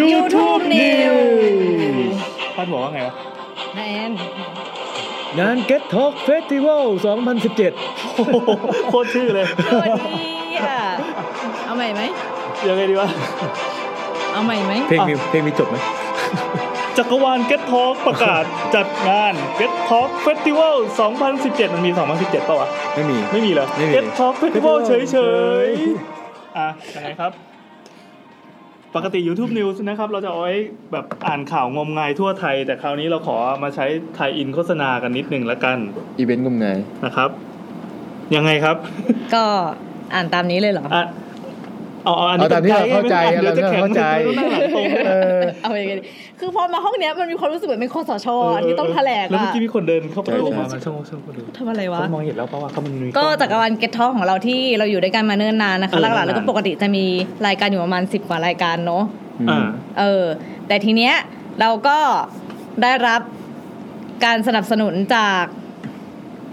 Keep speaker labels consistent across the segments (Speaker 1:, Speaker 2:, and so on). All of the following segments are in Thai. Speaker 1: YouTube News
Speaker 2: พาดหัวว่าไงวะ
Speaker 1: แนน
Speaker 3: งาน Get Talk Festival 2017
Speaker 2: โอ้โหโคตรชื่อเลย
Speaker 1: สวัสดีอ่ะเอาใหม่ไหม
Speaker 2: ยังไงดีวะ
Speaker 1: เอาใหม่ไหม
Speaker 3: เพลงมีเพลงมีจบไหม
Speaker 2: จักรวาล Get Talk ประกาศ จัดงาน Get Talk Festival 2017 มันมี 2017ป่าวะ
Speaker 3: ไม่มี
Speaker 2: ไม่มีเหรอ
Speaker 3: ไม่มี
Speaker 2: Get Talk Festival เฉยๆ อ่ะยังไงครับ ปกติ YouTube News นะครับ เราจะเอาไว้แบบอ่านข่าวงมงายทั่วไทย แต่คราวนี้เราขอมาใช้ไทยอินโฆษณากันนิดหนึ่งละกัน
Speaker 3: อีเวนต์งมงาย
Speaker 2: นะครับ ยังไงครับ
Speaker 1: ก็อ่านตามนี้เลยเหรอ
Speaker 2: อ่ะเอาเอาอันนี้
Speaker 3: เอาตามที่เราเข้าใจ
Speaker 2: ป็นไกด์เดี๋ยวจะแข็ง
Speaker 3: เราเข้าใจ
Speaker 2: ดี๋ยวจะหลังตรง
Speaker 3: เออ
Speaker 1: เอาไปกันดิคือพอมาห้องเนี้ยมันมีความรู้สึกเหมือนเป็นคอสชอะที่ต้องแถลง
Speaker 2: แล้ว
Speaker 1: อะ
Speaker 2: เมื่อกี้มีคนเดินเข้าไป
Speaker 3: ใช่
Speaker 2: ลง
Speaker 3: ใช่
Speaker 2: มามาช่องช่องคนดู
Speaker 1: ทำอะไรวะ
Speaker 2: เขามองเห็นแล้วเพราะว่าเขามันมีล้อง
Speaker 1: ก็จักรวาลเก็ตทอของเราที่เราอยู่ด้วยกันมาเนิ่นนานนะ
Speaker 2: เอ
Speaker 1: คะ
Speaker 2: อ
Speaker 1: หลักๆแล้ว
Speaker 2: นาน
Speaker 1: ก็ปกติจะมีรายการอยู่ประมาณ 10 กว่ารายการเนาะ
Speaker 2: อ่า
Speaker 1: เออ แต่ทีเนี้ยเราก็ได้รับการสนับสนุนจาก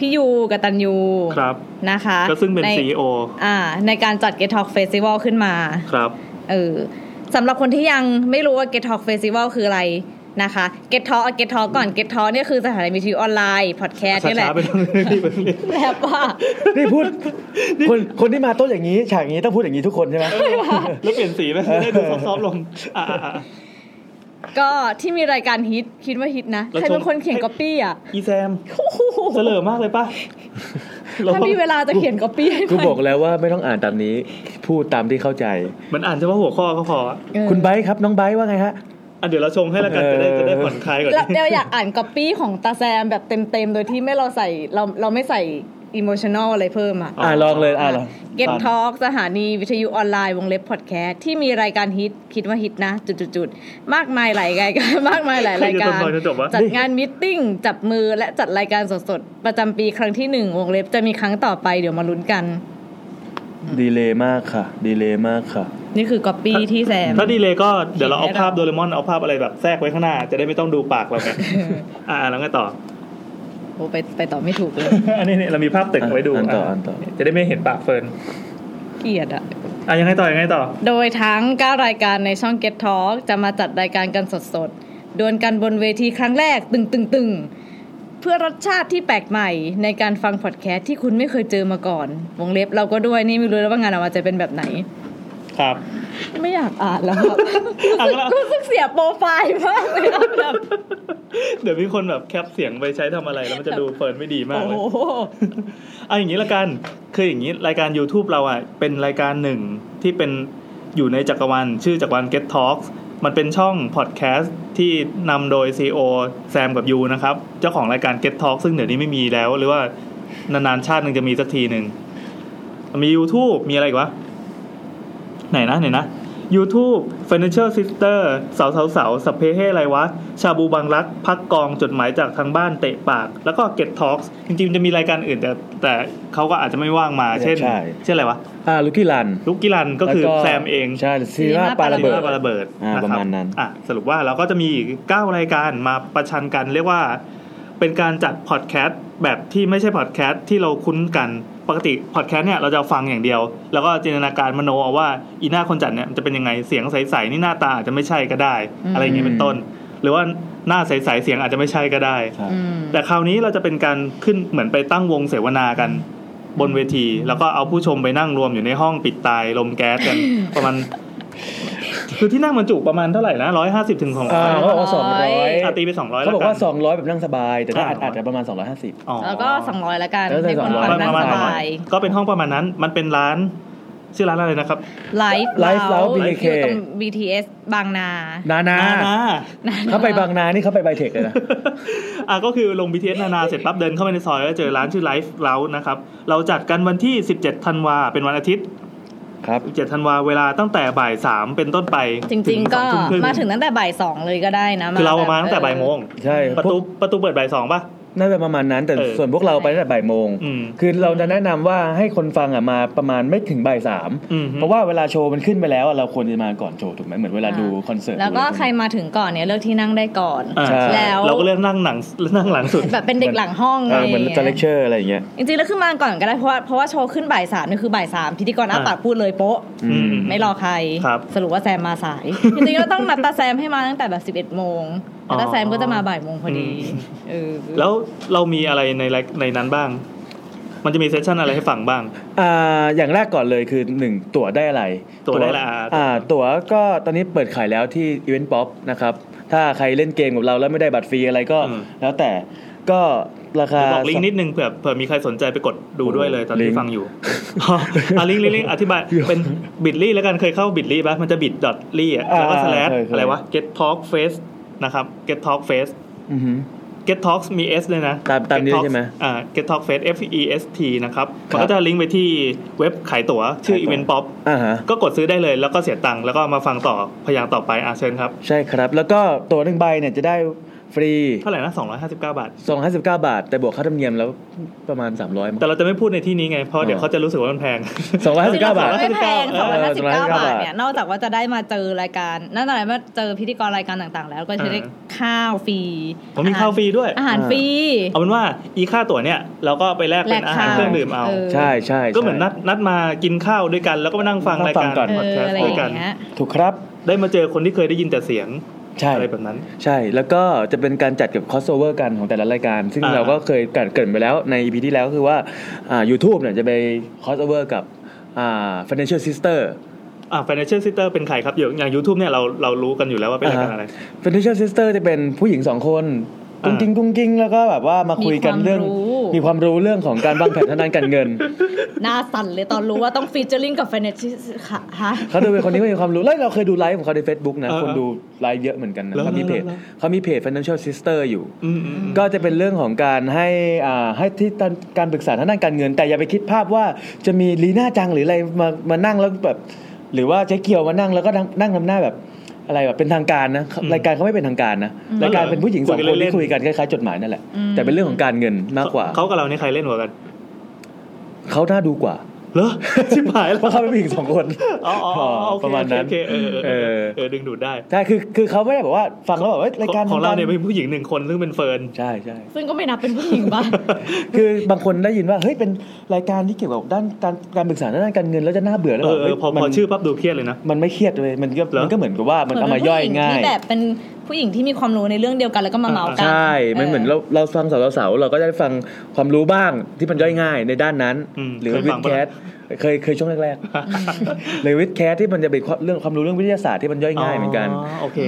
Speaker 1: พี่ยูกับตันยู
Speaker 2: ครับ
Speaker 1: นะคะ
Speaker 2: ก็ซึ่งเป็น
Speaker 1: ใ
Speaker 2: ซีอ
Speaker 1: อ่า ในการจัด Get Talk Festival ขึ้นมา
Speaker 2: ครับ
Speaker 1: เออสำหรับคนที่ยังไม่รู้ว่า Get Talk Festival คืออะไรนะคะ Get Talk เอา Get Talk ก่อน Get Talk เนี่ยคือสถานีวิทยุออนไลน์พอดแคสต์
Speaker 2: ช้า
Speaker 1: นี่แหละ
Speaker 2: ๆไปเรื่อย
Speaker 1: แล้วก็
Speaker 3: นี่พูด คนคนที่มาโต้นอย่างนี้ ฉากอย่างนี้ต้องพูดอย่างนี้ทุกคนใช่ไหม
Speaker 2: ๆแล้วเปลี่ยนสีไปจะได้ดูซอฟต์ๆลงอ่าๆ
Speaker 1: ก็ที่มีรายการฮิตคิดว่าฮิตนะ
Speaker 2: แล้ว
Speaker 1: ใครเป็น
Speaker 2: ชม
Speaker 1: คนเขียนก๊อปปี้อ่ะ
Speaker 2: ๆอีแซม
Speaker 1: โอ้โห
Speaker 2: เสลอมากเลยป่ะ
Speaker 1: ถ้ามีเวลาจะเขียนก๊อปปี้ให้
Speaker 3: กู
Speaker 1: มัน
Speaker 3: บอกแล้วว่าไม่ต้องอ่านตามนี้ พูดตามที่เข้าใจ
Speaker 2: มันอ่านเฉพาะหัวข้อก็พออ่ะ
Speaker 1: เออ
Speaker 3: คุณไบร์ทครับน้องไบร์ทว่าไงฮะ
Speaker 2: อ่ะเดี๋ยวเราชงให้แล้วกันจะได้จะได้ผ่อนคลายก่อน
Speaker 1: แล้วเดี๋ยวอยากอ่านก๊อปปี้ของตาแซมแบบเต็มๆ โดยที่ไม่เราใส่เราเราไม่ใส่อิโมชันอลอะไรเพิ่มอ่ะ
Speaker 3: อ่าลองเลยอ่าลอง
Speaker 1: Get Talk สถานีวิทยุออนไลน์วงเล็บพอดแคสต์ที่มีรายการฮิตคิดว่าฮิตนะ จุดๆๆมากมายหลายรายการ มากมายหลายรายการ
Speaker 2: ใครจะจบตอนจะจบวะ
Speaker 1: จัดงานมิทติ้งจับมือและจัดรายการสดๆ ประจำปีครั้งที่หนึ่งวงเล็บจะมีครั้งต่อไปเดี๋ยวมาลุ้นกัน
Speaker 3: ดีเลย์มากค่ะ ดีเลย์มากค่ะ
Speaker 1: นี่คือก๊อปปี้ที่แซม
Speaker 2: ถ้าดีเลยก็เดี๋ยวเราเอาภาพโดเรมอนเอาภาพอะไรแบบแทรกไว้ข้างหน้า จะได้ไม่ต้องดูปากเรา ไงอ่าแล้วไงต่อ
Speaker 1: โอ้ไปไปต่อไม่ถูกเลย
Speaker 2: อันนี้เนี่ยเรามีภาพตึกไว้ดู
Speaker 3: อ่ะอ่านต่ออ่านต่อ
Speaker 2: จะได้ไม่เห็นปากเฟิร์น
Speaker 1: เกลียดอะ
Speaker 2: อ่ะยังไงต่อยังไงต่อ
Speaker 1: โดยทั้ง 9 รายการในช่อง Get Talk จะมาจัดรายการกันสดๆ ดวลกันบนเวทีครั้งแรกตึงตึงตึงเพื่อรสชาติที่แปลกใหม่ในการฟังพอดแคสต์ที่คุณไม่เคยเจอมาก่อน วงเล็บเราก็ด้วยนี่ไม่รู้แล้วว่างานออกมาจะเป็นแบบไหน
Speaker 2: ครับ
Speaker 1: ไม่อยากอ่านแล้วครับ
Speaker 2: อ่านแล้ว
Speaker 1: รู้สึกเสียโปรไฟล์มากเลยอะแบบ
Speaker 2: เดี๋ยวมีคนแบบแคปเสียงไปใช้ทำอะไรแล้วมันจะดูเฟิร์นไม่ดีมาก
Speaker 1: โอ้
Speaker 2: เลย
Speaker 1: โห
Speaker 2: เอาอย่างนี้ละกัน คืออย่างนี้รายการ YouTube เราอ่ะ เป็นรายการหนึ่งที่เป็นอยู่ในจักรวาลชื่อจักรวาล Get Talks มันเป็นช่องพอดแคสต์ที่นำโดย CEO แซมกับยูนะครับ เจ้าของรายการ Get Talk ซึ่งเดี๋ยวนี้ไม่มีแล้ว หรือว่านานๆชาติหนึ่งจะมีสักทีหนึ่ง มี YouTube มีอะไรอีกวะ ไหนนะไหนนะ YouTube Financial Sister สาวสาวสาวสัพเพเฮไรวะ ชาบูบางรัก พักกองจดหมายจากทางบ้านเตะปาก แล้วก็ Get Talks จริงๆ จะมีรายการอื่น แต่แต่เขาก็อาจจะไม่ว่างมา เช่น
Speaker 3: ใช่
Speaker 2: เช่นอะไรวะ
Speaker 3: อ่าลูกกี้รัน
Speaker 2: ลูกกิรันก็คือ
Speaker 3: ล้ว
Speaker 2: แซมเอง
Speaker 3: ใช่ซีราปาระเบิด
Speaker 2: ปาระเบิด
Speaker 3: อ่า
Speaker 2: คบ
Speaker 3: ประมาณนั้น
Speaker 2: อ่ะสรุปว่าเราก็จะมีอีกเก้ารายการมาประชันกัน เรียกว่า เป็นการจัดพอดแคสต์แบบที่ไม่ใช่พอดแคสต์ที่เราคุ้นกันปกติพอดแคสต์เนี่ยเราจะฟังอย่างเดียว แล้วก็จินตนาการมโนเอาว่าอีหน้าคนจัดเนี่ยมันจะเป็นยังไงเสียงใสๆนี่หน้าตาอาจจะไม่ใช่ก็ได้
Speaker 1: อืม
Speaker 2: อะไรอย่างเงี้ยเป็นต้น หรือว่าหน้าใสๆเสียงอาจจะไม่ใช่ก็ได้
Speaker 3: ครับ
Speaker 1: อืม
Speaker 2: แต่คราวนี้เราจะเป็นการขึ้นเหมือนไปตั้งวงเสวนากัน บนเวที แล้วก็เอาผู้ชมไปนั่งรวมอยู่ในห้องปิดตายลมแก๊สกัน ประมาณ คือที่นั่งบรรจุประมาณเท่าไหร่นะร้อยห้าสิบถึงของ
Speaker 3: อ่าเขาบอกว่าสองร้อย
Speaker 2: อาตีไปสองร้อย
Speaker 3: เขา
Speaker 2: แล้ว
Speaker 3: บอก
Speaker 2: กั
Speaker 3: ว่าน สองร้อยแบบนั่งสบาย แต่ถ้าอัด
Speaker 2: อ่า
Speaker 3: อาจจะประมาณสองร้อยห้าสิบ
Speaker 2: อ๋อ
Speaker 1: แล้วก็สองร้อยละกัน
Speaker 3: แล้วใส่
Speaker 1: ให้คน
Speaker 3: 200
Speaker 1: ฟัง
Speaker 2: ป
Speaker 1: นั่
Speaker 2: ระ
Speaker 1: ง
Speaker 2: มาณ
Speaker 1: ส
Speaker 2: ประมาณ
Speaker 1: บาย
Speaker 2: ก็เป็นห้องประมาณนั้น มันเป็นร้าน ชื่อร้านอะไรนะครับ
Speaker 1: ไลฟ์
Speaker 3: ไลฟ์เล้า BK
Speaker 1: อยู่ตรง BTS บางนา
Speaker 3: นานา
Speaker 2: นา
Speaker 3: เขาไปบางนานี่เขาไปไบเทคเลยนะ
Speaker 2: อ่ะก็คือลง BTS นานาเสร็จปั๊บเดินเข้าไปในซอยแล้วเจอร้านชื่อไลฟ์เล้านะครับ เราจัดกันวันที่ 17ธันวาเป็นวันอาทิตย์
Speaker 3: ครับ
Speaker 2: 17ธันวาเวลาตั้งแต่บ่ายสามเป็นต้นไป
Speaker 1: จริง ๆ ก็
Speaker 2: สอทุ่ครึ่
Speaker 1: มาถึงตั้งแต่บ่ายสองเลยก็ได้นะ
Speaker 2: คือเราประมาณตั้งแต่บ่ายโมง
Speaker 3: ใช่
Speaker 2: ประตูประตูเปิดบ่ายสองป่ะ
Speaker 3: น่าจะประมาณนั้น แต่
Speaker 2: เออ
Speaker 3: ส่วนพวกเราไปตั้งแต่บ่ายโมง
Speaker 2: อืม
Speaker 3: คือเราจะแนะนำว่าให้คนฟังอ่ะมาประมาณไม่ถึงบ่ายสาม
Speaker 2: อืม
Speaker 3: เพราะว่าเวลาโชว์มันขึ้นไปแล้วอ่ะเราควรจะมาก่อนโชว์ถูกไหมเหมือนเวลา
Speaker 1: อ่า
Speaker 3: ดูคอนเสิร์ต
Speaker 1: แล้วก็ใครมาถึงก่อนเนี่ยเลือกที่นั่งได้ก่อน
Speaker 2: อ่า
Speaker 3: ใช่
Speaker 1: แล้ว
Speaker 2: เราก็เลือกนั่งหนังนั่งหลังสุด
Speaker 1: แบบเป็นเด็กหลังห้อง
Speaker 3: เออเหมือนจะเลคเชอร์อะไรอย่างเงี้ย
Speaker 1: จริงๆแล้วขึ้นมาก่อนก็ได้เพราะว่าเพราะว่าโชว์ขึ้นบ่ายสามนี่คือบ่ายสามพิธีกรอ้า
Speaker 2: อ่า
Speaker 1: ปากพูดเลยโป๊ะ
Speaker 3: อืม
Speaker 1: ไม่รอใคร
Speaker 2: ครับ
Speaker 1: สรุปว่าแซมมาสาย จริงๆก็ต้องนัดตาแซมให้มาตั้งแต่แบบสิบเอ็ดโมง
Speaker 2: อ๋อ
Speaker 1: ตาแซมก็จะมาบ่ายโมงพอดี
Speaker 2: อืม
Speaker 1: เออ
Speaker 2: แล้วเรามีอะไรในรายในนั้นบ้าง มันจะมีเซสชั่นอะไรให้ฟังบ้าง
Speaker 3: อ่าอย่างแรกก่อนเลยคือหนึ่งตั๋วได้อะไร
Speaker 2: ตั๋วได้อะไร
Speaker 3: อ่าตั๋วก็ตอนนี้เปิดขายแล้วที่อีเวนต์ป๊อปนะครับถ้าใครเล่นเกมกับเราแล้วไม่ได้บัตรฟรีอะไรก็
Speaker 2: อืม
Speaker 3: แล้วแต่ก็ราคา
Speaker 2: เดี๋ยวบอกลิงก์นิดนึงเผื่อเผื่อมีใครสนใจไปกดดูด้วยเลยตอน
Speaker 3: ลิง
Speaker 2: ที่
Speaker 3: ก์
Speaker 2: ฟังอยู่ อ่ะลิงก์ลิงก์ลิงก์อธิ บาย เป็นบิตลี่แล้วกันเคยเข้าบิตลี่ปะมันจะบิตดอทลี่อ่ะแล้วก็
Speaker 3: อ่า
Speaker 2: slash
Speaker 3: เคยเคย
Speaker 2: อะไรวะ get talk face นะครับ get talk face
Speaker 3: อือหือ
Speaker 2: Get Talks มี S เลยนะ
Speaker 3: ตามตามนี้
Speaker 2: Get Talks
Speaker 3: ใช่ไหม
Speaker 2: อ่า Get Talk Fest F E S T นะครับ
Speaker 3: ค
Speaker 2: มั
Speaker 3: รั
Speaker 2: น
Speaker 3: บ
Speaker 2: ก็จะลิงก์ไปที่เว็บขายตั๋ว ชื่อ
Speaker 3: ขายตั๋ว
Speaker 2: Event Pop
Speaker 3: อ่าฮะ
Speaker 2: ก็กดซื้อได้เลยแล้วก็เสียตังค์แล้วก็มาฟังต่อพยางค์ต่อไปอาเชิญครับ
Speaker 3: ใช่ครับ แล้วก็ตั๋วหนึ่งใบเนี่ยจะได้ฟรี
Speaker 2: เท่าไหร่นะ 259 บาท
Speaker 3: 259 บาท แต่บวกค่าธรรมเนียมแล้วประมาณ 300มั้ง
Speaker 2: แต่เราจะไม่พูดในที่นี้ไง เพราะ
Speaker 3: อ่า
Speaker 2: เดี๋ยวเขาจะรู้สึกว่ามันแพง
Speaker 3: 259
Speaker 1: จริงๆ
Speaker 3: บาท
Speaker 1: ไม่แพง
Speaker 2: เออ
Speaker 1: สองร้อยห้าสิบเก้า
Speaker 3: 259
Speaker 1: บาทเนี่ยนอกจากว่าจะได้มาเจอรายการนั่นอะไรว่าเจอพิธีกรรายการต่างๆ แล้วก็จะได้ข้าวฟรี
Speaker 2: ผมมีข้าวฟรีด้วย
Speaker 1: อาหารฟรี
Speaker 2: เอาเป็นว่าอีค่าตั๋วเนี่ย เราก็ไปแลกเป็นอาหาร
Speaker 3: แลกข้าว
Speaker 2: เครื่องดื่มเอา
Speaker 1: เออ
Speaker 3: ใช่ใช่ใช่
Speaker 2: ก็เหมือนนัดนัดมากินข้าวด้วยกัน แล้วก็มานั่งฟังรายการ
Speaker 3: นั่งฟังก่อน
Speaker 1: เอ
Speaker 2: พอด
Speaker 1: อ
Speaker 2: แคส
Speaker 1: อะไร
Speaker 2: ต์
Speaker 1: อ
Speaker 2: ด้วยกั
Speaker 1: ย่าน งเงี้ย
Speaker 3: ถูกครับ
Speaker 2: ได้มาเจอคนที่เคยได้ยินแต่เสียง
Speaker 3: ใช่
Speaker 2: อะไรแบบนั้น
Speaker 3: ใช่ แล้วก็จะเป็นการจัดกับ crossover กันของแต่ละรายการ ซึ่ง
Speaker 2: อ่า
Speaker 3: เราก็เคยเกริดไปแล้วใน EP ที่แล้วก็คือว่าอ่า YouTube เนี่ยจะไป crossover กับอ่า Financial Sister
Speaker 2: อ่า Financial Sister เป็นใครครับอย่างอย่าง YouTube เนี่ยเราเรารู้กันอยู่แล้วว่าเป็นรายการอะไร
Speaker 3: Financial Sister จะเป็นผู้หญิงสองคน
Speaker 2: อ่า
Speaker 3: กุ้งกิ้งกุ้งกิ้งแล้วก็แบบว่ามาคุยกันเรื่อง มีความรู้เรื่องของการวางแผนทางด้านการเงิน
Speaker 1: หน้าสั่นเลยตอนรู้ว่าต้องฟีเจอริงกับแฟนเนชค่ะฮะ
Speaker 3: เขาดูเป็นคนที่มีความรู้แล้วเราเคยดูไลฟ์ของเขาใน Facebook นะ
Speaker 2: เออ
Speaker 3: คนดูไลฟ์เยอะเหมือนกันนะ
Speaker 2: แล้ว
Speaker 3: เขามีเพจ
Speaker 2: แล้วแล้ว
Speaker 3: เขามีเพจ Financial Sister อยู่
Speaker 2: อืมอืมอืม
Speaker 3: ก็จะเป็นเรื่องของการให้อ่าให้ที่ด้านการปรึกษาทางด้านการเงิน แต่อย่าไปคิดภาพว่าจะมีลีน่าจังหรืออะไรมามานั่งแล้วแบบ หรือว่าเจ๊เกียวมานั่งแล้วก็นั่งนั่งทำหน้าแบบอะไรแบบเป็นทางการนะ
Speaker 2: อืม
Speaker 3: รายการเขาไม่เป็นทางการนะ
Speaker 1: อืม
Speaker 3: รายการเป็นผู้หญิงสอง
Speaker 2: คุยกั
Speaker 3: คน
Speaker 2: นเล่นๆ
Speaker 3: ที่คุยกันคล้ายๆจดหมายนั่นแหละแต่เป็นเรื่องของการเงินมากกว่า
Speaker 2: เขากับเราเนี่ยใครเล่นกว่ากัน
Speaker 3: เขาน่าดูกว่า
Speaker 2: เหรอ ชิบหายแล้ว
Speaker 3: เพราะเขาเป็นผู้หญิงสองคน
Speaker 2: อ๋ออ๋ออ๋อโอเค
Speaker 3: ประมาณนั้น
Speaker 2: โอเคโอเคเออเออเออเออดึงดูดได้
Speaker 3: ใช่คือคือเขาไม่ได้บอกว่าฟังแล้วแบบว่ารายการ
Speaker 2: ของเราเนี่ย
Speaker 3: ทำก
Speaker 2: มีผู้หญิงหนึ่งคนซึ่งเป็นเฟิร์น
Speaker 3: ใช่ใช่
Speaker 1: ซึ่งก็ไม่นับเป็นผู้หญิงบ้าง
Speaker 3: คือบางคนได้ยินว่าเฮ้ยเป็นรายการที่เกี่ยวกับด้านการการปรึกษาด้านการเงินแล้วจะน่าเบื่อแล้ว
Speaker 2: เออ
Speaker 3: แบบ
Speaker 2: เออพอ
Speaker 3: มั
Speaker 2: พอชื่อปั๊บดูเครียดเลยนะ
Speaker 3: มันไม่เครียดเลยมันก็
Speaker 2: เหรอ
Speaker 3: มันก็เหมือนกับว่ามันเอามาย่อยง่าย
Speaker 1: ที่แบบเป็นผู้หญิงที่มีความรู้ในเรื่องเดียวกันแล้วก็มาเมาส์กัน
Speaker 3: ใช่ มันเหมือนเราเราฟังสาวสาวๆเราก็ได้ฟังความรู้บ้างที่มันย่อยง่ายในด้านนั้น
Speaker 2: อืม
Speaker 3: หรือ
Speaker 2: เคย
Speaker 3: วิ
Speaker 2: ฟั
Speaker 3: ด
Speaker 2: ง
Speaker 3: แค
Speaker 2: ปะ
Speaker 3: สเคยเคยช่วงแรก ๆหรือวิดแคสที่มันจะเป็นความเรื่องความรู้เรื่องวิทยาศาสตร์ที่มันย่อยง่ายเหมือนกัน
Speaker 2: โอเค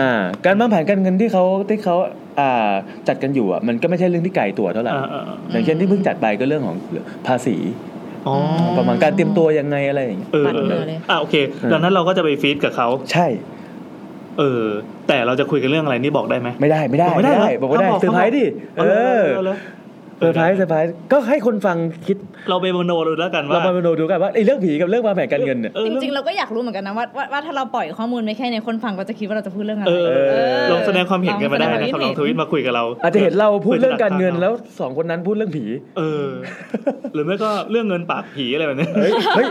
Speaker 3: อ่าการวางแผนการเงินที่เขาที่เขาอ่าจัดกันอยู่อ่ะมันก็ไม่ใช่เรื่องที่ไกลตัวเท่าไหร่
Speaker 2: อ่าอ่าอ่า
Speaker 3: อย่างเช่นที่เพิ่งจัดไปก็เรื่องของภาษี
Speaker 2: อ๋อ
Speaker 3: ประมาณการเตรียมตัวยังไงอะไรอย่างเงี้ย
Speaker 2: เออเออเอออ่ะโอเค
Speaker 3: เออ
Speaker 2: ดังนั้นเราก็จะไปฟีดกับเขา
Speaker 3: ใช่
Speaker 2: เออ แต่เราจะคุยกันเรื่องอะไรนี่บอกได้ไหม
Speaker 3: ไม่ได้ไม่ได้
Speaker 2: บอก
Speaker 3: ไม่
Speaker 2: เหร
Speaker 3: ได้บอกไม่ได้
Speaker 2: า
Speaker 3: เซอร์ไพรส์ดิ
Speaker 2: เอ
Speaker 3: เอ
Speaker 2: อ
Speaker 3: อ
Speaker 2: เอ
Speaker 3: เซ
Speaker 2: อ
Speaker 3: อร์ไพรส์เซอร์ไพรส์ก็ให้คนฟังคิด
Speaker 2: เราไปมโนดูแล้วกัน
Speaker 3: เรา
Speaker 2: ว่า
Speaker 3: มาโนดูกันว่าไอ้เรื่องผีกับเรื่องวางแผนการเงินเนี่ย
Speaker 2: เออเอ
Speaker 1: จ
Speaker 2: อ
Speaker 1: ริงๆเราก็อยากรู้เหมือนกันนะว่าว่าว่าถ้าเราปล่อยข้อมูลไม่แค่ในยคนฟังก็จะคิดว่าเราจะพูดเรื่องอะไร
Speaker 2: เออ
Speaker 3: เออ
Speaker 2: ลองแสดงความเห็นกันมาได้
Speaker 1: ล
Speaker 2: นะครับลองทวิ
Speaker 1: เห็
Speaker 2: ตมาคุยกับเรา
Speaker 3: อาจจะเห็นเราพูดเรื่องการเงินแล้วสองคนนั้นพูดเรื่องผี
Speaker 2: เออ หรือไม่ก็เรื่องเงินปากผีอะไรแบบนี้
Speaker 3: เฮ้ยเฮ้ย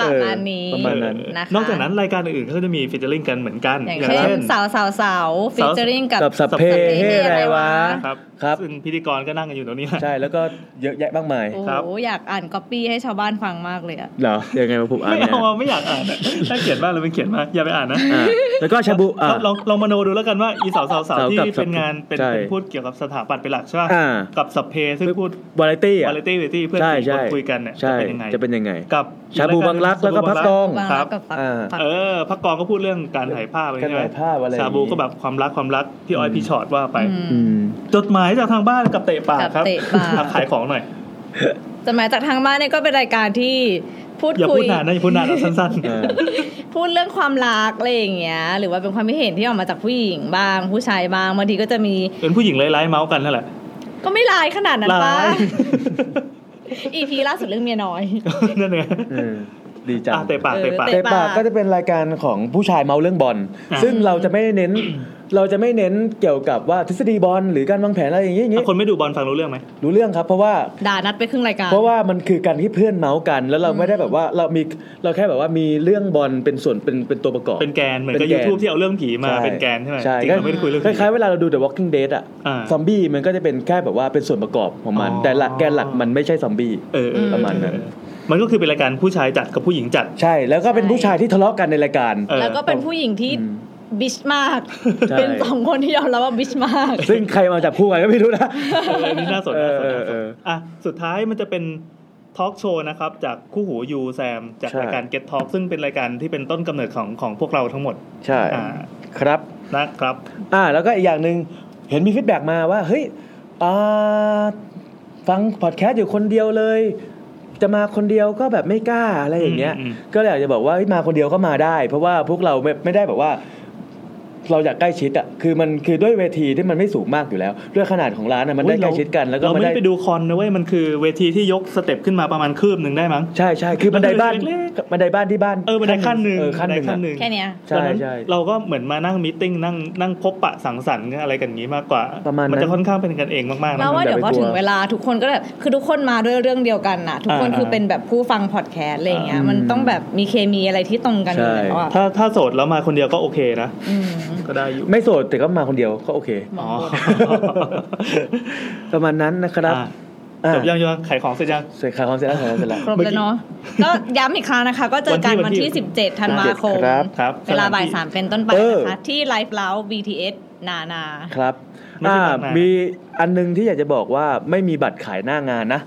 Speaker 1: ประมาณนี้
Speaker 3: ประมาณนั้น
Speaker 1: ะคะ
Speaker 2: นอกจากนั้นรายการอื่นๆเขาก็จะมีฟิชเชอร์ลิงกันเหมือนกัน
Speaker 1: อย่างเช่นสาวสาวสาวฟีเจอริงกับ
Speaker 3: กับสัพเพเฮไรวะ
Speaker 2: ครับ
Speaker 3: ครับ
Speaker 2: ซึ่งพิธีกรก็นั่งกันอยู่ตรงนี้แหละ
Speaker 3: ใช่แล้วก็เยอะแยะมากมาย
Speaker 1: โอ้
Speaker 2: ครับ
Speaker 1: โหอยากอ่านก๊อปปี้ให้ชาวบ้านฟังมากเลยอะ
Speaker 3: เหรอยังไงมาผมอ่าน
Speaker 2: ไม่
Speaker 3: เนี่ย
Speaker 2: เอาอะไม่อยากอ่านอะน่าเกลียดมากเลยเป็นเขียนมากอย่าไปอ่านนะ
Speaker 3: อ่าแล้วก็ชาบูอ่า
Speaker 2: ลองลองลองมโนดูแล้วกันว่าอีสาวสาวสาว
Speaker 3: สาว
Speaker 2: ที่
Speaker 3: กับ
Speaker 2: เป็นงานเป็น
Speaker 3: ใช่
Speaker 2: เป็นพูดเกี่ยวกับสถาปัตย์เป็นหลักใช่ป่ะ
Speaker 3: อ่า
Speaker 2: กับสัพเพซึ่งพูด
Speaker 3: วาไรตี้อ่ะ
Speaker 2: วาไรตี้วาไรตี้เพื่อน
Speaker 3: ใช่
Speaker 2: สี่ค
Speaker 3: ใช่
Speaker 2: นคุยกันเนี่ย
Speaker 3: ใช่
Speaker 2: จะเป็นยังไง
Speaker 3: จะเป็นยังไง
Speaker 2: กับ
Speaker 3: ชาบูบางรักแล้วก็พัก
Speaker 2: ชาบูาง
Speaker 3: ตอง
Speaker 1: ฟัง
Speaker 2: ครั
Speaker 1: แล้ว
Speaker 2: บ
Speaker 1: ก็ฟัง
Speaker 3: อ่า
Speaker 1: ฟัง
Speaker 2: เออพักกองก็พูดเรื่องการถ่ายภาพอะไร
Speaker 3: การ
Speaker 2: ใช่ไหม
Speaker 3: ถ่ายภาพอะไรอย่างงี้
Speaker 2: ซาบูก็แบบความรักความรักพี่อ้อยพี่ชอตว่าไป
Speaker 1: อืม
Speaker 3: อืม
Speaker 2: จดหมายจากทางบ้านกับเตะปากครับ
Speaker 1: กับเตะปาก
Speaker 2: อ่ะขายของหน่อย
Speaker 1: จดหมายจากทางบ้านเนี่ยก็เป็นรายการที่พูด
Speaker 2: อย่า
Speaker 1: คุ
Speaker 2: พู
Speaker 1: ย
Speaker 2: ดนานนะอย่าพูดนานเอาสั้น
Speaker 3: เออ
Speaker 1: พูดเรื่องความรักอะไรอย่างเงี้ย หรือว่าเป็นความคิดเห็นที่ออกมาจากผู้หญิงบ้าง ผู้ชายบ้างบางทีก็จะมี
Speaker 2: ๆ เป็นผู้หญิงไร้ายๆเมาส์กันนั่นแหละ
Speaker 1: ก็ไม่ลายข นาดนั้นปะ
Speaker 2: ร้าย
Speaker 1: อีพีล่าสุดเรื่องเมียน้อย
Speaker 2: นั่นไง
Speaker 3: เออ ดีจัง
Speaker 2: อ่ะเตะปากเตะปาก
Speaker 1: เออ
Speaker 3: เตะปากก็จะเป็นรายการของผู้ชายเมาเรื่องบอล
Speaker 2: อ่า
Speaker 3: ซึ่งเราจะไม่เน้น เราจะไม่เน้นเกี่ยวกับว่าทฤษฎีบอลหรือการวางแผนอะไรอย่างเงี้ยอย่าง
Speaker 2: อ่ะ
Speaker 3: งี้
Speaker 2: คนไม่ดูบอลฟังรู้เรื่องไหม
Speaker 3: รู้เรื่องครับเพราะว่า
Speaker 1: ด่านัดไปครึ่งรายการ
Speaker 3: เพราะว่ามันคือการที่เพื่อนเมาส์กัน แล้วเราไม่ได้แบบว่าเรามีเราแค่แบบว่ามีเรื่องบอลเป็นส่วนเป็นเป็นตัวประกอบ
Speaker 2: เป็นแกนเหมือนกับ
Speaker 3: เป็นแกน
Speaker 2: YouTube ที่เอาเรื่องผีมาเป็นแกนใช่ไหมจริงเราไม่ได้คุยเรื่อง
Speaker 3: ค
Speaker 2: ผี
Speaker 3: ล้ายๆเวลาเราดู The Walking Dead อะ
Speaker 2: อ่า
Speaker 3: ซอมบี้มันก็จะเป็นแค่แบบว่าเป็นส่วนประกอบของมัน
Speaker 2: อ๋อ
Speaker 3: แต่หลักแกนหลักมันไม่ใช่ซอมบี้
Speaker 2: เออเออเออ
Speaker 3: ประมาณนั้น
Speaker 2: มันก็คือเป็นรายการผู้ชายจัดกับผู้หญิงจัด
Speaker 3: ใช่แล้วก็เป็น
Speaker 1: ใช่
Speaker 3: ผู้ชายที่ทะเลาะกันในรายการ
Speaker 2: เออ
Speaker 1: แล้วก็เป็นผู้หญิงที่
Speaker 3: อืม
Speaker 1: บิชมาก
Speaker 3: ใช่
Speaker 1: เป็นสองคนที่ยอมรับว่าบิชมาก
Speaker 3: ซึ่งใครมาจับคู่กันก็ไม่รู้นะ
Speaker 2: เอออันนี้น่าสน
Speaker 3: เอ
Speaker 2: น่า
Speaker 3: อ
Speaker 2: สนน่าส
Speaker 3: เอน อ
Speaker 2: อ่ะสุดท้ายมันจะเป็นทอล์กโชว์นะครับ จากคู่หูยูแซม จาก
Speaker 3: ใช่
Speaker 2: รายการ Get Talk ซึ่งเป็นรายการที่เป็นต้นกำเนิดของของพวกเราทั้งหมด
Speaker 3: ใช่
Speaker 2: อ่า
Speaker 3: ครับ
Speaker 2: นะครับ
Speaker 3: อ่าแล้วก็อีกอย่างหนึ่งเห็นมีฟีดแบ็กมาว่า เฮ้ยอ่าฟังพอดแคสต์อยู่คนเดียวเลย จะมาคนเดียวก็แบบไม่กล้าอะไรอย่างเงี้ย
Speaker 2: อืมอืม
Speaker 3: ก็เลยอยากจะบอกว่าเฮ้ยมาคนเดียวก็มาได้ เพราะว่าพวกเราไม่ไม่ได้แบบว่า เราอยากใกล้ชิดอ่ะคือมันคือด้วยเวทีที่มันไม่สูงมากอยู่แล้ว ด้วยขนาดของร้านอ่ะมันได้
Speaker 2: อุ๊ย
Speaker 3: ใกล้ชิดกันแล้วก็
Speaker 2: เรา
Speaker 3: มัน
Speaker 2: ไม่
Speaker 3: ได้
Speaker 2: ได้ไปดูคอนนะเว้ยมันคือเวทีที่ยกสเต็ปขึ้นมาประมาณคืบหนึ่งได้มั้ง
Speaker 3: ใช่ใช่คือบันไดบ้าน
Speaker 2: เล็ก
Speaker 3: บันไดบ้านที่บ้าน
Speaker 2: เออบันไดขั้นหนึ่ง
Speaker 3: เออขั้นหนึ่ง
Speaker 2: บั
Speaker 3: อะ
Speaker 2: ไดง
Speaker 1: แค่เนี้ย
Speaker 3: ใช่
Speaker 2: ดังนั้น
Speaker 3: ใช่
Speaker 2: เราก็เหมือนมานั่งมีตติ้งนั่งนั่งพบปะสังสรรค์อะไรกันอย่างนี้มากกว่า
Speaker 3: ประมาณนั้น
Speaker 2: นจะค่อนข้างเป็นกันเองมากๆนะ
Speaker 1: เราว่าเดี๋ยวพอถึงเวลาทุกคนก็แบบคือทุกคนมาด้วยเรื่องเดียวกันน่ะ ทุกคน
Speaker 2: อ่า
Speaker 1: คือเป็นแบบผู้ฟังพอดแคสต์อะไรอย่างเงี้ยมันต้องแบบมีเคมีอะไรที่ตรงกันอยู่แล้วอ่ะ
Speaker 2: ถ้าถ้าโสดแล้วมาคนเดียวก็โอเคนะ
Speaker 1: อืม
Speaker 2: ก็ได้อยู่
Speaker 3: ไม่โสดแต่ก็มาคนเดียวก็โอเค
Speaker 1: หม
Speaker 2: อ๋
Speaker 1: อ
Speaker 2: อ
Speaker 1: พูด
Speaker 3: ประมาณนั้นนะครับ
Speaker 2: อ่ะ
Speaker 3: อ่ะ
Speaker 2: จบยังยังขายของเสร็จยัง
Speaker 3: เสร็จข่าวความเสร็จแล้วข่าวความเสร็จแล้ว
Speaker 1: ครบแล้วเนาะก็ย้ำอีกครั้งนะคะ ก็เจอกันวันที่ 17 ธันวาคม
Speaker 3: ครับ
Speaker 2: ครับ
Speaker 1: เวลาบ่ายสามเป็นต้นไป
Speaker 3: เออ
Speaker 1: นะคะที่ไลฟ์เล้า BTS นานา
Speaker 3: ครับ
Speaker 2: ไม่
Speaker 3: อ่า
Speaker 2: ใช่บัตรนะ
Speaker 3: มีอันนึงที่อยากจะบอกว่าไม่มีบัตรขายหน้างานนะ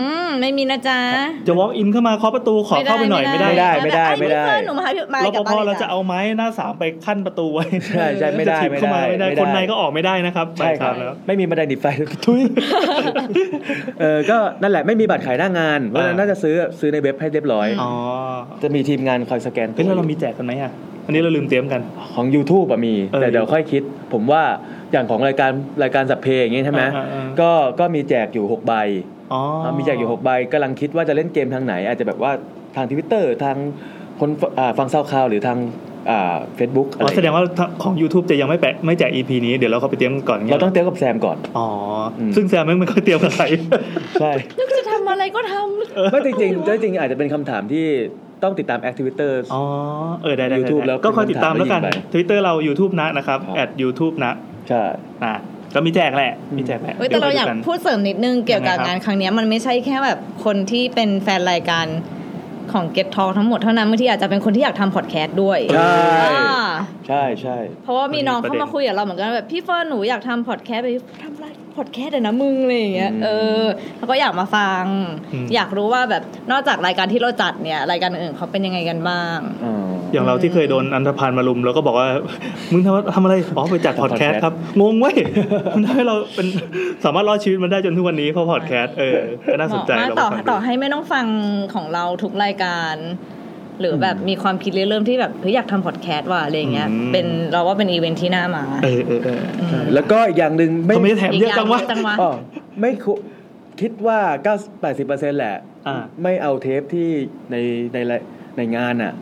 Speaker 1: อืมไม่มีนะจ๊ะ
Speaker 2: จะ walk in เข้ามาเคาะประตูขอเข้าไปหน่อยไม่ได้
Speaker 3: ไม่ได้ ไม่ได้
Speaker 1: อ้ยเพื่อนหนูมาหาพี่มาก
Speaker 2: ร
Speaker 1: ลั
Speaker 2: ป
Speaker 1: บ
Speaker 2: ภ
Speaker 1: บ้นล
Speaker 2: เรา
Speaker 1: ย
Speaker 2: จะเอาไม้หน้าสามไปขั้นประตูไว้
Speaker 3: ใช่ใช่ไม่ได้
Speaker 2: จะถีบ
Speaker 3: ไม่
Speaker 2: เข้า
Speaker 3: ได้
Speaker 2: มาไม่ได้คนในก็ออกไม่ได้นะครับ
Speaker 3: ใช่ครั
Speaker 2: า
Speaker 3: บ
Speaker 2: ยสามแล้ว
Speaker 3: ไม่มีบันไดหนีไฟทุยเออก็นั่นแหละไม่มีบัตรขายหน้างานเพราะฉะนั้
Speaker 2: อ่า
Speaker 3: นน่าจะซื้อซื้อในเว็บให้เรียบร้อย
Speaker 1: ม
Speaker 2: อ๋อ
Speaker 3: จะมีทีมงานคอยสแกน
Speaker 2: เฮ้ยแล้วเรามีแจกกันไหมอ่ะอันนี้เราลืมเตรียมกัน
Speaker 3: ของ YouTube อะมี
Speaker 2: เออ
Speaker 3: แต่เดี๋ยวค่อยคิด ผมว่าอย่างของรายการรายการสับเพลงอย่างงี้ใช่ไหม
Speaker 2: อ่าอ่าอ่า
Speaker 3: ก็ก็มีแจกอยู่6ใบ
Speaker 2: อ๋อ
Speaker 3: อ่ะมีแจกอยู่6ใบกำลังคิดว่าจะเล่นเกมทางไหน อาจจะแบบว่าทางทวิตเตอร์ทางคนฟอ่าฟังซาวคลาวหรือทางเฟซบุ๊กอะ
Speaker 2: อ๋
Speaker 3: ไร
Speaker 2: อแสดงว่าของ YouTube จะยังไม่แปะไม่แจก EP นี้เดี๋ยวเราเข้าไปเตรียมกันก่อนงี้ย
Speaker 3: เราต้องเตรียมกับแซมก่อน
Speaker 2: อ๋ออ
Speaker 3: ม
Speaker 2: ซึ่งแซมแม่งไม่ค่อยเตรียมกับใคร
Speaker 3: ใช่
Speaker 1: นึกจะทำอะไรก็ท
Speaker 3: ไม่จริงๆจริงๆอาจจะเป็นคำถามที่ต้องติดตามแอคทิวิเตอร์
Speaker 2: อ๋อ เออ ได้ได้
Speaker 3: YouTube
Speaker 2: ได้
Speaker 3: แล้ว
Speaker 2: ก็คอยติดตามแล้วกัน
Speaker 3: ไป
Speaker 2: Twitter เรา YouTube นะนะครับ
Speaker 3: ครับ
Speaker 2: @youtube นะ
Speaker 3: ใช่
Speaker 2: นะก็มีแจกแหละมีแจกแหละ
Speaker 1: ำเว้ยแต่เราอยาก
Speaker 2: ดี๋วไปดูน
Speaker 1: พูดเสริมนิดนึงเกี่ยวกับ
Speaker 2: ยังไงครับ
Speaker 1: งานครั้งเนี้ยมันไม่ใช่แค่แบบคนที่เป็นแฟนรายการของ Get Talk ทั้งหมดเท่านั้นบางทีอาจจะเป็นคนที่อยากทำพอดแคสต์ด้วย
Speaker 3: ใช่
Speaker 1: อ่า
Speaker 3: ใช่ใช่
Speaker 1: เพราะว่ามีน้อง
Speaker 2: มันมีประเด็น
Speaker 1: เข้ามาคุยกับเราเหมือนกันแบบพี่เฟิร์นหนูอยากทำพอดแคสต์ไปทำไรพอดแคสต์เดี๋ยวนะมึงอะไรอย่างเงี้ย
Speaker 3: อืม
Speaker 1: เออแล้วก็อยากมาฟัง
Speaker 2: อืม
Speaker 1: อยากรู้ว่าแบบนอกจากรายการที่เราจัดเนี่ยรายการอื่นๆเขาเป็นยังไงกันบ้าง
Speaker 3: อ๋อ
Speaker 2: อย่างเราที่เคยโดนอันธพาลมาลุมเราก็บอกว่า มึงทำทำอะไรอ๋อไปจัดพอดแคสต์ครับ งงเว้ย มันทำให้เราเป็นสามารถรอดชีวิตมันได้จนทุกวันนี้เพราะพอดแคสต์เออก็น่าสนใจ
Speaker 1: เหมาะ
Speaker 2: เราไปฟั
Speaker 1: มากต่อ
Speaker 2: ง
Speaker 1: ต่อ
Speaker 2: ดู
Speaker 1: ให้ไม่ต้องฟังของเราทุกรายการ หรืออ
Speaker 3: ม
Speaker 1: แบบมีความคิดเริ่มที่แบบเฮ้ยอยากทำพอดแคสต์ว่ะอะไรอย่างเงี้ยเป็นเราว่าเป็นอีเวนท์ที่น่ามา
Speaker 2: เออเออเออใช่
Speaker 3: แล้วก็อีกอย่างหนึ่งไม่
Speaker 2: เขาไม่ได้แถมเยอะจังวะ
Speaker 1: อีกอย่างเยอะจังวะ
Speaker 3: อ๋อไม่คุคิดว่า9 80 แหละ
Speaker 2: อ่า
Speaker 3: ไม่เอาเทปที่ในในรายในงานอ่ะ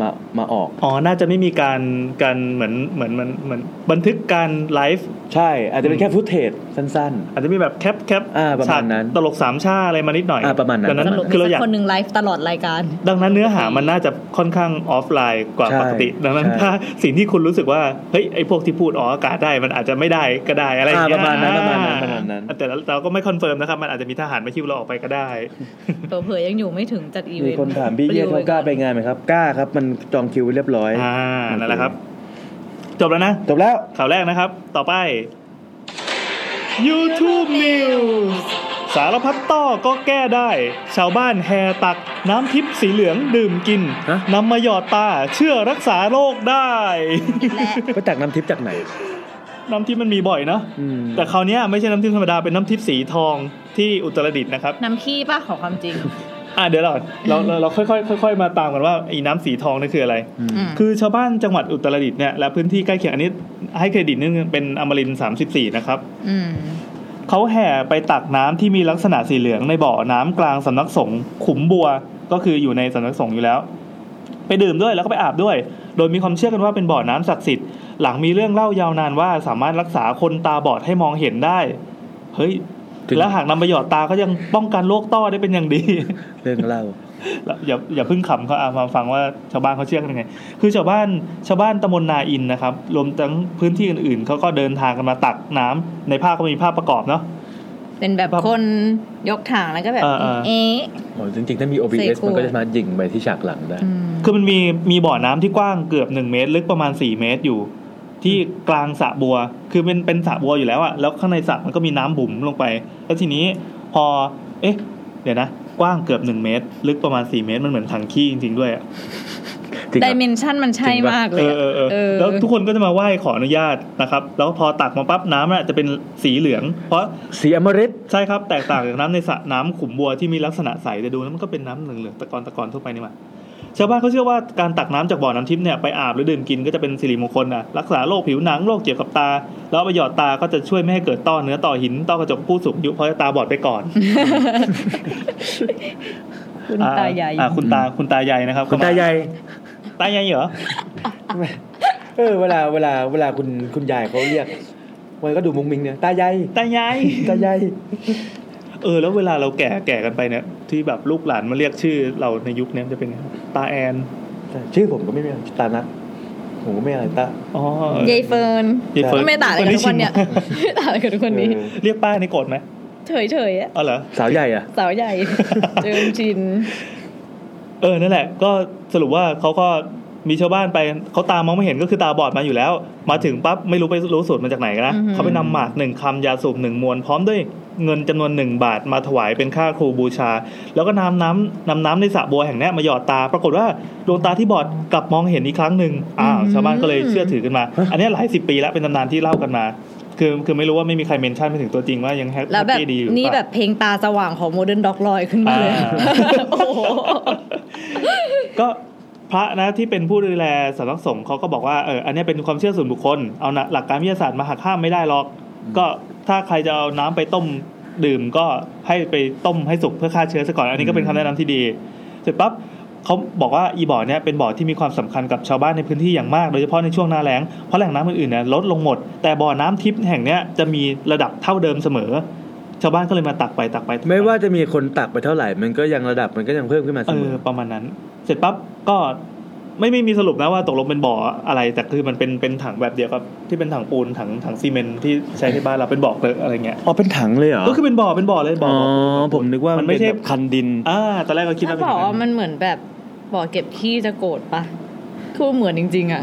Speaker 3: มามาออก
Speaker 2: อ๋อน่าจะไม่มีการการเหมือนเหมือนมันเหมือนบันทึกการไลฟ์
Speaker 3: ใช่อาจจะเป็นแค่ฟุตเทจสั้น
Speaker 2: อาจจะมีแบบแคปแคป
Speaker 3: อ่าประมาณนั้น
Speaker 2: ฉกตลกสามชาอะไรมานิดหน่อย
Speaker 3: อ่าประมาณนั้น
Speaker 2: ดังนั้น
Speaker 1: สรุป
Speaker 2: คือเราอยาก
Speaker 1: คนหนึ่งไลฟ์ตลอดรายการ
Speaker 2: ดังนั้นเนื้อหามันน่าจะค่อนข้างออฟไลน์กว่า
Speaker 3: ใช่
Speaker 2: ปกติ ดังนั้น
Speaker 3: ใช่
Speaker 2: ถ้าสิ่งที่คุณรู้สึกว่าเฮ้ยไอ้พวกที่พูดออกอากาศได้มันอาจจะไม่ได้ก็ได้อะไรอย่าง
Speaker 3: อ่า
Speaker 2: เงี้
Speaker 3: ป
Speaker 2: ย
Speaker 3: ระมาณนั้นประมาณนั้นประมาณนั้น
Speaker 2: แต่เราก็ไม่คอนเฟิร์มนะครับ มันอาจจะมีทหารมาคิวเราออกไปก็ได้
Speaker 1: เผลอๆยังอยู่ไม่ถึงจัดอีเว
Speaker 3: มี
Speaker 1: นต์
Speaker 3: คนถามพี่เย่เขากล้าไปงานไหมครับกล้าครับ มันจองคิวไว้เรียบร้อย
Speaker 2: อ่า
Speaker 3: โอเค
Speaker 2: นั่นแหละครับ จบแล้วนะ
Speaker 3: จบแล้ว
Speaker 2: ข่าวแรกนะครับ ต่อไป YouTube News สารพัดต้อก็แก้ได้ ชาวบ้านแห่ตักน้ำทิพย์สีเหลืองดื่มกิน
Speaker 3: ฮะ
Speaker 2: นำมาหยอดตาเชื่อรักษาโรคได้
Speaker 1: และ
Speaker 3: ไปจากน้ำทิพย์จากไหน
Speaker 2: น้ำทิพย์มันมีบ่อยเนาะ
Speaker 3: อืม
Speaker 2: แต่คราวเนี้ยไม่ใช่น้ำทิพย์ธรรมดา เป็นน้ำทิพย์สีทองที่อุตรดิตถ์นะครับ
Speaker 1: น้ำขี้ป่ะขอความจริง
Speaker 2: อ่ะเดี๋ยวเราเราเราเราค่อยๆค่อย ๆ มาตามกันว่าไอ้น้ำสีทองนี่คืออะไร
Speaker 1: อืม
Speaker 2: คือชาวบ้านจังหวัดอุตรดิตถ์เนี่ยและพื้นที่ใกล้เคียงอันนี้ให้เครดิตนิดนึงเป็นอมรินทร์34 นะครับ
Speaker 1: อืม
Speaker 2: เขาแห่ไปตักน้ำที่มีลักษณะสีเหลืองในบ่อน้ำกลางสำนักสงฆ์ขุมบัว ก็คืออยู่ในสำนักสงฆ์อยู่แล้ว ไปดื่มด้วยแล้วก็ไปอาบด้วย โดยมีความเชื่อกันว่าเป็นบ่อน้ำศักดิ์สิทธิ์หลังมีเรื่องเล่ายาวนานว่าสามารถรักษาคนตาบอดให้มองเห็นได้ เฮ้ย
Speaker 3: จริง
Speaker 2: แล้วหากนำไปหยอดตาก็ยังป้องกันโรคต้อได้เป็นอย่างดี
Speaker 3: เรื่องเล่า
Speaker 2: แล้วอย่าอย่าเพิ่งขำเขาอ่ะมาฟังว่าชาวบ้านเขาเชื่อกันยังไง คือชาวบ้านชาวบ้านตำบลนาอินนะครับ รวมทั้งพื้นที่อื่นๆเขาก็เดินทางกันมาตักน้ำในภาพก็มีภาพประกอบเนาะ
Speaker 1: เป็นแบบ
Speaker 2: แบบ
Speaker 1: คนยกถังแล้วก็แบบ
Speaker 2: เออเออ
Speaker 1: เอ๊ะ
Speaker 4: โอ้จริงๆ ถ้ามี
Speaker 1: ใส่
Speaker 4: OBS
Speaker 1: คู่
Speaker 4: มันก็จะมายิงไปที่ฉากหลังได้
Speaker 1: อืม
Speaker 2: คือมันมีมีบ่อน้ำที่กว้างเกือบหนึ่งเมตร ลึกประมาณสี่เมตรอยู่ ที่กลางสระบัว คือเป็นเป็นสระบัวอยู่แล้วอะแล้วข้างในสระมันก็มีน้ำบุ๋มลงไป แล้วทีนี้พอ เอ๊ะ เดี๋ยวนะ กว้างเกือบหนึ่งเมตร ลึกประมาณสี่เมตร มันเหมือนถังขี้จริงๆด้วยอะ
Speaker 4: จริง
Speaker 1: ดิ
Speaker 4: ปะ
Speaker 1: เมนชันมันใช่
Speaker 4: จริงปะ
Speaker 1: มากเล
Speaker 2: เอย อ
Speaker 1: อะ
Speaker 2: เออเอ
Speaker 1: เอ
Speaker 2: อ
Speaker 1: อ
Speaker 2: แล้วทุกคนก็จะมาไหว้ขออนุญาตนะครับ แล้วพอตักมาปั๊บน้ำน่ะจะเป็นสีเหลือง เพราะ
Speaker 4: สีอมฤต
Speaker 2: ใช่ครับแตกต่างจากน้ำในสระน้ำขุมบัวที่มีลักษณะใสแต่ดูแล้วมันก็เป็นน้ำเหลืองๆตะกอนตะกอนทั่วไปนี่หว่าชาวบ้านเขาเชื่อว่าการตักน้ำจากบ่อน้ำทิพย์เนี่ยไปอาบหรือดื่มกินก็จะเป็นสิริมงคลนะรักษาโรคผิวหนังโรคเกี่ยวกับตา แล้วเอาไปหยอดตาก็จะช่วยไม่ให้เกิดต้อเนื้อต่อหินต้อกระจกผู้สูงอายุเพราะจะตาบอดไปก่อน
Speaker 1: คุณตาใหญ่
Speaker 2: อ่อ่คุณตาคุณตาใหญ่นะครับ
Speaker 4: คุณตาใหญ่
Speaker 2: ตาใหญ่เหรอ
Speaker 3: เออเวลาเวลาเวลาคุณคุณยายเขาเรียก มันก็ดูมุงมิงเนี่ยตายาย
Speaker 2: ตาใหญ่
Speaker 3: ตายาย
Speaker 2: เออแล้วเวลาเราแก่แก่กันไปเนี่ยที่แบบลูกหลานมาเรียกชื่อเราในยุคเนี้ยมันจะเป็นไงตาแอน
Speaker 3: แต่ชื่อผมก็ไม่มีอะไรตานัทผมก็ไม่อะไรตา
Speaker 2: อ๋อ
Speaker 1: เยายเฟิร์น
Speaker 2: ยายเฟิร์น
Speaker 1: ไม่ต่างอะไรกับทุกคนเนี่ยไม่ต่างอะไรกับทุกคนนี้
Speaker 3: เออ
Speaker 2: เรียกป้านี่โกรธไหม
Speaker 1: เฉยเฉยๆอะ
Speaker 2: อ๋อเหรอ
Speaker 4: สาวใหญ่อะ
Speaker 1: สาวใหญ่ เจิมจิน
Speaker 2: เออนั่นแหละ ก็สรุปว่าเขาก็มีชาวบ้านไปเขาตามองไม่เห็นก็คือตาบอดมาอยู่แล้ว มาถึงปั๊บไม่รู้ไปรู้สูตรมาจากไหนกันนะ
Speaker 1: อือหือ
Speaker 2: เขาไปนำหมากหนึ่งคำยาสูบหนึ่งมวลพร้อมด้วยเงินจำนวนหนึ่งบาทมาถวายเป็นค่าครูบูชา แล้วก็นำน้ำนำน้ำในสระบัวแห่งเนี้ยมาหยอดตา ปรากฏว่าดวงตาที่บอดกลับมองเห็นอีกครั้งหนึ่งอ้าวชาวบ้านก็เลยเชื่อถือกันมา อันเนี้ยหลายสิบปีแล้วเป็นตำนานที่เล่ากันมา คือคือไม่รู้ว่าไม่มีใครเมนชั่นไปถึงตัวจริงว่ายังแฮป
Speaker 1: แล้วแบบ
Speaker 2: ปี้ดีอยู่หรือ
Speaker 1: นี่
Speaker 2: เปล่า
Speaker 1: แบบเพลงตาสว่างของโมเดิร์นด็อกลอยขึ้นมาเลยอะ
Speaker 2: อ่า
Speaker 1: โอ้โห
Speaker 2: ก็พระนะที่เป็นผู้ดูแลสำนักสงฆ์เขาก็บอกว่าเอออันเนี้ยเป็นความเชื่อส่วนบุคคลเอานะหลักการวิทยาศาสตร์มาหักห้ามไม่ได้หรอก ก็ถ้าใครจะเอาน้ำไปต้มดื่มก็ให้ไปต้มให้สุกเพื่อฆ่าเชื้อซะก่อนอันนี้ก็เป็นคำแนะนำที่ดีเสร็จปั๊บเขาบอกว่าอีบ่อเนี่ยเป็นบ่อที่มีความสำคัญกับชาวบ้านในพื้นที่อย่างมากโดยเฉพาะในช่วงหน้าแล้งเพราะแหล่งน้ำอื่นๆเนี่ยลดลงหมด แต่บ่อน้ำทิพย์แห่งเนี้ยจะมีระดับเท่าเดิมเสมอ ชาวบ้านก็เลยมาตักไปตักไปตักป
Speaker 4: ไม่ว่าจะมีคนตักไปเท่าไหร่ มันก็ยังระดับมันก็ยังเพิ่มขึ้นมาเส
Speaker 2: เอ
Speaker 4: ม
Speaker 2: อ
Speaker 4: อ
Speaker 2: ประมาณนั้น เสร็จปั๊บก็ไม่ไม่มีสรุปนะว่าตกลงเป็นบ่ออะไร แต่คือมันเป็นเป็นถังแบบเดียวกับที่เป็นถังปูนถังถังซีเมนต์ที่ใช้ที่บ้านเราเป็นบ่อเกลอะอะไรเงี้ย
Speaker 3: อ๋อเป็นถังเลยเหรอ
Speaker 2: ก็คือเป็นบ่อเป็นบ่อเลยบ่
Speaker 4: อ๋
Speaker 2: อ
Speaker 4: อ
Speaker 2: บ่อปู
Speaker 4: ผมนึกว่า
Speaker 2: มั
Speaker 4: มัน
Speaker 2: ไม่ใช่
Speaker 3: เป็นแบบคันดิน
Speaker 2: อ่าตอนแรกก็คิด
Speaker 1: ถ้า
Speaker 2: ว่าเป็
Speaker 1: บ
Speaker 2: น
Speaker 1: อก
Speaker 2: ย่
Speaker 1: ว่ามั
Speaker 2: ง
Speaker 1: นเหมือนแบบบ่อเก็บขี้จะโกรธปะคือเหมือนจริง ๆอะ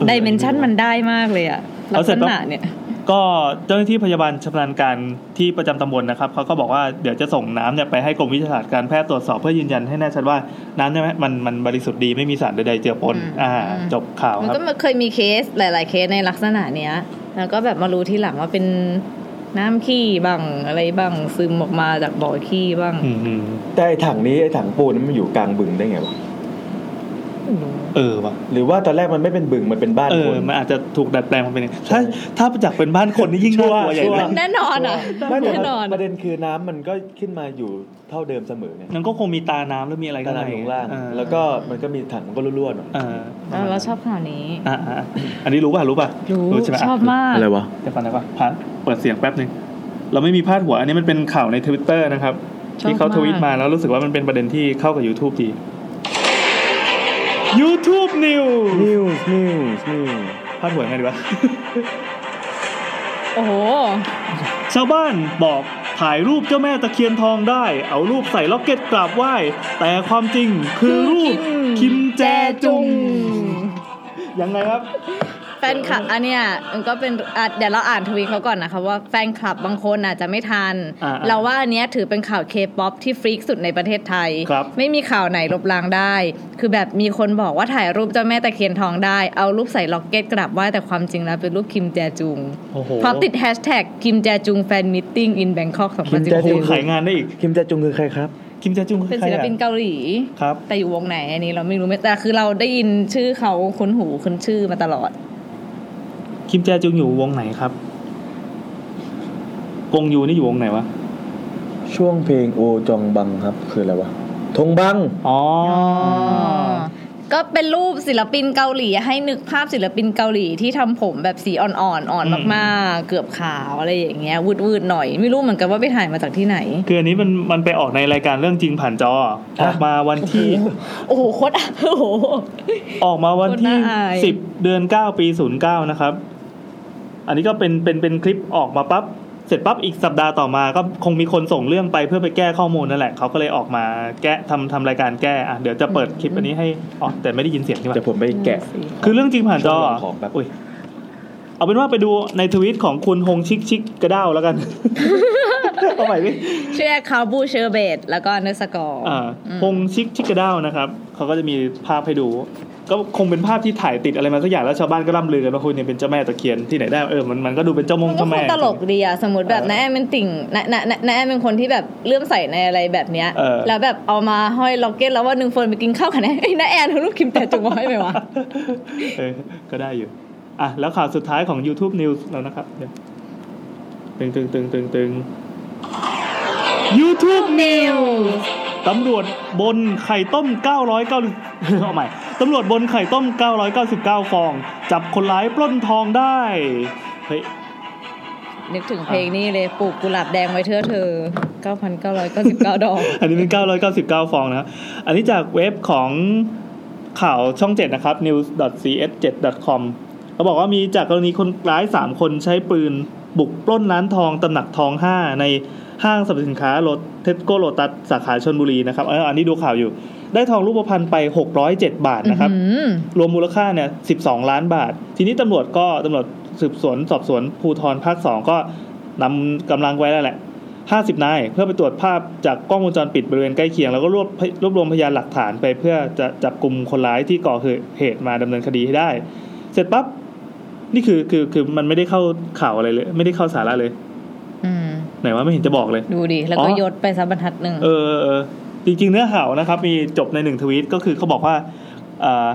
Speaker 2: ออ
Speaker 1: ดิเมนชันมันได้มากเลยอะลั
Speaker 2: เอา
Speaker 1: ก
Speaker 2: เสร็
Speaker 1: ษ
Speaker 2: จปั๊บ
Speaker 1: ณะเนี่ย
Speaker 2: ก็เจ้าหน้าที่พยาบาลชำนาญการที่ประจำตำบลนะครับเขาก็บอกว่าเดี๋ยวจะส่งน้ำเนี่ยไปให้กรมวิทยาศาสตร์การแพทย์ตรวจสอบเพื่อยืนยันให้แน่ชัดว่าน้ำเนี่ยมันมันบริสุทธิ์ดีไม่มีสารใดๆเจือปนอ่า จบข่าว
Speaker 1: มั
Speaker 2: ค
Speaker 1: น
Speaker 2: รับ
Speaker 1: ก็มาเคยมีเคสหลาย ๆ เคสในลักษณะเนี้ย แล้วก็แบบมารู้ทีหลังว่าเป็นน้ำขี้บ้างอะไรบ้างซึมออกมาจากบ่อขี้บ้าง
Speaker 2: อืม
Speaker 3: แต่ไอ้ถังนี้ไอ้ถังปูนนั้นมันอยู่กลางบึงได้ไงวะ
Speaker 2: ๆเออว่ะ
Speaker 3: หรือว่าตอนแรกมันไม่เป็นบึงมันเป็นบ้าน
Speaker 2: เอ
Speaker 3: ค
Speaker 2: อน มันอาจจะถูกดัดแปลงมาเป็นอย่างถ้าถ้าจากเป็นบ้านคนนี่ยิ่ง
Speaker 3: ชั
Speaker 2: น่าว
Speaker 3: ร์
Speaker 2: กลัวใหญ่
Speaker 3: ชัวร์
Speaker 2: เลย
Speaker 1: แน่นอนอะ
Speaker 3: ไม่แต่
Speaker 1: แน่
Speaker 3: มัน
Speaker 1: นอน
Speaker 3: ประเด็นคือน้ำมันก็ขึ้นมาอยู่เท่าเดิมเสมอไง
Speaker 2: นั่นก็คงมีตาน้ำแล้วมีอะไร
Speaker 3: ข
Speaker 2: ข้าง
Speaker 3: นาด
Speaker 2: ใน
Speaker 3: ลงล่าง
Speaker 2: เออ
Speaker 3: แล้วก็มันก็มีถังมันก็รั่วๆหน่อย
Speaker 2: เออ
Speaker 1: เออเราชอบข่าวนี้
Speaker 2: อ่ะอ่ะอ่ะอันนี้รู้ป่ะรู้ป่ะ
Speaker 1: รู้
Speaker 2: ใช่ไหม
Speaker 1: ชอบมาก
Speaker 4: อะไรวะ
Speaker 2: เดี๋ยวก่อนนะป่ะพาเปิดเสียงแป๊บหนึ่งเราไม่มีพาดหัว อันนี้มันเป็นข่าวในทวิตเตอร์นะครับ
Speaker 1: ชอบมาก
Speaker 2: ที่เขาทวีตมาแล้วรู้สึกว่ามันเป็นประเด็นที่เข้ากับ YouTube ดี YouTube News
Speaker 3: นิวส์นิวส์นิวส์
Speaker 2: พาดหัวยังไงดีวะ
Speaker 1: โอ้โห
Speaker 2: ชาวบ้านบอกถ่ายรูปเจ้าแม่ตะเคียนทองได้ เอารูปใส่ล็อกเก็ตกราบไหว้ แต่ความจริงคือรู ปคิมแจจุง ยังไงครับ
Speaker 1: แฟนคลับอันเนี้ยมันก็เป็นอ่ะเดี๋ยวเราอ่านทวีตเขาก่อนนะคะว่าแฟนคลับบางคนอาจจะไม่ทัน
Speaker 2: อ่าๆ
Speaker 1: เราว่าอันเนี้ยถือเป็นข่าวเคป๊อปที่ฟรีกสุดในประเทศไทย
Speaker 2: ครับ
Speaker 1: ไม่มีข่าวไหนลบล้างได้ คือแบบมีคนบอกว่าถ่ายรูปเจ้าแม่ตะเคียนทองได้ เอารูปใส่ล็อกเก็ตกลับไหว้แต่ความจริงแล้วเป็นรูปคิมแจจุง
Speaker 2: โอ้โห
Speaker 1: พร้อมติดแฮชแท็กคิมแจจุงแฟนมิทติ้งอินแบงคอก
Speaker 3: คิมแจจุง
Speaker 2: ขายงานได้อีก
Speaker 3: คิมแจจุงคือใครครับ
Speaker 2: คิมแจจุงคือ
Speaker 1: เป็น
Speaker 2: ใคร
Speaker 1: ศิล
Speaker 2: อ่ะ
Speaker 1: ปินเกาหลี
Speaker 2: ครับ
Speaker 1: แต่อยู่วงไหนอันนี้เราไม่รู้แต่คือเราได้ยินชื่อเขาคุ้นหูคุ้นชื่อมาตลอด
Speaker 2: คิมแจจุงอยู่วงไหนครับ กงยูนี่อยู่วงไหนวะ
Speaker 3: ช่วงเพลงโอจองบังครับคืออะไรวะ
Speaker 4: ธงบัง
Speaker 2: อ๋อ
Speaker 1: อ๋อ
Speaker 2: อ
Speaker 1: ก็เป็นรูปศิลปินเกาหลีให้นึกภาพศิลปินเกาหลีที่ทำผมแบบสีอ่อนๆอ่อน
Speaker 2: อืม
Speaker 1: มากๆ เกือบขาวอะไรอย่างเงี้ยวืดๆหน่อย ไม่รู้เหมือนกันว่าไปถ่ายมาจากที่ไหน
Speaker 2: คืออันนี้มันมันไปออกในรายการเรื่องจริงผ่านจอออกมาวันที่
Speaker 1: โอ้โหโคตรอ่ะโอ้โห
Speaker 2: ออกมาวันที่
Speaker 1: คนน่าอาย
Speaker 2: สิบเดือนเก้าปีศูนย์เก้านะครับ อันนี้ก็เป็นเป็นเป็นคลิปออกมาปั๊บเสร็จปั๊บอีกสัปดาห์ต่อมาก็คงมีคนส่งเรื่องไปเพื่อไปแก้ข้อมูลนั่นแหละเขาก็เลยออกมาแก้ทำทำรายการแก้อ่ะเดี๋ยวจะเปิดคลิปอันนี้ให้อ๋อแต่ไม่ได้ยินเสียงใช่ไหม
Speaker 4: เดี๋ยวผมไปแกะ
Speaker 2: คือเรื่องจริงผ่านจอ
Speaker 4: ช่วงรอของแบบ
Speaker 2: อุ้ยเอาเป็นว่าไปดูในทวิตของคุณฮงชิกชิกกระด้าวแล้วกัน เอาใหม่ดิ
Speaker 1: ชื่อแอคคาบูเชอร์เบตแล้วก็เนสกอร์
Speaker 2: อ่าฮงชิกชิกกระด้าวนะครับเขาก็จะมีภาพให้ดู ก็คงเป็นภาพที่ถ่ายติดอะไรมาสักอย่างแล้วชาวบ้านก็ร่ำลือกันว่าคุณเนี่ยเป็นเจ้าแม่ตะเคียนที่ไหนได้เออมันมันก็ดูเป็นเจ้ามง
Speaker 1: มันก็
Speaker 2: เจ้า
Speaker 1: ค
Speaker 2: แม่
Speaker 1: งตลกดีอะสมมติแบบ
Speaker 2: เออ
Speaker 1: นาแอมเป็นติ่งนานานานาแอมเป็นคนที่แบบเลื่อมใสในอะไรแบบเนี้ย
Speaker 2: เออ
Speaker 1: แล้วแบบเอามาห้อยล็อกเก็ตแล้วว่าหนึ่งเฟิร์นไปกินข้าวกับ นาแอมเอ้ยนาแอนเอารูปคิมแต่จงมาให้ไหมวะ
Speaker 2: เออก็ได้อยู่ อ่ะ แล้วข่าวสุดท้ายของ YouTube News แล้วนะครับเดี๋ยวตึงตึงตึงตึงตึง YouTube News ตำรวจบนไข่ต้ม 990 เอาใหม่ ตำรวจบนไข่ต้ม 999 ฟอง จับคนร้ายปล้นทองได้ เฮ้ย
Speaker 1: นึกถึงเพลงนี้เลยปลูกกุหลาบแดงไว้เธอเธอ 9,999 ดอก
Speaker 2: อันนี้เป็น 999 ฟองนะครับ อันนี้จากเว็บของข่าวช่อง 7 นะครับ news.cs7.com เขาบอกว่ามีจากกรณีคนร้าย 3 คนใช้ปืนบุกปล้นร้านทองตำหนักทอง 5 ในห้างสรรพสินค้าโลเทสโกโลตัสสาขาชนบุรีนะครับเอออันนี้ดูข่าวอยู่ ได้ทองรูปพรรณไป 607 บาทนะครับ
Speaker 1: อื้อหือ
Speaker 2: รวมมูลค่าเนี่ย 12 ล้านบาท ทีนี้ตำรวจก็ตำรวจสืบสวนสอบสวนภูทรภาค 2 ก็นำกำลังไว้แล้วแหละ 50 นาย เพื่อไปตรวจภาพจากกล้องวงจรปิดบริเวณใกล้เคียง แล้วก็รวบรวบรวมพยานหลักฐานไปเพื่อจะจับกลุ่มคนร้ายที่ก่อเหตุมาดำเนินคดีให้ได้ เสร็จปั๊บ นี่คือคือคือมันไม่ได้เข้าข่าวอะไรเลย ไม่ได้เข้าสาระเลย
Speaker 1: อืม
Speaker 2: ไหนว่าไม่เห็นจะบอกเลย
Speaker 1: ดูดิ แล้วก็
Speaker 2: อ๋อ
Speaker 1: ยศไปสักบรรทัดหนึ่ง
Speaker 2: เออเออจริงๆเนื้อหาวนะครับ มีจบในหนึ่งทวีตก็คือเขาบอกว่าเอ่อ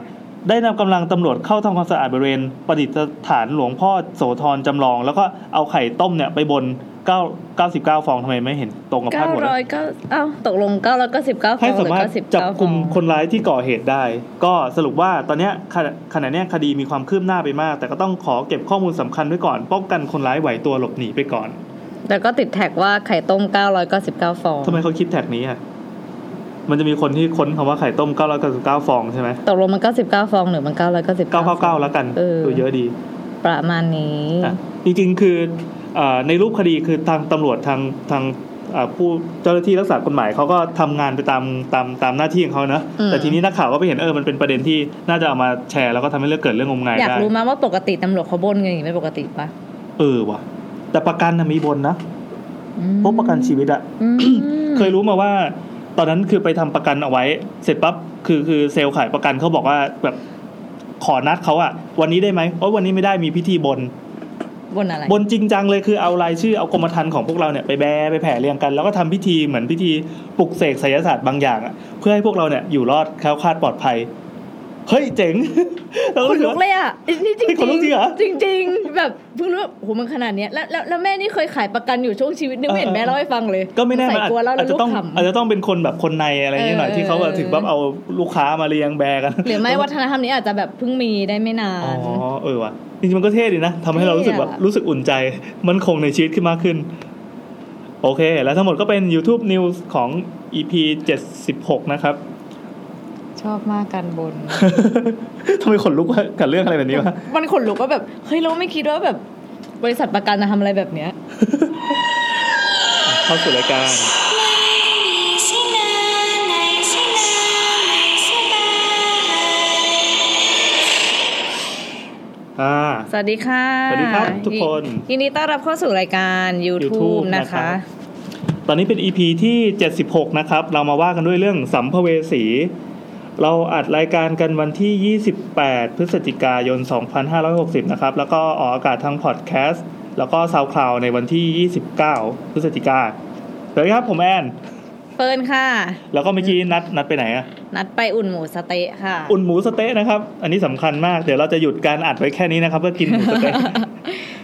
Speaker 2: ได้นำกำลังตำรวจเข้าทำความสะอาดบริเวณประดิษฐานหลวงพ่อโสธรจำลอง แล้วก็เอาไข่ต้มเนี่ยไปบน9 99 ฟองทำไมไม่เห็นตรงกับภาพหมดนะ
Speaker 1: 900เอ้า ตกลง 999ฟ
Speaker 2: ให้
Speaker 1: องห
Speaker 2: สา
Speaker 1: รือ
Speaker 2: มารถ
Speaker 1: 99
Speaker 2: จับกลุ่ม
Speaker 1: ฟอง
Speaker 2: คนร้ายที่ก่อเหตุได้ ก็สรุปว่าตอนเนี้ยขณะขณะเนี้ยคดีมีความคืบหน้าไปมาก แต่ก็ต้องขอเก็บข้อมูลสำคัญไว้ก่อน ป้องกันคนร้ายไหวตัวหลบหนีไปก่อน
Speaker 1: แต่ก็ติดแท็กว่าไข่ต้ม 999 ฟอง
Speaker 2: ทำไมเขาคิดแท็กนี้อ่ะมันจะมีคนที่ค้นคำว่าไข่ต้ม 999 ฟองใช่ไหม
Speaker 1: ตกลงมัน 99 ฟองหรือมัน 999
Speaker 2: 999 แล้วกัน
Speaker 1: เออ
Speaker 2: ดูเยอะดี
Speaker 1: ประมาณนี้
Speaker 2: อ่ะจริงๆ คือเอ่อในรูปคดีคือทางตำรวจทางทางเอ่อผู้เจ้าหน้าที่รักษากฎหมายเขาก็ทำงานไปตามตามตามหน้าที่ของเขานะ
Speaker 1: อืม
Speaker 2: แต่ทีนี้นักข่าวก็ไปเห็นเออมันเป็นประเด็นที่น่าจะเอามาแชร์แล้วก็ทำให้เรื่องเกิดเรื่องงมงาย
Speaker 1: อยาก
Speaker 2: ได้
Speaker 1: รู้มาว่าปกติตำรวจเขาบนเงินอย่างนี้เป็นปกติปะ
Speaker 2: เออว่ะ แต่ประกันนะมีบนนะ
Speaker 1: อืม
Speaker 2: พวกประกันชีวิตอะ
Speaker 1: อืม
Speaker 2: เคยรู้มาว่า ตอนนั้นคือไปทำประกันเอาไว้ เสร็จปั๊บคือคือเซลล์ขายประกันเขาบอกว่าแบบขอนัดเขาอะวันนี้ได้ไหมโอ้ยวันนี้ไม่ได้มีพิธีบน
Speaker 1: บนอะไร
Speaker 2: บนจริงจังเลยคือเอารายชื่อเอากรมธรรม์ของพวกเราเนี่ยไปแบไปแผ่เรียงกัน แล้วก็ทำพิธีเหมือนพิธีปลุกเสกไสยศาสตร์บางอย่างอะเพื่อให้พวกเราเนี่ยอยู่รอดแคล้วคลาดปลอดภัย เฮ้ยเจ๋ง เรา
Speaker 1: ขน
Speaker 2: รู้สึก
Speaker 1: ลุก
Speaker 2: ว่า
Speaker 1: เลยอ่ะนี่จริง
Speaker 2: ขนลุกจริงเหรอ
Speaker 1: จริงจริงๆ แบบเพิ่งรู้ว่าโหมันขนาดเนี้ยแล้วแล้วแล้วแม่นี่เคยขายประกันอยู่ช่วงชีวิตนึงไม่เห็น
Speaker 2: เออ
Speaker 1: แม่เล่าให้ฟังเลย
Speaker 2: ก็ไม่แน่
Speaker 1: ใส่
Speaker 2: มันอาจ
Speaker 1: กลัวแล้ว
Speaker 2: อาจ
Speaker 1: แล้ว
Speaker 2: จะ
Speaker 1: ลูก
Speaker 2: ต้อง
Speaker 1: ข
Speaker 2: อาจจะต้องเป็นคนแบบคนในอะไรอย่างเงี้ยหน่อย
Speaker 1: เออ
Speaker 2: ที่เขาแบบถึงแบบเอาลูกค้ามาเรียงแบกัน
Speaker 1: ำหรือไม่วัฒนธรรมนี้อาจจะแบบเพิ่งมีได้ไม่นา
Speaker 2: อ๋
Speaker 1: น
Speaker 2: อเออว่ะจริงๆมันก็เท่ดีนะทำให้เรารู้สึกแบบ
Speaker 1: เท่อะ
Speaker 2: รู้สึกอุ่นใจ มันคงในชีวิตขึ้นมากขึ้น โอเค แล้วทั้งหมดก็เป็น YouTube News ของ EP 76 นะครับ
Speaker 1: ชอบมากการบน
Speaker 2: ทำไมขนลุกวะกับเรื่องอะไรแบบนี้วะ
Speaker 1: มันขนลุกว่าแบบเฮ้ยเราไม่คิดว่าแบบบริษัทประกันจะทำอะไรแบบเนี้ย
Speaker 2: เข้าสู่รายการ อ่า
Speaker 1: สวัสดีค่ะ
Speaker 2: สวัสดีครับทุกคน
Speaker 1: ยิยินดีต้อนรับเข้าสู่รายการ YouTube
Speaker 2: YouTube
Speaker 1: นะคะ
Speaker 2: นะครับ ตอนนี้เป็น EP ที่ 76 นะครับ เรามาว่ากันด้วยเรื่องสัมภเวสี เราอัดรายการกันวันที่ 28 พฤศจิกายน 2560 นะครับ แล้วก็ออกอากาศทางพอดแคสต์ แล้วก็ SoundCloud ในวันที่ 29 พฤศจิกาสวัสดีครับผมแอน
Speaker 1: เฟิร์นค่ะ
Speaker 2: แล้วก็เมื่อกี้นัดนัดไปไหนอะ
Speaker 1: นัดไปอุ่นหมูสะเต๊ะค่ะ
Speaker 2: อุ่นหมูสะเต๊ะนะครับ อันนี้สำคัญมาก เดี๋ยวเราจะหยุดการอัดไว้แค่นี้นะครับเพื่อกินหมูสะเต๊ะ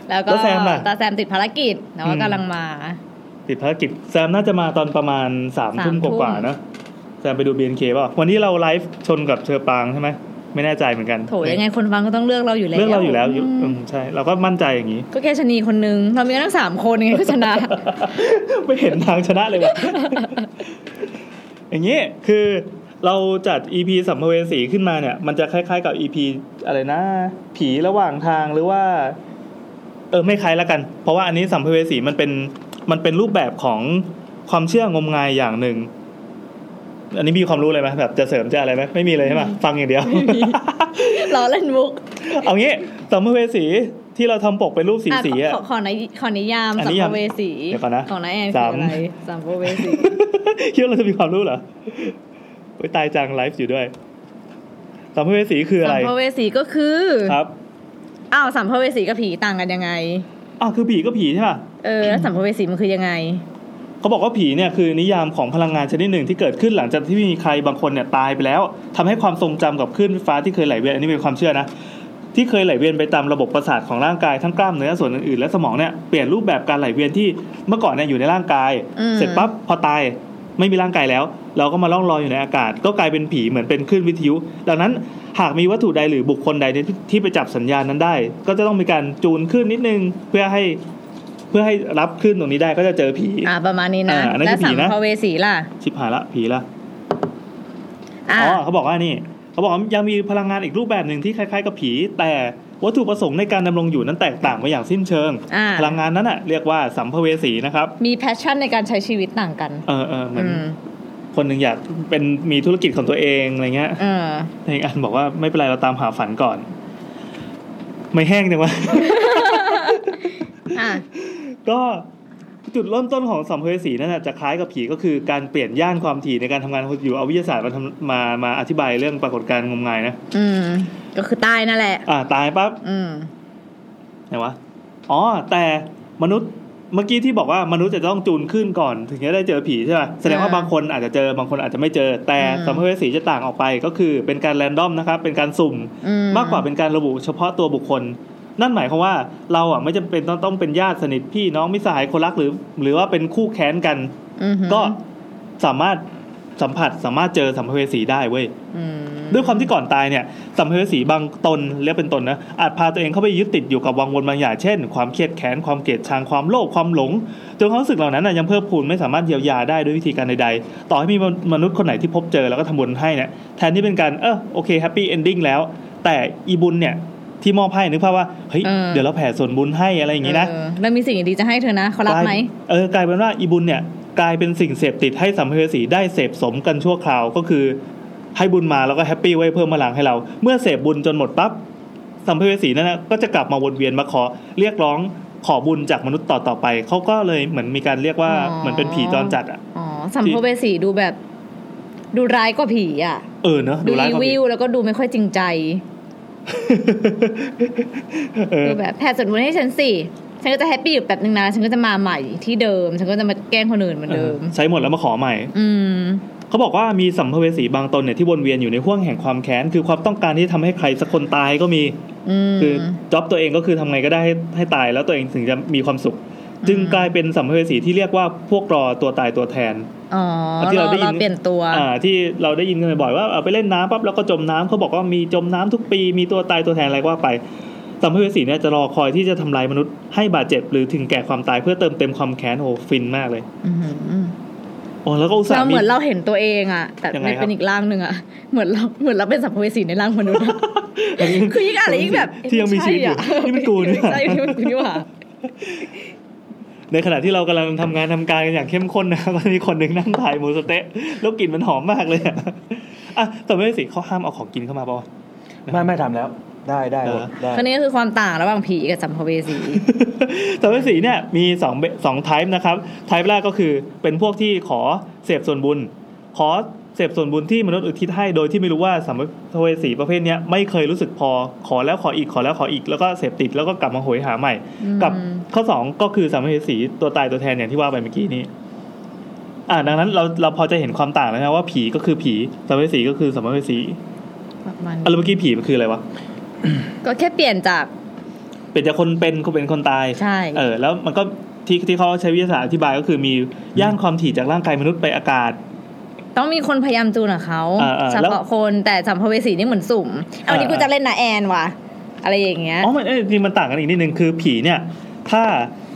Speaker 1: แล้วก็
Speaker 2: แล้วแซมล่ะ
Speaker 1: ตาแซมติดภารกิจแล้วก็
Speaker 2: อืม
Speaker 1: กำลังมา
Speaker 2: ติดภารกิจแซมน่าจะมาตอนประมาณ3าม
Speaker 1: สาม
Speaker 2: ทุ่ม
Speaker 1: ทุ่
Speaker 2: ก
Speaker 1: ม
Speaker 2: ว่าๆเนอะ แซมไปดู BNK เปล่าวันนี้เราไลฟ์ชนกับเชอปางใช่ไหมไม่แน่ใจเหมือนกัน
Speaker 1: โถยังไงคนฟังก็ต้องเลือกเราอยู่แล้ว
Speaker 2: เรื่องเราอยู่แล้วอยู่อืมใช่เราก็มั่นใจอย่างนี้
Speaker 1: ก็แค่ชะนีคนนึงเรามีกันทั้งสามคนยังไงก็ชนะ
Speaker 2: ไม่เห็นทางชนะเลย ว่ะ อย่างนี้คือเราจัด EP สัมภเวสีขึ้นมาเนี่ย มันจะคล้ายๆกับ EP อะไรนะ ผีระหว่างทางหรือว่า เออไม่คล้ายละกัน เพราะว่าอันนี้สัมภเวสีมันเป็นมันเป็นรูปแบบของความเชื่องมงายอย่างหนึ่ง อันนี้มีความรู้เลยไหมแบบจะเสริมจะอะไรไหมไม่มีเลยใช่ไหมฟังอย่างเดียว
Speaker 1: เราเล่นมุก
Speaker 2: เอางี้สัมภเวสีที่เราทำปกเป็นรูปสี
Speaker 1: อ่ะ
Speaker 2: สีๆอะ
Speaker 1: ขอขอขอนิขอนิยาม
Speaker 2: อัน
Speaker 1: สัม
Speaker 2: นี้
Speaker 1: ภ
Speaker 2: ยาม
Speaker 1: เวสี
Speaker 2: เดี๋ยวก่อนนะ
Speaker 1: ของน้าแอน
Speaker 2: สา
Speaker 1: คือ
Speaker 2: ม
Speaker 1: อะไรสัมภเวสี
Speaker 2: คิดว่าเราจะมีความรู้เหรอโอ้ยตายจังไลฟ์อยู่ด้วย สัมภเวสีคืออะไร
Speaker 1: สัมภเวสีก็คือ
Speaker 2: ครับ
Speaker 1: อ้าวสัมภเวสีกับผีต่างกันยังไง
Speaker 2: อ้าวคือผีก็ผีใช่ป่ะ
Speaker 1: เออแล้วสัมภเวสีมันคือยังไง
Speaker 2: เขาบอกว่าผีเนี่ยคือนิยามของพลังงานชนิดหนึ่งที่เกิดขึ้นหลังจากที่มีใครบางคนเนี่ยตายไปแล้วทำให้ความทรงจำกับคลื่นไฟฟ้าที่เคยไหลเวียนอันนี้เป็นความเชื่อนะ ที่เคยไหลเวียนไปตามระบบประสาทของร่างกายทั้งกล้ามเนื้อส่วนอื่นๆและสมองเนี่ยเปลี่ยนรูปแบบการไหลเวียนที่เมื่อก่อนเนี่ยอยู่ในร่างกาย
Speaker 1: อืม
Speaker 2: เสร็จปั๊บพอตายไม่มีร่างกายแล้ว เราก็มาล่องลอยอยู่ในอากาศ ก็กลายเป็นผีเหมือนเป็นคลื่นวิทยุ ดังนั้นหากมีวัตถุใดหรือบุคคลใดที่ที่ไปจับสัญญาณนั้นได้ ก็จะต้องมีการจูนคลื่นนิดนึงเพื่อให้เพื่อให้รับคลื่นตรงนี้ได้ก็จะเจอผี
Speaker 1: อ่าประมาณนี้นะ
Speaker 2: อ่าอันนั้น
Speaker 1: แล้ว
Speaker 2: คือผี
Speaker 1: สัม
Speaker 2: นะ
Speaker 1: ภเวสีล่ะ
Speaker 2: ชิบหายละผีละ
Speaker 1: อ่า
Speaker 2: อ๋อเขาบอกว่านี่เขาบอกว่ายังมีพลังงานอีกรูปแบบหนึ่งที่คล้ายๆกับผี แต่วัตถุประสงค์ในการดำรงอยู่นั้นแตกต่างไปอย่างสิ้นเชิง
Speaker 1: อ่า
Speaker 2: พลังงานนั้นอ่ะเรียกว่าสัมภเวสีนะครับ
Speaker 1: มีแพชชั่นในการใช้ชีวิตต่างกัน
Speaker 2: เออเออเหมือ
Speaker 1: อื
Speaker 2: น
Speaker 1: ม
Speaker 2: คนหนึ่งอยากเป็นมีธุรกิจของตัวเองอะไรเงี้ย
Speaker 1: เออ
Speaker 2: ในอีกอันบอกว่าไม่เป็นไรเราตามหาฝันก่อน ไม่แห้งจังวะ
Speaker 1: อ่ะ
Speaker 2: ก็จุดเริ่มต้นของสัมภเวสีนั่นนะจะคล้ายกับผีก็คือการเปลี่ยนย่านความถี่ในการทำงานของอยู่เอาวิทยาศาสตร์มาทำมามาอธิบายเรื่องปรากฏการณ์งมงายนะ
Speaker 1: อืมก็คือใต้นั่นแหละ
Speaker 2: อ่าตายปั๊บ
Speaker 1: อืม
Speaker 2: ไหนวะ อ๋อ แต่มนุษย์เมื่อกี้ที่บอกว่ามนุษย์จะต้องจูนขึ้นก่อน ถึงจะได้เจอผีใช่ป่ะ แสดงว่า
Speaker 1: อ่า
Speaker 2: บางคนอาจจะเจอบางคนอาจจะไม่เจอ แต่
Speaker 1: อืม
Speaker 2: สัมภเวสีจะต่างออกไปก็คือเป็นการแรนดอมนะครับ เป็นการสุ่ม
Speaker 1: อืม
Speaker 2: มากกว่าเป็นการระบุเฉพาะตัวบุคคล นั่นหมายความว่าเราอ่ะไม่จำเป็นต้องต้องเป็นญาติสนิทพี่น้องมิตรสหายคนรักหรือ หรือว่าเป็นคู่แค้นกัน
Speaker 1: อือหือ
Speaker 2: ก็สามารถสัมผัสสามารถเจอสัมภเวสีได้เว้ย
Speaker 1: อืม
Speaker 2: ด้วยความที่ก่อนตายเนี่ยสัมภเวสีบางตนเรียกเป็นตนนะอาจพาตัวเองเข้าไปยึดติดอยู่กับวังวนบางอย่างเช่น ความเครียดแค้นความเกลียดชังความโลภความหลงจนความรู้สึกเหล่านั้นนะยังเพิ่มพูนไม่สามารถเยียวยาได้ด้วยวิธีการใดๆ ต่อให้มีมนุษย์คนไหนที่พบเจอแล้วก็ทำบุญให้เนี่ยแทนที่เป็นการเออโอเคแฮปปี้เอนดิ้งแล้ว แต่อีบุญเนี่ยที่มอบให้นึกภาพว่าเฮ้ยเดี๋ยวเราแผ่ส่วนบุญให้อะไรอย่างงี้นะ
Speaker 1: เออแล้วมีสิ่งดีๆจะให้เธอนะเขารับไหม
Speaker 2: กลายเออกลายเป็นว่าอีบุญเนี่ยกลายเป็นสิ่งเสพติดให้สัมภเวสีได้เสพสมกันชั่วคราวก็คือ ให้บุญมาแล้วก็แฮปปี้ไว้เพิ่มพลังให้เรา เมื่อเสพบุญจนหมดปั๊บสัมภเวสีนั่นนะก็จะกลับมาวนเวียนมาขอเรียกร้องขอบุญจากมนุษย์ต่อต่อๆไปเขาก็เลยเหมือนมีการเรียกว่า
Speaker 1: อ๋อ
Speaker 2: เหมือนเป็นผีจรจัดอ่ะ
Speaker 1: อ๋อสัมภเวสีดูแบบ ดูร้ายกว่าผีอ่ะ
Speaker 2: เออเนอะ
Speaker 1: ดู
Speaker 2: ดูร้าย
Speaker 1: อี
Speaker 2: กว่า
Speaker 1: วิ
Speaker 2: ผี
Speaker 1: วแล้วก็ดูไม่ค่อยจริงใจ
Speaker 2: เออ
Speaker 1: คือแบบแผ่ส่วนบุญให้ฉันสิ ฉันก็จะแฮปปี้อยู่แป๊บนึงนะ ฉันก็จะมาใหม่ที่เดิม ฉันก็จะมาแกล้งคนอื่นเหมือน
Speaker 2: เออ
Speaker 1: เดิม
Speaker 2: ใช้หมดแล้วมาขอใหม่
Speaker 1: อืม
Speaker 2: เขาบอกว่ามีสัมภเวสีบางตนเนี่ยที่วนเวียนอยู่ในห่วงแห่งความแค้นคือความต้องการที่ทำให้ใครสักคนตายก็มี
Speaker 1: อืม
Speaker 2: คือจ็อบตัวเองก็คือทำไงก็ได้ให้ให้ตายแล้วตัวเองถึงจะมีความสุข จึงกลายเป็นสัมภเวสีที่เรียกว่าพวกรอตัวตายตัวแทน
Speaker 1: อ๋อ
Speaker 2: ที่เรา
Speaker 1: เรา
Speaker 2: ได้ยิน
Speaker 1: เราเปลี่ยนตัว
Speaker 2: อ่าที่เราได้ยินกันบ่อยๆว่าเอาไปเล่นน้ำปั๊บแล้วก็จมน้ำเขาบอกว่ามีจมน้ำทุกปีมีตัวตายตัวแทนอะไรก็ว่าไปสัมภเวสีเนี่ยจะรอคอยที่จะทำลายมนุษย์ให้บาดเจ็บหรือถึงแก่ความตายเพื่อเติมเต็มความแค้นโอ้โหฟินมากเลย
Speaker 1: อืม
Speaker 2: โอ้แล้วก็อุตส่า
Speaker 1: เรา
Speaker 2: ห์
Speaker 1: เห
Speaker 2: มี
Speaker 1: มือนเราเห็นตัวเองอ่ะ แต่
Speaker 2: ยังไง
Speaker 1: ไม่
Speaker 2: ครับ
Speaker 1: เป็นอีกร่างหนึ่งอ่ะ เหมือนเราเหมือนเราเป็นสัมภเวสีในร่างมนุษย์อะ คือยิ่งอ่าน แล้วยิ่งแบบเอ๊ะ
Speaker 2: ที่ยังมีชีวิตอยู่
Speaker 1: ไใะ
Speaker 2: นี่มันกูเนี่ย
Speaker 1: ใช่ นี่มันกูนี่หว่า
Speaker 2: ในขณะที่เรากำลังทำงานทำการกันอย่างเข้มข้นนะ ก็ มีคนหนึ่งนั่งถ่ายหมูสะเต๊ะแล้วกลิ่นมันหอมมากเลยอะอ่ะแต่ไม่ได้สิเขาห้ามเอาของกินเข้ามาป่าววะ
Speaker 3: ไม่ไม่ทำแล้ว ได้ได้หมด
Speaker 2: เหรอ
Speaker 3: ได้
Speaker 1: คนนี้ก็คือความต่างระหว่างผีกับสัมภเวสี
Speaker 2: แต่ว่าสีเนี่ยมีสองเบสองไทป์นะครับไทป์แรกก็คือเป็นพวกที่ขอเสพส่วนบุญ ขอเสพส่วนบุญที่มนุษย์อุทิศให้โดยที่ไม่รู้ว่าสัมภเวสีประเภทเนี้ยไม่เคยรู้สึกพอขอแล้วขออีกขอแล้วขออีกแล้วก็เสพติดแล้วก็กลับมาโหยหาใหม่
Speaker 1: อืม
Speaker 2: กับข้อสองก็คือสัมภเวสีตัวตายตัวแทนอย่างที่ว่าไปเมื่อกี้นี้ อ่าดังนั้นเราเราพอจะเห็นความต่างแล้วนะว่าผีก็คือผีสัมภเวสีก็คือสัมภเวสี
Speaker 1: ประมาณ
Speaker 2: อะไรเมื่อกี้ผีมันคืออะไรวะ
Speaker 1: ก็แค่เปลี่ยนจาก
Speaker 2: เป็นจากคนเป็นคนเป็นคนตาย
Speaker 1: ใช่
Speaker 2: เออ แล้วมันก็ที่ที่เขาใช้วิทยาศาสตร์อธิบายก็คือมีย่านความถี่จากร่างกายมนุษย์ไปอากาศ
Speaker 1: ต้องมีคนพยายามจูนกับเขา
Speaker 2: อ่าอ่า
Speaker 1: เฉ
Speaker 2: แล้ว
Speaker 1: พาะคนแต่สัมภเวสีนี่เหมือนสุ่ม เอาวันนี้
Speaker 2: อ่า
Speaker 1: กูจะเล่นนะแอนว่ะ อะไรอย่างเงี้ย
Speaker 2: อ๋อมันเอ้ยจริงมันต่างกันอีกนิดนึงคือผีเนี่ย ถ้า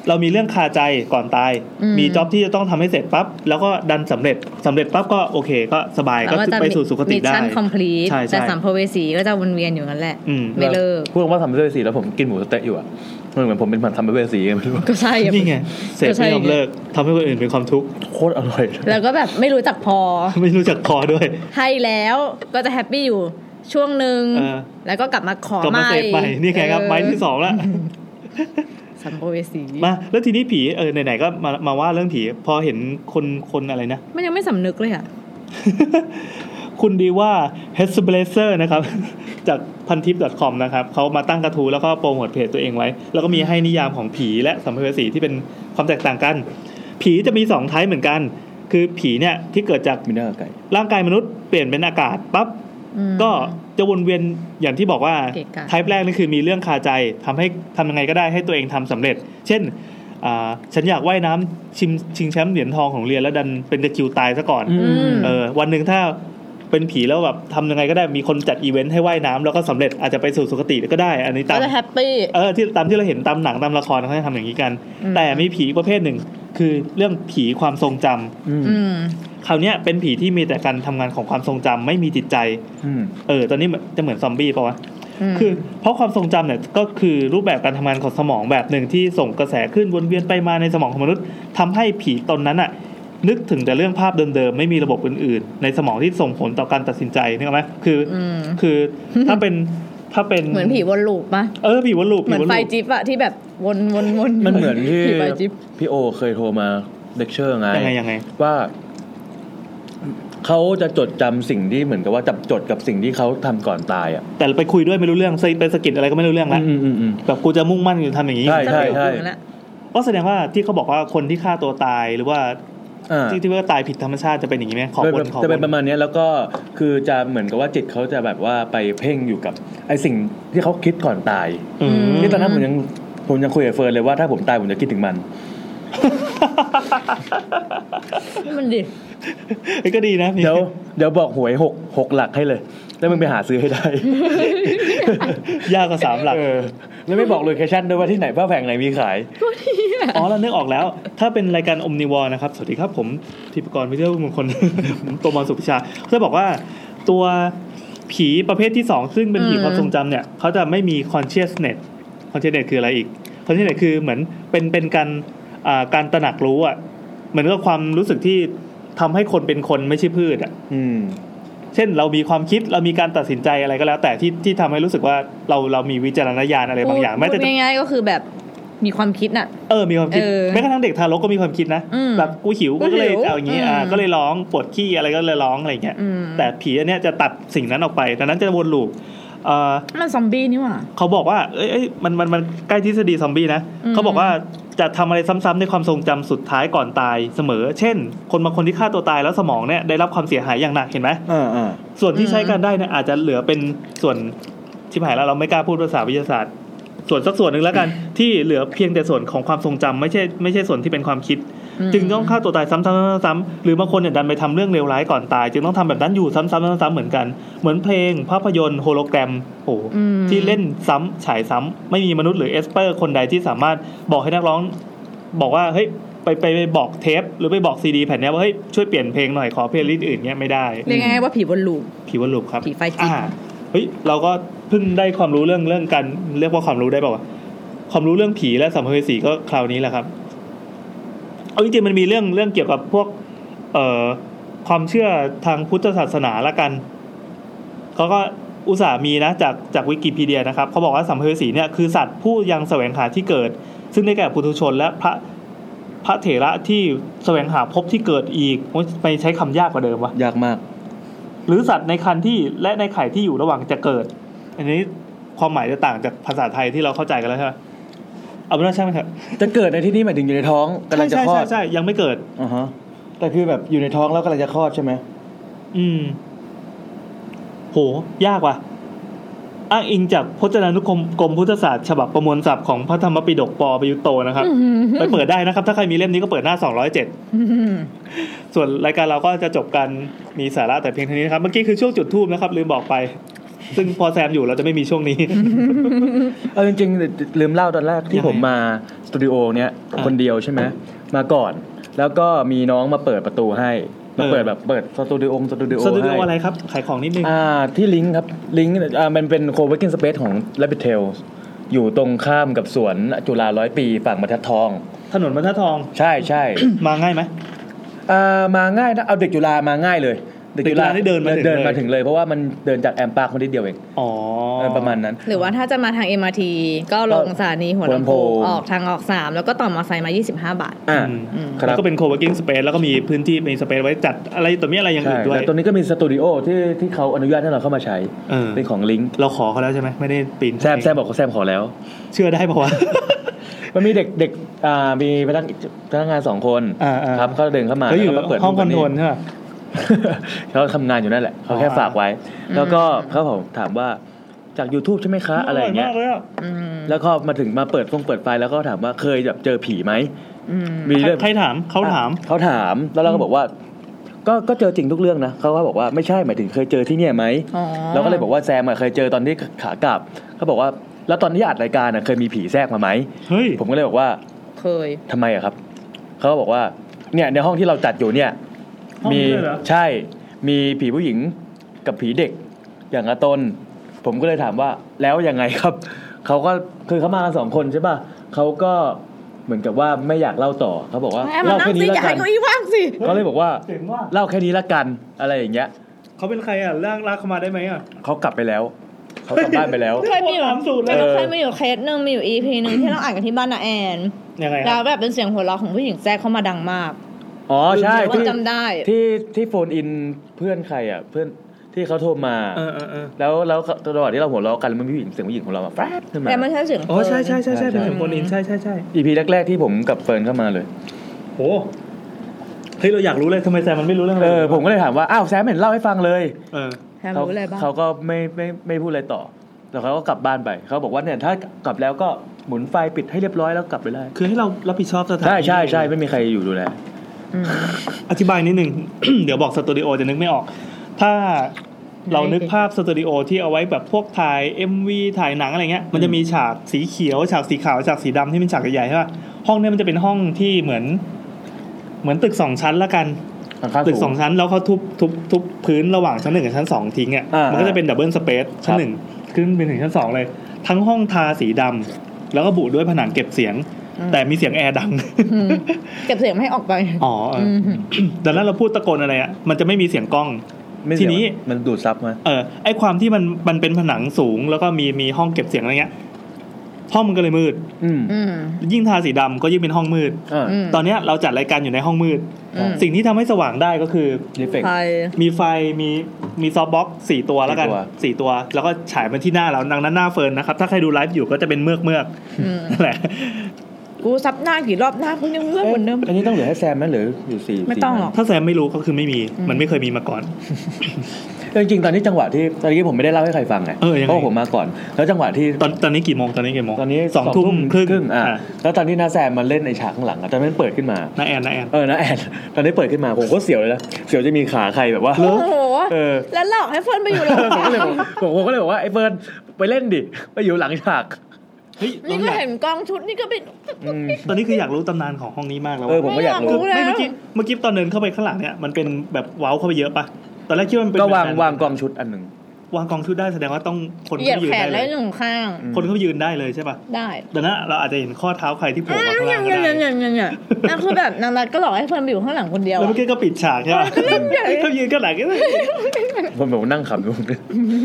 Speaker 2: เรามีเรื่องคาใจก่อนตาย
Speaker 1: อืม
Speaker 2: มีจ็อบที่จะต้องทำให้เสร็จปั๊บแล้วก็ดันสำเร็จสำเร็จปั๊บก็โอเค ก็สบายก็
Speaker 1: แล้วจะ
Speaker 2: ไปสู่สุคติได้
Speaker 1: มิชชั่นคอมพลีท
Speaker 2: ใช่ใช่
Speaker 1: แต่สัมภเวสีก็จะวนเวียนอยู่นั่นแหละ
Speaker 2: อืม
Speaker 1: ไม่เลิก
Speaker 4: พูดว่าทำด้วยสีแล้วผมกินหมูสะเต๊ะอยู่อะมันเหมือนผมเป็นผัดทำด้วยสีไม่รู้
Speaker 1: ก็ใช่อะ
Speaker 2: นี่ไงเสพ
Speaker 1: ก็ใช่
Speaker 2: ไม่ยอม
Speaker 1: ไง
Speaker 2: เลิกทำให้คนอื่นเป็นความทุกข์
Speaker 4: โคตรอร่อย
Speaker 1: แล้วก็แบบไม่รู้จักพอ
Speaker 2: ไม่รู้จักพอด้วย
Speaker 1: ให้แล้วก็จะแฮปปี้อยู่ช่วงหนึ่ง
Speaker 2: เออ
Speaker 1: แล้วก็กลับมาขอก
Speaker 2: ลับมาเสพใหม่นี่ไงครับ
Speaker 1: เออ
Speaker 2: ไม้ที่สองละ
Speaker 1: สัมภเวสี
Speaker 2: มาแล้วทีนี้ผีเออไหนๆก็มามาว่าเรื่องผี พอเห็นคนคนอะไรนะ
Speaker 1: มันยังไม่สำนึกเลยอ่ะ
Speaker 2: คุณดีว่า h e s b l a z e r นะครับ จากพันทิป .com นะครับเขามาตั้งกระทู้แล้วก็โปรโมทเพจตัวเองไว้ แล้วก็มีให้นิยามของผีและสัมภเวสีที่เป็นความแตกต่างกัน ผีจะมี 2 ไทป์เหมือนกัน คือผีเนี่ยที่เกิดจาก
Speaker 4: มีเนื้อไก่
Speaker 2: ร่างกายมนุษย์เปลี่ยนเป็นอากาศปั๊บ
Speaker 1: อืม
Speaker 2: ก็จะวนเวียนอย่างที่บอกว่า
Speaker 1: เกะกะ
Speaker 2: ไทป์แรกนี่คือมีเรื่องคาใจทำให้ทำยังไงก็ได้ให้ตัวเองทำสำเร็จ เช่นอ่าฉันอยากว่ายน้ำชิมชิงแชมป์เหรียญทองของโรงเรียนแล้วดันเป็นตะคริวตายซะก่อน
Speaker 1: อืม
Speaker 2: เออวันหนึ่งถ้าเป็นผีแล้วแบบทำยังไงก็ได้มีคนจัดอีเวนต์ให้ว่ายน้ำแล้วก็สำเร็จอาจจะไปสู่สุคติก็ได้ อันนี้ตา
Speaker 1: ก็
Speaker 2: ม
Speaker 1: จะแฮปปี้
Speaker 2: เออที่ตามที่เราเห็นตามหนังตามละครเขาจะทำอย่างนี้กัน
Speaker 1: อืม
Speaker 2: แต่มีผีประเภทหนึ่ง คือเรื่องผีความทรงจำ
Speaker 1: อืม
Speaker 2: คราวเนี้ยเป็นผีที่มีแต่การทำงานของความทรงจำไม่มีจิตใจ
Speaker 4: อืม
Speaker 2: เออตอนนี้มันจะเหมือนซอมบี้ปะวะ
Speaker 1: ม
Speaker 2: คือเพราะความทรงจำเนี่ยก็คือรูปแบบการทำงานของสมองแบบหนึ่งที่ส่งกระแสขึ้นวนเวียนไปมาในสมองของมนุษย์ทำให้ผีตนนั้นอ่ะ นึกถึงแต่เรื่องภาพเดิมๆ ไม่มีระบบอื่นๆ ในสมองที่ส่งผลต่อการตัดสินใจนึกออกไหมคืออ
Speaker 1: ม
Speaker 2: คือถ้าเป็นถ้าเป็น
Speaker 1: เหมือนผีวนลูปปะ
Speaker 2: เออผีวนลูป
Speaker 1: เหมือน
Speaker 2: ผีวน
Speaker 1: ไฟ
Speaker 2: ลูป
Speaker 1: จิ๊บอะที่แบบวนวนวน
Speaker 4: มันเหมือนที่
Speaker 1: ผีไฟจิ๊บ
Speaker 4: พี่โอเคยโทรมาเลคเชอร์ไง
Speaker 2: ยังไงยังไง
Speaker 4: ว่าเขาจะจดจำสิ่งที่เหมือนกับว่าจับจดกับสิ่งที่เขาทำก่อนตายอ่ะ
Speaker 2: แต่ไปคุยด้วยไม่รู้เรื่องไปไปสะกิดอะไรก็ไม่รู้เรื่องละ
Speaker 4: อืมอืมอืม
Speaker 2: แบบกูจะมุ่งมั่นอยู่ทำอย่างนี้
Speaker 4: ใช่ใช่
Speaker 2: ก็แสดงว่าที่เขาบอกว่าคนที่ฆ่าตัวตายหรือว่า
Speaker 4: อ่า
Speaker 2: ที่ที่ว่าตายผิดธรรมชาติจะเป็นอย่างนี้ไหมขอ
Speaker 4: จะ
Speaker 2: บ
Speaker 4: เป็น
Speaker 2: นขอบ
Speaker 4: จะเป็นป
Speaker 2: น
Speaker 4: ระมาณเนี้ยแล้วก็คือจะเหมือนกับว่าจิตเขาจะแบบว่าไปเพ่งอยู่กับ ไอ้สิ่งที่เขาคิดก่อนตาย
Speaker 2: อืม
Speaker 4: นี่ตอนนั้นผมยังผมยังคุยกับเฟิร์นเลยว่าถ้าผมตายผมจะคิดถึงมัน
Speaker 1: มันดิ
Speaker 2: เอ้ยก็ดีนะมี
Speaker 4: เดี๋ยวเดี๋ยวบอกหวยหกหกหลักให้เลย แล้วมึงไปหาซื้อให้ได้
Speaker 2: ยากกว่าสามหลัก
Speaker 4: เออแล้วไม่บอกโลเคชั่นด้วยว่าที่ไหนผ้าแผงไหนมีขาย
Speaker 2: อ๋อเราเนึกออกแล้ว ถ้าเป็นรายการอมนิวอนะครับ สวัสดีครับผมทิพกรวิทยามงคล ผมโตมาสุพิชาจะบอกว่าตัวผีประเภทที่สองซึ่งเป็นผี
Speaker 1: อืม
Speaker 2: ความทรงจำเนี่ยเขาจะไม่มี consciousness consciousness คืออะไรอีก consciousness คือเหมือนเป็นเป็นการอ่าการตระหนักรู้อ่ะเหมือนกับความรู้สึกที่ทำให้คนเป็นคนไม่ใช่พืชอ่ะ
Speaker 4: อืม
Speaker 2: เช่นเรามีความคิดเรามีการตัดสินใจอะไรก็แล้ว แต่ที่ที่ทำให้รู้สึกว่าเราเรามีวิจารณญาณอะไรบางอย่างแม้
Speaker 1: พู
Speaker 2: แต่
Speaker 1: ดง่ายๆก็คือแบบมีความคิดน่ะ
Speaker 2: เออ มีความคิด
Speaker 1: เออ
Speaker 2: แม้กระทั่งเด็กทารกก็มีความคิดนะ
Speaker 1: อืม
Speaker 2: แบบกูหิว
Speaker 1: กู
Speaker 2: กูก็เลย
Speaker 1: หิว
Speaker 2: จะเอาอย่างนี้ อ่า
Speaker 1: อืม
Speaker 2: ก็เลยร้องปวดขี้อะไรก็เลยร้องอะไรอย่างเงี้ย
Speaker 1: อืม
Speaker 2: แต่ผีอันเนี้ยจะตัดสิ่งนั้นออกไปดังนั้นจะวนลูปเอ่อ
Speaker 1: มันซอมบี้นี่หว่า
Speaker 2: เขาบอกว่า เอยเอ้ยมันมันมันใกล้ทฤษฎีซอมบี้นะ
Speaker 1: อืม
Speaker 2: เขาบอกว่าจะทำอะไรซ้ำๆในความทรงจำสุดท้ายก่อนตายเสมอ เช่น คนบางคนที่ฆ่าตัวตายแล้วสมองเนี่ยได้รับความเสียหายอย่างหนักเห็นไหม
Speaker 4: อ่าอ่า
Speaker 2: ส่วนที่ใช้การได้เนี่ยอาจจะเหลือเป็นส่วนที่หายแล้วเราไม่กล้าพูดภาษาวิทยาศาสตร์ ส่วนสักส่วนหนึ่งแล้วกัน ที่เหลือเพียงแต่ส่วนของความทรงจำไม่ใช่ไม่ใช่ส่วนที่เป็นความคิด
Speaker 1: อืม
Speaker 2: จึงต้องฆ่าตัวตายซ้ำๆๆๆหรือบางคนเนี่ยดันไปทำเรื่องเลวร้ายก่อนตาย จึงต้องทำแบบนั้นอยู่ซ้ำๆๆๆเหมือนกัน เหมือนเพลงภาพยนตร์โฮโลแกรมโอ้โห
Speaker 1: อืม
Speaker 2: ที่เล่นซ้ำฉายซ้ำไม่มีมนุษย์หรือเอสเปอร์ คนใดที่สามารถบอกให้นักร้อง บอกว่าเฮ้ยไปไปไปบอกเทป หรือไปบอกซีดีแผ่นเนี้ยว่าเฮ้ยช่วยเปลี่ยนเพลงหน่อยขอเพลย์ลิสต์อื่นเนี้ยไม่ได้
Speaker 1: เรียกง่ายๆว่าผีวนลูป
Speaker 2: ผีวัลลุกครับ
Speaker 1: ผีไฟจิต
Speaker 2: อ่าเฮ้ยเราก็เพิ่งได้ความรู้เรื่องเรื่องการเรียกว่าความรู้ได้เปล่าวะความรู้เรื่องผีและสัมภเวสีก็คราวนี้แหละครับเอาจริงๆมันมีเรื่องเรื่องเกี่ยวกับพวก เอ่อความเชื่อทางพุทธศาสนาละกันเขาก็อุตส่าห์มีนะจากจากวิกิพีเดียนะครับเขาบอกว่าสัมภเวสีเนี่ยคือสัตว์ผู้ยังแสวงหาที่เกิด ซึ่งได้แก่ปุถุชนและพระพระเถระที่แสวงหาภพที่เกิดอีกโอ๊ยไปใช้คำยากกว่าเดิมวะ
Speaker 4: ยากมาก
Speaker 2: หรือสัตว์ในคันที่และในไข่ที่อยู่ระหว่างจะเกิด อันนี้ความหมายจะต่างจากภาษาไทยที่เราเข้าใจกันแล้วใช่ไหมเอาเป็นว่าช่างมันเถอะ
Speaker 4: จะเกิดในที่นี่หมายถึงอยู่ในท้องกำลังจะ
Speaker 2: ใช่
Speaker 4: คลอ
Speaker 2: ใช่
Speaker 4: ด
Speaker 2: ใช่ยังไม่เกิด
Speaker 4: อ่าฮะแต่คือแบบอยู่ในท้องแล้วกำลังจะคลอดใช่ไหม
Speaker 2: อืม โห ยากว่ะ อ้างอิงจากพจนานุกรมกรมพุทธศาสตร์ฉบับประมวลศัพท์ของพระธรรมปิฎกปอประยุตโตนะครับ ไปเปิดได้นะครับ ถ้าใครมีเล่มนี้ก็เปิดหน้า 207 ส่วนรายการเราก็จะจบกันมีสาระแต่เพียงเท่านี้นะครับ เมื่อกี้คือช่วงจุดทูบนะครับ ลืมบอกไป ซึ่งพอแซมอยู่เราจะไม่มีช่วงนี้
Speaker 3: เอาจริงๆลืมเล่าตอนแรกที่ผมมาสตูดิโอเนี้ย
Speaker 2: อ่ะ
Speaker 3: คนเดียวใช่ไหมมาก่อน แล้วก็มีน้องมาเปิดประตูให้มา
Speaker 2: เออ
Speaker 3: เปิดแบบเปิดสตูดิโอสตูดิโอ
Speaker 2: สตูดิโอ
Speaker 3: ให้
Speaker 2: อะไรครับ ขายของนิดนึง
Speaker 3: อ่าที่ลิงก์ครับลิงก์อ่ามันเป็นโคเวกิ้งสเปซของ Rabbit t a i l อยู่ตรงข้ามกับสวนจุฬาร้อยปีฝั่งบรรทัดทอง
Speaker 2: ถนนบรรทัดทอง
Speaker 3: ใช่ใช่
Speaker 2: มาง่ายไหม
Speaker 3: อ่ามาง่ายนะเอาเด็กจุฬามาง่ายเลย
Speaker 2: เด็กจุฬานี่เดินมาถึงเลย
Speaker 3: เดินมาถึงเลยเพราะว่ามันเดินจากแอมปาร์คคนนิดเดียวเอง
Speaker 2: อ๋อ
Speaker 3: เออประมาณนั้น
Speaker 1: หรือว่าถ้าจะมาทาง MRT ก็ลงสถานีหัวลำโพง
Speaker 3: หัวลำโพง
Speaker 1: ออกทางออก 3 แล้วก็ต่อมอเตอร์ไซค์มา 25 บาท
Speaker 3: อ่า
Speaker 2: อืม
Speaker 3: ค
Speaker 2: แล้
Speaker 3: รับ
Speaker 2: วก็เป็น co-working space แล้วก็มีพื้นที่มี space ไว้จัดอะไรตัวนี้อะไรอย่าง
Speaker 3: ใช่
Speaker 2: อื่นด้วย
Speaker 3: แต่ตรงนี้ก็มีสตูดิโอที่ที่เขาอนุญาตให้เราเข้ามาใช้
Speaker 2: เออ
Speaker 3: เป็นของลิงก์
Speaker 2: เราขอเขาแล้วใช่ไหมไม่ได้ปีน
Speaker 3: แซมแซมบอกเขาแซมขอแล้ว
Speaker 2: เชื่อได้ปะวะ
Speaker 3: มันมีเด็กเด็กอ่ามีพนักพนักงานสองคน
Speaker 2: อ่าอ่า
Speaker 3: ครับเขาเดินเข้ามา
Speaker 2: แล้วอยู่
Speaker 3: ก็เปิด
Speaker 2: ห้องคอน
Speaker 3: กั
Speaker 2: โทรลใช่ปะ
Speaker 3: เขาทำงานอยู่นั่นแหละเขาแค่
Speaker 2: อ๋อ
Speaker 3: ฝากไว้ แล้วก็เขาผมถามว่าจาก YouTube ใช่ไหมคะอะไรอย่างเงี้ย
Speaker 2: มากเลยอะ
Speaker 1: อืม
Speaker 3: แล้วก็มาถึงมาเปิดฟงเปิดไฟแล้วก็ถามว่าเคยแบบเจอผีไหม
Speaker 1: อืม
Speaker 3: มีเรื่อง
Speaker 2: ใครถามเขาถาม
Speaker 3: เขาถามแล้วเราก็บอกว่า ก็ก็เจอจริงทุกเรื่องนะเขาก็บอกว่าไม่ใช่หมายถึงเคยเจอที่เนี่ยไหม
Speaker 1: อ๋อ
Speaker 3: เราก็เลยบอกว่าแซมอะเคยเจอตอนที่ขากลับเขาบอกว่า แล้วตอนที่อัดรายการอะเคยมีผีแทรกมาไหม
Speaker 2: เฮ้ย
Speaker 3: ผมก็เลยบอกว่า
Speaker 1: เคย
Speaker 3: ทำไมอะครับเขาก็บอกว่าเนี่ยในห้องที่เราจัดอยู่เนี่ย
Speaker 2: ห้องนี้
Speaker 3: มี
Speaker 2: ด้วยเหรอ
Speaker 3: ใช่มีผีผู้หญิงกับผีเด็ก อย่างอาตน ผมก็เลยถามว่าแล้วยังไงครับเขาก็คือเขามากันสองคนใช่ป่ะเขาก็เหมือนกับว่าไม่อยากเล่าต่อเขาบอกว่า
Speaker 1: แม่มา
Speaker 3: เล่า
Speaker 1: นั่
Speaker 3: แค่
Speaker 1: งสิอ
Speaker 3: นี้แล้
Speaker 1: ย่าวให้
Speaker 3: กัน
Speaker 1: เก้าอี้ว่างสิ
Speaker 3: ก็เลยบอกว่า
Speaker 2: เจ๋งว่า
Speaker 3: เล่าแค่นี้ละกันอะไรอย่างเงี้ย
Speaker 2: เขาเป็นใครอ่ะร่างลากเขามาได้ไหมอ่ะ
Speaker 3: เขากลับไปแล้วเขากลับบ้านไปแล้ว
Speaker 1: เคยมีเหรอ
Speaker 2: ถามสูตรเล
Speaker 1: แต่
Speaker 2: ย
Speaker 1: เราเคยมาอยู่เคสหนึ่งมีอยู่ EP หนึ่งที่เราอ่านกันที่บ้านนาแอน
Speaker 2: ยังไงค
Speaker 1: แล้
Speaker 2: รั
Speaker 1: ว
Speaker 2: บ
Speaker 1: แบบเป็นเสียงหัวเราะของผู้หญิงแทรกเข้ามาดังมาก
Speaker 3: อ๋อใช่
Speaker 1: เราก็
Speaker 3: ที่
Speaker 1: จำได้
Speaker 3: ที่ที่โฟนอินเพื่อนใครอ่ะเพื่อนที่เขาโทรมา
Speaker 2: เออเออเออ
Speaker 3: แล้วแล้วตลอดที่เราหัวเราะกันมันมีผู้หญิงเสียงผู้หญิงของเราแบบแฟบขึ้นมา
Speaker 1: แต่ไม่ใช่เสียง
Speaker 2: อ๋อใช่ใช่ใช่ใช่
Speaker 3: ใช่
Speaker 2: เป็นเสียงคนอินใช่ใช่ใช่
Speaker 3: อีพีแรกๆที่ผมกับเฟิร์นเข้ามาเลย
Speaker 2: โหเฮ้ยเราอยากรู้เลยทำไมแซมมันไม่รู้เรื่องเล
Speaker 3: เอย อผมก็เลยถามว่าอ้าวแซมเห็นเล่าให้ฟังเลย
Speaker 2: เออ
Speaker 1: แทนรู้อะไรบ้าง
Speaker 3: เขาก็ไม่ไม่ไม่พูดอะไรต่อแล้วเขาก็กลับบ้านไปเขาบอกว่าเนี่ยถ้ากลับแล้วก็หมุนไฟปิดให้เรียบร้อยแล้วกลับไปได้
Speaker 2: คือให้เรารับผิดชอบสถาน
Speaker 3: ใช่
Speaker 2: ที่
Speaker 3: ใช่ใช่ไม่มีใครอยู่ดูแล
Speaker 1: อืม
Speaker 2: อธิบายนิดนึง เดี๋ยวบอกสตูดิโอจะนึกไม่ออก ถ้าเรานึกภาพสตูดิโอที่เอาไว้แบบพวกถ่าย MV ถ่ายหนังอะไรเงี้ย มันจะมีฉากสีเขียว ฉากสีขาว ฉากสีดำที่เป็นฉากใหญ่ๆใช่ป่ะ ห้องเนี้ยมันจะเป็นห้องที่เหมือน เหมือนตึกสองชั้นละกัน
Speaker 3: อาคาร
Speaker 2: ตึกส
Speaker 3: สู
Speaker 2: อง งชั้นแล้วเขาทุบทุบทุบพื้นระหว่างชั้นหนึ่งกับชั้นสองทิ้งอ่ะ
Speaker 3: อ่ามั
Speaker 2: มันก็จะเป็นดับเบิลสเปซชั้น
Speaker 3: ครับ
Speaker 2: หนึ่งขึ้นไปถึงชั้นสองเลย ทั้งห้องทาสีดำแล้วก็บุด้วยผนังเก็บเสียง
Speaker 1: อืม
Speaker 2: แต่มีเสียงแอร์ดัง
Speaker 1: อืมเก็บเสียงไม่ให้ออกไป
Speaker 2: อ๋อเออ
Speaker 1: ม
Speaker 2: อดังนั้นเราพูดตะโกนอะไรอ่ะมันจะไม่มีเสียงกล้อง
Speaker 3: ไม่เสีย
Speaker 2: ทีนี้
Speaker 3: มันดูดซับมา
Speaker 2: เออไอความที่มันมันเป็นผนังสูงแล้วก็มีมีห้องเก็บเสียงอะไรเงี้ยห้องมันก็เลยมืด
Speaker 3: อืม
Speaker 1: อืม
Speaker 2: ยิ่งทาสีดำก็ยิ่งเป็นห้องมืด
Speaker 3: อ่า
Speaker 1: ม
Speaker 2: ตอนเนี้ยเราจัดรายการอยู่ในห้องมืด
Speaker 1: อืม
Speaker 2: สิ่งที่ทำให้สว่างได้ก็คือ
Speaker 3: รีเฟก
Speaker 1: ไฟ
Speaker 2: มีไฟมีมีซอฟต์บ็อกซ์สี่ตัวแล้วกัน
Speaker 3: สี่ตัว
Speaker 2: สี่ตัว แล้วก็ฉายมาที่หน้าเราดังนั้นหน้าเฟิร์นนะครับ ถ้าใครดูไลฟ์อยู่ก็จะเป็นเมือกเมือก
Speaker 1: อืม
Speaker 2: นั่นแหละ
Speaker 1: กูซับหน้ากี่รอบหน้ากูยังเลือกเหมือนเดิม
Speaker 3: อันนี้ต้องเหลือให้แซมไหมหรืออยู่สี่
Speaker 1: ไม่ต้องหรอก
Speaker 2: ถ้าแซมไม่รู้ก็คือไม่มี
Speaker 1: อืม
Speaker 2: มันไม่เคยมีมาก่อน
Speaker 3: สี่อันจริงๆตอนนี้จังหวะที่ตอนนี้ผมไม่ได้เล่าให้ใครฟังไง
Speaker 2: เออยังไง
Speaker 3: ราะผมมาก่อน แล้วจังหวะที่
Speaker 2: ตอนตอนนี้กี่โมงตอนนี้กี่โมง
Speaker 3: ตอนนี้
Speaker 2: สองทุ่มครึ่ง
Speaker 3: อ่ะ
Speaker 2: อ่ะ
Speaker 3: แล้วตอนที่น้าแซมมาเล่นไอฉากข้างหลังอ่ะตอนนั้นเปิดขึ้นมา
Speaker 2: น้าแอนน้าแอน
Speaker 3: เออนะแอนตอนนี้เปิดขึ้นมาผมก็เสียวเลยนะเสียวจะมีขาใครแบบว่า
Speaker 1: โอ้โห
Speaker 3: เออ
Speaker 1: แล้วหลอกให้เฟิร์นไปอยู่หลัง
Speaker 3: ผมก็เลยบอกผมผมก็เลยบอกว่าไอ้เฟิร์นไปเล่นดิไปอยู่หลังฉาก
Speaker 2: เฮ้ย
Speaker 1: นี่ก็เห็นกองชุดนี่ก็เป็น
Speaker 3: อืม
Speaker 2: ตอนนี้คืออยากรู้ตำนานของห้องนี้มากแล้ว
Speaker 3: เออผมก็อยากรู้
Speaker 2: คือไม่เมื่อกี้เมื่อกี้ตอนเดินเข้าไปข้างหลังเนี่ยมันเป็นแบบเว้าเข้าไปเยอะปะตอนแรกคิดว่ามันเป็น
Speaker 3: ก็วาง
Speaker 2: แบบ
Speaker 3: วางกองชุดอันหนึ่ง
Speaker 2: วางกองชุดได้แสดงว่าต้องคน
Speaker 1: เหยียด
Speaker 2: เขายืน
Speaker 1: แขน
Speaker 2: ได้เล
Speaker 1: ได้
Speaker 2: ย
Speaker 1: หนึ่งข้าง
Speaker 2: คนเขายืนได้เลยใช่ปะ
Speaker 1: ได้
Speaker 2: ดังนั้นเราอาจจะเห็นข้อเท้าใครที่โผล่มาข้างล่างก็
Speaker 1: เนี่ย
Speaker 2: ได้
Speaker 1: เนี่ยเนี่ยเนี่ยนั่นคือแบบนางรัฐก็หลอกให้เฟิร์นไปอยู่ข้างหลังคนเดียว
Speaker 2: แล้ว
Speaker 1: อะ
Speaker 2: เมื่อกี้ก็ปิดฉากใช่ไหม เขายืนกันหลังก็
Speaker 3: ผมผมนั่งขำอยู่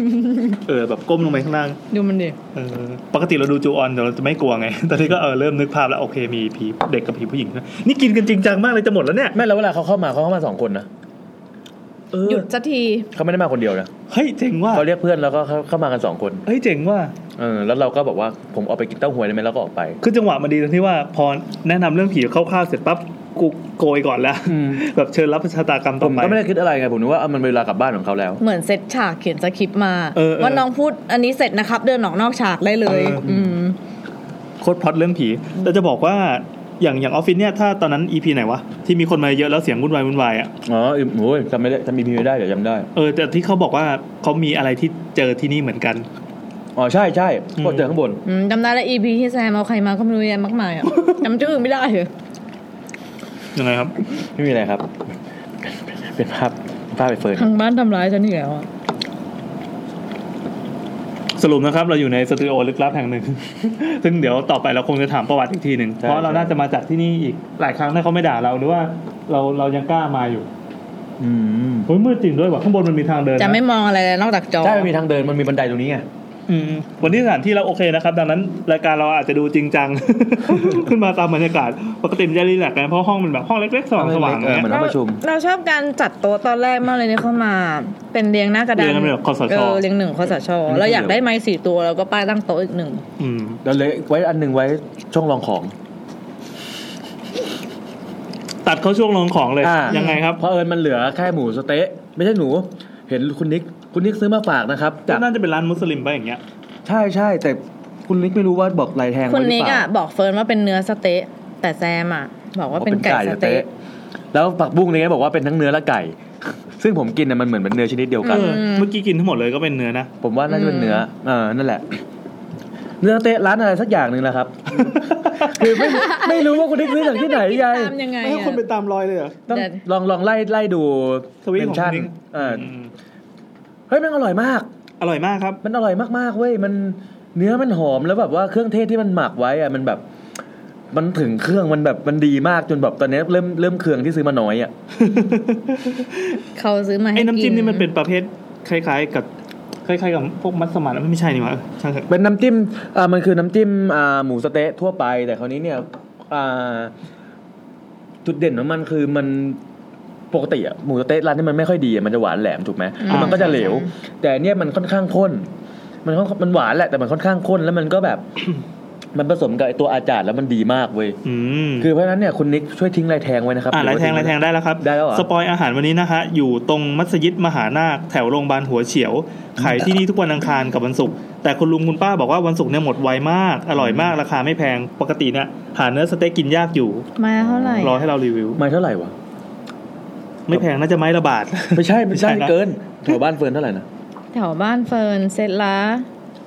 Speaker 2: เออแบบก้มลงไปข้างล่าง
Speaker 1: ดูมันดิ
Speaker 2: เออปกติเราดูจูออนแต่เราจะไม่กลัวไง ตอนนี้ก็เออเริ่มนึกภาพแล้วโอเคมีผีเด็กกับผีผู้หญิงนะนี่กินกันจริงจังมากเลยจะหมดแล้วเนี่ย
Speaker 3: แม่แล้วเวลาเขาเข้ามาเขาเข้ามาสองคนนะ
Speaker 2: เออ
Speaker 1: หยุดสักที
Speaker 3: เขาไม่ได้มาคนเดียวนะ
Speaker 2: เฮ้ยเจ๋งว่ะ
Speaker 3: เขาเรียกเพื่อนแล้วก็เข้าเข้ามากันสองคน
Speaker 2: เฮ้ยเจ๋งว่ะ
Speaker 3: เออแล้วเราก็บอกว่าผมออกไปกินเต้าหวยได้ไหมแล้วก็ออกไป
Speaker 2: คือจังหวะมันดีตรงที่ว่าพอแนะนำเรื่องผีคร่าวๆเสร็จปั๊บ กูโกยก่อนแล้ว
Speaker 3: อืม
Speaker 2: แบบเชิญรับชะตากรรม
Speaker 3: ผ
Speaker 2: ต่อ
Speaker 3: ม
Speaker 2: ไป
Speaker 3: ก็ไม่ได้คิดอะไรไงผมนึกว่าอ่ะมันเวลากลับบ้านของเขาแล้ว
Speaker 1: เหมือนเซตฉากเขียนสคริปต์มา
Speaker 2: เออเออ
Speaker 1: ว่าน้องพูดอันนี้เสร็จนะครับ เดินออกนอกฉากได้เลยม
Speaker 2: โคตรพล็อตเรื่องผีแต่จะบอกว่าอย่างอย่างออฟฟิศเนี่ยถ้าตอนนั้น EP ไหนวะ ที่มีคนมาเยอะแล้วเสียงวุ่นวายวุ่นวายอ่ะ
Speaker 3: อ๋ออืมโอ้ยจำไม่ได้จำมีพีไม่ได้เดี๋ยวจำได้
Speaker 2: เออแต่ที่เขาบอกว่าเขามีอะไรที่เจอที่นี่เหมือนกัน
Speaker 3: อ๋อใช่ใช่
Speaker 2: อืม
Speaker 3: ก็เจอข้างบน
Speaker 1: อืมจำได้ละอีพีที่แซมเอาใครมาก็ไม่รู้เยอะมากมายอ่ะ จำชื่อไม่ได้เลย
Speaker 2: ยังไงครับ
Speaker 3: ไม่มีอะไรครับ เป็นภาพภาพไปเฟิร์น
Speaker 1: ทางบ้านทำร้ายฉันอีกแล้วอ่ะ
Speaker 2: สรุปนะครับ เราอยู่ในสตูดิโอลึกลับแห่งหนึ่ง ซึ่งเดี๋ยวต่อไปเราคงจะถามประวัติอีกทีหนึ่งเพราะเราน่าจะมาจากที่นี่อีกหลายครั้งถ้าเขาไม่ด่าเราหรือว่าเราเรายังกล้ามาอยู่
Speaker 3: อืม
Speaker 2: เฮ้ยมืดจริงด้วยว่ะข้างบนมันมีทางเดินน
Speaker 1: จะไม่มองอะไรเลยนอกจากจอ
Speaker 3: ใช่มันมีทางเดินมันมีบันไดตรงนี้ไง
Speaker 2: อืมวันนี้สถานที่เราโอเคนะครับ ดังนั้นรายการเราอาจจะดูจริง จัง ขึ้นมาตามบรรยากาศปกติมันจะรีแลกซ์กันเพราะห้องมันแบบห้องเล็กๆสว่างสว่าง
Speaker 3: เออเหมือน
Speaker 2: ย
Speaker 3: ห้งประชุม
Speaker 1: เราเราชอบการจัดโต๊ะตอนแรกมากเลยเนี่ยเข้ามา เป็นเรียงหน้ากระดาน
Speaker 2: เรียงกันเป็นแบบคสช
Speaker 1: เออเรียงหนึ่งคอสชเราอยากได้ไม้สี่ตัวแล้วก็ป้ายตั้งโต๊ะอีกหนึ่ง
Speaker 2: อืม
Speaker 3: แล้วเหลยไว้อันหนึ่งไว้ช่องรองของ
Speaker 2: ตัดเข้าช่วงลงของเลย
Speaker 3: อ่ายั
Speaker 2: ยังไงครับ
Speaker 3: เพราะเอิญมันเหลือแค่หมูสะเต๊ะไม่ใช่หนู เห็นคุณนิกคุณนิกซื้อมาฝากนะครับจาก
Speaker 2: น่าจะเป็นร้านมุสลิมป่ะอย่างเงี้ย
Speaker 3: ใช่ใช่แต่คุณนิกไม่รู้ว่าบอกลายแทง
Speaker 1: คน
Speaker 3: ไว้หรื
Speaker 1: นี้
Speaker 3: อเป
Speaker 1: อ่ะ
Speaker 3: ล่า
Speaker 1: บอกเฟิร์นว่าเป็นเนื้อสะเต๊ะแต่แซมอ่ะบอกว่าเป็นไก่สะเต๊ะ
Speaker 3: แล้วผักบุ้งเนี่ยบอกว่าเป็นทั้งเนื้อและไก่ ซึ่งผมกินน่ะมันเหมือนเป็นเนื้อชนิดเดียวกัน
Speaker 2: เออ เมื่อกี้กินทั้งหมดเลยก็เป็นเนื้อนะ
Speaker 3: ผมว่าน่าจะเป็นเนื้อเออนั่นแหละ เนื้อสะเต๊ะร้านอะไรสักอย่างหนึ่ง นะครับ คือไม่ไม่รู้ว่าคุณนิกซื้อจากที่ไหนยาย
Speaker 1: ตามยังไง
Speaker 2: ไม่ให้
Speaker 1: อ่ะ
Speaker 2: คนไปตามรอยเลยเหรอ
Speaker 3: ต้อง
Speaker 1: แต่
Speaker 3: ลองลองไล่ไล่ดู
Speaker 2: ทวีตของ
Speaker 3: เมชั่
Speaker 2: คุณนิก
Speaker 3: เอออ
Speaker 2: ม
Speaker 3: เฮ้ยมันอร่อยมาก
Speaker 2: อร่อยมากครับ
Speaker 3: มันอร่อยมากๆเว้ยมันเนื้อมันหอมแล้วแบบว่าเครื่องเทศที่มันหมักไว้อะมันแบบ มันถึงเครื่องมันแบบมันดีมากจนแบบตอนนี้เริ่มเริ่มเครื่องที่ซื้อมาน้อยอ่ะ
Speaker 1: เขาซื้อมาให้
Speaker 2: ไอ้น้ำจิ้ม
Speaker 1: กิ
Speaker 2: นี่มันเป็นประเภทคล้ายๆ กับคล้ายๆกับพวกมัสมั่นไม่ใช่นี่หว่าช่างเถอะ
Speaker 3: เป็นน้ำจิ้มอ่ามันคือน้ำจิ้มอ่าหมูสะเต๊ะทั่วไป แต่คราวนี้เนี่ยอ่าจุดเด่นของมันคือมันปกติอะหมูสะเต๊ะร้านที่มันไม่ค่อยดีอะมันจะหวานแหลมถูกไหมแล้วมันก็จะเหลว แต่อันเนี่ยมันค่อนข้างข้น มันค่อนมันหวานแหละแต่มันค่อนข้างข้นแล้วมันก็แบบ มันผสมกับไอตัวอาจารย์แล้วมันดีมากเว้ย
Speaker 2: อืม
Speaker 3: คือเพราะฉะนั้นเนี่ยคุณนิกช่วยทิ้งลายแทงไว้นะครับ
Speaker 2: อ่าลายแทง
Speaker 3: ห
Speaker 2: ลา
Speaker 3: ว่
Speaker 2: ย
Speaker 3: ทิ้
Speaker 2: แทงได้แล้วครับ
Speaker 3: ได้แล้วเหรอ
Speaker 2: สปอยอาหารวันนี้นะฮะอยู่ตรงมัสยิดมหานาคแถวโรงพยาบาลหัวเฉียวขายที่นี่ทุกวันอังคารกับวันศุกร์แต่คุณลุงคุณป้าบอกว่าวันศุกร์เนี่ยหมดไวมาก อร่อยมากราคาไม่แพงปกติเนี่ยหาเนื้อสเต็กกินยากอยู่
Speaker 1: มาเท่าไหร่
Speaker 2: รอให้เรารีวิว
Speaker 3: ไม่เท่าไหร่วะ
Speaker 2: ไม่แพงน่าจะไม้ละบาท
Speaker 3: ไม่ใช่ไม่ใช่
Speaker 2: ไม่ใช่นะ
Speaker 3: เกินแถวบ้านเฟิร์นเท่าไหร่นะ
Speaker 1: แถวบ้านเฟิร์นเซตละ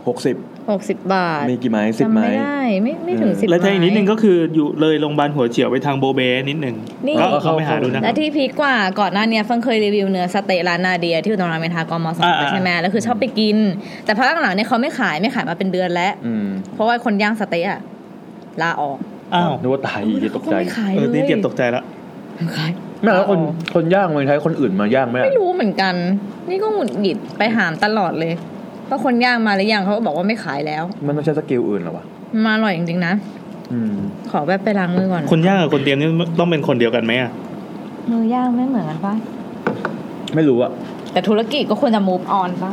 Speaker 3: หกสิบ
Speaker 1: หกสิบบาท
Speaker 3: มีกี่ไม้สิบ
Speaker 1: จำ
Speaker 3: ไม้
Speaker 1: ไม่ได้ไม่ไม่ถึง
Speaker 3: เออ
Speaker 1: สิบ
Speaker 2: และถ้าอีกนิดนึง
Speaker 1: ไม้
Speaker 2: ก็คืออยู่เลยโรงพยาบาลหัวเฉียวไปทางโบเบนิดนึง
Speaker 1: นี่
Speaker 2: ก็เข้าไปหาดูนะค
Speaker 1: และ
Speaker 2: รับ
Speaker 1: ที่พีคกว่าก่อนหน้าเนี้ยเฟิงเคยรีวิวเนื้อสะเต๊ะร้านนาเดียที่อยู่ตรงรามอินทรากมสอง
Speaker 2: อ่าๆ
Speaker 1: ใช่ไหมแล้วคือชอบไปกิน แต่พักหลังๆเนี่ยเขาไม่ขายไม่ขายมาเป็นเดือนแล้ว
Speaker 3: อืม
Speaker 1: เพราะว่าคนย่างสเต๊ะอะลาออก
Speaker 2: อ้าว
Speaker 3: นึกว่าตายอีกจะตกใจ
Speaker 1: ไม่ขาย
Speaker 2: เอ
Speaker 1: เล
Speaker 2: อย นี่เตรียมตกใจแล้ว
Speaker 1: ไม่ขาย
Speaker 3: ไม่แล้วคนคนย่างเมืองไทยคนอื่นมาย่างไหมอะ
Speaker 1: ไม่รู้เหมือนกัน นี่ก็หงุดหงิดไปหามตลอดเลยว่าคนย่างมาหรือยังเขาก็บอกว่าไม่ขายแล้ว
Speaker 3: มันต้องใช้สกิลอื่นเหรอวะ
Speaker 1: มาอร่อยจริงๆนะ
Speaker 3: อืม
Speaker 1: ขอแวบไปล้างมือก่อน
Speaker 2: คนย่างกับคนเตรียมนี่ต้องเป็นคนเดียวกันไหมอะ
Speaker 1: มือย่างไม่เหมือนกันปะ
Speaker 3: ไม่รู้อะ
Speaker 1: แต่ธุรกิจก็ควรจะ move on ปะ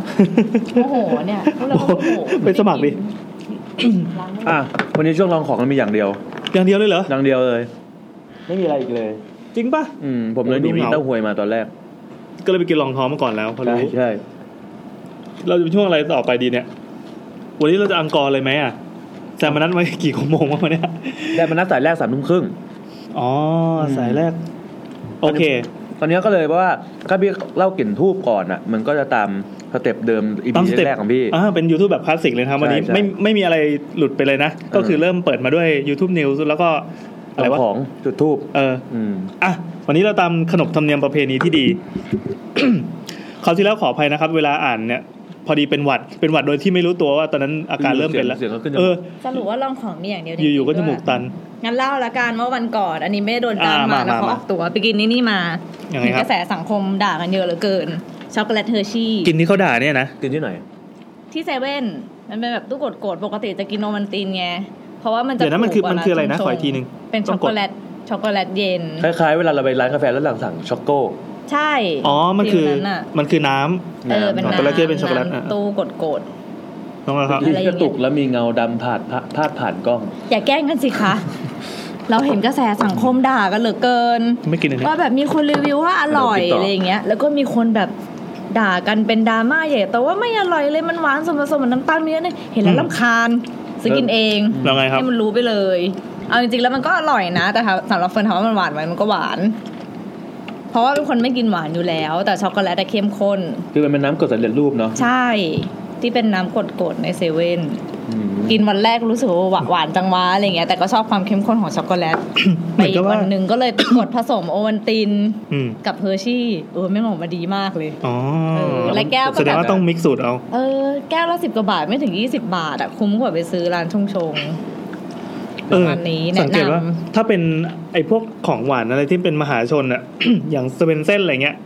Speaker 1: โอ้โห เนี่ยพูดแล้วก็โอ้โห
Speaker 2: ไปสมัครดิ
Speaker 1: ล้างมือ
Speaker 3: อ่ะวันนี้ช่วงลองของมันมีอย่างเดียว
Speaker 2: อย่างเดียวเลยเหรอ
Speaker 3: อย่างเดียวเลย ไม่มีอะไรอีกเลย
Speaker 2: จริงปะ
Speaker 3: อืมผมเลย
Speaker 2: โอ้
Speaker 3: ดู
Speaker 2: ดู
Speaker 3: มี
Speaker 2: เหงา
Speaker 3: เต้าหวยมาตอนแรก
Speaker 2: ก็เลยไปกินรองท้องมาก่อนแล้วพอ
Speaker 3: ใช่
Speaker 2: รู้
Speaker 3: ใช่
Speaker 2: เราจะไปช่วงอะไรต่อไปดีเนี่ย วันนี้เราจะอังกอร์เลยไหมอะแต่มันนัดไว้กี่โมงวะวันเนี้ย
Speaker 3: ได้มานัดสายแรกสามทุ่มครึ่ง
Speaker 2: อ๋อสายแรก โอเค
Speaker 3: ตอนนี้ก็เลยว่าก็พี่เล่ากลิ่นทูบก่อนอ่ะ มันก็จะตามสเต็ปเดิมอี
Speaker 2: ตาม
Speaker 3: พี
Speaker 2: สเต็ป
Speaker 3: แรกของพี่
Speaker 2: อ่าเป็น YouTube แบบคลาสสิกเลยนะครับวันนี้
Speaker 3: ใช่
Speaker 2: ไม่ไม่มีอะไรหลุดไปเลยนะ ก็คือ
Speaker 3: เออ
Speaker 2: เริ่มเปิดมาด้วย YouTube News แล้วก็อะไรวะ
Speaker 3: เอาของจุดทูบ
Speaker 2: เออ
Speaker 3: อืม
Speaker 2: อ่ะวันนี้เราตามขนบธรรมเนียมประเพณีที่ ดี คราวที่แล้วขออภัยนะครับ เวลาอ่านเนี่ย พอดีเป็นหวัดเป็นหวัดโดยที่ไม่รู้ตัวว่าตอนนั้นอาการเริ่มเป็นแล้ว
Speaker 3: เสียงเขาขึ้นจมูก
Speaker 2: เออ
Speaker 1: สรุปว่าลองของมีอย่างเดียว
Speaker 2: อยู่ๆก็จมูกตัน
Speaker 1: งั้นเล่าละกันว่าวันก่อน อันนี้ไม่ได้โดนตาม
Speaker 2: อ่า
Speaker 1: มา
Speaker 2: มา
Speaker 1: แล้วเขา
Speaker 2: มา
Speaker 1: ออกตัวไปกินนี่นี่มา
Speaker 2: ยังไง
Speaker 1: มี
Speaker 2: ค
Speaker 1: ก
Speaker 2: รับ
Speaker 1: ระแสสังคมด่ากันเยอะเหลือเกิน ช็อกโกแลตเฮอร์ชี่
Speaker 2: กินที่เขาด่าเนี่ยนะ
Speaker 3: กินที่ไหน
Speaker 1: ที่เซเว่นมันเป็นแบบตู้กดโกรธปกติจะกินโนมันตินไง เพราะว่ามันจะ
Speaker 2: เดี๋ยวนะมันคือ
Speaker 1: ถูกกว่า
Speaker 2: มันคืออะไรนะ
Speaker 1: ชงๆ
Speaker 2: ขออีกทีนึง
Speaker 1: เป็น
Speaker 2: ต้
Speaker 1: ช็
Speaker 2: อ
Speaker 1: อง ก
Speaker 2: ก
Speaker 1: โก
Speaker 2: ด
Speaker 1: แลตช็อกโกแลตเย็น
Speaker 3: คล้ายๆ เวลาเราไปร้านกาแฟแล้วหลังสั่งช็อกโก้
Speaker 1: ใช่
Speaker 2: อ๋อ มันคือ
Speaker 1: ฟิลน่ะ
Speaker 2: มันคือน้ำ
Speaker 1: เออเป็น
Speaker 2: ช็อกโกแลตเย็นเป็นช็อกโกแลตอ่ะ
Speaker 1: น้ำตู้กดโกรธ
Speaker 2: น้องเราครับ
Speaker 1: อะไรอย่างเงี้ย
Speaker 3: กระตุกแล้วมีเงาดำผ่านพาดผ่านกล้อง
Speaker 1: อย่าแกล้งกันสิคะ เราเห็นกระแสสังคมด่ากันเหลือเกิน
Speaker 2: ไม่กินอันนี้
Speaker 1: ว่าแบบมีคนรีวิวว่าอร่อย
Speaker 4: เราติดต่ออ
Speaker 1: อะไรอย่างเงี้ย แล้วก็มีคนแบบด่ากันเป็นดราม่าใหญ่ แต่ว่าไม่อร่อยเลยมันหวานสมผสมเหมือนน้ำตาลเนื้อเนี่ยเห็นแล้วลำคาญซื้อกินเอง
Speaker 2: แล้วไงครับ
Speaker 1: ให้มันรู้ไปเลย เอาจริงๆแล้วมันก็อร่อยนะ แต่ถ้าสำหรับเฟิร์นถามว่ามันหวานไหมมันก็หวาน เพราะว่าเป็นคนไม่กินหวานอยู่แล้ว แต่ช็อกโกแลตอะเข้มข้น
Speaker 4: คือมันเป็นน้ำกรดสำเร็จรูปเนาะ
Speaker 1: ใช่ ที่เป็นน้ำกรดๆในเซเว่นกินวันแรกรู้สึกว่าหวานหวานจังวะอะไรเงี้ยแต่ก็ชอบความเข้มข้นของช็อกโก แลต
Speaker 2: เห
Speaker 1: ไป
Speaker 2: มือน
Speaker 1: อี
Speaker 2: กับ
Speaker 1: ก
Speaker 2: ว่า
Speaker 1: วันหนึ่งก็เลยไปกดผสมโอวัลติน
Speaker 2: อืม
Speaker 1: กับเฮอร์ชี่เออแม่งออกมาดีมากเลย
Speaker 2: อ๋อ
Speaker 1: เออและแก้วก็แบบ
Speaker 2: แสดงว่าต้องมิกซ์สูตรเอา
Speaker 1: เออ แก้วละสิบกว่าบาทไม่ถึง 20 บาทอะคุ้มกว่าไปซื้อร้านชงชง
Speaker 2: เออ
Speaker 1: ประมาณนี้แนะนำ
Speaker 2: สังเกตว่าถ้าเป็นไอ้พวกของหวานอะไรที่เป็นมหาชนอะ อย่างสเปนเซ่นอะไรเงี้ย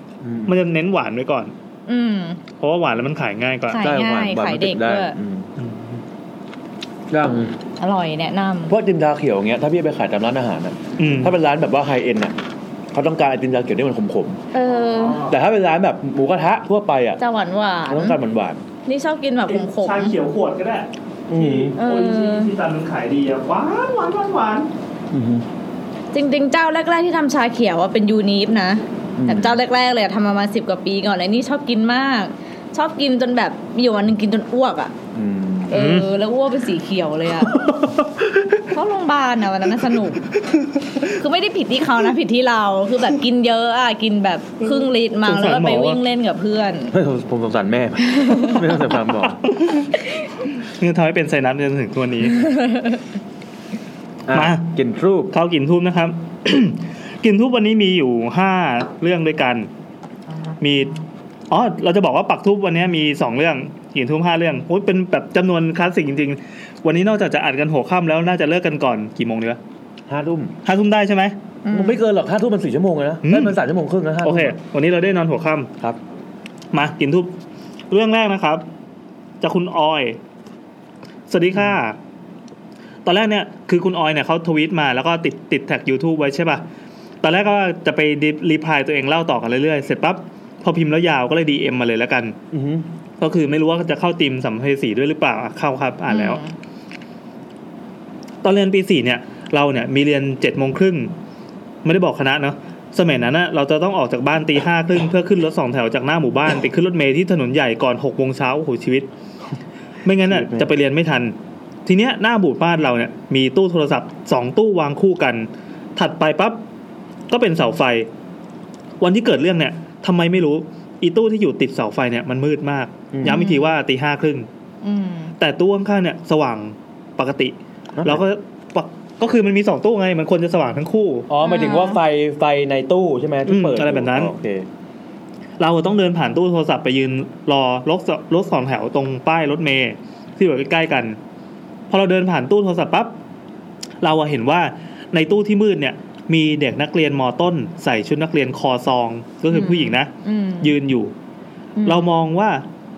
Speaker 2: มันจะเน้นหวานไว้ก่อน
Speaker 1: อืม
Speaker 2: เพราะว่าหวานแล้วมันขายง่ายกว่า
Speaker 1: ใช่ ขายง่ายขายเด็กด้วย
Speaker 4: อย่าง
Speaker 1: อร่อยแนะนำ
Speaker 4: พวกจิมชาเขียวเงี้ยถ้าพี่ไปขายตามร้านอาหารอะ
Speaker 2: อืม
Speaker 4: ถ้าเป็นร้านแบบว่าไฮเอ็นอะเขาต้องการไอติมชาเขียวที่มันขม
Speaker 1: เออ
Speaker 4: ๆแต่ถ้าเป็นร้านแบบหมูกระทะทั่วไปอะ
Speaker 1: จะหวานหวาน
Speaker 4: เขาต้องการหวาน
Speaker 1: ๆนี่ชอบกินแบบขม
Speaker 2: ชาเขียวขวดก็ได้
Speaker 4: ๆ
Speaker 1: เออ
Speaker 2: ที่ตอนนั้นขายดีอะหวานหวานหวานหวาน
Speaker 1: ๆจริง ๆ เจ้าแรก ๆ ที่ทำชาเขียวอะเป็นยูนีฟนะ แต่เจ้าแรก ๆ เลยอะทำมามาสิบกว่าปีก่อนเลยนี่ชอบกินมาก ชอบกินจนแบบมีอยู่วันหนึ่งกินจนอ้วกอะ
Speaker 4: อืม
Speaker 1: เออ แล้วอ้วกเป็นสีเขียวเลยอะ เข้าโรงพยาบาลนะวันนั้นนะสนุก คือไม่ได้ผิดที่เขานะผิดที่เรา คือแบบกินเยอะอ่ะกินแบบครึ่งลิตรมั้งแล้วก็ไปวิ่งเล่นกับเพื่อน
Speaker 4: ไม่ผมผมสงสารแม่ ไม่ต้องสงสารบอก
Speaker 2: นี่ทำให้เป็นไซนัสจนถึงตัวนนี้ มา
Speaker 4: มากินรูป
Speaker 2: เข้ากลิ่นทูบ นะครับ กลิ่นทูบวันนี้มีอยู่ห้าเรื่องด้วยกัน มี อ๋อ เราจะบอกว่าปักทูบวันนี้มีสองเรื่องกลิ่นทูบห้าเรื่องโอ้ยเป็นแบบจำนวนคลาสสิกจริงๆ วันนี้นอกจากจะอัดกันหัวค่ำแล้วน่าจะเลิกกันก่อนกี่โมงดีวะ
Speaker 4: ห้าทุ่ม
Speaker 2: ห้าทุ่มได้ใช่ไหม
Speaker 1: อืม
Speaker 4: มันไม่เกินหรอกห้าทุ่มมันสี่ชั่วโมงเลยนะ
Speaker 2: อืม
Speaker 4: ได้มันสามชั่วโมงครึ่งนะห้า
Speaker 2: โอ
Speaker 4: ทุ่ม
Speaker 2: เค วันนี้เราได้นอนหัวค่
Speaker 4: ครับ
Speaker 2: ำมากลิ่นทูบเรื่องแรกนะครับ จากคุณออย สวัสดีค่ะ ตอนแรกเนี่ยคือคุณออยเนี่ยเขาทวีตมาแล้วก็ติดติดแท็ก YouTube ไว้ใช่ป่ะ ตอนแรกก็จะไปรีพายตัวเองเล่าต่อกันเรื่อยๆ เสร็จปั๊บพอพิมพ์แล้วยาวก็เลย DM มาเลยแล้วกัน
Speaker 4: อือหือ
Speaker 2: ก็คือไม่รู้ว่าจะเข้าทีมสัมภเวสีด้วยหรือเปล่าอ่ะเข้าครับ อ่านแล้ว ตอนเรียนปีสี่เนี่ย เราเนี่ยมีเรียนเจ็ดโมงครึ่งไม่ได้บอกคณะเนาะสมัยนั้นนะเราจะต้องออกจากบ้านตีห้าครึ่งเพื่อขึ้นรถสองแถวจากหน้าหมู่บ้าน ไปขึ้นรถเมล์ที่ถนนใหญ่ก่อนหกโมงเช้าโอ้โหชีวิต ไม่งั้นน่ะจะไปเรียนไม่ทัน ทีเนี้ยหน้าบูดบ้านเราเนี่ยมีตู้โทรศัพท์สองตู้วางคู่กัน ถัดไปปั๊บก็เป็นเสาไฟ วันที่เกิดเรื่องเนี่ยทำไมไม่รู้อีตู้ที่อยู่ติดเสาไฟเนี่ยมันมืดมาก
Speaker 4: อืม
Speaker 2: ย้ำอีกทีว่าตีห้าครึ่ง
Speaker 1: อืม
Speaker 2: แต่ตู้ข้างๆเนี่ยสว่างปกติ แล้วก็ปะก็คือมันมีสองตู้ไง มันควรจะสว่างทั้งคู่
Speaker 4: อ๋อหมายถึงว่าไฟไฟในตู้ใช่ไหมที่เปิด
Speaker 2: อืมอะไรแบบนั้น
Speaker 4: โอเค
Speaker 2: เราต้องเดินผ่านตู้โทรศัพท์ไปยืนรอรถสรถสองแถวตรงป้ายรถเมย์ที่อยู่ใกล้ๆกัน พอเราเดินผ่านตู้โทรศัพท์ปั๊บเราอะเห็นว่าในตู้ที่มืดเนี่ย มีเด็กนักเรียนมต้น ใส่ชุดนักเรียนคอซอง ก็คือผู้หญิงนะ
Speaker 1: อืม
Speaker 2: ยืนอยู่ เรามองว่า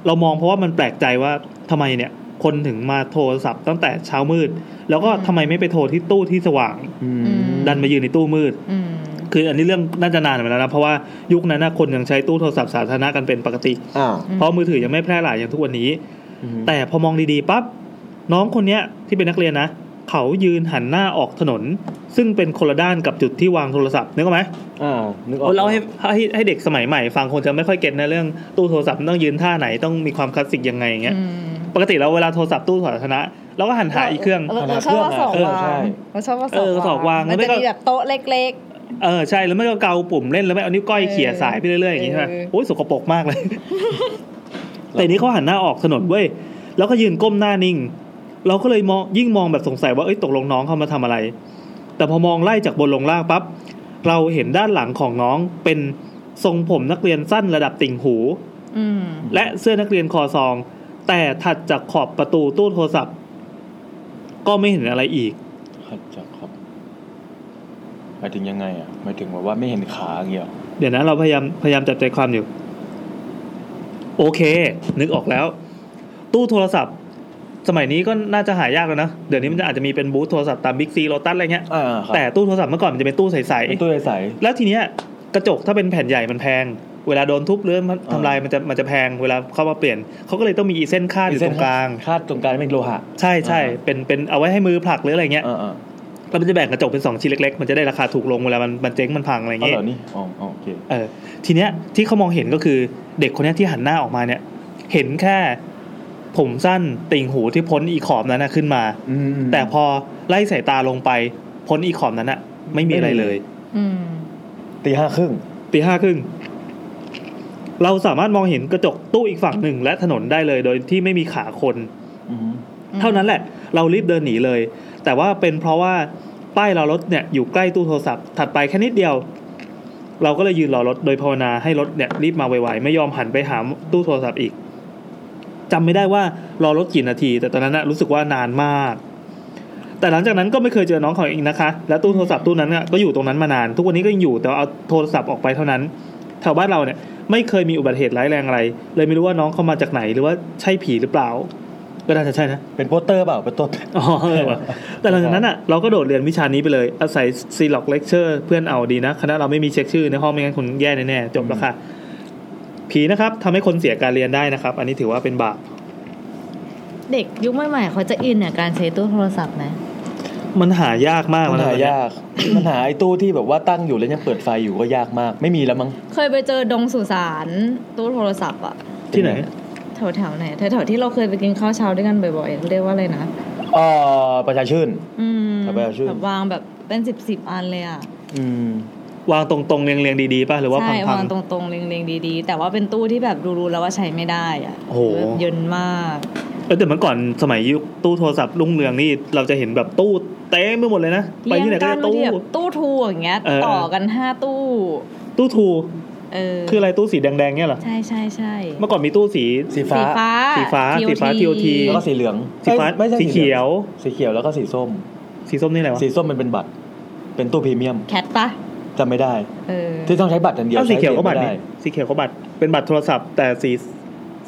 Speaker 2: เรามองเพราะว่ามันแปลกใจว่าทำไมเนี่ย คนถึงมาโทรศัพท์ตั้งแต่เช้ามืด แล้วก็ทำไมไม่ไปโทรที่ตู้ที่สว่าง
Speaker 4: อืม
Speaker 1: อืม
Speaker 2: ดันมายืนในตู้มืด
Speaker 1: อืม
Speaker 2: คืออันนี้เรื่องน่าจะนานมาแล้วนะ เพราะว่ายุคนั้นนะคนยังใช้ตู้โทรศัพท์สาธารณะกันเป็นปกติ
Speaker 4: อ้าว
Speaker 2: เพราะมือถือยังไม่แพร่หลายอย่างทุกวันนี้
Speaker 4: อืม
Speaker 2: แต่พอมองดีๆปั๊บน้องคนเนี้ยที่เป็นนักเรียนนะเขายืนหันหน้าออกถนน ซึ่งเป็นคนละด้านกับจุดที่วางโทรศัพท์นึกออกไหม
Speaker 4: อ้าวนึกออก
Speaker 2: เราให้ให้ให้เด็กสมัยใหม่ฟังคงจะไม่ค่อยเก็ตนะเรื่องตู้โทรศัพท์ต้องยืนท่าไหนต้องมีความคลาสสิกยังไงอย่างเงี้ย
Speaker 1: อืม
Speaker 2: ปกติเราเวลาโทรศัพท์ตู้สาธารณะเราก็หันหาอีกเครื่อง
Speaker 1: เราชอบว่าสองวางเราชอบว่าสอง
Speaker 2: เออสองวาง
Speaker 1: มัน
Speaker 2: แล้วไม่
Speaker 1: จะ
Speaker 2: ก็
Speaker 1: มีแบบโต๊ะเล็ก
Speaker 2: เออใช่แล้วไม่ก็เกาปุ่มเล่นแล้วไม่เอานิ้วก้อยเขี่ยสายไปเรื่อยๆอย่างงี้ใช่ไหม
Speaker 1: เออ
Speaker 2: โอ้ยสกปรกมาก เลย แต่นี้เขาหันหน้าออกถนนเว้ยแล้วก็ยืนก้มหน้านิ่ง เราก็เลยมองยิ่งมองแบบสงสัยว่าเอ้ยตกลงน้องเขามาทำอะไร แต่พอมองไล่จากบนลงล่างปั๊บเราเห็นด้านหลังของน้องเป็นทรงผมนักเรียนสั้นระดับติ่งหู
Speaker 1: ๆ อืม
Speaker 2: และเสื้อนักเรียนคอซอง แต่ถัดจากขอบประตูตู้โทรศัพท์ ก็ไม่เห็นอะไรอีก
Speaker 4: ขัดจักครับหมายถึงยังไงอ่ะหมายถึงแบบว่าไม่เห็นขาอย่างเงี้ยหรอ
Speaker 2: เดี๋ยวนะเราพยายามพยายามจับใจความอยู่ โอเค นึกออกแล้ว ตู้โทรศัพท์ สมัยนี้ก็น่าจะหายากแล้วนะเดี๋ยวนี้มันอาจจะมีเป็นบูธโทรศัพท์ตามบิ๊กซีโ t ตัสอะไรเงี้ย
Speaker 4: อ่าครับ
Speaker 2: แต่ตู้โทรศัพท์เมื่อก่อนมันจะเป็นตู้ใส
Speaker 4: เป็นตู้ใส
Speaker 2: ๆแล้วทีเนี้ยกระจกถ้าเป็นแผ่นใหญ่มันแพง เวลาโดนทุบหรือมัน
Speaker 4: อ่า
Speaker 2: ทำลายมันจะมันจะแพงเวลาเข้ามาเปลี่ยนเขาก็เลยต้องมีอีเส้นคาดอยู่ตรงกลาง
Speaker 4: คาดตรงกลางเป็นโลหะ
Speaker 2: ใช่ใช่
Speaker 4: อ่า
Speaker 2: เป็นเป็นเอาไว้ให้มือผลักหรืออะไรเงี้ย
Speaker 4: อ่า
Speaker 2: แล้วมันจะแบ่งกระจกเป็นสองชิ้นเล็กๆ มันจะได้ราคาถูกลงเวลามันมันเจ๊งมันพังอะไร
Speaker 4: อ๋อ
Speaker 2: เงี้
Speaker 4: เห
Speaker 2: ย
Speaker 4: รอนี่อ๋ออ๋อโอเค
Speaker 2: เออทีเนี้ยที่เขามองเห็นก็คือเด็กคนเนี้ยที่หันหน้าออกมาเนี่ย เห็นแค่ผมสั้นติ่งหูที่พ้นอีขอบนั้นนะขึ้นมา
Speaker 4: อืมอืม
Speaker 2: แต่พอไล่สายตาลงไปพ้นอีขอบนั้นอะไม่มีอะไรเลย
Speaker 1: อืม
Speaker 4: ตีห้าครึ่ง
Speaker 2: ตีห้าครึ่ง เราสามารถมองเห็นกระจกตู้อีกฝั่งหนึ่งและถนนได้เลย โดยที่ไม่มีขาคน
Speaker 4: อืม
Speaker 2: เท่านั้นแหละ เรารีบเดินหนีเลย แต่ว่าเป็นเพราะว่าป้ายรอรถเนี่ยอยู่ใกล้ตู้โทรศัพท์ถัดไปแค่นิดเดียว เราก็เลยยืนรอรถโดยภาวนาให้รถเนี่ยรีบมาไวๆไม่ยอมหันไปหาตู้โทรศัพท์อีกจำไม่ได้ว่ารอรถกี่นาที แต่ตอนนั้นนะรู้สึกว่านานมาก แต่หลังจากนั้นก็ไม่เคยเจอน้องเขาอีกนะคะ และตู้โทรศัพท์ตู้นั้นน่ะก็อยู่ตรงนั้นมานาน ทุกวันนี้ก็ยังอยู่แต่ว่าเอาโทรศัพท์ออกไปเท่านั้นแถวบ้านเราเนี่ย ไม่เคยมีอุบัติเหตุร้ายแรงอะไร เลยไม่รู้ว่าน้องเขามาจากไหน หรือว่าใช่ผีหรือเปล่า ก็น่าจะใช่นะ
Speaker 4: เป็นโปสเตอร์เปล่าเป็นโปสเตอร์
Speaker 2: อ๋อเออว่ะแต่หลังจากนั้นอ่ะเราก็โดดเรียนวิชานี้ไปเลย อาศัยซีล็อกเลคเชอร์เพื่อนเอาดีนะ คณะเราไม่มีเช็คชื่อในห้องไม่งั้นคุณแย่แน่ๆจบแล้วค่ะ ผีนะครับทำให้คนเสียการเรียนได้นะครับ อันนี้ถือว่าเป็นบาป
Speaker 1: เด็กยุคใหม่ๆเขาจะอินเนี่ยการใช้ตู้โทรศัพท์นะ
Speaker 2: มันหายากมาก
Speaker 4: มัน
Speaker 2: แล้ว
Speaker 4: หา
Speaker 2: นะ
Speaker 4: ยาก มันหาไอ้ตู้ที่แบบว่าตั้งอยู่แล้วยังเปิดไฟอยู่ก็ยากมาก ไม่มีแล้วมั้ง
Speaker 1: เคยไปเจอดงสุสานตู้โทรศัพท์อะ
Speaker 2: ที่ไหน
Speaker 1: แถวๆไหนแถวๆที่เราเคยไปกินข้าวเช้าด้วยกันบ่อยๆเรียกว่าอะไรนะ
Speaker 4: เอ่อประชาชื่น
Speaker 1: อืม
Speaker 4: แถวประชาชื่น
Speaker 1: แบบวางแบบเป็นสิบสิบอันเลยอะ
Speaker 4: อืม
Speaker 2: วางตรงๆเรียงๆดีๆป่ะหรือว่า
Speaker 1: ใช่
Speaker 2: พั
Speaker 1: วาง งตรงๆเรียงๆดีๆ แต่ว่าเป็นตู้ที่แบบรู้ๆแล้วว่าใช้ไม่ได้อะ
Speaker 2: ๆโอ้โห
Speaker 1: แบบเยินมาก
Speaker 2: เออแต่เมื่อก่อนสมัยยุคตู้โทรศัพท์รุ่งเรืองนี่เราจะเห็นแบบตู้เต็มไปหมดเลยนะไป
Speaker 1: เรียง
Speaker 2: ที่ไหนก็
Speaker 1: กัน
Speaker 2: จะ
Speaker 1: บาง
Speaker 2: ตู้
Speaker 1: ทีแบบตู้ทูอย่างเงี้ย
Speaker 2: เออ
Speaker 1: ต่อกันห้าตู้
Speaker 2: ตู้ทู
Speaker 1: เออ
Speaker 2: คืออะไรตู้สีแดงๆเนี่ยเหรอ
Speaker 1: ใช่ใช่ใช่
Speaker 2: เมื่อก่อนมีตู้สี
Speaker 4: สีฟ้า
Speaker 2: สีฟ้าสีฟ้า TOT
Speaker 4: แล้วก็สีเหลือง
Speaker 2: สีฟ้า
Speaker 4: เอ้ยไม่ใช่
Speaker 2: สีเขียว
Speaker 4: สีเขียวแล้วก็สีส้ม
Speaker 2: สีส้มนี่อะไรวะ
Speaker 4: สีส้มมันเป็นบัตร เป็นตู้พรีเมียม
Speaker 1: แคทปะ
Speaker 4: จำไม่ได้
Speaker 1: เออ
Speaker 4: ที่ต้องใช้บัตรอย่างเดียว
Speaker 2: เอ้าสีเขียว
Speaker 4: ใช้
Speaker 2: ก็บัตร
Speaker 4: ไม่
Speaker 2: นี่
Speaker 4: ได้
Speaker 2: สีเขียวก็บัตรเป็นบัตรโทรศัพท์ แต่สี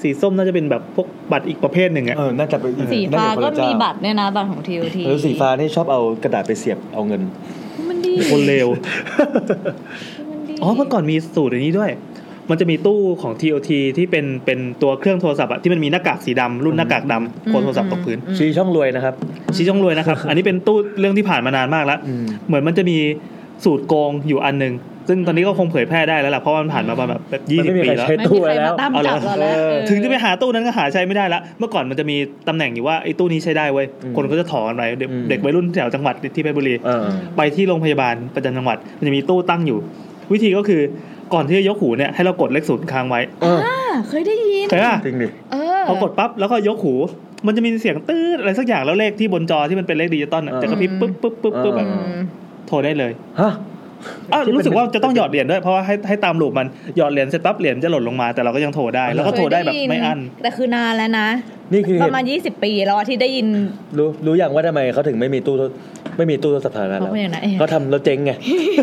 Speaker 2: สีส้มน่าจะเป็นแบบพวกบัตรอีกประเภทหนึ่งอะ
Speaker 4: เออ น่าจะเป็นอีก
Speaker 1: สีฟ้า
Speaker 4: น่จะเป็นคน
Speaker 1: ก็
Speaker 4: ละเจ้
Speaker 1: มีบัตรเนี่ยนะบัตรของทีโอที
Speaker 4: เออสีฟ้านี่ชอบเอากระดาษไปเสียบเอาเงิน
Speaker 1: มันดี
Speaker 2: คนเลว
Speaker 1: มันดี
Speaker 2: อ๋อเมื่อก่อนมีสูตรอันนี้ด้วย มันจะมีตู้ของ TOT ที่เป็นเป็นตัวเครื่องโทรศัพท์อะที่มันมีหน้ากากสีดำรุ่นหน้ากากดำโคนโทรศัพท์ตกพื้น
Speaker 1: อืม
Speaker 4: ชี้ช่องรวยนะครับ
Speaker 2: ชี้ช่องรวยนะครับ อันนี้เป็นตู้เรื่องที่ผ่านมานานมากแล้ว
Speaker 4: อืม
Speaker 2: เหมือนมันจะมีสูตรโกงอยู่อันหนึ่งซึ่งตอนนี้ก็คงเผยแพร่ได้แล้วล่ะเพราะว่ามันผ่านมาประมาณแบบยี่สิบ
Speaker 4: มันไม่มี
Speaker 2: ปี
Speaker 4: ใคร
Speaker 2: แล้ว
Speaker 4: ใช้
Speaker 1: ไม่มีใครมาตาม
Speaker 2: เอาละ
Speaker 1: จับเราแล้ว
Speaker 4: เออ
Speaker 1: เออ
Speaker 2: ถึงจะไปหาตู้นั้นก็หาใช้ไม่ได้ละ เมื่อก่อนมันจะมีตำแหน่งอยู่ว่าไอ้ตู้นี้ใช้ได้เว้ย
Speaker 4: อืม
Speaker 2: คนก็จะถอนไปเด็ก
Speaker 4: อืม
Speaker 2: เด็กวัยรุ่นแถวจังหวัดที่เพชรบุรี
Speaker 4: เออ
Speaker 2: ไปที่โรงพยาบาลประจำจังหวัด มันจะมีตู้ตั้งอยู่ วิธีก็คือก่อนที่จะยกหูเนี่ยให้เรากดเลขศูนย์ค้างไว้
Speaker 4: เออ
Speaker 1: อ่าเคยได้ยิน
Speaker 2: เคยป่ะ
Speaker 4: จริงดิ
Speaker 1: เออ
Speaker 2: พอกดปั๊บแล้วก็ยกหู มันจะมีเสียงตื้ออะไรสักอย่างแล้วเลขที่บนจอที่มันเป็นเลขดิจิตอลน่ะ
Speaker 4: เออ
Speaker 2: จะกระพริบปึ๊บปึ๊บปึ๊บปึ๊บ
Speaker 1: อื
Speaker 2: แบบ
Speaker 1: ม
Speaker 2: โทรได้เลย
Speaker 4: ฮะ
Speaker 2: อ้าว
Speaker 4: ที่เป็น
Speaker 2: รู้สึกว่าจะต้องหยอดเหรียญด้วยเพราะว่าให้ให้ตามลูปมันหยอดเหรียญเสร็จปั๊บเหรียญจะหล่นลงมาแต่เราก็ยังโทรได้แล้วก็โทรได้แบบไม่อั้น
Speaker 1: แต่คือนานแล้วนะ
Speaker 4: นี่คือ
Speaker 1: ป
Speaker 4: เห
Speaker 1: ระ
Speaker 4: ตุ
Speaker 1: มาณ 20 ปีแล้วอะที่ได้ยิน
Speaker 4: รู้รู้อย่างว่าทำไมเขาถึงไม่มีตู้โทรไม่มีตู้โทรศัพท์สาธารณะแล้ว
Speaker 1: เพราะเป็นอย่างนั้นเอง
Speaker 4: เขาทำแล้วเจ๊งไง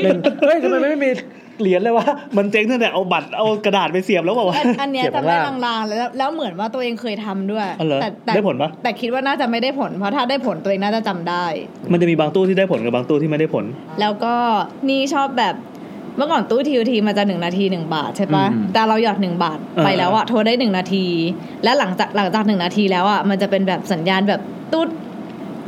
Speaker 4: เล่นเฮ้ยทำไมไม่มีเหรียญเลยวะ
Speaker 2: มันเจ๊งตั้งแต่เอาบัตรเอากระดาษไปเสียบแล้วบอกว่า
Speaker 1: อันอันเนี้ย
Speaker 4: เก็บข้าง
Speaker 1: จำได้
Speaker 4: ล่าง
Speaker 1: ลางๆแล้วแล้วเหมือนว่าตัวเองเคยทำด้วย
Speaker 2: อ๋อเหรอ
Speaker 1: แต่แต่
Speaker 2: ได้ผลปะ
Speaker 1: แต่คิดว่าน่าจะไม่ได้ผล เพราะถ้าได้ผลตัวเองน่าจะจำได้
Speaker 2: มันจะมีบางตู้ที่ได้ผลกับบางตู้ที่ไม่ได้ผล
Speaker 1: แล้วก็นี่ชอบแบบเมื่อก่อนตู้ทีทีมันจะหนึ่งนาทีหนึ่งบาทใช่ปะ
Speaker 4: อืม
Speaker 1: แต่เราหยอดหนึ่งบาท
Speaker 2: เออ
Speaker 1: ไปแล้วอะโทรได้หนึ่งนาที และหลังจากหลังจากหนึ่งนาทีแล้วอะมันจะเป็นแบบสัญญาณแบบตุ๊ด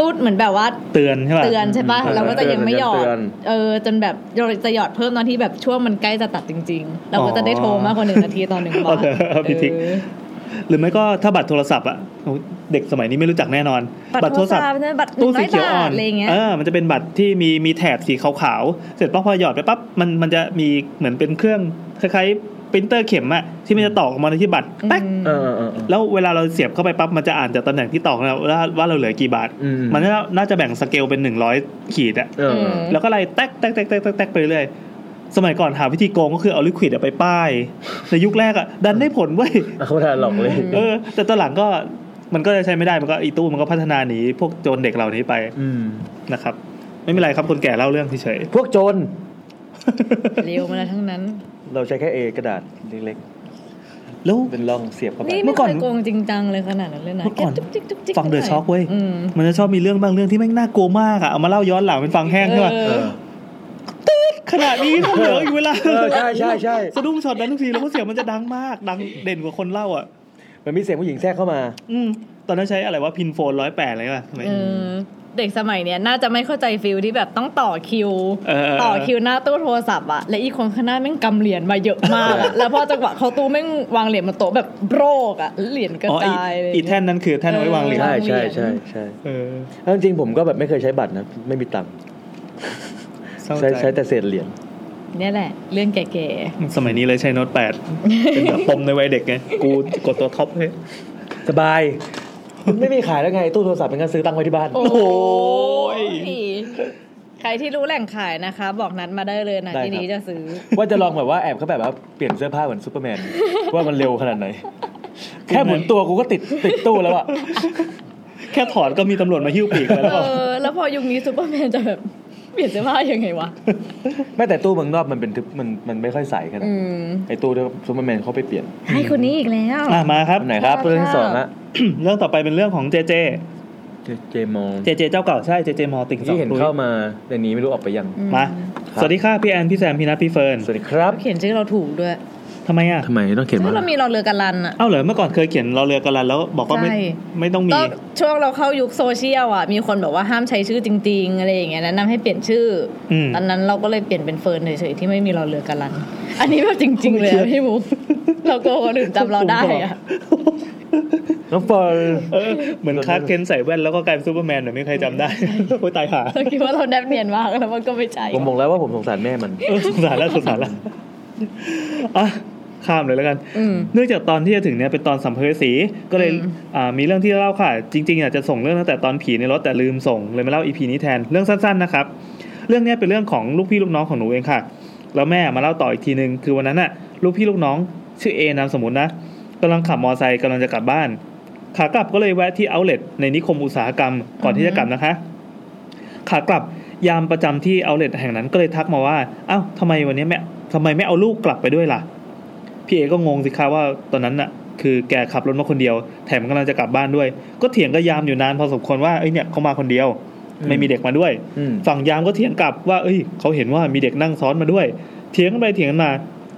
Speaker 1: ตุ๊ดเหมือนแบบว่า
Speaker 2: เตือนใช่ป่ะ
Speaker 1: เตือนใช่ปะ
Speaker 4: อืม
Speaker 1: เราก็จะยังไม่หยอ
Speaker 4: เตื
Speaker 1: ด
Speaker 4: อน
Speaker 1: เออ จนแบบเราจะหยอดเพิ่มตอนที่แบบช่วงมันใกล้จะตัดจริง ๆ เราก็จะได้โทรมากกว่าหนึ่งนาทีต่อหนึ่งบาท
Speaker 2: อ๋อเหรอพี่ทิก
Speaker 1: เออ
Speaker 2: หรือไม่ก็ถ้าบัตรโทรศัพท์อ่ะโอ้เด็กสมัยนี้ไม่รู้จักแน่นอน
Speaker 1: บัตรโทรศัพท์ใช่ไหมบัตร
Speaker 2: ตู้
Speaker 1: ตู้
Speaker 2: สี
Speaker 1: สี
Speaker 2: เขี
Speaker 1: เขี
Speaker 2: ย
Speaker 1: ยว ว
Speaker 2: อ่
Speaker 1: อ่
Speaker 2: อ
Speaker 1: อน นอะไรอย่างเงี้ย
Speaker 2: เออมันจะเป็นบัตรที่มีมีแถบสีขาวๆเสร็จปั๊บพอหยอดไปปั๊บมันมันจะมีเหมือนเป็นเครื่องคล้ายๆปรินเตอร์เข็มอ่ะที่มันจะตอกออกมาที่บัตรแป๊ก
Speaker 4: เออเออเออเออ
Speaker 2: แล้วเวลาเราเสียบเข้าไปปั๊บมันจะอ่านจากตำแหน่งที่ตอกแล้วว่าว่าเราเหลือกี่บาท
Speaker 4: อืม
Speaker 2: มันน่าจะแบ่งสเกลเป็นหนึ่งร้อยขีดอ่ะ
Speaker 4: เออ
Speaker 2: แล้วก็ไล่แตกแตกแตกแตกแตกแตกไปเรื่อย สมัยก่อนหาวิธีโกงก็คือเอาลิควิดอะไปป้าย ในยุคแรก อะดันได้ผลเว้ย
Speaker 4: เขาไม่ทันหลอกเลย
Speaker 2: เออ แต่ตอนหลังก็มันก็จะใช้ไม่ได้ มันก็อีตู้มันก็พัฒนาหนีพวกโจรเด็กเหล่านี้ไป
Speaker 4: อืม
Speaker 2: นะครับ ไม่เป็นไรครับคนแก่เล่าเรื่องเฉย
Speaker 4: พวกโจร
Speaker 1: เร็วมาแล้วทั้งนั้น
Speaker 4: เราใช้แค่เอกระดาษเล็ก
Speaker 2: ๆแล้ว
Speaker 4: ๆ เป็นร่องเสียบเข้าไป
Speaker 1: นี่
Speaker 2: เมื่อ
Speaker 1: ไม่
Speaker 2: ก่
Speaker 1: เค
Speaker 2: อน
Speaker 1: ยโกงจริงจังเลยขนาดนั้นเลยนะ
Speaker 2: เมื่อก่อน
Speaker 1: แค่จุ๊บจิ๊บจุ๊บจิ๊บ
Speaker 2: ฟัง The
Speaker 1: หน่
Speaker 2: Shock เว้ย
Speaker 1: ม
Speaker 2: มันจะชอบมีเรื่องบางเรื่องที่แม่งน่ากลัวมากอะเอามาเล่าย้อนหลังเป็นฟังแห้งใช่ปะ
Speaker 1: เอ
Speaker 4: เอ
Speaker 1: อ
Speaker 4: อ
Speaker 2: ขนาดนี้ก็เหลืออยู่เวลา
Speaker 4: เออ ใช่ใช่ใช่
Speaker 2: สะดุ้งช็อตนั้นทุกทีแล้วก็เสียงมันจะดังมาก ดังเด่นกว่าคนเล่าอะ
Speaker 4: มันมีเสียงผู้หญิงแทรกเข้ามา
Speaker 2: อืม ตอนนั้นใช้อะไรว่าพินโฟนร้อยแปดอะไรป่ะทำไม
Speaker 1: เออเด็กสมัยเนี้ยน่าจะไม่เข้าใจฟิลที่แบบต้องต่อคิว
Speaker 2: เออ
Speaker 1: ต่อคิวหน้าตู้โทรศัพท์อะและอีกคนข้างหน้าแม่งกำเหรียญมาเยอะมากอะแล้วพอจังหวะเขาตู้แม่งวางเหรียญบนโต๊ะแบบโบรกอะเหรียญกระ
Speaker 2: อ๋ออี
Speaker 1: จายเลย
Speaker 2: อีแท่นนั้นคือแท่นไว้วางเหรียญ
Speaker 1: เอ
Speaker 4: ใช่
Speaker 1: อ
Speaker 4: ใช่ใช่ใช่
Speaker 2: เออ
Speaker 4: แล้วจริงๆผมก็แบบไม่เคยใช้บัตรนะไม่มีตังค์
Speaker 2: เศร้า
Speaker 4: ใช้
Speaker 2: ใจ
Speaker 4: ใช้แต่เศษเหรียญ
Speaker 1: เนี่ยแหละ เรื่องแก่
Speaker 2: สมัยนี้เลยใช้โน้ตแปดเป็นแบบปมในวัยเด็ก ไงกูกดตัวท็อปให้
Speaker 4: สบาย ไม่มีขายแล้วไงตู้โทรศัพท์เป็นการซื้อตังค์ไว้ที่บ้าน
Speaker 1: ๆ โอ้โห
Speaker 2: ย
Speaker 1: ใครที่รู้แหล่งขายนะคะ บอกนัดมาได้เลยนะ
Speaker 4: ได้ครับ
Speaker 1: ที่นี้จะซื้อ
Speaker 4: ว่าจะลองแบบว่าแอบเขาแบบว่าเปลี่ยนเสื้อผ้าเหมือนซูเปอร์แมน ว่ามันเร็วขนาดไหน แค่หมุนตัวกูก็ติดติดตู้แล้วอะ
Speaker 2: แค่ถอนก็มีตำรวจมาหิ้วปีกไปแล้ว
Speaker 1: เอ
Speaker 2: เปล่า
Speaker 1: อ แล้วพอยุคนี้ซูเปอร์แมนจะแบบเปลี่ยนเสื้อผ้ายังไงวะ
Speaker 4: แม้แต่ตู้เมืองนอกมันเป็นทึบมันมันไม่ค่อยใสกัน
Speaker 1: อืม
Speaker 4: ไอ้ตู้ที่ซูเปอร์แมนเขาไปเปลี่ยน
Speaker 1: ให้คนนี้อีกแล้ว
Speaker 2: อ่ะมาครับ
Speaker 4: อันไหนครับเรื่องที่สองฮะ
Speaker 2: เรื่องต่อไปเป็นเรื่องของเจเจ
Speaker 4: เจเจมอง
Speaker 2: เจเจเจ้าเก่าใช่เจเจมอติ่งสอ
Speaker 4: ที่
Speaker 2: ง
Speaker 4: เห็น
Speaker 2: ตุ้ย
Speaker 4: เข้ามาในนี้ไม่รู้ออกไปยัง
Speaker 2: มา
Speaker 4: ครับ
Speaker 2: สวัสดีค่ะพี่แอนพี่แซมพี่นัทพี่เฟิร์น
Speaker 4: สวัสดีครับ
Speaker 1: เขียนชื่อเราถูกด้วย
Speaker 2: ทำไมอ่ะ
Speaker 4: ทำไมต้องเขียน
Speaker 1: ชื่
Speaker 4: ว่า
Speaker 1: อเรามีเราเรือกันลันอะ
Speaker 2: เอ้าเหรอเมื่อก่อนเคยเขียนเราเรือกันลันแล้วบอกว่าไม่
Speaker 1: ใช่
Speaker 2: ไม่ต้องมี
Speaker 1: ก็ช่วงเราเข้ายุคโซเชียลอ่ะ มีคนบอกว่าห้ามใช้ชื่อจริง ๆ อะไรอย่างเงี้ยแนะนำให้เปลี่ยนชื่อ
Speaker 2: อืม
Speaker 1: อตอนนั้นเราก็เลยเปลี่ยนเป็นเฟิร์นเฉยๆที่ไม่มีเราเรือกันลัน อันนี้แบบจริง ๆ เลยอะพี่หมู เราโกลัวคนอื่นจำเราได้อ่ะ
Speaker 4: น้องเฟิร์น
Speaker 2: เออเหมือนคาร์ดเคนใส่แว่นแล้วก็กลายเป็นซูเปอร์แมนแบบไม่ใครจำได้ โอ้ยตายหา
Speaker 1: เราคิดว่าเราแนบเนียนมากแล้วมันก็ไม่ใช่
Speaker 4: ผมบอกแล้วว่าผมสงสารแม่มัน
Speaker 2: เออสงสารแล้วสงสารแล้วอ่ะข้ามเลยแล้วกัน
Speaker 1: อืม
Speaker 2: เนื่องจากตอนที่จะถึงเนี่ยเป็นตอนสัมภเวสีก็เลย
Speaker 1: อืม
Speaker 2: อ่ามีเรื่องที่เล่าค่ะ จริงๆอยากจะส่งเรื่องตั้งแต่ตอนผีในรถแต่ลืมส่งเลยมาเล่าอีพีนี้แทนเรื่องสั้นๆนะครับ เรื่องเนี้ยเป็นเรื่องของลูกพี่ลูกน้องของหนูเองค่ะ แล้วแม่มาเล่าต่ออีกทีนึงคือวันนั้นน่ะลูกพี่ลูกน้องชื่อเอนามสมมุตินะกำลังขับมอไซค์กำลังจะกลับบ้าน ขากลับก็เลยแวะที่เอาเล t ในนิคมอุตสาหกรรมก่อนที่จะกลับนะคะ ขากลับยามประจำที่เอาเล t แห่งนั้นก็เลยทักมาว่าเอ้าวทำไมวันนี้แม่ทำไมไม่เอาลูกกลับไปด้วยล่ะ พี่เอก็งงสิคะว่าตอนนั้นน่ะ คือแกขับรถมาคนเดียว แถมกำลังจะกลับบ้านด้วย ก็เถียงกับยามอยู่นานพอสมควรว่าเอ้ยเนี่ยเขามาคนเดียว
Speaker 4: อืม
Speaker 2: ไม่มีเด็กมาด้วย
Speaker 4: อืม
Speaker 2: ฝั่งยามก็เถียงกลับว่า เอ้ย เขาเห็นว่ามีเด็กนั่งซ้อนมาด้วย เถียงกันไปเถียงกันมา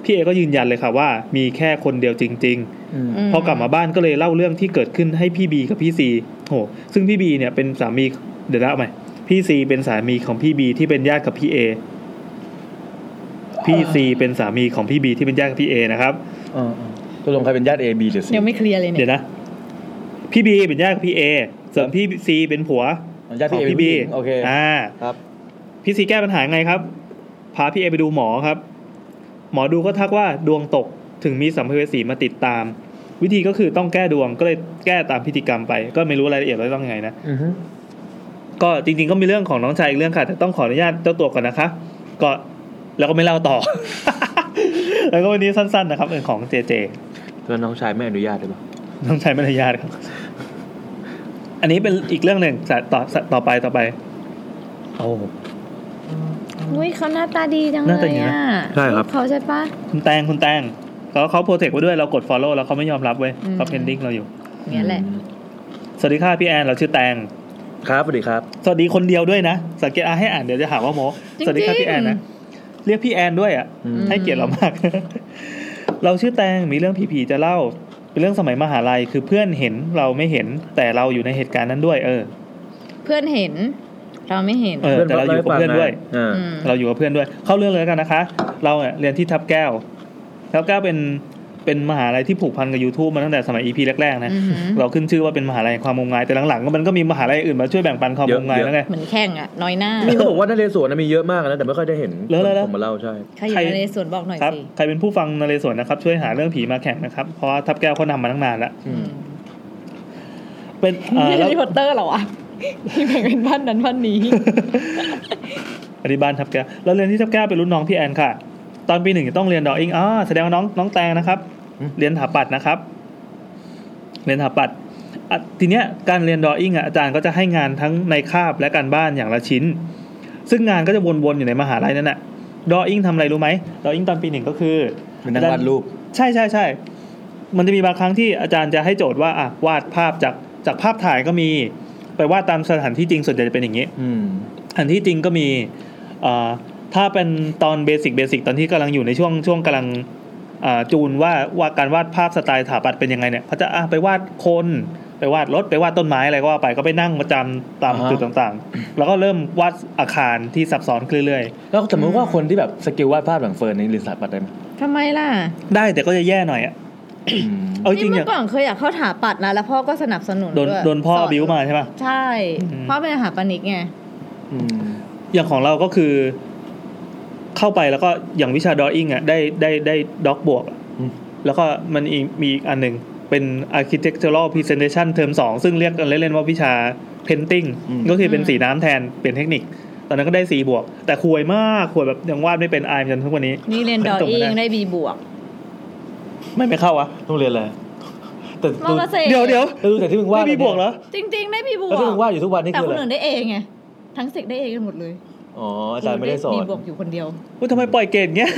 Speaker 2: พี่เอก็ยืนยันเลยค่ะว่า มีแค่คนเดียวจริง ๆ
Speaker 4: อืม
Speaker 2: พอกลับมาบ้านก็เลยเล่าเรื่องที่เกิดขึ้นให้พี่บีกับพี่ซีโห ซึ่งพี่บีเนี่ยเป็นสามี เดี๋ยวเล่าใหม่ พี่ซีเป็นสามีของพี่บีที่เป็นญาติกับพี่เอ พี่ซีเป็นสามีของพี่บีที่เป็นญาติกับพี่เอนะครับ
Speaker 4: อ่าๆตกลงใครเป็นญาติ A B หรือ C
Speaker 1: ยังไม่เคลียร์เลยเนี่
Speaker 2: เดี๋ย
Speaker 1: ยว
Speaker 2: นะ พี่บีเป็นญาติกับพี่เอ ส่วนพี่ซีเป็นผัว
Speaker 4: อ๋อญาติ
Speaker 2: ขอ
Speaker 4: พี่เอ
Speaker 2: งพี่บี
Speaker 4: โอเค
Speaker 2: อ่า
Speaker 4: ครับ
Speaker 2: พี่ซีแก้ปัญหาไงครับ พาพี่เอไปดูหมอครับ หมอดูก็ทักว่าดวงตกถึงมีสัมภเวสีมาติดตาม วิธีก็คือต้องแก้ดวงก็เลยแก้ตามพิธีกรรมไป ก็ไม่รู้รายละเอียดว่าต้องยังไงนะ
Speaker 4: อือฮึ
Speaker 2: ก็จริงๆก็มีเรื่องของน้องชายอีกเรื่องค่ะ แต่ต้องขออนุญาตเจ้าตัวก่อนนะคะ ก็แล้วก็ไม่เล่าต่อ แล้วก็วันนี้สั้นๆนะครับเรื่องของเจเจ
Speaker 4: แล้วน้องชายไม่อนุญาตหรือเปล่า
Speaker 2: น้องชายมารยาทครับ อันนี้เป็นอีกเรื่องหนึ่งสะต่อสะต่อไปต่อไป โอ้
Speaker 1: อุ้ยเขาหน้าตาดีจัง
Speaker 2: ห
Speaker 1: เล
Speaker 2: น้าตาย ดีนะ
Speaker 1: อ่ะ
Speaker 4: ใช่ครับ
Speaker 1: เขาใช่ปะ
Speaker 2: คุณแตงคุณแตงเขาเขาโปรเทคไว้ด้วยเรากด follow แล้วเขาไม่ยอมรับเว้ย
Speaker 1: อืม
Speaker 2: เขาเพนดิ้งเราอยู่
Speaker 1: อย่างเงี้ยแหละ
Speaker 2: สวัสดีค่ะพี่แอนเราชื่อแตง
Speaker 4: ครับสวัสดีครับ
Speaker 2: สวัสดีคนเดียวด้วยนะ สังเกตอาให้อ่านเดี๋ยวจะหาว่าโม
Speaker 1: จริงๆ
Speaker 2: สวัสดีค่ะพี่แอนนะ เรียกพี่แอนด้วยอ่ะ
Speaker 4: อืม
Speaker 2: ให้เกียรติเรามาก เราชื่อแตงมีเรื่องผีๆจะเล่า เป็นเรื่องสมัยมหาลัยคือเพื่อนเห็นเราไม่เห็น แต่เราอยู่ในเหตุการณ์นั้นด้วย เออ
Speaker 1: เพื่อนเห็น เราไม่เห็น
Speaker 2: เออแต่เราอยู่กับเพื่อนด้วย
Speaker 4: อ่า
Speaker 1: ม
Speaker 2: เราอยู่กับเพื่อนด้วย เข้าเรื่องเลยแล้วกันนะคะ เราเนี่ยเรียนที่ทับแก้ว ทับแก้วเป็นเป็นมหาลัยที่ผูกพันกับ YouTube มาตั้งแต่สมัย EP แรกๆนะ
Speaker 1: อือหือ
Speaker 2: เราขึ้นชื่อว่าเป็นมหาลัยแห่งความงมงายแต่หลังๆก็มันก็มีมหาลัยอื่นมาช่วยแบ่งปันความ
Speaker 4: เย
Speaker 2: ง
Speaker 4: อะ
Speaker 2: มงายแล้วไง
Speaker 1: เหมือนแข่งอ่ะ น้อยหน้า
Speaker 4: มีเขาบอกว่านเรศวรนะมีเยอะมากนะแต่ไม่ค่อยได้เห็น
Speaker 2: เหรอเหรอเหรอ
Speaker 4: ผมมาเล่าใช่
Speaker 1: ใครอยู่ในสวนบอกหน่อย
Speaker 2: ครับ
Speaker 1: สิ
Speaker 2: ใครเป็นผู้ฟังนเรศวรนะครับ ช่วยหาเรื่องผีมาแข่งนะครับ เพราะว่าทับแก้วเขานำมาตั้งนานแล้ว
Speaker 4: อืม
Speaker 2: เป็นเอ่อ
Speaker 1: นี่
Speaker 2: แล้ว
Speaker 1: รีพอตเตอร์เหรอวะที่แบ่งเป็นบ้านนั้นบ้าน นี้
Speaker 2: อธิบานทับแก้วเราเรียนที่ทับแก้วเป็นรุ่นน้องพี่แอนค่ะ ตอนปีหนึ่งจะต้องเรียนดออิงอ๋อแสดงว่าน้องน้องแตงนะครับ
Speaker 4: อืม
Speaker 2: เรียนถาปัดนะครับ เรียนถาปัดอ่ะทีเนี้ยการเรียนดออิงอ่ะอาจารย์ก็จะให้งานทั้งในคาบและการบ้านอย่างละชิ้น ซึ่งงานก็จะวนๆอยู่ในมหาลัยนั่นแหละดออิงทำอะไรรู้ไหมดออิงตอนปีหนึ่งก็คือ
Speaker 4: เป็นนักวาดรูป
Speaker 2: ใช่ใช่ใช่ มันจะมีบางครั้งที่อาจารย์จะให้โจทย์ว่าอ่ะวาดภาพจากจากภาพถ่ายก็มี ไปวาดตามสถานที่จริงส่วนใหญ่จะเป็นอย่างนี้
Speaker 4: อืม
Speaker 2: สถานที่จริงก็มีเอ่อถ้าเป็นตอนเบสิกเบสิกตอนที่กำลังอยู่ในช่วงช่วงกำลังอ่าจูนว่าว่าการวาดภาพสไตล์สถาปัตย์เป็นยังไงเนี่ยเขาจะอ่ะไปวาดคน ไปวาดรถไปวาดต้นไม้อะไรก็ว่าไปก็ไปนั่งประจำตาม
Speaker 4: อ่าฮะ
Speaker 2: จุดต่างๆ แล้วก็เริ่มวาดอาคารที่ซับซ้อนขึ้นเรื่อย
Speaker 4: แล้วสมมติว่าคนที่แบบสกิลวาดภาพหลังเฟิร์นนี่เรียนสถาปัตย์ได้ไหม
Speaker 1: ทำไมล่ะ
Speaker 2: ๆ ได้แต่ก็จะแย่หน่อยอะ
Speaker 4: อืม
Speaker 2: เอาจ
Speaker 1: นี่
Speaker 2: ริงๆอ
Speaker 1: เมื่
Speaker 2: ย่าง
Speaker 1: อก่อนเคยอยากเข้าถาปัดนะแล้วพ่อก็สนับสนุน
Speaker 2: โดน
Speaker 1: วย
Speaker 2: โดนพ่อ
Speaker 1: ส
Speaker 2: บิ้วมาใช่ปะ
Speaker 1: ใช่
Speaker 2: อืม
Speaker 1: พ่อเป็นอาหารปานิกไง
Speaker 4: อืม
Speaker 2: อย่างของเราก็คือ เข้าไปแล้วก็อย่างวิชาดออิงอ่ะได้ได้ได้ด็อกบวกอะแล้วก็มันอีกมีอีกอันหนึ่งเป็น architectural presentation เทอมสองซึ่งเรียกกันเล่นๆว่าวิชา painting ก็คือเป็นสีน้ำแทนเปลี่ยนเทคนิค ตอนนั้นก็ได้สีบวก แต่ควยมากควยแบบยังวาดไม่เป็นอายจนทุกวันนี้
Speaker 1: นี่เรียนดอเองได้บีบวก
Speaker 2: ไม่ไปเข้าวะ
Speaker 3: ต้องเรียนอะไรแต่
Speaker 1: มอ
Speaker 3: ดู
Speaker 1: เกษตร
Speaker 2: เดี๋ยวเดี๋ยว
Speaker 3: แต่ดูแต่ที่มึงว่า
Speaker 2: ไม่มีบวกเหรอ
Speaker 1: จริง ๆ ได้บีบว
Speaker 3: แล้ว
Speaker 1: ก
Speaker 3: ที่มึงว่าอยู่ทุกวันนี่
Speaker 1: แต่
Speaker 3: คือ
Speaker 1: คน
Speaker 3: อะไร
Speaker 1: อื่นได้เองไงทั้งเสกได้เองกันหมดเลย
Speaker 3: อ๋ออาจารย์ไม่ได้สอ
Speaker 1: บี
Speaker 3: น
Speaker 1: บวกอยู่คนเดียว
Speaker 2: ว่าทำไมปล่อยเกรดเงี้ย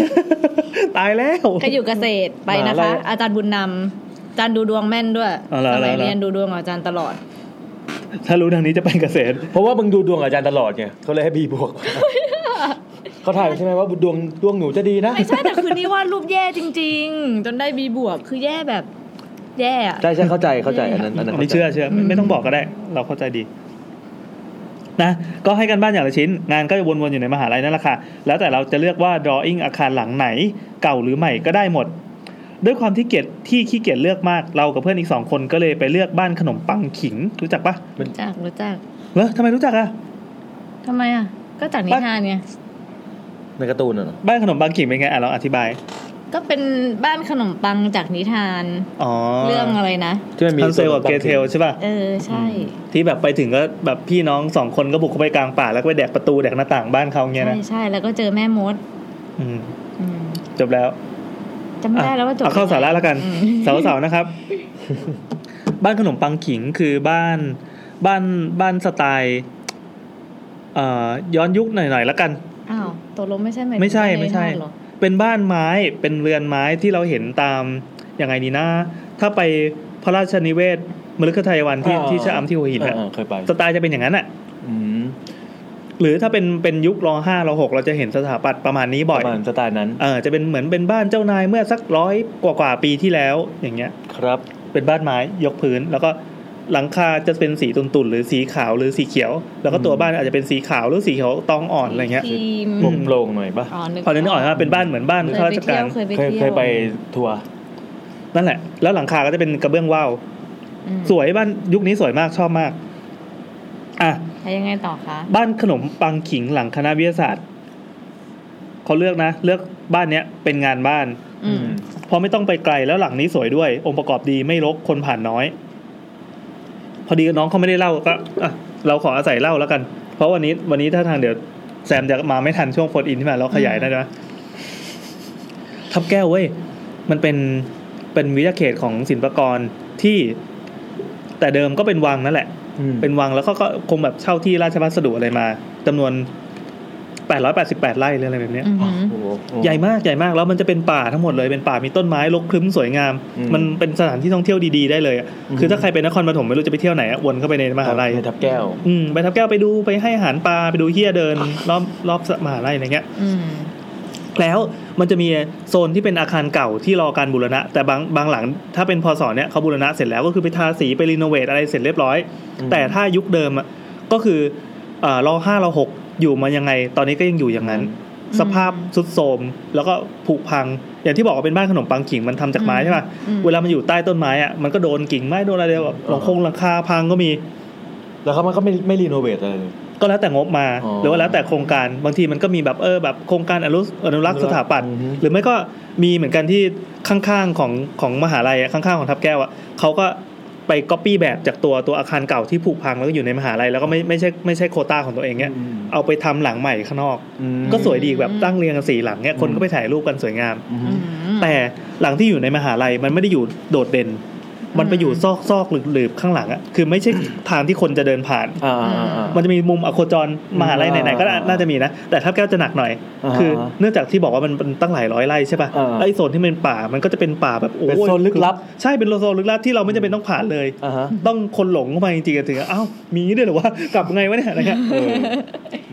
Speaker 2: ตายแล้ว
Speaker 1: ก็อยู่เกษตรไปนะ
Speaker 3: มหาลั
Speaker 1: คะ
Speaker 3: ย
Speaker 1: อาจารย์บุญนำอาจารย์ดูดวงแม่นด้วย
Speaker 2: อ๋อเหรอ
Speaker 1: สมัย
Speaker 2: เหรอ
Speaker 1: เรียนดูดวงกับอาจารย์ตลอด
Speaker 2: ถ้ารู้ทางนี้จะไปเกษตร
Speaker 4: เพราะว่ามึงดูดวงกับอาจารย์ตลอดไงเขาเลยให้บีบ วก
Speaker 3: เขาถ่ายไว้ใช่ไหมว่าดวงดวงหนูจะดีนะ
Speaker 1: ไม่ใช่แต่คืนนี้วาดรูปแย่จริง ๆ จนได้บีบวกคือแย่แบบ แย่อะ
Speaker 4: ใช่ใช่เข้าใจเข้าใจอันนั้นอันนั้น
Speaker 2: ไม่เชื่อเชื่อไม่
Speaker 1: อืม
Speaker 2: ไม่ต้องบอกก็ได้ เราเข้าใจดี นะ ก็ให้กันบ้านอย่างละชิ้น งานก็จะวนๆอยู่ในมหาลัยนั่นแหละค่ะ แล้วแต่เราจะเลือกว่า drawing อาคารหลังไหน เก่าหรือใหม่ก็ได้หมด ด้วยความที่เกียจที่ขี้เกียจเลือกมาก เรากับเพื่อนอีกสองคนก็เลยไปเลือกบ้านขนมปังขิง รู้จักปะ
Speaker 1: รู้จักรู้จัก
Speaker 2: เหรอทำไมรู้จักอะ
Speaker 1: ทำไมอ่ะ ก็จากนิทานไง
Speaker 4: ในการ์ตูนอะเนอะ
Speaker 2: บ้านขนมปังขิงเป็นไงอ่ะเราอธิบาย
Speaker 1: ก็เป็นบ้านขนมปังจากนิทาน
Speaker 2: อ๋อ
Speaker 1: เรื่องอะไรนะ
Speaker 4: ที่มันมี
Speaker 2: ฮันเซลกับเกเทลใช่ปะ
Speaker 1: เออใช่
Speaker 2: ที่แบบไปถึงก็แบบพี่น้องสองคนก็บุกเข้าไปกลางป่าแล้วก็ไปแดกประตูแดกหน้าต่างบ้านเขาเงี้ย
Speaker 1: ใช่
Speaker 2: นะ
Speaker 1: ใช่แล้วก็เจอแม่มด
Speaker 2: อืม
Speaker 1: อืม
Speaker 2: จบแล้ว
Speaker 1: จำไม่ได้แล้วว่าจบ
Speaker 2: อ่ะเข้าสาระแล้วกัน
Speaker 1: อืม
Speaker 2: เสาเสาๆนะครับ บ้านขนมปังขิงคือบ้านบ้านบ้านสไตล์เอ่อย้อนยุคหน่อยๆแล้วกัน
Speaker 1: อ้าวตกลงไม่ใช่หายถึง
Speaker 2: ไม่ใช่
Speaker 1: บ้าน
Speaker 2: ไม่ใช่
Speaker 1: นิทานเหรอ
Speaker 2: เป็นบ้านไม้เป็นเรือนไม้ที่เราเห็นตามยังไงดีนะ ถ้าไปพระราชนิเวศมฤคทายวันที่ที่ชะอำที่หัวหินอะ
Speaker 4: อ่าๆเคยไป
Speaker 2: สไตล์จะเป็นอย่างนั้นอะ
Speaker 4: อืม
Speaker 2: หรือถ้าเป็นเป็นยุครอห้ารอหกเราจะเห็นสถาปัตย์ประมาณนี้
Speaker 4: ป
Speaker 2: บ่
Speaker 4: ระ
Speaker 2: อย
Speaker 4: มาณสไตล์นั้น
Speaker 2: เออจะเป็นเหมือนเป็นบ้านเจ้านายเมื่อสักร้อยกว่ากว่าๆปีที่แล้วอย่างเงี้ย
Speaker 4: ครับ
Speaker 2: เป็นบ้านไม้ยกพื้น แล้วก็หลังคาจะเป็นสีตุ่นๆหรือสีขาวหรือสีเขียว แล้วก็ตัว
Speaker 4: อืม
Speaker 2: บ้านอาจจะเป็นสีขาวหรือสีเขียวตองอ่อนอะไรเงี้ย
Speaker 1: ทีม
Speaker 4: โป
Speaker 2: อื
Speaker 4: ร่งโปร่งหน่อยปะ
Speaker 1: อ๋อนึก
Speaker 2: พอจะนึกออกว่าเป็นบ้านเหมือนบ้าน
Speaker 1: เค
Speaker 2: ข้าย รา
Speaker 1: ไป
Speaker 2: ชกา
Speaker 1: เที่ย
Speaker 2: ร
Speaker 1: วเคยไป
Speaker 4: เคย
Speaker 1: เที่ยว
Speaker 4: เคยไปทัวร์
Speaker 2: นั่นแหละ แล้วหลังคาก็จะเป็นกระเบื้องว่าว
Speaker 1: อืม
Speaker 2: สวยบ้านยุคนี้สวยมากชอบมาก อ่ะ
Speaker 1: แล้วยังไงต่อคะ
Speaker 2: บ้านขนมปังขิงหลังคณะวิทยาศาสตร์เขาเลือกนะ เลือกบ้านเนี้ยเป็นงานบ้าน
Speaker 1: อืม
Speaker 2: เพราะไม่ต้องไปไกลแล้วหลังนี้สวยด้วย องค์ประกอบดีไม่รกคนผ่านน้อย พอดีน้องเขาไม่ได้เล่าก็อ่ะเราขออาศัยเล่าแล้วกัน เพราะวันนี้วันนี้ถ้าทางเดี๋ยวแซมจะมาไม่ทันช่วงโฟนอินที่มาเราขยายได้ไหมทับแก้วเว้ย มันเป็นเป็นวิทยาเขตของศิลปากรที่แต่เดิมก็เป็นวังนั่นแหละ เป็นวังแล้วก็ก็คงแบบเช่าที่ราชพัสดุอะไรมาจำนวน 888 ไร่หรืออะไรแบบเนี้ย
Speaker 1: อือหือ
Speaker 4: โอ้โห
Speaker 2: ใหญ่มากใหญ่มากแล้วมันจะเป็นป่าทั้งหมดเลยเป็นป่ามีต้นไม้รกครึ้มสวยงาม
Speaker 4: อืม
Speaker 2: มันเป็นสถานที่ท่องเที่ยวดีๆได้เลยอะ
Speaker 4: อืม
Speaker 2: คือถ้าใครเป็นนครปฐมไม่รู้จะไปเที่ยวไหนอะวนเข้าไปในมหาลัย
Speaker 4: ในทับแก้ว
Speaker 2: อืมไปทับแก้วไปดูไปให้อาหารปลาไปดูเฮียเดิน รอบรอบมหาลัยอะไรเงี้ย
Speaker 1: อืม
Speaker 2: แล้วมันจะมีโซนที่เป็นอาคารเก่าที่รอการบูรณะ แต่บางบางหลังถ้าเป็นพศเนี่ยเขาบูรณะเสร็จแล้วก็คือไปทาสีไปรีโนเวทอะไรเสร็จเรียบร้อย
Speaker 4: อืม
Speaker 2: แต่ถ้ายุคเดิมอะก็คือเอ่อรอห้ารอหกอยู่มายังไง ตอนนี้ก็ยังอยู่อย่างนั้น สภาพสุดโทรมแล้วก็ผุพัง อย่างที่บอกว่าเป็นบ้านขนมปังขิงมันทำจากไม้ใช่ป่ะ
Speaker 1: อืม
Speaker 2: เวลามันอยู่ใต้ต้นไม้อ่ะมันก็โดนกิ่งไม้โดนอะไรแบบหลังคงหลังคาพังก็มี
Speaker 4: แล้วเขามันก็ไม่ไม่รีโนเวทอะไรเลย
Speaker 2: ก็แล้วแต่งบมา
Speaker 4: อ๋อ
Speaker 2: หรือว่าแล้วแต่โครงการบางทีมันก็มีแบบเออแบบโครงการอนุอนุรักษ์สถาปัตย์
Speaker 4: อือฮึ
Speaker 2: หรือไม่ก็มีเหมือนกันที่ข้างๆของของมหาลัยอะข้างๆของทับแก้วอ่ะเขาก็ไปก๊อปปี้แบบจากตัวตัวอาคารเก่าที่ผุพังแล้วก็อยู่ในมหาลัยแล้วก็ไม่ไม่ใช่ไม่ใช่โควต้าของตัวเองเนี้ยเอาไปทำหลังใหม่ข้างนอก
Speaker 4: อืม
Speaker 2: ก็สวยดีอีกแบบตั้งเรียงกันสี่หลังเนี่ยคนก็ไปถ่ายรูปกันสวยงาม
Speaker 4: อืม
Speaker 1: อืม
Speaker 2: แต่หลังที่อยู่ในมหาลัยมันไม่ได้อยู่โดดเด่น มันไปอยู่ซอกซอกๆหลืบๆข้างหลังอะคือไม่ใช่ทางที่คนจะเดินผ่าน
Speaker 4: อ่าอ่าอ่า
Speaker 2: มันจะมีมุมอโคจรมหาลัยไหนๆก็น่า
Speaker 4: อ่า
Speaker 2: น่าจะมีนะ แต่ทับแก้วจะหนักหน่อย
Speaker 4: อ่า
Speaker 2: คือเนื่องจากที่บอกว่ามันเป็นตั้งหลายร้อยไร่ใช่ป่ะ
Speaker 4: อ่า
Speaker 2: ไอ้โซนที่เป็นป่ามันก็จะเป็นป่าแบบโอ้ย
Speaker 4: เป็นโซนลึกลับ
Speaker 2: ใช่เป็นโซนลึกลับที่เราไม่จำเป็นต้องผ่านเลย
Speaker 4: อ่าฮะ
Speaker 2: ต้องคนหลงเข้ามาจริงๆถึงจะอ้าวมีด้วยเหรอวะกลับไงวะเนี่ยอะไรเงี้ย
Speaker 4: เออ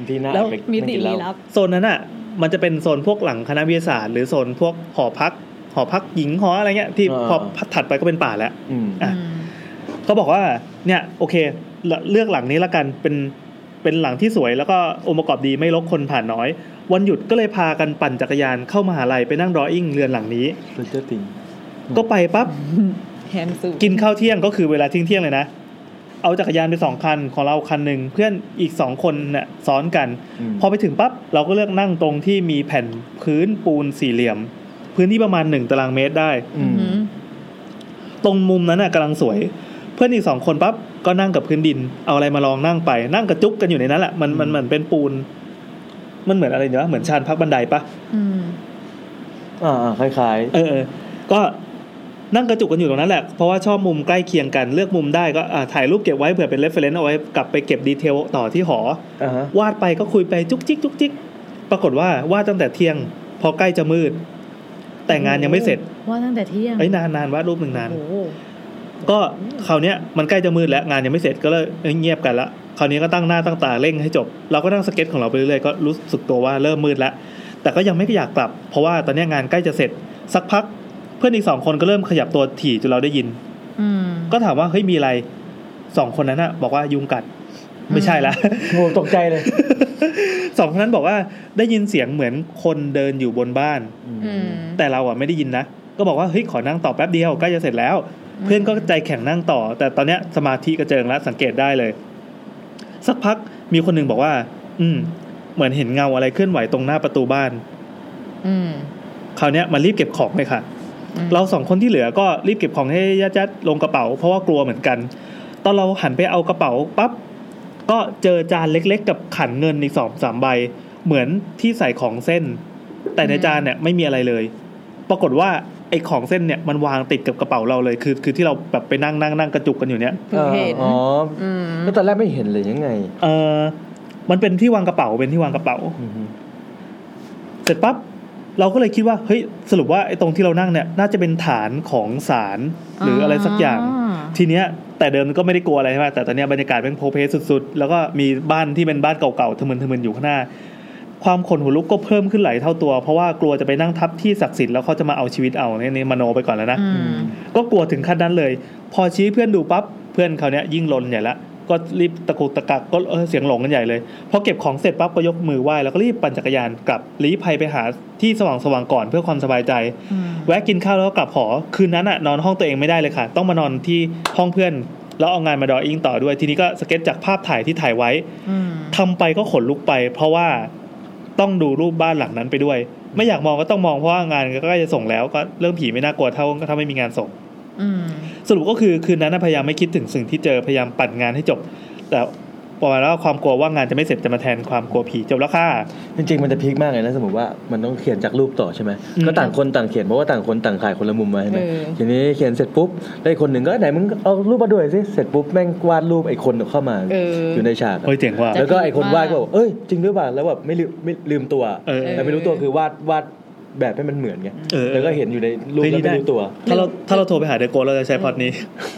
Speaker 4: ที่น่า
Speaker 2: แล้ว
Speaker 4: ไป
Speaker 1: มี
Speaker 4: นั่ง
Speaker 1: ติ
Speaker 4: กิน
Speaker 1: ลี
Speaker 4: เหา
Speaker 1: ลับ
Speaker 2: โซนนั้นอ่ะ มันจะเป็นโซนพวกหลังคณะวิทยาศาสตร์หรือโซนพวกหอพัก หอพักหญิงหออะไรเงี้ยที่
Speaker 4: อ่า
Speaker 2: พอถัดไปก็เป็นป่าแล้ว
Speaker 4: อืม
Speaker 2: อ่ะ ก็บอกว่าเนี่ยโอเคเลืเลือกหลังนี้ละกันเป็นเป็นหลังที่สวยแล้วก็องค์ประกอบดีไม่รกคนผ่านน้อย วันหยุดก็เลยพากันปั่นจักรยานเข้ามหาลัยไปนั่งรออิ่งเรือนหลังนี้
Speaker 4: ฟิเจอร์ติง
Speaker 2: ก็ไปปั๊บ
Speaker 1: แฮม สู
Speaker 2: กินข้าวเที่ยงก็คือเวลาเที่ยงเที่ยงๆเลยนะ เอาจักรยานไปสองคันของเราคันหนึ่งเพื่อนอีกสองคนน่ะซ้อนกัน พอไปถึงปั๊บเราก็เลือกนั่งตรงที่มีแผ่นพื้นปูนสี่เหลี่ยม พื้นที่ประมาณหนึ่งตารางเมตรได้
Speaker 1: อือหือ
Speaker 2: ตรงมุมนั้นน่ะกำลังสวย เพื่อนอีกสองคนปั๊บก็นั่งกับพื้นดิน เอาอะไรมาลองนั่งไป นั่งกระจุกกันอยู่ในนั้นแหละมันมันเหมือนเป็นปูน มันเหมือนอะไรเนาะเหมือนชานพักบันไดปะ
Speaker 1: อืม
Speaker 4: อ่าๆคล้าย
Speaker 2: เออเออ ก็นั่งกระจุกกันอยู่ตรงนั้นแหละ เพราะว่าชอบมุมใกล้เคียงกัน เลือกมุมได้ก็อ่าถ่ายรูปเก็บไว้เผื่อเป็นเรฟเฟรนซ์เอาไว้กลับไปเก็บดีเทลต่อที่หอ
Speaker 4: ๆอ่าฮะ
Speaker 2: วาดไปก็คุยไปจุกจิกจุกจิก ปรากฏว่าวาดตั้งแต่เที่ยง พอใกล้จะมืด แต่งานยังไม่เสร็จ
Speaker 1: ว่าตั้งแต่เที่ยง
Speaker 2: ไอ้ยนานนานวาดรูปหนึ่งนาน
Speaker 1: โอ้โห
Speaker 2: ก็คราวเนี้ยมันใกล้จะมืดแล้วงานยังไม่เสร็จก็เลยเอ้ยเงียบกันละคราวนี้ก็ตั้งหน้าตั้งตาเร่งให้จบ เราก็นั่งสเก็ตของเราไปเรื่อยๆก็รู้สึกตัวว่าเริ่มมืดแล้วแต่ก็ยังไม่อยากกลับ เพราะว่าตอนเนี้ยงานใกล้จะเสร็จ สักพักเพื่อนอีกสองคนก็เริ่มขยับตัวถี่จนเราได้ยิน
Speaker 1: อืม
Speaker 2: ก็ถามว่าเฮ้ยมีอะไรสองคนนั้นอะบอกว่ายุงกัด ไม่ใช่ละ
Speaker 4: โหตกใจเลย
Speaker 2: สองคนนั้นบอกว่าได้ยินเสียงเหมือนคนเดินอยู่บนบ้าน
Speaker 1: อืม
Speaker 2: แต่เราอ่ะไม่ได้ยินนะ ก็บอกว่าเฮ้ยขอนั่งต่อแป๊บเดียวใกล้จะเสร็จแล้ว เพื่อนก็ใจแข็งนั่งต่อ แต่ตอนเนี้ยสมาธิกระเจิงแล้วสังเกตได้เลย สักพักมีคนหนึ่งบอกว่า อืม เหมือนเห็นเงาอะไรเคลื่อนไหวตรงหน้าประตูบ้าน
Speaker 1: อืม
Speaker 2: คราวเนี้ยมันรีบเก็บของเลยค่ะ
Speaker 1: อืม
Speaker 2: เราสองคนที่เหลือก็รีบเก็บของให้ญาติๆลงกระเป๋า เพราะว่ากลัวเหมือนกัน ตอนเราหันไปเอากระเป๋าปั๊บก็เจอจานเล็กๆ กับขันเงินอีกสองสามใบ เหมือนที่ใส่ของเส้น แต่ในจานเนี่ยไม่มีอะไรเลย ปรากฏว่าไอ้ของเส้นเนี่ยมันวางติดกับกระเป๋าเราเลยคือ คือที่เราแบบไปนั่งนั่งนั่งกระจุกกันอยู่เนี่ย
Speaker 1: เพิ่งเห็น
Speaker 4: อ๋อ
Speaker 1: อืม
Speaker 4: แล้วตอนแรกไม่เห็นเลยยังไง
Speaker 2: เออมันเป็นที่วางกระเป๋าเป็นที่วางกระเป๋า
Speaker 4: อือฮึ
Speaker 2: เสร็จปั๊บเราก็เลยคิดว่าเฮ้ยสรุปว่าไอ้ตรงที่เรานั่งเนี่ยน่าจะเป็นฐานของศาลหรืออะไรสักอย่าง ทีเนี้ยแต่เดิมก็ไม่ได้กลัวอะไรใช่ไหมแต่ตอนเนี้ยบรรยากาศเป็นโพเพสุด ๆ แล้วก็มีบ้านที่เป็นบ้านเก่าๆทะมึนทะมึนอยู่ข้างหน้า ความขนหัวลุกก็เพิ่มขึ้นหลายเท่าตัว เพราะว่ากลัวจะไปนั่งทับที่ศักดิ์สิทธิ์แล้วเขาจะมาเอาชีวิตเอาเนี่ยนี่มโนไปก่อนแล้วนะ
Speaker 1: อืม
Speaker 2: ก็กลัวถึงขั้นนั้นเลย พอชี้เพื่อนดูปั๊บเพื่อนเขาวเนี้ยยิ่งลนใหญ่ละก็รีบตะกุกตะกักก็เออเสียงหลงกันใหญ่เลยพอเก็บของเสร็จปั๊บก็ยกมือไหว้แล้วก็รีบปั่นจักรยานกลับลี้ภัยไปหาที่สว่างๆก่อนเพื่อความสบายใจ
Speaker 1: อืม
Speaker 2: แวะกินข้าวแล้วก็กลับหอ คืนนั้นอ่ะนอนห้องตัวเองไม่ได้เลยค่ะ ต้องมานอนที่ห้องเพื่อน แล้วเอางานมาดรออิงต่อด้วย ทีนี้ก็สเก็ตจากภาพถ่ายที่ถ่ายไว้
Speaker 1: อืม
Speaker 2: ทำไปก็ขนลุกไป เพราะว่าต้องดูรูปบ้านหลังนั้นไปด้วย ไม่อยากมองก็ต้องมองเพราะว่างานก็ใกล้จะส่งแล้วก็เรื่องผีไม่น่ากลัวเท่าถ้าไม่มีงานส่ง
Speaker 1: อืม
Speaker 2: สรุปก็คือคืนนั้นนะพยายามไม่คิดถึงสิ่งที่เจอพยายามปั่นงานให้จบ แต่ประมาณว่าความกลัวว่างานจะไม่เสร็จจะมาแทนความกลัวผีจบแล้วค่ะ
Speaker 4: จริงๆมันจะพีคมากเลยนะสมมติว่ามันต้องเขียนจากรูปต่อใช่ไหม
Speaker 2: อืม
Speaker 4: ก็ต่างคนต่างเขียนเพราะว่าต่างคนต่างขายคนละมุมมาใช่ไหม
Speaker 1: เออ
Speaker 4: ทีนี้เขียนเสร็จปุ๊บได้คนหนึ่งก็ไหนมึงเอารูปมาด้วยสิเสร็จปุ๊บแม่งวาดรูปไอ้คนเข้ามา
Speaker 1: เอออ
Speaker 4: ยู่ในฉากอะ
Speaker 2: เฮ้ยเจ๋งว่ะ
Speaker 1: แต่
Speaker 4: แล้วก็ไอ้คนวาดก็บอกเอ้ยจริงหรือเปล่าแล้วแบบไม่ลืมไม่ลืมตัว
Speaker 2: เออ
Speaker 4: แต่ไม่รู้ตัวคือวาดวาดแบบให้มันเหมือนไง
Speaker 2: เออ
Speaker 4: แล้วก็เห็นอยู่ในรูปแล้วไม่รู้ตัว
Speaker 2: ถ้าเราถ้าเราโทรไปหาเดอะโกสเราจะใช้พอดนี้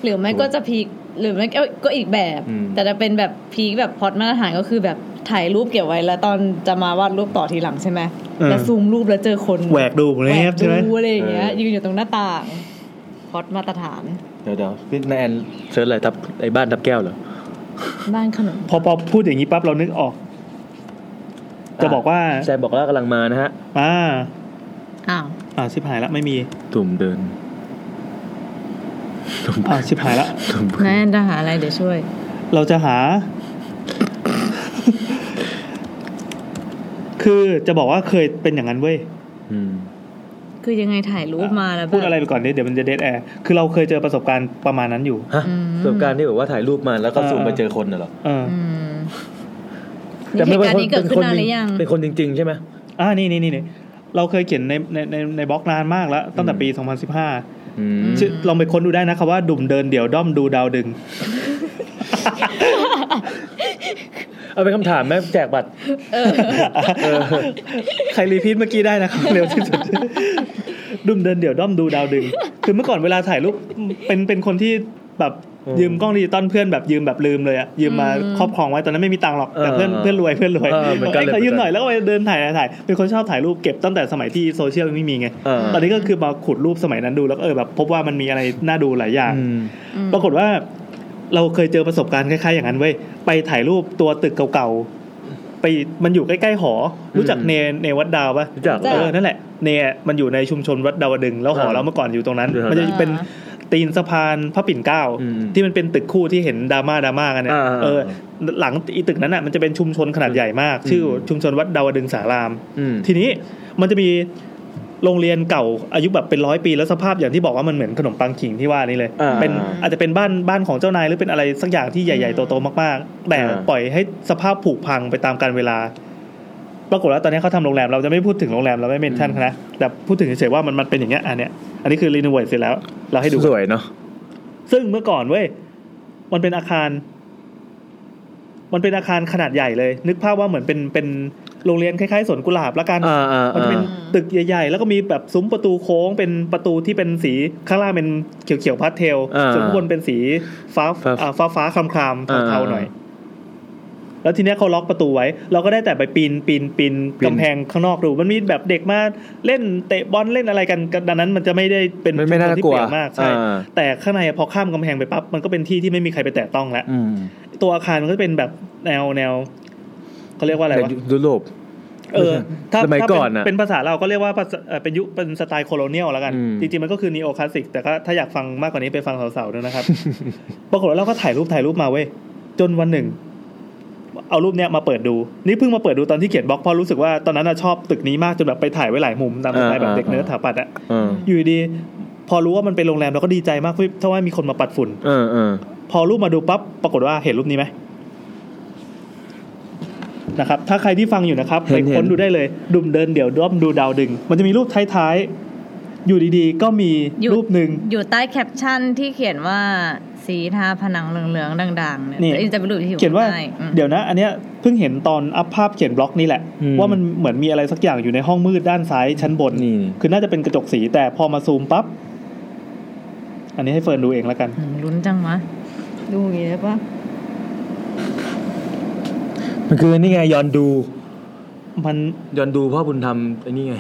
Speaker 1: หรือไม่ก็จะพีคหรือไม่ก็ก็อีกแบบ
Speaker 4: อืม
Speaker 1: แต่จะเป็นแบบพีคแบบพล็อดมาตรฐานก็คือแบบถ่ายรูปเก็บไว้แล้วตอนจะมาวาดรูปต่อทีหลังใช่ไหม
Speaker 2: เออ
Speaker 1: แล้วซูมรูปแล้วเจอคน
Speaker 2: แหวกดูเหมือน
Speaker 1: แหว
Speaker 2: แอบ
Speaker 1: ก
Speaker 2: ใช่ไหม
Speaker 1: ดูอะไรอย่างเงี้ย
Speaker 4: เออ
Speaker 1: ยืนอยู่ตรงหน้าต่างพล็อดมาตรฐาน
Speaker 4: เดี๋ยวเดี๋ยวพี่นายแอนเชิญอะไรทับไอ้บ้านทับแก้วเหรอ
Speaker 1: บ้านขนม
Speaker 2: พอพอพูดอย่างนี้ปั๊บเรานึกออก จะ
Speaker 4: อ่ะ
Speaker 2: บอกว่า
Speaker 4: แซมบอกว่ากำลังมานะฮะ
Speaker 2: อ่า
Speaker 1: อ้าว
Speaker 2: อ่าชิบหายละไม่มี
Speaker 4: ตุ่มเดิน
Speaker 2: อ่าชิบหายละ
Speaker 4: ตุ่ม
Speaker 1: นายแอนจะหาอะไรเดี๋ยวช่วย
Speaker 2: เราจะหา คือจะบอกว่าเคยเป็นอย่างนั้นเว้ย
Speaker 4: อืม
Speaker 1: คือยังไงถ่ายรูปมาแล้วแบบ
Speaker 2: พูดอะไรไปก่อนดิเดี๋ยวมันจะเด a แอร์คือเราเคยเจอประสบการณ์ประมาณนั้นอยู่
Speaker 4: ฮะ
Speaker 1: อืม
Speaker 4: ประสบการณ์ที่แบบว่าถ่ายรูปมาแล้วก็
Speaker 2: เออ
Speaker 4: ซูมไปเจอคนน่ะเหรอ
Speaker 2: เออ
Speaker 1: อืมนี่เหตุการณ์นี้เกิดขึ้นนานหรือยัง
Speaker 4: เป็นคนจริง ๆ ใช่ไหม
Speaker 2: อ่านี่นี่นี่นี่เราเคยเขียนในในในในบล็อกนานมากแล้ว ตั้งแต่ปี
Speaker 4: อืม
Speaker 2: 2015ชื่อลองไปค้นดูได้นะคำว่าดุ่มเดินเดี่ยวด้อมดูดาวดึง
Speaker 4: เอาเป็นคำถามไหมแจกบัตร
Speaker 2: ใครรีพีทเมื่อกี้ได้นะครับ เร็วที่สุด ดุมเดินเดี่ยวด้อมดูดาวดึง คือเมื่อก่อนเวลาถ่ายรูปเป็นเป็นคนที่แบบ
Speaker 4: อืม
Speaker 2: ยืมกล้องดิจิตอลเพื่อนแบบยืมแบบลืมเลยอะยืมมา
Speaker 1: อืม
Speaker 2: ครอบครองไว้ตอนนั้นไม่มีตังค์หรอกแต่เพื่อน
Speaker 4: เออ
Speaker 2: เพื่อนรวยเพื่อนรวย
Speaker 4: เออเหมือนกัน
Speaker 2: ไอ้ย
Speaker 4: เลย
Speaker 2: ขอยืม
Speaker 4: เหมือนกัน
Speaker 2: หน่อยแล้วก็ไปเดินถ่ายถ่ายเป็นคนชอบถ่ายรูปเก็บตั้งแต่สมัยที่โซเชียลยังไม่มีไง
Speaker 4: เออ
Speaker 2: ตอนนี้ก็คือมาขุดรูปสมัยนั้นดูแล้วก็เออแบบพบว่ามันมีอะไรน่าดูหลายอย่าง
Speaker 4: อืม
Speaker 1: อืม
Speaker 2: ปรากฏว่า เราเคยเจอประสบการณ์คล้ายๆอย่างนั้นเว้ยไปถ่ายรูปตัวตึกเก่าๆไปมันอยู่ใกล้ๆหอ รู้จัก
Speaker 4: อืม
Speaker 2: เนเนวัดดาวปะ
Speaker 4: รู้จัก
Speaker 1: จ้ะ
Speaker 2: เออ นั่นแหละ เนี่ยมันอยู่ในชุมชนวัดดาวดึงส์แล้วหอ
Speaker 4: อ่า
Speaker 2: เราเมื่อก่อนอยู่ตรงนั้น
Speaker 4: อยู่แถวนั้น
Speaker 2: มันจะเป็นตีนสะพานพระปิ่นเกล้า
Speaker 4: อืม
Speaker 2: ที่มันเป็นตึกคู่ที่เห็นดราม่าดราม่ากันเนี่ย
Speaker 4: อ่า
Speaker 2: เออ หลังอีตึกนั้นอ่ะมันจะเป็นชุมชนขนาดใหญ่มาก ชื่อชุมชนวัดดาวดึงสาราม
Speaker 4: อืม
Speaker 2: ทีนี้มันจะมีโรงเรียนเก่าอายุแบบเป็นร้อยปีแล้วสภาพอย่างที่บอกว่ามันเหมือนขนมปังขิงที่ว่านี่เลย
Speaker 4: อ่า
Speaker 2: เป็นอาจจะเป็นบ้านบ้านของเจ้านายหรือเป็นอะไรสักอย่างที่ใหญ่ๆโตๆมากๆ แต่
Speaker 4: อ่า
Speaker 2: ปล่อยให้สภาพผุพังไปตามกาลเวลา ปรากฏว่าตอนนี้เขาทำโรงแรมเราจะไม่พูดถึงโรงแรมเราไม่เมนชั่นนะแต่พูดถึงเฉยๆว่ามันมันเป็นอย่างเงี้ยอันเนี้ยอันนี้คือรีโนเวทเสร็จแล้ว เราให้ดู
Speaker 4: สวยเนาะ
Speaker 2: ซึ่งเมื่อก่อนเว้ยมันเป็นอาคาร มันเป็นอาคารขนาดใหญ่เลย นึกภาพว่าเหมือนเป็นเป็นโรงเรียนคล้ายๆสวนกุหลาบละกัน
Speaker 4: อ่าอ่า
Speaker 2: มั
Speaker 4: อ่า
Speaker 2: นจะเป็นตึกใหญ่ๆ แล้วก็มีแบบซุ้มประตูโค้งเป็นประตูที่เป็นสีข้างล่างเป็นเขียวๆพาสเทล
Speaker 4: อ่า
Speaker 2: ส่วนข้างบนเป็นสีฟ้า
Speaker 4: ฟ้า
Speaker 2: อ่าฟ้าฟ้าคลามคลาม
Speaker 4: อ่า
Speaker 2: เทาๆหน่อย แล้วทีเนี้ยเขาล็อกประตูไว้ เราก็ได้แต่ไปปีนปีนปีน
Speaker 4: ปีน
Speaker 2: กำแพงข้างนอกดู มันมีแบบเด็กมาเล่นเตะบอลเล่นอะไรกันกันดังนั้นมันจะไม่ได้เป็น
Speaker 4: มันไม่น่า
Speaker 2: ชุชที่
Speaker 4: กลัว
Speaker 2: เปียกมากใช่
Speaker 4: อ่า
Speaker 2: แต่ข้างในพอข้ามกำแพงไปปั๊บมันก็เป็นที่ที่ไม่มีใครไปแตะต้องแล้ว
Speaker 4: อืม
Speaker 2: ตัวอาคารมันก็เป็นแบบแนวแนวเขาเรียกว่าอะไรวะ
Speaker 4: ยุโรป
Speaker 2: เออถ้า
Speaker 4: สมัย
Speaker 2: ถ้าเป็
Speaker 4: ก่อนน่ะ
Speaker 2: เป็นภาษาเราก็เรียกว่าภาษาเอ่อเป็นยุเป็นสไตล์โคโลเนียลแล้วกัน
Speaker 4: อืม
Speaker 2: จริงๆ มันก็คือนีโอคลาสสิก แต่ก็ถ้าอยากฟังมากกว่านี้ไปฟังสาวๆด้วย นะครับ ปรากฏว่าเราก็ถ่ายรูปถ่ายรูปมาเว้ย จนวันหนึ่ง เอารูปเนี้ยมาเปิดดู นี่เพิ่งมาเปิดดูตอนที่เขียนบล็อกเพราะรู้สึกว่าตอนนั้นน่ะชอบตึกนี้มากจนแบบไปถ่ายไว้หลายมุมตามสไตล์แบบเด็กเนื้อถาปัดอะ
Speaker 4: เออ
Speaker 2: อยู่ดีๆพอรู้ว่ามันเป็นโรงแรมเราก็ดีใจมากเว้ยถ้าว่ามีคนมาปัดฝุ่น
Speaker 4: เออเออ
Speaker 2: พอรูปมาดูปั๊บปรากฏว่าเห็นรูปนี้ไหมนะครับ ถ้าใครที่ฟังอยู่นะครับ
Speaker 4: เห็
Speaker 2: ไป
Speaker 4: น
Speaker 2: ค้น
Speaker 4: เห็น
Speaker 2: ดูได้เลย ดุมเดินเดี๋ยวด้อมดูดาวดึง มันจะมีรูปท้ายๆ อยู่ดีๆ ก็มี
Speaker 1: อยู่
Speaker 2: รูปหนึ่ง
Speaker 1: อยู่ใต้แคปชั่นที่เขียนว่าสีทาผนังเหลืองๆดังๆเนี่ย
Speaker 2: นี่
Speaker 1: จะจะไปดูที่อยู่
Speaker 2: เขียนว่า
Speaker 1: ข้งใอืม
Speaker 2: เดี๋ยวนะ อันเนี้ยเพิ่งเห็นตอนอัพภาพเขียนบล็อกนี่แหละ
Speaker 4: อืม
Speaker 2: ว่ามันเหมือนมีอะไรสักอย่างอยู่ในห้องมืดด้านซ้ายชั้นบน
Speaker 4: นี่
Speaker 2: คือน่าจะเป็นกระจกสีแต่พอมาซูมปั๊บอันนี้ให้เฟิร์นดูเองแล้วกัน
Speaker 1: อืมลุ้นจังวะ ดูอย่างนี้ได้ปะ
Speaker 4: มันคือนี่ไงยอนดู
Speaker 2: มัน
Speaker 4: ยอนดูพ่อบุญธรรมไอ้นี่ไง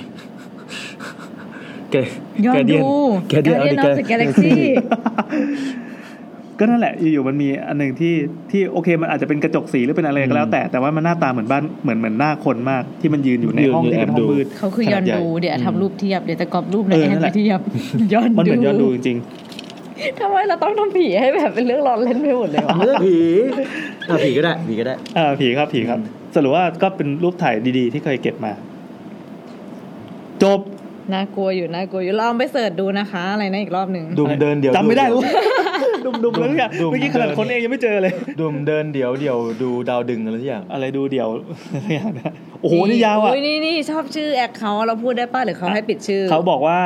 Speaker 4: แก
Speaker 1: ย้อน
Speaker 4: แกเดียน
Speaker 1: ดู
Speaker 4: แกเดียนเอา
Speaker 1: เดี
Speaker 4: ดิ
Speaker 1: น
Speaker 4: แก
Speaker 1: เอาจากกาแล็กซี่
Speaker 2: ก็นั่นแหละอยู่ๆมันมีอันหนึ่งที่ที่โอเคมันอาจจะเป็นกระจกสีหรือเป็นอะไรก็แล้ว แต่แต่ว่ามันหน้าตาเหมือนบ้านเหมือนเหมือนหน้าคนมาก ที่มันยืนอยู่ใน
Speaker 4: ยืน
Speaker 2: ห้องที่เป็นห้อง
Speaker 4: แอบดู
Speaker 2: มืด
Speaker 1: เขาคือยอน
Speaker 2: ขดใหญ่
Speaker 1: ดู เดี๋ยวทำรูปเทียบ เดี๋ยวจะกรอบรูปใน
Speaker 2: เออ
Speaker 1: แอ
Speaker 2: นั่
Speaker 1: น
Speaker 2: นแห
Speaker 1: ไป
Speaker 2: ละ
Speaker 1: เที ยบย้อน
Speaker 2: มันเหมือนย้อนดูจริง
Speaker 1: ทำไมเราต้องทำผีให้แบบเป็นเรื่องร้อนเล่นไปหมดเลยวะ
Speaker 4: ไม่ใช่ผีอ่ะผีก็ได้ผีก็ได้
Speaker 2: ๆอ่าผีครับผีครับ สรุปว่าก็เป็นรูปถ่ายดีๆ ที่เคยเก็บมา จบ
Speaker 1: น่ากลัวอยู่น่ากลัวอยู่ลองไปเสิร์ชดูนะคะ อะไรนะอีกรอบหนึ่ง
Speaker 4: ดุมเดินเดี๋ยว
Speaker 2: จำไม่ได้
Speaker 4: เยว
Speaker 2: ดุมดุมๆแล้วเนี่ย
Speaker 4: ดุมๆ
Speaker 2: เมื่อกี้ขนาดคนเองยังไม่เจอเลย
Speaker 4: ดุมเดินเดี๋ยวเดี๋ยวดูดาวดึงอะไรสักอย่าง
Speaker 2: อะไรดูเดี่ยวอะไรอย่างเงี้ยโอ้โหนี่ยาวอ่ะ
Speaker 1: โนี่นี่ชอบชื่อแอคเขาท์เราพูดได้ป่ะหรือเขาให้ปิดชื่อ
Speaker 2: เขาบอกว่า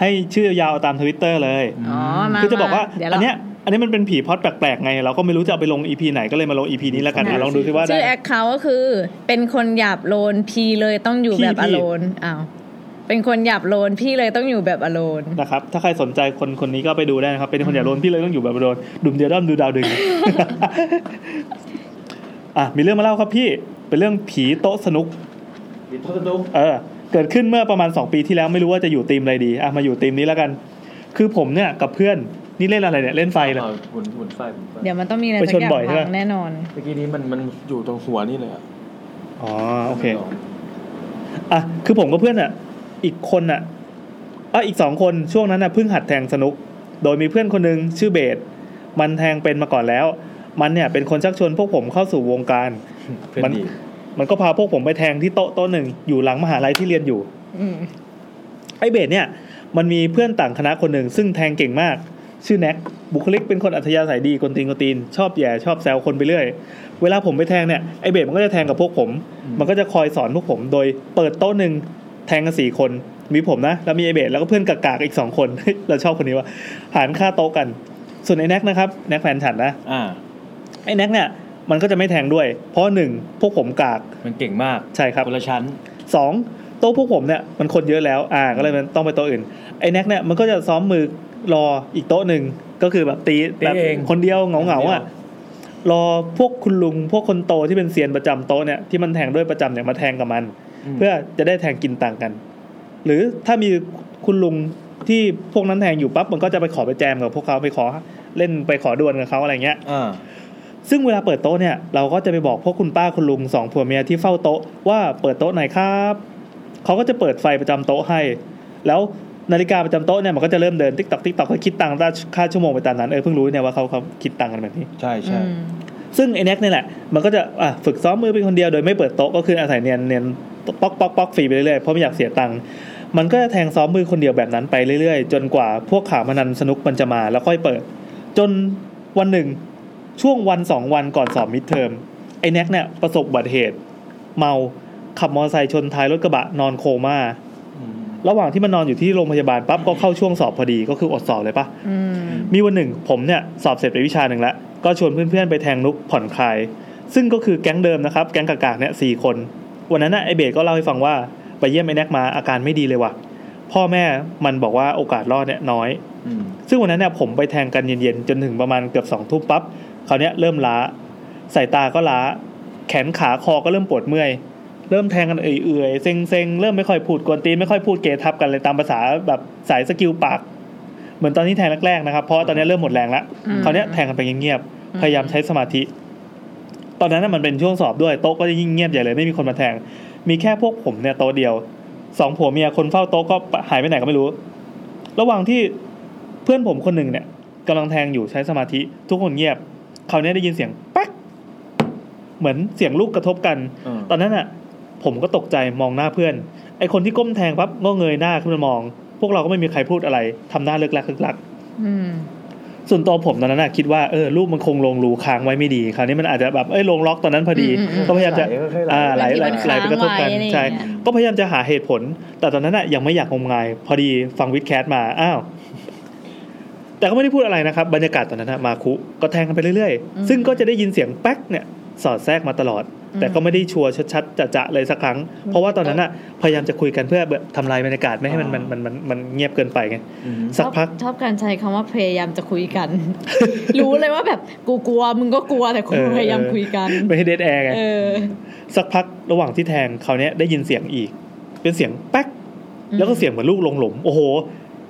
Speaker 2: ให้ชื่อยาวตามทวิตเตอร์เลย
Speaker 1: อ๋อมา
Speaker 2: คือจะบอกว่า
Speaker 1: เดี๋ยว
Speaker 2: อั
Speaker 1: เรา
Speaker 2: นเนี้ยอันนี้มันเป็นผีพล็อดแปลกๆไง เราก็ไม่รู้จะเอาไปลงอีพีไหนก็เลยมาลงอีพีนี้แล้วกันอ่ะลองดูซิว่า
Speaker 1: ชื่
Speaker 2: ได้
Speaker 1: อแอคเขาท์ก็คือ เป็นคนหยาบโลนพี่เลยต้องอยู่
Speaker 2: พี่
Speaker 1: แบบอ
Speaker 2: พี่
Speaker 1: โลนอ้าวเป็นคนหยาบโลนพี่เลยต้องอยู่แบบอโลน
Speaker 2: นะครับ ถ้าใครสนใจคนคนนี้ก็ไปดูได้นะครับ เป็นคนอย่าโดนพี่เลยต้องอยู่แบบโดนดุมเดียวด้อมดูดาวดึง อ่ะมีเรื่องมาเล่าครับพี่ เป็นเรื่องผีโต๊ะสนุก เออ เกิดขึ้นเมื่อประมาณ 2 ปีที่แล้วไม่รู้ว่าจะอยู่ทีมอะไรดีอ่ะมาอยู่ทีมนี้แล้วกัน คือผมเนี่ยกับเพื่อนนี่เล่นอะไรเนี่ยเล่นไฟเหรอ
Speaker 4: อาหมุนหมุนไฟหมุนไฟ
Speaker 1: เดี๋ยวมันต้องมีอะไร
Speaker 2: ไปช
Speaker 1: สัก
Speaker 2: น
Speaker 1: อย่าง
Speaker 2: บ่อยใช่
Speaker 1: พั
Speaker 2: ปะ
Speaker 1: งแน่นอน
Speaker 4: เมื่อกี้นี้มันมันอยู่ตรงหัวนี่เลยอ่ะ
Speaker 2: อ๋อโอเค อ่ะคือผมกับเพื่อนอ่ะ อีกคนอ่ะอ่ะอีกสองคนช่วงนั้นอ่ะเพิ่งหัดแทงสนุก โดยมีเพื่อนคนหนึงชื่อเบสมันแทงเป็นมาก่อนแล้ว มันเนี่ยเป็นคนชักชวนพวกผมเข้าสู่วงการ
Speaker 4: เพื่อ
Speaker 2: มัน น
Speaker 4: ดี
Speaker 2: มันก็พาพวกผมไปแทงที่โต๊ะโต๊ะหนึ่งอยู่หลังมหาลัยที่เรียนอยู่
Speaker 1: อืม
Speaker 2: ไอ้เบสเนี่ยมันมีเพื่อนต่างคณะคนหนึ่งซึ่งแทงเก่งมาก ชื่อแน็กบุคลิกเป็นคนอัธยาศัยดีกวนตีนกวนตีนชอบแหย่ชอบแซวคนไปเรื่อยเวลาผมไปแทงเนี่ยไอ้เบสมันก็จะแทงกับพวกผม มันก็จะคอยสอนพวกผมโดยเปิดโต๊ะหนึ่งแทงกันสี่คน มีผมนะ แล้วมีไอเบสแล้วก็เพื่อนกากๆอีกสองคน เราชอบคนนี้ว่าหารค่าโต๊ะกัน ส่วนไอ้แน็กนะครับแน็กแฟนฉันนะ
Speaker 4: อ่า
Speaker 2: ไอ้แน็กเนี่ยมันก็จะไม่แทงด้วย เพราะหนึ่งพวกผมกาก
Speaker 4: มันเก่งมาก
Speaker 2: ใช่ครับ
Speaker 4: คนละชั้น
Speaker 2: สองโต๊ะพวกผมเนี่ยมันคนเยอะแล้ว อ่าก็เลยมันต้องไปโต๊ะอื่นไอ้แน็กเนี่ยมันก็จะซ้อมมือรออีกโต๊ะหนึ่งก็คือแบบตี
Speaker 4: ตี
Speaker 2: แบบ
Speaker 4: เอง
Speaker 2: คนเดียวเหงาเหงาๆอ่ะ
Speaker 4: คนเดี
Speaker 2: รอพวกคุณลุงพวกคนโตที่เป็นเซียนประจำโต๊ะเนี่ยที่มันแทงด้วยประจำเนี่ยมาแทงกับมัน เพื่อจะได้แทงกินต่างกัน หรือถ้ามีคุณลุง ที่พวกนั้นแทงอยู่ปั๊บมันก็จะไปขอไปแจมกับพวกเขาไปขอเล่นไปขอดวลกับเขาอะไรเงี้ย
Speaker 4: อ่า
Speaker 2: ซึ่งเวลาเปิดโต๊ะเนี่ยเราก็จะไปบอกพวกคุณป้าคุณลุงสองผัวเมียที่เฝ้าโต๊ะว่าเปิดโต๊ะหน่อยครับเขาก็จะเปิดไฟประจำโต๊ะให้ แล้วนาฬิกาประจำโต๊ะเนี่ยมันก็จะเริ่มเดินติ๊กตอกติ๊กตอกเขาคิดตังค์ค่าชั่วโมงไปตามนั้นเออเพิ่งรู้เนี่ยว่าเขาเขาคิดตังค์กันแบบนี้
Speaker 4: ใช่ใช่
Speaker 1: อืม
Speaker 2: ซึ่งไอ้แน็กเนี่ยแหละมันก็จะอ่ะฝึกซ้อมมือเป็นคนเดียวโดยไม่เปิดโต๊ะก็คืออาศัยเนียนเนียนป๊อกป๊อกป๊อกฟรีไปเรื่อยๆเพราะไม่อยากเสียตังค์มันก็จะแทงซ้อมมือคนเดียวแบบนั้นไปเรื่อยๆ จนกว่าพวกขามานันสนุกมันจะมาแล้วค่อยเปิด จนวันหนึ่งช่วงวันสองวันก่อนสอบมิดเทอมไอ้แน็กเนี่ยประสบอุบัติเหตุ เมาขับมอเตอร์ไซค์ชนท้ายรถกระบะนอนโคม่าระหว่างที่มันนอนอยู่ที่โรงพยาบาลปั๊บก็เข้าช่วงสอบพอดีก็คืออดสอบเลยปะ
Speaker 1: อืม
Speaker 2: มีวันหนึ่งผมเนี่ยสอบเสร็จไปวิชาหนึ่งแล้ว ก็ชวนเพื่อนๆไปแทงนุกผ่อนคลาย ซึ่งก็คือแก๊งเดิมนะครับ แก๊งกากๆเนี่ยสี่คน วันนั้นน่ะไอเบสก็เล่าให้ฟังว่า ไปเยี่ยมไอแน็กมาอาการไม่ดีเลยว่ะ พ่อแม่มันบอกว่าโอกาสรอดเนี่ยน้อย
Speaker 4: อืม
Speaker 2: ซึ่งวันนั้นเนี่ยผมไปแทงกันเย็นๆ จนถึงประมาณเกือบสองทุ่มปั๊บเขาวเนี้ยเริ่มล้าสายตาก็ล้า แขนขาคอก็เริ่มปวดเมื่อย เริ่มแทงกันเอื่อยๆเซ็งๆ เริ่มไม่ค่อยพูดกวนตีนไม่ค่อยพูดเกทับกันเลยตามภาษาแบบสายสกิลปาก เหมือนตอนที่แทงแรกๆนะครับ เพราะตอนเนี้ยเริ่มหมดแรงแล้วคราวเนี้ยแทงกันไปเงียบๆพยายามใช้สมาธิ ตอนนั้นนะมันเป็นช่วงสอบด้วยโต๊ะก็จะยิ่งเงียบใหญ่เลยไม่มีคนมาแทง มีแค่พวกผมเนี่ยโต๊ะเดียวสองผัวเมียคนเฝ้าโต๊ะก็หายไปไหนก็ไม่รู้ ระหว่างที่ เพื่อนผมคนหนึ่งเนี่ยกำลังแทงอยู่ใช้สมาธิ ทุกคนเงียบเขาวเนี้ยได้ยินเสียงแป๊กเหมือนเสียงลูกกระทบกัน
Speaker 4: เออ
Speaker 2: ตอนนั้นอ่ะ ผมก็ตกใจมองหน้าเพื่อน ไอคนที่ก้มแทงปั๊บก็เงยหน้าขึ้นมามอง พวกเราก็ไม่มีใครพูดอะไรทำหน้าเลิกลักเลิกลัก
Speaker 1: อืม
Speaker 2: ส่วนตัวผมตอนนั้นน่ะคิดว่าเออลูกมันคงลงรูค้างไว้ไม่ดี คราวนี้มันอาจจะแบบเอ้ยลงล็อกตอนนั้นพอดี ก็พยายามจะ
Speaker 4: ค่อยๆไหล
Speaker 2: อ่าไหล
Speaker 4: ค่อยๆ
Speaker 2: ไหล
Speaker 4: ไหล
Speaker 2: ไหลไปกระทบกันใช่ก็พยายามจะหาเหตุผล แต่ตอนนั้นน่ะยังไม่อยากงมงาย พอดีฟังวิดแคสมาอ้าวแต่ก็ไม่ได้พูดอะไรนะครับ บรรยากาศตอนนั้นน่ะมาคุก็แทงกันไปเรื่อยๆ ซึ่งก็จะได้ยินเสียงแป๊กเนี่ย สอดแทรกมาตลอด แต่ก็ไม่ได้ชัวร์ชัดๆจะๆเลยสักครั้ง เพราะว่าตอนนั้นน่ะพยายามจะคุยกันเพื่อแบบทำลายบรรยากาศไม่ให้มันมันมันมันมันเงียบเกินไปไง
Speaker 4: อืม
Speaker 2: สักพัก
Speaker 1: ชอบชอบการใช้คำว่าพยายามจะคุยกัน รู้เลยว่าแบบกูกลัวมึงก็กลัวแต่กู
Speaker 2: เออ
Speaker 1: พยายามคุยกัน
Speaker 2: ไม่ให้เดทแอร์ไง
Speaker 1: เออ
Speaker 2: สักพักระหว่างที่แทงเขาวเนี้ยได้ยินเสียงอีก เป็นเสียงแป๊ก แล้วก็เสียงเหมือนลูกลงหลุม โอ้โห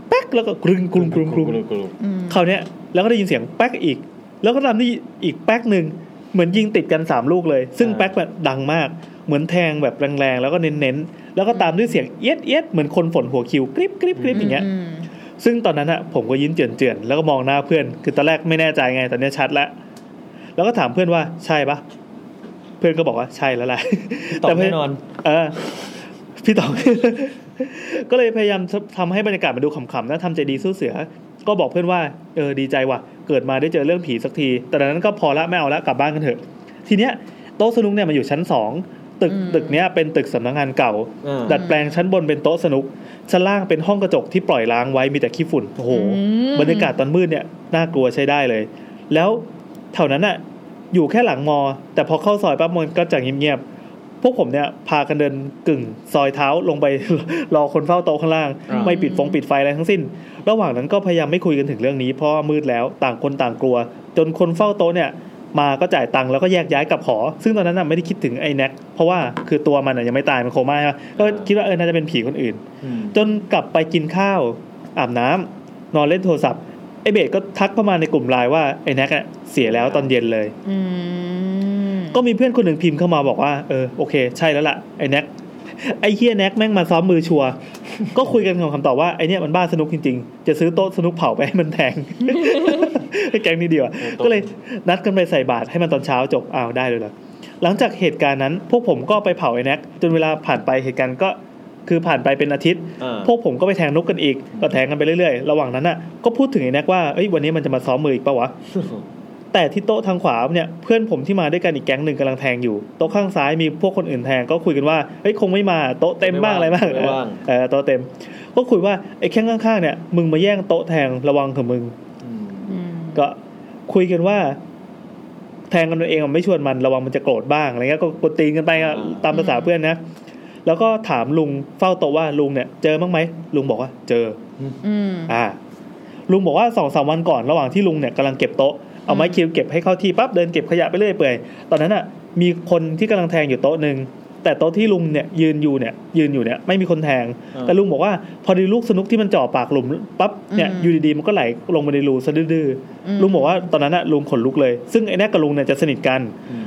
Speaker 2: แป๊กแล้วก็กรึงกรุงกรุงกรุง
Speaker 4: กรุง
Speaker 1: อืม
Speaker 2: เขาวเนี้ยแล้วก็ได้ยินเสียงแป๊กอีก แล้วก็ตามที่อีกแป๊กหนึ่งเหมือนยิงติดกันสามลูกเลย ซึ่งแป๊กแบบดังมาก เหมือนแทงแบบแรงๆแล้วก็เน้นๆแล้วก็ตามด้วยเสียงเอียดเอียดเหมือนคนฝนหัวคิวกริบกริบกริบอย่างเงี้ย
Speaker 1: ม
Speaker 2: ซึ่งตอนนั้นอะผมก็ยิ้มเจือนๆแล้วก็มองหน้าเพื่อน คือตอนแรกไม่แน่ใจไงตอนเนี้ยชัดแล้วแล้วก็ถามเพื่อนว่าใช่ปะเพื่อนก็บอกว่าใช่แล้วแหละ
Speaker 4: ตอบ
Speaker 2: เพื่
Speaker 4: แน่นอน
Speaker 2: เออพี่ต๋อง ก็เลยพยายามทำให้บรรยากาศมันดูขำๆนะทำใจดีสู้เสือ ก็บอกเพื่อนว่าเออดีใจว่ะ เกิดมาได้เจอเรื่องผีสักที แต่ดังนั้นก็พอละไม่เอาละกลับบ้านกันเถอะ ทีเนี้ยโต๊ะสนุกเนี่ยมันอยู่ชั้นสองตึกตึกเนี้ยเป็นตึกสำนักงานเก่า
Speaker 4: เออ
Speaker 2: ดัดแปลงชั้นบนเป็นโต๊ะสนุก ชั้นล่างเป็นห้องกระจกที่ปล่อยล้างไว้มีแต่ขี้ฝุ่นโอ้โห บรรยากาศตอนมืดเนี่ยน่ากลัวใช้ได้เลย แล้วแถวนั้นน่ะ อยู่แค่หลังมอ แต่พอเข้าซอยปั๊บมันก็จะเงียบๆพวกผมเนี่ยพากันเดินกึ่งซอยเท้าลงไป รอคนเฝ้าโต๊ะข้างล่าง
Speaker 4: อ่า
Speaker 2: ไม่ปิดฟงปิดไฟอะไรทั้งสิ้น ระหว่างนั้นก็พยายามไม่คุยกันถึงเรื่องนี้เพราะว่ามืดแล้วต่างคนต่างกลัว จนคนเฝ้าโต๊ะเนี่ย มาก็จ่ายตังค์แล้วก็แยกย้ายกลับหอ ซึ่งตอนนั้นน่ะไม่ได้คิดถึงไอ้แน็กเพราะว่าคือตัวมันน่ะยังไม่ตายมันโคม่าใช่ปะก็คิดว่าเออน่าจะเป็นผีคนอื่น
Speaker 4: อืม
Speaker 2: จนกลับไปกินข้าว อาบน้ำนอนเล่นโทรศัพท์ไอเบสก็ทักเข้ามาในกลุ่มไลน์ว่าไอแน็กอะเสียแล้วตอนเย็นเลย
Speaker 1: อืม
Speaker 2: ก็มีเพื่อนคนหนึ่งพิมพ์เข้ามาบอกว่าเออโอเค ใช่แล้วล่ะไอแน็กไอเฮียแน็กแม่งมาซ้อมมือชัวร์ ก็คุยกันคำคำตอบว่าไอเนี่ยมันบ้าสนุกจริงๆ จะซื้อโต๊ะสนุกเผาไปให้มันแทง ไอแกงนี่เดียวอะก็เลยนัดกันไปใส่บาตรให้มันตอนเช้าจบอ้าวได้เลยเหรอหลังจากเหตุการณ์นั้น พวกผมก็ไปเผาไอแน็กจนเวลาผ่านไปเหตุการณ์ก็คือผ่านไปเป็นอาทิตย์
Speaker 4: อ่า
Speaker 2: พวกผมก็ไปแทงนกกันอีก ก็แทงกันไปเรื่อยๆ ระหว่างนั้นน่ะ ก็พูดถึงไอ้แน็กว่า เอ้ย วันนี้มันจะมาซ้อมมืออีกปะวะ แต่ที่โต๊ะทางขวาเนี่ย เพื่อนผมที่มาด้วยกันอีกแก๊งหนึ่งกำลังแทงอยู่ โต๊ะข้างซ้ายมีพวกคนอื่นแทง ก็คุยกันว่า เฮ้ย คงไม่มา โต๊ะเต็มบ้างอะไรบ้าง
Speaker 4: ไม่ว่าง
Speaker 2: เออ โต๊ะเต็ม ก็คุยว่า ไอ้แข้งข้างๆ เนี่ย มึงมาแย่งโต๊ะแทง ระวังเถอะมึง
Speaker 4: อืม
Speaker 1: อืม
Speaker 2: ก็คุยกันว่า แทงกันตัวเองอะไม่ชวนมันระวังมันจะโกรธบ้างอะไรเงี้ยก็กดตีนกันไปอะตามภาษาเพื่อนนะ แล้วก็ถามลุงเฝ้าโต๊ะว่าลุงเนี่ย เจอบ้างไหมลุงบอกว่า เจอ
Speaker 1: อืม
Speaker 2: อ่า ลุงบอกว่าสองสามวันก่อนระหว่างที่ลุงเนี่ยกำลังเก็บโต๊ะเอาไม้คิวเก็บให้เข้าที่ปั๊บเดินเก็บขยะไปเรื่อยเปื่อยตอนนั้นอ่ะมีคนที่กำลังแทงอยู่โต๊ะหนึ่ง แต่โต๊ะที่ลุงเนี่ยยืนอยู่เนี่ยยืนอยู่เนี่ยไม่มีคนแทง
Speaker 4: อ่า
Speaker 2: แต่ลุงบอกว่าพอดีลูกสนุกที่มันเจ่อปากหลุมปั๊บเนี่ย
Speaker 1: อืม
Speaker 2: อยู่ดีๆมันก็ไหลลงไปในรูซะดื้อ
Speaker 1: อืม
Speaker 2: ๆลุงบอกว่าตอนนั้นอะลุงขนลุกเลย ซึ่งไอ้แนกกับลุงเนี่ยจะสนิทกัน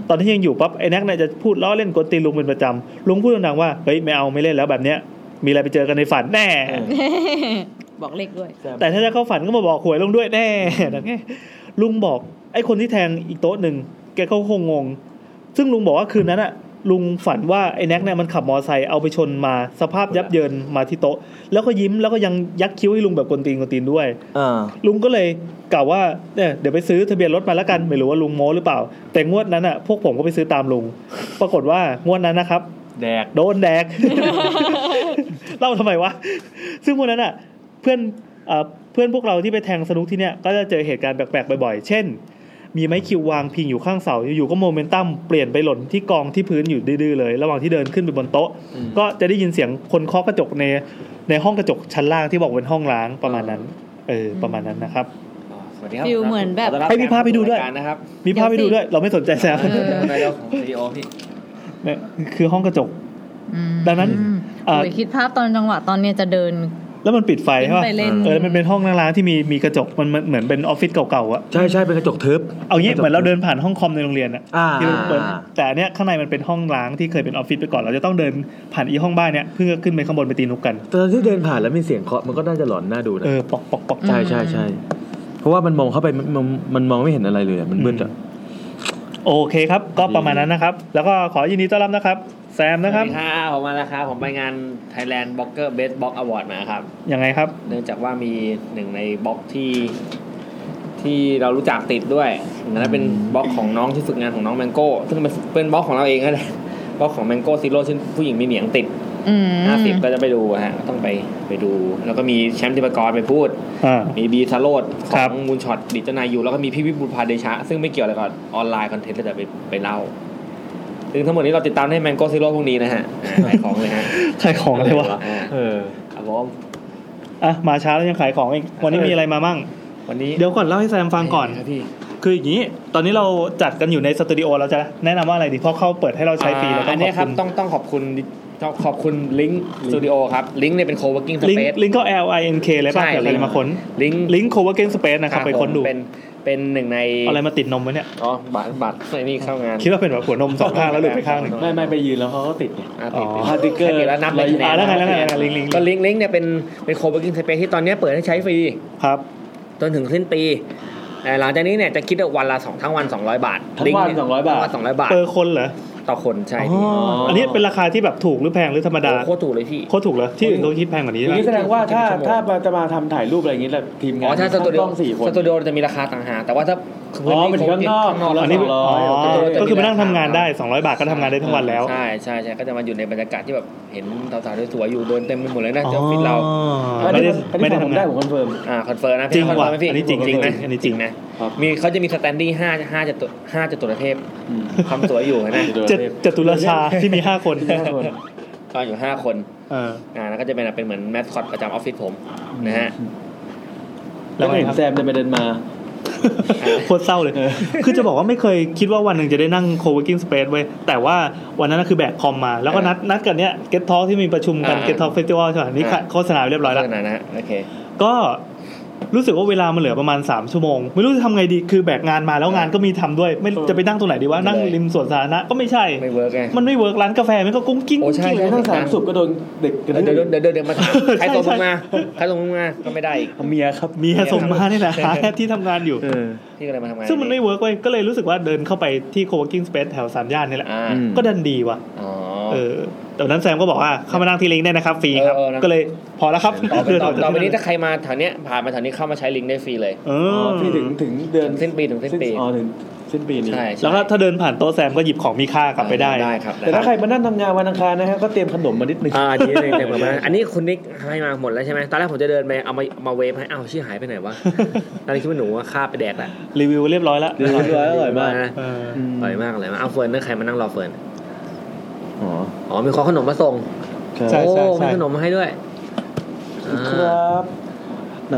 Speaker 2: ตอนที่ยังอยู่ปั๊บไอ้แนกเนี่ยจะพูดล้อเล่นกวนตีนลุงเป็นประจำลุงพูดดังๆว่าเฮ้ยไม่เอาไม่เล่นแล้วแบบเนี้ยมีอะไรไปเจอกันในฝันแน่
Speaker 4: เออ
Speaker 1: บอกเลขด้วย
Speaker 2: แต่ถ้าจะเข้าฝันก็มาบอกหวยลุงด้วยแน่ นะแง่ลุงบอกไอ้คนที่แทงอีกโต๊ะหนึ่งแกก็คงงง ซึ่งลุงบอกว่าคืนนั้นอะลุงฝันว่าไอ้แน็กเนี่ยมันขับมอไซค์เอาไปชนมาสภาพยับเยินมาที่โต๊ะ แล้วก็ยิ้มแล้วก็ยังยักคิ้วให้ลุงแบบกวนตีนกวนตีนด้วย
Speaker 4: อ่า
Speaker 2: ลุงก็เลยกล่าวว่าเนี่ยเดี๋ยวไปซื้อทะเบียนรถมาแล้วกันไม่รู้ว่าลุงโม้หรือเปล่า แต่งวดนั้นอะพวกผมก็ไปซื้อตามลุง ปรากฏว่างวดนั้นนะครับ
Speaker 4: แดก
Speaker 2: โดนแดก เล่าทำไมวะ ซึ่งพวกนั้นอ่ะ เพื่อนเอ่อเพื่อนพวกเราที่ไปแทงสนุกที่เนี่ย ก็จะเจอเหตุการณ์แปลกๆบ่อยๆ เช่น มีไม้คิววางพิงอยู่ข้างเสา อยู่ๆก็โมเมนตัมเปลี่ยนไปหล่นที่กองที่พื้นอยู่ดื้อๆเลย ระหว่างที่เดินขึ้นไปบนโต๊ะ
Speaker 4: อืม
Speaker 2: ก็จะได้ยินเสียงคนเคาะกระจกในในห้องกระจกชั้นล่างที่บอกเป็นห้องล้างประมาณนั้น เออ ประมาณนั้นนะครับ
Speaker 5: สวัสดีครับ
Speaker 1: ฟิลเหมือนแบบ
Speaker 5: ต้รั
Speaker 2: ให้พี่ภาพไปดูด้วย
Speaker 5: รายการนะครับ
Speaker 2: มีภาพให้ดูด้วย เราไม่สนใจแซว
Speaker 1: เออ
Speaker 5: นายกของซีโอพี่
Speaker 2: เนี่ยคือห้องกระจก
Speaker 1: อืม
Speaker 2: ดังนั้นเอ่อ
Speaker 1: โอ้ยคิดภาพตอนจังหวะตอนเนี้ยจะเดิน
Speaker 2: แล้วมันปิดไฟใช่ป่ะ
Speaker 1: ขึ้นไปเล่น
Speaker 2: เออมันเป็นห้องนั่งร้านที่มีมีกระจกมันมันเหมือนเป็นออฟฟิศเก่าๆอะ
Speaker 4: ใช่ใช่เป็นกระจกทึบ
Speaker 2: เอางี้เหมือนเราเดินผ่านห้องคอมในโรงเรียนอะ
Speaker 4: อ่า
Speaker 2: ที่มันเปิดแต่อันเนี้ยข้างในมันเป็นห้องล้างที่เคยเป็นออฟฟิศไปก่อนเราจะต้องเดินผ่านอีห้องบ้านเนี้ยเพื่อขึ้นไปข้างบนไปตีนกกัน
Speaker 4: ตอนที่เดินผ่านแล้วมีเสียงเคาะมันก็น่าจะหลอนน่าดูนะ
Speaker 2: เออปอกปอกปอก
Speaker 4: ใช่ใช่ใช่เพราะว่ามันมองเข้าไปมันมันมันมองไม่เห็นอะไรเลยอะมันมืดอ่ะ
Speaker 2: อื โอเคครับ ก็ประมาณนั้นนะครับ แล้วก็ขอยินดีต้อนรับนะครับ แซมนะครับ
Speaker 5: สวัสดีครับผมมาแล้วครับผมไปงาน Thailand Blogger Best Blog Award มาครับ
Speaker 2: ยังไงครับ
Speaker 5: เนื่องจากว่ามีหนึ่งในบล็อกที่ที่เรารู้จักติดด้วยนั้นเป็นบล็อกของน้องที่ฝึกงานของน้องแมงโก้ซึ่งเป็นเป็นบล็อกของเราเองนั่นแหละบล็อกของแมงโก้ซีโร่ชื่อผู้หญิงมีเหนียงติด
Speaker 1: อืม
Speaker 5: ห้าสิบก็จะไปดูฮะก็ต้องไปไปดู แล้วก็มีแชมป์ธิปกรไปพูด
Speaker 2: อ่า
Speaker 5: มีบีทาโรดข
Speaker 2: ครั
Speaker 5: อบ งมูลช็อตดิจนายูแล้วก็มีพี่วิบูลย์พาเดชะ ซึ่งไม่เกี่ยวอะไรกับออนไลน์คอนเทนต์แต่ไปไปเล่าซึ่งทั้งหมดนี้เราติดตามได้แมงโก้ซีโร่พวกนี้ นะฮะอ่าขายของเลยฮะ
Speaker 2: ขายของเลยวะ
Speaker 5: อ่า
Speaker 4: เออ
Speaker 5: ครับผม
Speaker 2: อ่ะมาช้าแล้วยังขายของอีกวันนี้มีอะไรมามั่ง
Speaker 5: วันนี้
Speaker 2: เดี๋ยวก่อนเล่าให้แซมฟังก่อน
Speaker 5: ครับพี่
Speaker 2: คืออย่างนี้ ตอนนี้เราจัดกันอยู่ในสตูดิโอเราจะแนะนำว่าอะไรดีเพราะเขาเปิดให้เราใช้ฟรีเรา
Speaker 5: อ่าอันนี้ค
Speaker 2: ข
Speaker 5: รั
Speaker 2: อ
Speaker 5: บบ ต้องต้องขอบคุณต้องขอบคุณลิง k ์สตูดิโอครับลิง k ์เนี่ยเป็นโคเวกิ้งส
Speaker 2: ลิง
Speaker 5: เป
Speaker 2: ก์
Speaker 5: ซ
Speaker 2: ลิงก์ก็ L I N K เลยป่ะ
Speaker 5: ใช่
Speaker 2: เดี๋ยวเราจะมาค้น
Speaker 5: ลิงก์
Speaker 2: ลิงก์ co-working space นะครับไปค้นดู
Speaker 5: เป็นเป็นหนึ่งใน
Speaker 2: เอาอะไรมาติดนมไว้เนี่ย
Speaker 5: อ๋อบัตรบัตรไอ้นี่เข้างาน
Speaker 2: คิดว่าเป็นแบบหัวนมสองข้างแล้วหลุดไปข้างหนึ่ง
Speaker 4: ไม่ไม่ไปยืนแล้วเขาก็ติดไง
Speaker 5: อ่ะติด
Speaker 2: อ๋อ
Speaker 5: ติดติดติดแล้วนับไปคะแน
Speaker 2: อ่ะ
Speaker 5: น
Speaker 2: แล้วไงแล้วไงแล้วไงลิงก์ลิงก์
Speaker 5: ก็ลิงก์ลิงก์เนี่ยเป็นเป็นโคเวกิ้งสเปซที่ตอนเนี้ยเปิดให้ใช้ฟรี
Speaker 2: ครับ
Speaker 5: จนถึงสิ้นปีแต่หลังจากนี้เนี่ยจะคิดว่าวันละสองทั้งวัน 200 บาท
Speaker 4: ทั้งวัน
Speaker 5: ลิเ
Speaker 4: 200บาท
Speaker 5: ทั้งวัน200 บาท
Speaker 2: เปอร์คนเหรอ
Speaker 5: ต่อคนใช่
Speaker 4: อ๋ออั
Speaker 5: พี่
Speaker 2: อันนี้เป็นราคาที่แบบถูกหรือแพงหรือธรรมดา
Speaker 5: โอ้โคตรถูกเลยพี่
Speaker 2: โคตรถูกเหรอ ที่อื่นเขาคิดแพงกว่านี้
Speaker 4: อ
Speaker 2: ใช่
Speaker 4: ย่าง
Speaker 2: ไหม
Speaker 4: นี้แสดงว่าถ้า
Speaker 5: ชั่วโมง
Speaker 4: ถ้าจะมาทำถ่ายรูปอะไรอย่างนี้แหละทีมงา
Speaker 5: อ๋อน ถ้าสตูดิโอ
Speaker 4: ตั้งกล้องสี่คน
Speaker 5: สตูดิโอจะมีราคาต่างหากแต่ว่าถ้า
Speaker 4: อ๋อหมายถึงข้างนอก
Speaker 5: แล้ว
Speaker 2: อันนี้เป็น
Speaker 4: สองร้
Speaker 2: อ๋
Speaker 4: อย
Speaker 2: อ
Speaker 5: สตูดิโอจะ
Speaker 2: ก็คือมานั่งทำงานได้ 200 บาทก็ทำงานได้ทั้งวันแล้ว
Speaker 5: ใช่ใช่ใช่ก็จะมาอยู่ในบรรยากาศที่แบบเห็นสาวๆสวยๆอยู่เดินเต็มไปหมดเลยนะที่ออฟฟิศเรา
Speaker 4: อัน
Speaker 2: ไม่
Speaker 4: นี้อัน
Speaker 2: ได้ไม่
Speaker 4: นี้ผม
Speaker 2: ได้ทำงา
Speaker 4: ได้
Speaker 2: น
Speaker 4: ผมคอนเฟิร์ม
Speaker 5: อ่าคอนเฟิร์มนะ
Speaker 2: จริงว่ะ
Speaker 5: คเฟิร์มไหมพี่
Speaker 2: อันนี้จริง
Speaker 5: จริงนะ
Speaker 2: อันนี้จริง
Speaker 5: นะครับ มีเขาจะมีสแตนดี้ห้าห้าจตุห้าจตุรเทพความสวยอยู่นะ
Speaker 2: เจ็ดจตุรชาที่มี 5 คน
Speaker 4: ห้าคน
Speaker 5: ตอนอยู่ห้าคน
Speaker 2: เออ
Speaker 5: อ่าแล้วก็จะเป็นเป็นเหมือนแมสคอตประจำออฟฟิศผมนะฮะ
Speaker 2: แล้
Speaker 4: แล้ว ว
Speaker 2: ไง
Speaker 4: เห็น
Speaker 2: ครับ
Speaker 4: แซมเดินไปเดินมา
Speaker 2: โคตรเศร้าเลย คือจะบอกว่าไม่เคยคิดว่าวันหนึ่งจะได้นั่ง co-working space เว้ย แต่ว่าวันนั้นนะคือแบกคอมมา แล้วก็นัดนัดกันเนี้ย get talk ที่มีประชุมกัน
Speaker 5: อ่า
Speaker 2: get talk festival ใช่ไหมนี่โฆษณาไปเรียบร้อยแล้ว
Speaker 5: ขนาดนะฮะโอเค
Speaker 2: ก็รู้สึกว่าเวลามันเหลือประมาณ 3 ชั่วโมง ไม่รู้จะทำไงดีคือแบกงานมาแล้วงานก็มีทำด้วย ไม่จะไปนั่งตรงไหนดีว่านั่งริมสวนสาธารณะก็ไม่ใช่
Speaker 5: ไม่เวิร์กไง
Speaker 2: มันไม่เวิร์กร้านกาแฟมันก็กุ้งกิ้ง
Speaker 5: โอ้ใช่
Speaker 2: กิ้ง
Speaker 4: แค่ทั้งสามสุบก็โดนเด็กกระ
Speaker 5: เดี๋ยว
Speaker 4: ทืบ
Speaker 5: เดี๋ยวเดี๋ยวเดี๋ยวมาถามใครส่ง
Speaker 2: ใช่
Speaker 5: มึง
Speaker 2: ใช่
Speaker 5: มาใครส่งมึงมาก็ไม่ได้อีก
Speaker 4: เอาเมียครับ
Speaker 2: มีแค่ส่งมานี่แหละหาแค่ที่ทำงานอยู่
Speaker 4: เออ
Speaker 5: พี่ก็เลยมาทำงาน
Speaker 2: ซึ่งมันไม่เวิร์กเว้ยก็เลยรู้สึกว่าเดินเข้าไปที่ co-working space แถวสามย่านนี่แหละ
Speaker 5: อ่า
Speaker 4: อืม
Speaker 2: ก็ดันดีว่ะ
Speaker 5: อ๋อ
Speaker 2: เออแต่วันนั้นแซมก็บอกว่าเข้ามานั่งที่ลิงก์ได้นะครับฟรีครับ
Speaker 5: เออเออนะ
Speaker 2: ก็เลยพอแล้วครับ
Speaker 5: ต่อไป
Speaker 2: เดินอ
Speaker 5: ต่
Speaker 2: อ
Speaker 5: อ
Speaker 2: กจาก
Speaker 5: ต่อไปนี้
Speaker 2: ที่
Speaker 5: ถ้าใครมาแถวเนี้ยผ่านมาแถวนี้เข้ามาใช้ลิงก์ได้ฟรีเลย
Speaker 2: เอ
Speaker 4: อ๋
Speaker 2: อ
Speaker 4: อพี่ถึงถึงเดือน
Speaker 5: สิ้นปีถึงสิ้นปี
Speaker 4: อ๋อถึงสิ้นปีนี้
Speaker 5: ใช่ใช่
Speaker 2: แล้วก็ถ้าเดินผ่านโต๊ะแซมก็หยิบของมีค่ากลับไปได้
Speaker 5: ได้ครับ
Speaker 4: แต่
Speaker 5: ได้
Speaker 4: ถ้าใครมานั่งทำงานวันอังคารนะฮะก็เตรียมขนมมานิดนึง
Speaker 5: อ่าอันนี้เลยแต่ผมว่าอันนี้คุณนิกให้มาหมดแล้วใช่ไหมตอนแรกผมจะเดินไปเอามาเอามาเวฟให้อ้าวชื่อหายไปไหนวะตอนนี้คิดว่าหนูว่าคาบไปแดกละ
Speaker 2: รีวิวเรียบร้อยแล้ว
Speaker 4: เรียบร้อยอร่อยมาก
Speaker 5: นะ
Speaker 2: เออ
Speaker 5: อร่อยมากเลยมากเอาเฟิร์นนั่นใครมานั่งรอเฟิร์น
Speaker 4: อ๋อ
Speaker 5: อ๋อมีขอขนมมาส่ง
Speaker 4: ครับ
Speaker 2: ใช่
Speaker 5: โอ้
Speaker 2: ใช่ใช่
Speaker 5: มีขนมมาให้ด้วย
Speaker 4: ครับ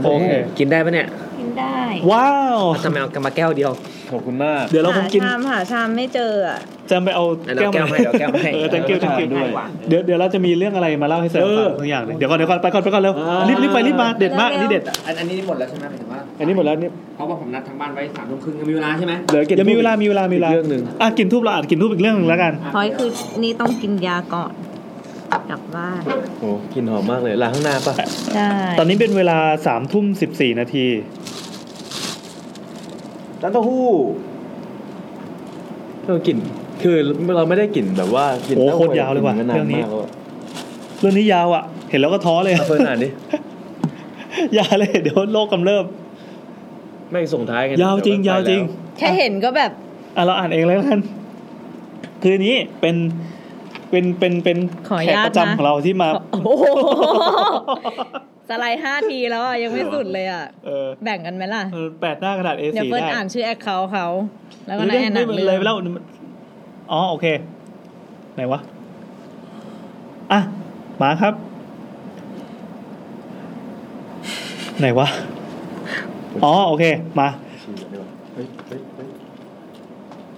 Speaker 2: โอเค
Speaker 5: กินได้ปะเนี่ย
Speaker 6: กินได้
Speaker 2: ว้าว
Speaker 5: ทำไมเอากำมาแก้วเดียว
Speaker 4: ขอบคุณมาก
Speaker 2: เดี๋ยวเราคงกิน
Speaker 6: หชามหาชามไม่เจออ่ะ
Speaker 2: แจมไปเอา
Speaker 5: เอาแก้วมาให้เอาแก้วมาให้
Speaker 2: เออ thank you thank you
Speaker 3: ด้วย
Speaker 2: เดี๋ยวเดี๋ยวเราจะมีเรื่องอะไรมาเล่าให้แซม
Speaker 3: เอ
Speaker 2: ฟั
Speaker 3: อง
Speaker 2: ทุกอย่างเลยเดี๋ยวก่อนเดี๋ยวก่อนไปก่อนไปก่อนเร็ว
Speaker 3: อ่า
Speaker 2: รีบรีบไปรีบมาเด็ดมากอันนี้เด็ด
Speaker 5: อันอันนี้หมดแล้วใช่ไหมหมายถึงว่า
Speaker 3: อันนี้หมดแล้วเนี่ย
Speaker 5: เพราะว่าผมนัดทางบ้านไว้สามทุ่มครึ่งยังมีเวลาใช่ไหม
Speaker 3: เหลือกิน
Speaker 2: เดี๋ยวมีเวลามีเวลามีเวลา
Speaker 3: เรื่องหนึ่ง
Speaker 2: อ่ะกินทูบเราอ่ะกินทูบอีกเรื่องหนึงแล้วกัน
Speaker 1: พอยคือนี่ต้องกินยาก่อนกลับบ้าน
Speaker 4: โอ้กลินหอมมากเลยลาข้างหน้าปะ
Speaker 1: ได้
Speaker 2: ตอนนี้เป็นเวลาสามทุ่มสิบสี่นาที
Speaker 3: น้ำเต้าหู้
Speaker 4: เออกลิ่นคือเราไม่ได้กลิ่นแบบว่ากลิ่น
Speaker 2: โอ้
Speaker 4: เต้
Speaker 2: โค
Speaker 4: หู้
Speaker 2: ตรยาวเลย
Speaker 4: ก
Speaker 2: ว่ะ
Speaker 4: นมนน
Speaker 2: เรื่องนี้
Speaker 4: มากแล้วอะ
Speaker 2: เรื่องนี้ยาวอ่ะ เห็นแล้วก็ท้อเลย
Speaker 4: เอาเพิ่นอ่านดิ
Speaker 2: ยาวเลยเดี๋ยวโลกกำเริบ
Speaker 4: ไม่ส่งท้ายกัน
Speaker 2: ยาวจริง
Speaker 4: เดี๋
Speaker 2: ยาว
Speaker 4: มันไป
Speaker 2: จริง
Speaker 4: แล้
Speaker 1: แค่เห็นก็แบบ
Speaker 2: อ่ะเราอ่านเองแล้วกัน คือนี้เป็นเป็นเป็นเป็น
Speaker 1: ขออนุ
Speaker 2: แขก
Speaker 1: ญา
Speaker 2: ป
Speaker 1: ต
Speaker 2: ระจำ
Speaker 1: นะ
Speaker 2: ของเราที่มา
Speaker 1: โอ้โหสไลด์ห้าทีแล้วอ่ะยังไม่สุดเลยอ่ะ
Speaker 2: เออ
Speaker 1: แบ่งกันไหมล่ะ
Speaker 2: เออแปดหน้ากระดาษ A4
Speaker 1: เดี๋ยวเฟิร์น
Speaker 2: ได้
Speaker 1: อ่านชื่อแอคเคาท์เขา แล้วก็นาย
Speaker 2: ไม่
Speaker 1: แอน
Speaker 2: ไม่
Speaker 1: อ่าน
Speaker 2: ไม่เล
Speaker 1: เรื่อย ง
Speaker 2: ไปแล้วอ๋อโอเค ไหนวะ อ่ะ มาครับ ไหนวะ อ๋อโอเค มา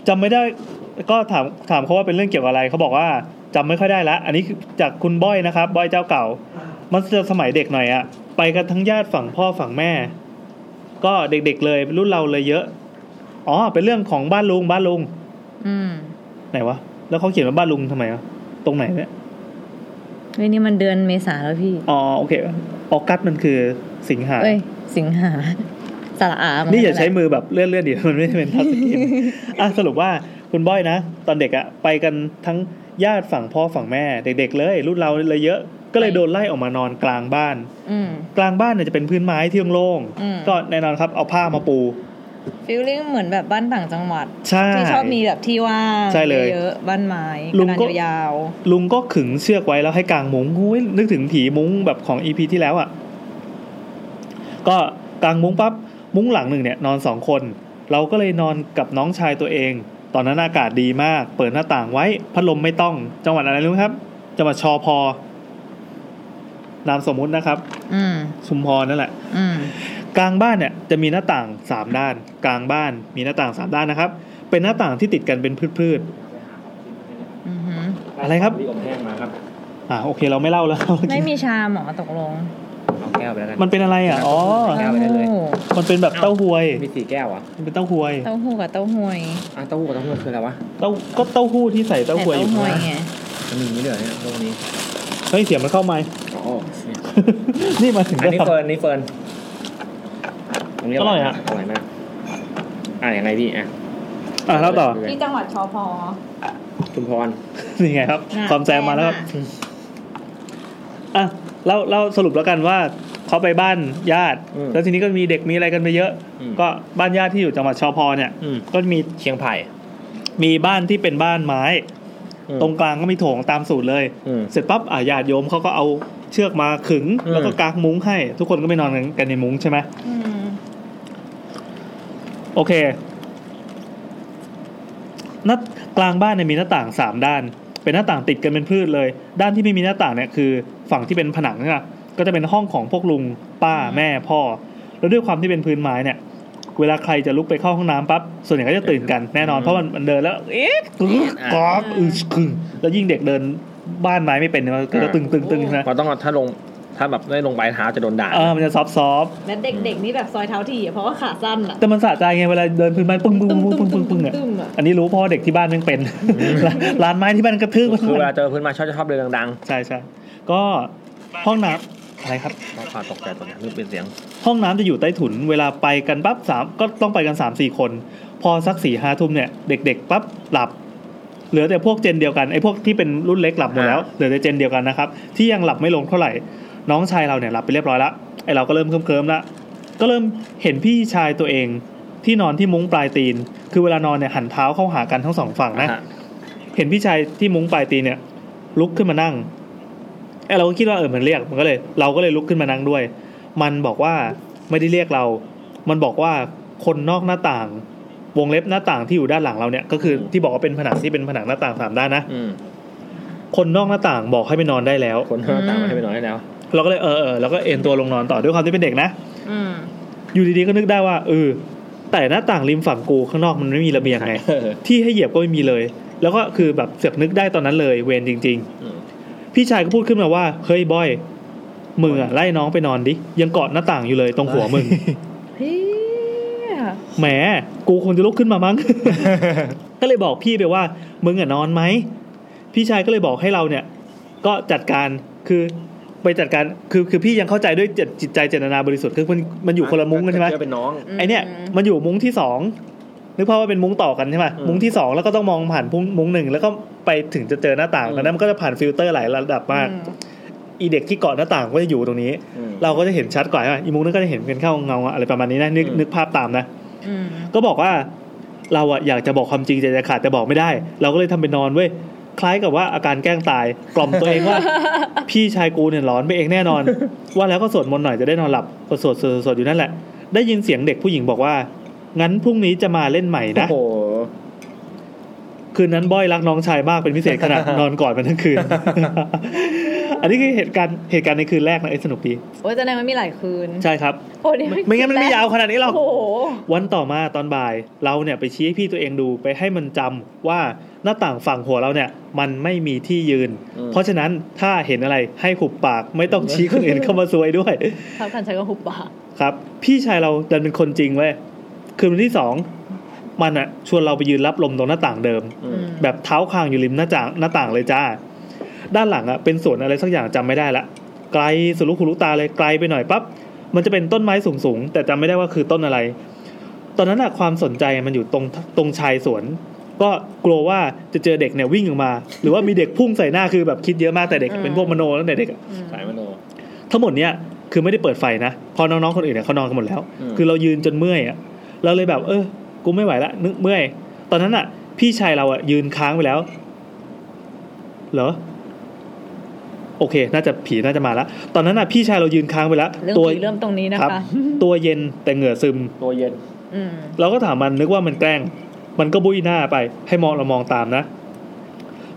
Speaker 2: จำไม่ได้ ก็ถามถามเขาว่าเป็นเรื่องเกี่ยวกับอะไรเขาบอกว่าจำไม่ค่อยได้ละ อันนี้คือจากคุณบ้อยนะครับบ้อยเจ้าเก่า มันจะสมัยเด็กหน่อยอะไปกันทั้งญาติฝั่งพ่อฝั่งแม่ ก็เด็กๆเลยรุ่นเราเลยเยอะ อ๋อ เป็นเรื่องของบ้านลุงบ้านลุง
Speaker 1: อืม
Speaker 2: ไหนวะ แล้วเขาเขียนว่าบ้านลุงทำไมวะ ตรงไหนเนี่ย
Speaker 1: เฮ้ยนี่มันเดือนเมษาแล้วพี่
Speaker 2: อ๋อโอเค ออกัสมันคือสิงหา
Speaker 1: เอ้ย สิงหาสระอา
Speaker 2: นี่
Speaker 1: นี่
Speaker 2: อย่าใช้มือแบบเลื่อนเลื่อนๆดิ มันไม่ได้เป็นพลาสติ กอ่ะสรุปว่าคุณบ้อยนะ ตอนเด็กอะไปกันทั้งญาติฝั่งพ่อฝั่งแม่ เด็กๆเลย รุ่นเราเลยเยอะ ก็เลยโดนไล่ออกมานอนกลางบ้าน
Speaker 1: อืม
Speaker 2: กลางบ้านเนี่ยจะเป็นพื้นไม้ที่โล่งๆ
Speaker 1: อืม
Speaker 2: ก็แน่นอนครับเอาผ้ามาปู
Speaker 1: ฟีลลิ่งเหมือนแบบบ้านต่างจังหวัด
Speaker 2: ใช่
Speaker 1: ที่ชอบมีแบบที่ว่าง
Speaker 2: ใช่เลย
Speaker 1: เยอะๆบ้านไม้
Speaker 2: ลุงก็
Speaker 1: กระดานยาว
Speaker 2: ลุงก็ขึงเชือกไว้แล้วให้กางมุ้งหุ้ยนึกถึงผีมุ้งแบบของอีพีที่แล้วอะ่ะ ก็กางมุ้งปั๊บมุ้งหลังหนึ่งเนี่ยนอนสองคน เราก็เลยนอนกับน้องชายตัวเอง ตอนนั้นอากาศดีมาก เปิดหน้าต่างไว้พัดลมไม่ต้อง จังหวัดอะไรรู้ไหมครับ จังหวัดชอพอนามสมมุตินะครับ
Speaker 1: ๆอืม
Speaker 2: ชุมพรนั่นแหละ
Speaker 1: อืม
Speaker 2: กลางบ้านเนี่ยจะมีหน้าต่างสามด้าน กลางบ้านมีหน้าต่างสามด้านนะครับ เป็นหน้าต่างที่ติดกันเป็นพืช
Speaker 1: อือหือ
Speaker 2: อะไรครับ
Speaker 5: รีบอมแห้งมาครับ
Speaker 2: ๆอ่าโอเคเราไม่เล่าแล้ว
Speaker 1: ไม่มีชาหมอตกลง
Speaker 5: เอาแก้วไปแล้วกัน
Speaker 2: มันเป็นอะไรอ่ะอ๋อ
Speaker 5: แก้วไปได้เลย
Speaker 1: เต้าหู้
Speaker 2: มันเป็นแบบเต้าหวย
Speaker 5: มีสี่แก้วเหรอ่ะ
Speaker 2: มันเป็นเต้าหวย
Speaker 1: เต้าหู้กับเต้าหวย
Speaker 5: อ่ะเต้าหู้กับเต้าหู้คืออะไรวะ
Speaker 2: เต้าก็เต้าหู้ที่ใส่เต้าหวยอยู่
Speaker 1: แต่เต้าหวย
Speaker 2: นะ
Speaker 1: ไง
Speaker 5: มันมีอย่างนี้เลยเหรอเนี่ยโลกนี้
Speaker 2: เฮ้ยเสียงมันเข้าไหมค์
Speaker 5: อ๋อเนี่ย
Speaker 2: นี่มาถึง
Speaker 5: อัน
Speaker 2: แล้ว
Speaker 5: นี้
Speaker 2: ครับ
Speaker 5: เฟิร์นนี่เฟิร์นนนี้
Speaker 2: อร่อยฮะ
Speaker 5: อร่อยมากอ่ะยังไงพี่อ่ะ
Speaker 2: อ่ะแล้วต่อ
Speaker 1: ที่จังหวัดชอพอ
Speaker 5: ชุมพร
Speaker 2: นี่ไงครับ
Speaker 1: น่ะ
Speaker 2: ความแซมมาแล้วครับ อ่ะเล่าเล่าสรุปแล้วกันว่าเขาไปบ้านญาติ แล้วทีนี้ก็มีเด็กมีอะไรกันไปเยอะ ก็บ้านญาติที่อยู่จังหวัดชอพอเนี่ย ก็มี
Speaker 5: เชียงไผ่
Speaker 2: มีบ้านที่เป็นบ้านไม้ ตรงกลางก็มีโถงตามสูตรเลย เสร็จปั๊บอ่ะญาติโยมเขาก็เอาเชือกมาขึง
Speaker 5: อืม
Speaker 2: แล้วก็กางมุ้งให้ ทุกคนก็ไปนอนกันในมุ้งใช่ไหม
Speaker 1: ืม
Speaker 2: โอเคหน้ากลางบ้านเนี่ยมีหน้าต่างสามด้าน เป็นหน้าต่างติดกันเป็นพืชเลย ด้านที่ไม่มีหน้าต่างเนี่ยคือฝั่งที่เป็นผนังเนี่ยนะก็จะเป็นห้องของพวกลุงป้าแม่พ่อ แล้วด้วยความที่เป็นพื้นไม้เนี่ย เวลาใครจะลุกไปเข้าห้องน้ำปั๊บ ส่วนใหญ่ก็จะตื่นกันแน่นอน เพราะมันมันเดินแล้ว เอ๊ะกรึ๊กกรอบอึชคึงแล้วยิ่งเด็กเดินบ้านไม้ไม่เป็นเนี่ยมันก็จะตึงตึงตึงๆๆนะ
Speaker 5: พอ ต้องเอาถ้าลงถ้าแบบได้ลงปลายเท้าจะโดนด่า
Speaker 2: เออมันจะซอฟซอฟ
Speaker 1: แล้วเด็กๆนี่แบบซอยเท้าถี่อะเพราะว่าขาสั้นอ่ะ
Speaker 2: แต่มันสะใจไงเวลาเดินพื้นไม้ปึ้งปึ้งปึ้งปึ้งปึ้งปึ้งอะ
Speaker 1: ตึ้มๆอะ
Speaker 2: อันนี้รู้เพราะว่าเด็กที่บ้านแมันเป็น ร้านร้านไม้ที่บ้านกระทืบมัน
Speaker 5: คือเวลาเจอเพื่อนมาชอบจะชอบเดินดัง
Speaker 2: ใช่ใช่ก็ห้องน้ำอะไรครับ
Speaker 5: ๆต้องพาตกใจตกใจนึกเป็นเสียง
Speaker 2: ห้องน้ำจะอยู่ใต้ถุน เวลาไปกันปั๊บสามก็ต้องไปกันสามสี่คน พอสักสี่ห้าทุ่มเนี่ย เด็กๆปั๊บหลับ เหลือแต่พวกเจนเดียวกันไอ้พวกที่เป็นรุ่นเล็กหลับหมดแล้วเหลือแต่เจนเดียวกันนะครับ ที่ยังหลับไม่ลงเท่าไหร่ น้องชายเราเนี่ยหลับไปเรียบร้อยละไอ้เราก็เริ่มเคลิ้มๆละก็เริ่มเห็นพี่ชายตัวเอง ที่นอนที่มุ้งปลายตีน คือเวลานอนเนี่ยหันเท้าเข้าหากันทั้งสองฝั่งนะ เห็นพี่ชายที่มุ้งปลายตีนเนี่ย ลุกขึ้นมานั่งไอ้เราก็คิดว่าเออมันเรียกมันก็เลย เราก็เลยลุกขึ้นมานั่งด้วย มันบอกว่าไม่ได้เรียกเรา มันบอกว่าคนนอกหน้าต่าง วงเล็บหน้าต่างที่อยู่ด้านหลังเราเนี่ยก็คือที่บอกว่าเป็นผนังที่เป็นผนังหน้าต่างสามด้านนะ
Speaker 5: อืม
Speaker 2: คนนอกหน้าต่างบอกให้ไปนอนได้แล้ว
Speaker 5: คนเขาตามมาให้ไปนอนได้แล้ว
Speaker 2: เราก็เลยเออเออแล้วก็เอนตัวลงนอนต่อด้วยความที่เป็นเด็กนะ
Speaker 1: อืม
Speaker 2: อยู่ดีๆก็นึกได้ว่าเออแต่หน้าต่างริมฝั่งกูข้างนอกมันไม่มีระเบียงไง ที่ให้เหยียบก็ไม่มีเลย แล้วก็คือแบบเสือกนึกได้ตอนนั้นเลยเวรจริง
Speaker 5: อืม
Speaker 2: ๆ พี่ชายก็พูดขึ้นมาว่าเฮ้ยบอยมึงอะไล่น้องไปนอนดิยังเกาะหน้าต่างอยู่เลยตรงหัวมึง
Speaker 1: เฮีย
Speaker 2: แหม กูคงจะลุกขึ้นมามั้ง ก็เลยบอกพี่ไปว่า มึงอะนอนไหม พี่ชายก็เลยบอกให้เราเนี่ย ก็จัดการ คือไปจัดการ คือคือพี่ยังเข้าใจด้วยเจตจิตใจเจตนาบริสุทธิ์ คือมันมันอยู่คนละมุ้งกันใช่ไหม
Speaker 5: เจอเป็นน้อง
Speaker 1: ม
Speaker 2: ไอเนี่ยมันอยู่มุ้งที่สองนึกภาพว่าเป็นมุ้งต่อกันใช่ไหม
Speaker 5: อืม
Speaker 2: มุ้งที่สองแล้วก็ต้องมองผ่านมุ้งมุ้งหนึ่งแล้วก็ไปถึงจะเจอหน้าต่าง
Speaker 5: อืม
Speaker 2: แล้วมันก็จะผ่านฟิลเตอร์หลายระดับมาก
Speaker 1: อื
Speaker 2: อีเด็กที่เกาะหน้าต่างก็จะอยู่ตรงนี้
Speaker 5: อืม
Speaker 2: เราก็จะเห็นชัดกว่าใช่ไหมอีมุ้งนึงก็จะเห็นเป็นเข้าเงาๆอะไรประมาณนี้นะนึก
Speaker 5: อืม
Speaker 2: นึกภาพตามนะ
Speaker 1: อืม
Speaker 2: ก็บอกว่าเราอะอยากจะบอกความจริงใจจะขาดแต่บอกไม่ได้ เราก็เลยทำเป็นนอนเว้ยคล้ายกับว่าอาการแกล้งตายกล่อมตัวเองว่า พี่ชายกูเนี่ยหลอนไปเองแน่นอน ว่าแล้วก็สวดมนต์หน่อยจะได้นอนหลับก็สวดสวดสวดสวดอยู่นั่นแหละ ได้ยินเสียงเด็กผู้หญิงบอกว่า งั้นพรุ่งนี้จะมาเล่นใหม่นะ
Speaker 5: โอ้โห
Speaker 2: คืนนั้นบอยรักน้องชายมากเป็นพิเศษข นาด นอนกอดมันทั้งคืน อันนี้คือเหตุการณ์เหตุการณ์ในคืนแรกนะเอ้ยสนุกดี
Speaker 1: โอ้ยแสดงว่ามีหลายคืน
Speaker 2: ใช่ครับ
Speaker 1: โอ้ยนี่
Speaker 2: ไม่งั้นมันไม่ยาวขนาดนี้หรอก
Speaker 1: โอ้โห
Speaker 2: วันต่อมาตอนบ่ายเราเนี่ยไปชี้ให้พี่ตัวเองดูไปให้มันจำว่าหน้าต่างฝั่งหัวเราเนี่ยมันไม่มีที่ยืน เพราะฉะนั้นถ้าเห็นอะไรให้หุบปากไม่ต้องชี้คนอื่นเข้ามาซวยด้วย
Speaker 1: ทำทันใช้ก็หุบปาก
Speaker 2: ครับ พี่ชายเราดันเป็นคนจริงเว้ยคืนวันที่สองมันอะชวนเราไปยืนรับลมตรงหน้าต่างเดิม
Speaker 5: อืม
Speaker 2: แบบเท้าคางอยู่ริมหน้าต่างหน้าต่างเลยจ้า ด้านหลังอะเป็นสวนอะไรสักอย่างจำไม่ได้ละไกลสุดลูกหูลูกตาเลยไกลไปหน่อยปั๊บมันจะเป็นต้นไม้สูงสูงๆแต่จำไม่ได้ว่าคือต้นอะไร ตอนนั้นอะความสนใจมันอยู่ตรงตรงชายสวน ก็กลัวว่าจะเจอเด็กเนี่ยวิ่งออกมา หรือว่ามีเด็กพุ่งใส่หน้าคือแบบคิดเยอะมากแต่เด็กเป็นพวกมโนตั้งแต่เด็กอะ
Speaker 1: อืม
Speaker 5: สายมโน
Speaker 2: ทั้งหมดเนี่ยคือไม่ได้เปิดไฟนะเพอน้องๆคนอื่นเนี่ยเขานอนกันหมดแล้ว
Speaker 5: อืม
Speaker 2: คือเรายืนจนเมื่อยอะเราเลยแบบ เออ กูไม่ไหวละนึกเมื่อย ตอนนั้นอ่ะ พี่ชายเราอ่ะยืนค้างไปแล้ว เหรอ โอเค น่าจะผีน่าจะมาละตอนนั้นอ่ะพี่ชายเรายืนค้างไปแล้ว
Speaker 1: เรื่อง
Speaker 2: ตัว
Speaker 1: ผีเริ่มตรงนี้นะครับ คะ
Speaker 2: ตัวเย็นแต่เหงื่อซึม
Speaker 5: ตัวเย็น
Speaker 1: อืม
Speaker 2: เราก็ถามมันนึกว่ามันแกล้ง มันก็บุยหน้าไป ให้มองเรามองตามนะ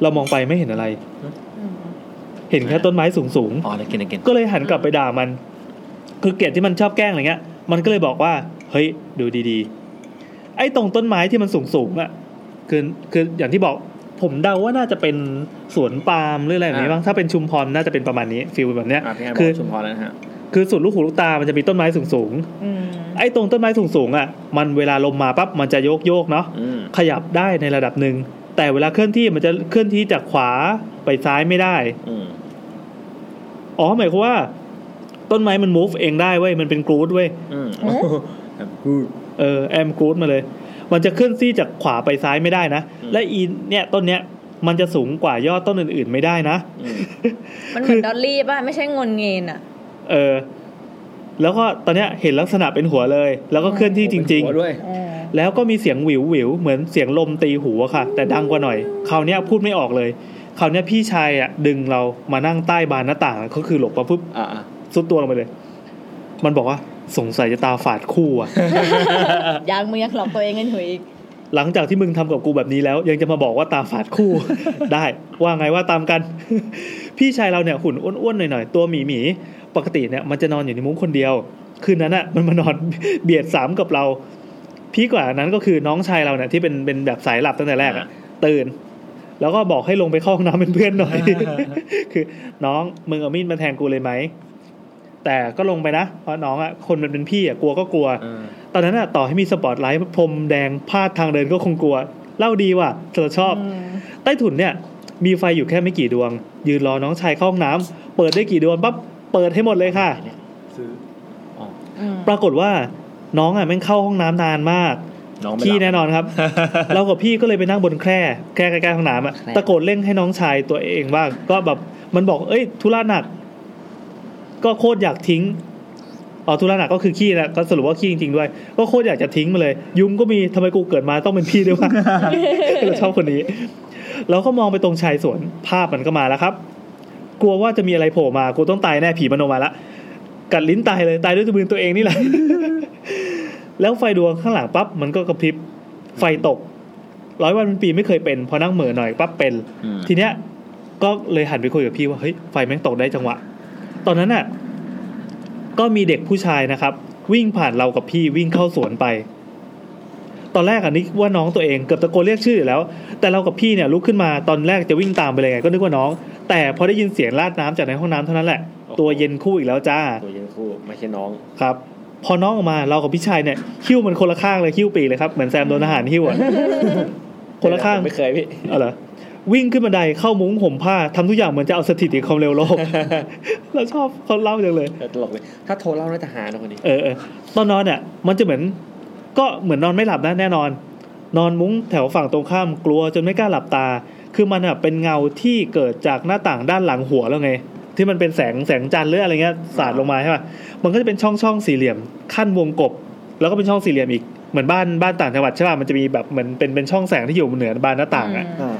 Speaker 2: เรามองไปไม่เห็นอะไร
Speaker 1: อืม
Speaker 2: เห็นแค่ต้นไม้สูงๆ
Speaker 4: อ๋อกินกิน
Speaker 2: ก็เลยหันกลับไปด่ามัน คือเกลียดที่มันชอบแกล้งอะไรเงี้ย มันก็เลยบอกว่า เฮ้ย ดูดีๆ ไอ้ตรงต้นไม้ที่มันสูงสูงๆอะคือคืออย่างที่บอกผมเดาว่าน่าจะเป็นสวนปาล์มหรืออะไรแบบนี้
Speaker 5: อ่า
Speaker 2: บ้างถ้าเป็นชุมพรน่าจะเป็นประมาณนี้ฟิลแบบเนี้ย
Speaker 5: อ่ะพี่ไอ้บ
Speaker 2: คือ อ
Speaker 5: กชุมพรแล้วนะฮะ
Speaker 2: คือสุดลูกหูลูกตา มันจะมีต้นไม้สูงสูง
Speaker 1: อืม
Speaker 2: ๆไอ้ตรงต้นไม้สูงสูงๆอะมันเวลาลมมาปั๊บมันจะโยกโยกๆเนาะ
Speaker 5: อืม
Speaker 2: ขยับได้ในระดับหนึ่ง แต่เวลาเคลื่อนที่มันจะเคลื่อนที่จากขวาไปซ้ายไม่ได้
Speaker 5: อืม
Speaker 2: อ๋อหมายความว่า ต้นไม้มัน move เองได้เว้ยมันเป็นกรูดเว้ย
Speaker 5: อืม
Speaker 1: โอ้
Speaker 5: แบบกู
Speaker 2: เออแอมกรูดมาเลย มันจะเคลื่อนที่จากขวาไปซ้ายไม่ได้นะ และอีเนี่ยต้นเนี้ยมันจะสูงกว่ายอดต้นอื่นๆไม่ได้นะ
Speaker 5: อืม
Speaker 1: มันเหมือนดอลลี่ป่ะไม่ใช่งนเงินอ่ะ
Speaker 2: เออ แล้วก็ตอนเนี้ยเห็นลักษณะเป็นหัวเลย แล้วก็เคลื่อนที่จริง
Speaker 5: หัวด้วย
Speaker 1: อืม
Speaker 2: ๆ แล้วก็มีเสียงหวิวหวิวๆเหมือนเสียงลมตีหูอะค่ะ แต่ดังกว่าหน่อย คราวเนี้ยพูดไม่ออกเลย คราวเนี้ยพี่ชายอ่ะดึงเรามานั่งใต้บานหน้าต่างก็คือหลบมาปุ๊บ
Speaker 5: อ่ะอ่ะ
Speaker 2: ซุดตัวลงไปเลย มันบอกว่าสงสัยจะตาฝาดคู่อะ
Speaker 1: ยางมือยังหลอกตัวเองกันอยู่อีก
Speaker 2: หลังจากที่มึงทำกับกูแบบนี้แล้ว ยังจะมาบอกว่าตาฝาดคู่ ได้ ว่าไงว่าตามกัน พี่ชายเราเนี่ยหุ่นอ้วนๆหน่อยๆตัวหมีหมีๆปกติเนี่ยมันจะนอนอยู่ในมุ้งคนเดียว คืนนั้นอ่ะมันมานอน เบียดสามกับเรา พี่กว่านั้นก็คือน้องชายเราเนี่ยที่เป็นเป็นแบบสายหลับตั้งแต่แรกอะตื่น แล้วก็บอกให้ลงไปเข้าห้องน้ำเป็นเพื่อนหน่อย คือน้องมึงเอามีดมาแทงกูเลยไหมแต่ก็ลงไปนะเพราะน้องอ่ะคนมันเป็นพี่อ่ะกลัวก็กลัว
Speaker 5: อ่า
Speaker 2: ตอนนั้นอะต่อให้มีสปอตไลท์พรมแดงพาดทางเดินก็คงกลัว เล่าดีว่ะเธอชอบ
Speaker 1: อืม
Speaker 2: ใต้ถุนเนี่ย มีไฟอยู่แค่ไม่กี่ดวง ยืนรอน้องชายเข้าห้องน้ำเปิดได้กี่ดวงปั๊บเปิดให้หมดเลยค่ะ
Speaker 4: ซื้อ
Speaker 1: อืม
Speaker 2: ปรากฏว่าน้องอะแม่งเข้าห้องน้ำนานมาก
Speaker 5: น้องไม่
Speaker 2: ขี้
Speaker 5: หลับ
Speaker 2: แน่นอนครับ เรากับพี่ก็เลยไปนั่งบนแคร่แคร่ใกล้ๆห้องน้ำอะ
Speaker 5: แคร่
Speaker 2: ตะโกนเร่งให้น้องชายตัวเองบ้างก็แบบมันบอกเอ้ยธุระหนัก ก็โคตรอยากทิ้งอ๋อธุระหนักก็คือขี้นะก็สรุปว่าขี้จริงๆด้วย ก็โคตรอยากจะทิ้งมาเลย ยุงก็มีทำไมกูเกิดมาต้องเป็นพี่ด้วยวะ เราชอบคนนี้ เราก็มองไปตรงชายสวนภาพมันก็มาแล้วครับ กลัวว่าจะมีอะไรโผล่มากูต้องตายแน่ผีมันออกมาละกัดลิ้นตายเลยตายด้วยตัวมือตัวเองนี่แหละ แล้วไฟดวงข้างหลังปั๊บมันก็กระพริบ ไฟตก ร้อยวันเป็นปีไม่เคยเป็นพอนั่งเหม่อหน่อยปั๊บเป็น
Speaker 5: อืม
Speaker 2: ทีเนี้ยก็เลยหันไปคุยกับพี่ว่าเฮ้ยไฟแม่งตกได้จังหวะ ตอนนั้นน่ะ ก็มีเด็กผู้ชายนะครับ วิ่งผ่านเรากับพี่วิ่งเข้าสวนไป ตอนแรกอันนี้ว่าน้องตัวเองเกือบตะโกนเรียกชื่ออยู่แล้ว แต่เรากับพี่เนี่ยลุกขึ้นมาตอนแรกจะวิ่งตามไปเลยไงก็นึกว่าน้อง แต่พอได้ยินเสียงราดน้ำจากในห้องน้ำเท่านั้นแหละ ตัวเย็นคู่อีกแล้วจ้า
Speaker 5: ตัวเย็นคู่ไม่ใช่น้อง
Speaker 2: ครับ พอน้องออกมาเรากับพี่ชายเนี่ยคิ้วมันคนละข้างเลยคิ้วปีกเลยครับ เหมือนแซมโดนอาหารหิ้วอะ คนละข้าง
Speaker 5: ผมไม่เคยพี่
Speaker 2: เอาเหรอวิ่งขึ้นบันไดเข้ามุ้งห่มผ้าทำทุกอย่างเหมือนจะเอาสถิติความเร็วโลก เราชอบเขาเล่าจังเลย
Speaker 5: ตลกเลย ถ้าโทรเล่าน่าจะหานะคนนี้
Speaker 2: เออเออตอนนอนเนี่ยมันจะเหมือน ก็เหมือนนอนไม่หลับนะแน่นอน นอนมุ้งแถวฝั่งตรงข้ามกลัวจนไม่กล้าหลับตา คือมันอ่ะเป็นเงาที่เกิดจากหน้าต่างด้านหลังหัวแล้วไง ที่มันเป็นแสงแสงจันทร์หรืออะไรเงี้ยสาดลงมาใช่ป่ะมันก็จะเป็นช่องช่องสี่เหลี่ยมขั้นวงกบ แล้วก็เป็นช่องสี่เหลี่ยมอีกเหมือนบ้านบ้านต่างจังหวัดใช่ป่ะมันจะมีแบบเหมือนเป็นเป็นช่องแสงที่อยู่เหนือบานหน้าต่างอ่ะ
Speaker 1: อืม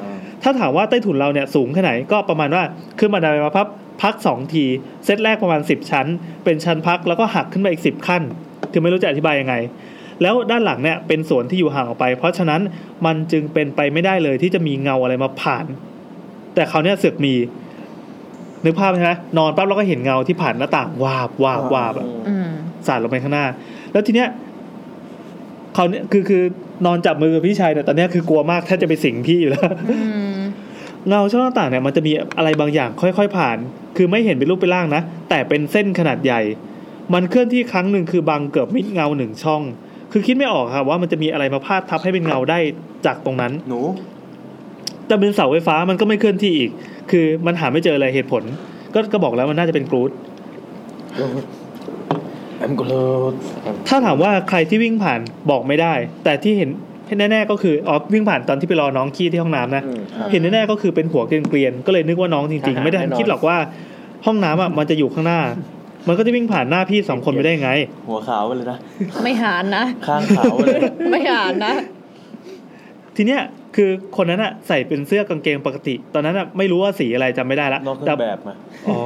Speaker 2: ถ้าถามว่าใต้ถุนเราเนี่ยสูงแค่ไหนก็ประมาณว่าขึ้นบันไดมาพับพักสองที เซตแรกประมาณสิบชั้น เป็นชั้นพักแล้วก็หักขึ้นไปอีกสิบขั้น คือไม่รู้จะอธิบายยังไง แล้วด้านหลังเนี่ยเป็นสวนที่อยู่ห่างออกไป เพราะฉะนั้นมันจึงเป็นไปไม่ได้เลยที่จะมีเงาอะไรมาผ่าน แต่เขาวเนี่ยเสือกมี นึกภาพใช่ไหมนอนปั๊บเราก็เห็นเงาที่ผ่านหน้าต่างวาบวาบวาบอะ
Speaker 1: อืม
Speaker 2: สาดลงไปข้างหน้า แล้วทีเนี้ยเขาวเนี่ยคือคือนอนจับมือกับพี่ชายเนี่ยตอนเนี้ยคือกลัวมากแทบจะไปสิงพี่อยู่แล้ว
Speaker 1: อืม
Speaker 2: เงาช่องหน้าต่างเนี่ยมันจะมีอะไรบางอย่างค่อยๆผ่าน คือไม่เห็นเป็นรูปเป็นร่างนะ แต่เป็นเส้นขนาดใหญ่ มันเคลื่อนที่ครั้งหนึ่งคือบังเกือบมิดเงาหนึ่งช่อง คือคิดไม่ออกครับว่ามันจะมีอะไรมาพาดทับให้เป็นเงาได้จากตรงนั้น
Speaker 4: หนู
Speaker 2: แต่เป็นเสาไฟฟ้ามันก็ไม่เคลื่อนที่อีก คือมันหาไม่เจอเลยเหตุผล ก็ก็บอกแล้วมันน่าจะเป็นกรูด
Speaker 4: แอมกรูด
Speaker 2: ถ้าถามว่าใครที่วิ่งผ่านบอกไม่ได้ แต่ที่เห็นแน่ๆก็คืออ๋อวิ่งผ่านตอนที่ไปรอน้องขี้ที่ห้องน้ำนะ
Speaker 5: อืม
Speaker 2: เห็นแน่ๆก็คือเป็นหัวเกรียนๆก็เลยนึกว่าน้องจริง
Speaker 5: ท
Speaker 2: ๆ
Speaker 5: หาร
Speaker 2: ไม่ได้ทัน
Speaker 5: แน่นอน
Speaker 2: คิดหรอกว่าห้องน้ำอ่ะมันจะอยู่ข้างหน้า มันก็จะวิ่งผ่านหน้าพี่สองคนไปได้ไง
Speaker 4: หัวขาวไปเลยนะ
Speaker 1: ไม่หารนะ
Speaker 4: ข้างขาวไปเลย
Speaker 1: ไม่หารนะ
Speaker 2: ทีเนี้ยคือคนนั้นอ่ะใส่เป็นเสื้อกางเกงปกติ ตอนนั้นอ่ะไม่รู้ว่าสีอะไรจำไม่ได้ละ
Speaker 4: นอกเครื่องแบบมา
Speaker 2: อ๋อ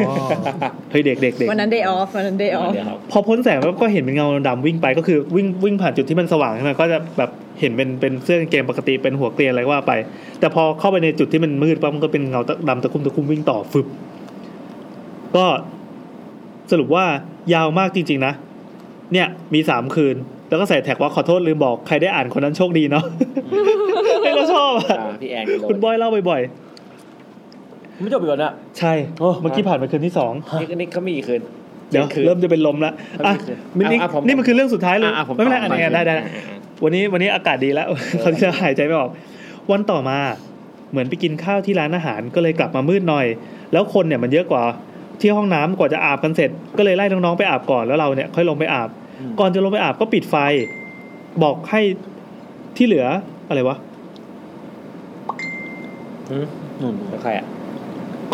Speaker 2: เฮ้ยเด็กๆเด็ก
Speaker 1: วันนั้น day off วันนั้น day off
Speaker 5: เดี๋ยวครับ
Speaker 2: พอพ้นแสงแล้วก็เห็นเป็นเงาดำๆวิ่งไปก็คือวิ่งวิ่งผ่านจุดที่มันสว่างใช่ไหมก็จะแบบเห็นเป็นเป็นเสื้อกางเกงปกติเป็นหัวเกรียนอะไรก็ว่าไป แต่พอเข้าไปในจุดที่มันมืดปั๊บมันก็เป็นเงาดำตะคุ่มตะคุ่มวิ่งต่อฟึบก็ สรุปว่ายาวมากจริง ๆ นะ เนี่ยมีสามคืน แล้วก็ใส่แท็กว่าขอโทษลืมบอกใครได้อ่านคนนั้นโชคดีเนาะ ให้ยเราชอบอะ
Speaker 5: อ่าพี่แอนโด
Speaker 2: คุ
Speaker 5: น
Speaker 2: ณบอยเล่าบ่อย
Speaker 4: ไม่จบอีกก่อนนะ
Speaker 2: ๆ ใช่
Speaker 4: โอ้
Speaker 2: เมื่อกี้ผ่านไปคืนที่สอง
Speaker 5: นี่ก็นี่ก็มีอีกคืน
Speaker 2: เดี๋ยว
Speaker 5: เที่ยงคืน
Speaker 2: เริ่มจะเป็นลมละอ่ะ
Speaker 5: เที่ยงคืน
Speaker 2: มินนี่
Speaker 5: อ่ะอ่ะผม
Speaker 2: นี่มันคือเรื่องสุดท้ายเลย
Speaker 5: อ่ะอ่ะผม
Speaker 2: ไม่เป็นไร
Speaker 5: ต่อ
Speaker 2: อั
Speaker 5: อั
Speaker 2: นนี้ได้ได้ได้
Speaker 5: อ่ะอ่ะ
Speaker 2: วันนี้วันนี้อากาศดีแล้ว เขาจะหายใจไม่ออก วันต่อมาเหมือนไปกินข้าวที่ร้านอาหารก็เลยกลับมามืดหน่อย แล้วคนเนี่ยมันเยอะกว่าที่ห้องน้ำกว่าจะอาบกันเสร็จ ก็เลยไล่น้องๆไปอาบก่อนแล้วเราเนี่ยค่อยลงไปอาบ ก่อนจะลงไปอาบก็ปิดไฟ บอกให้ที่เหลืออะไรวะ
Speaker 5: หืม
Speaker 4: นู่น
Speaker 5: แล้วใครอ่ะ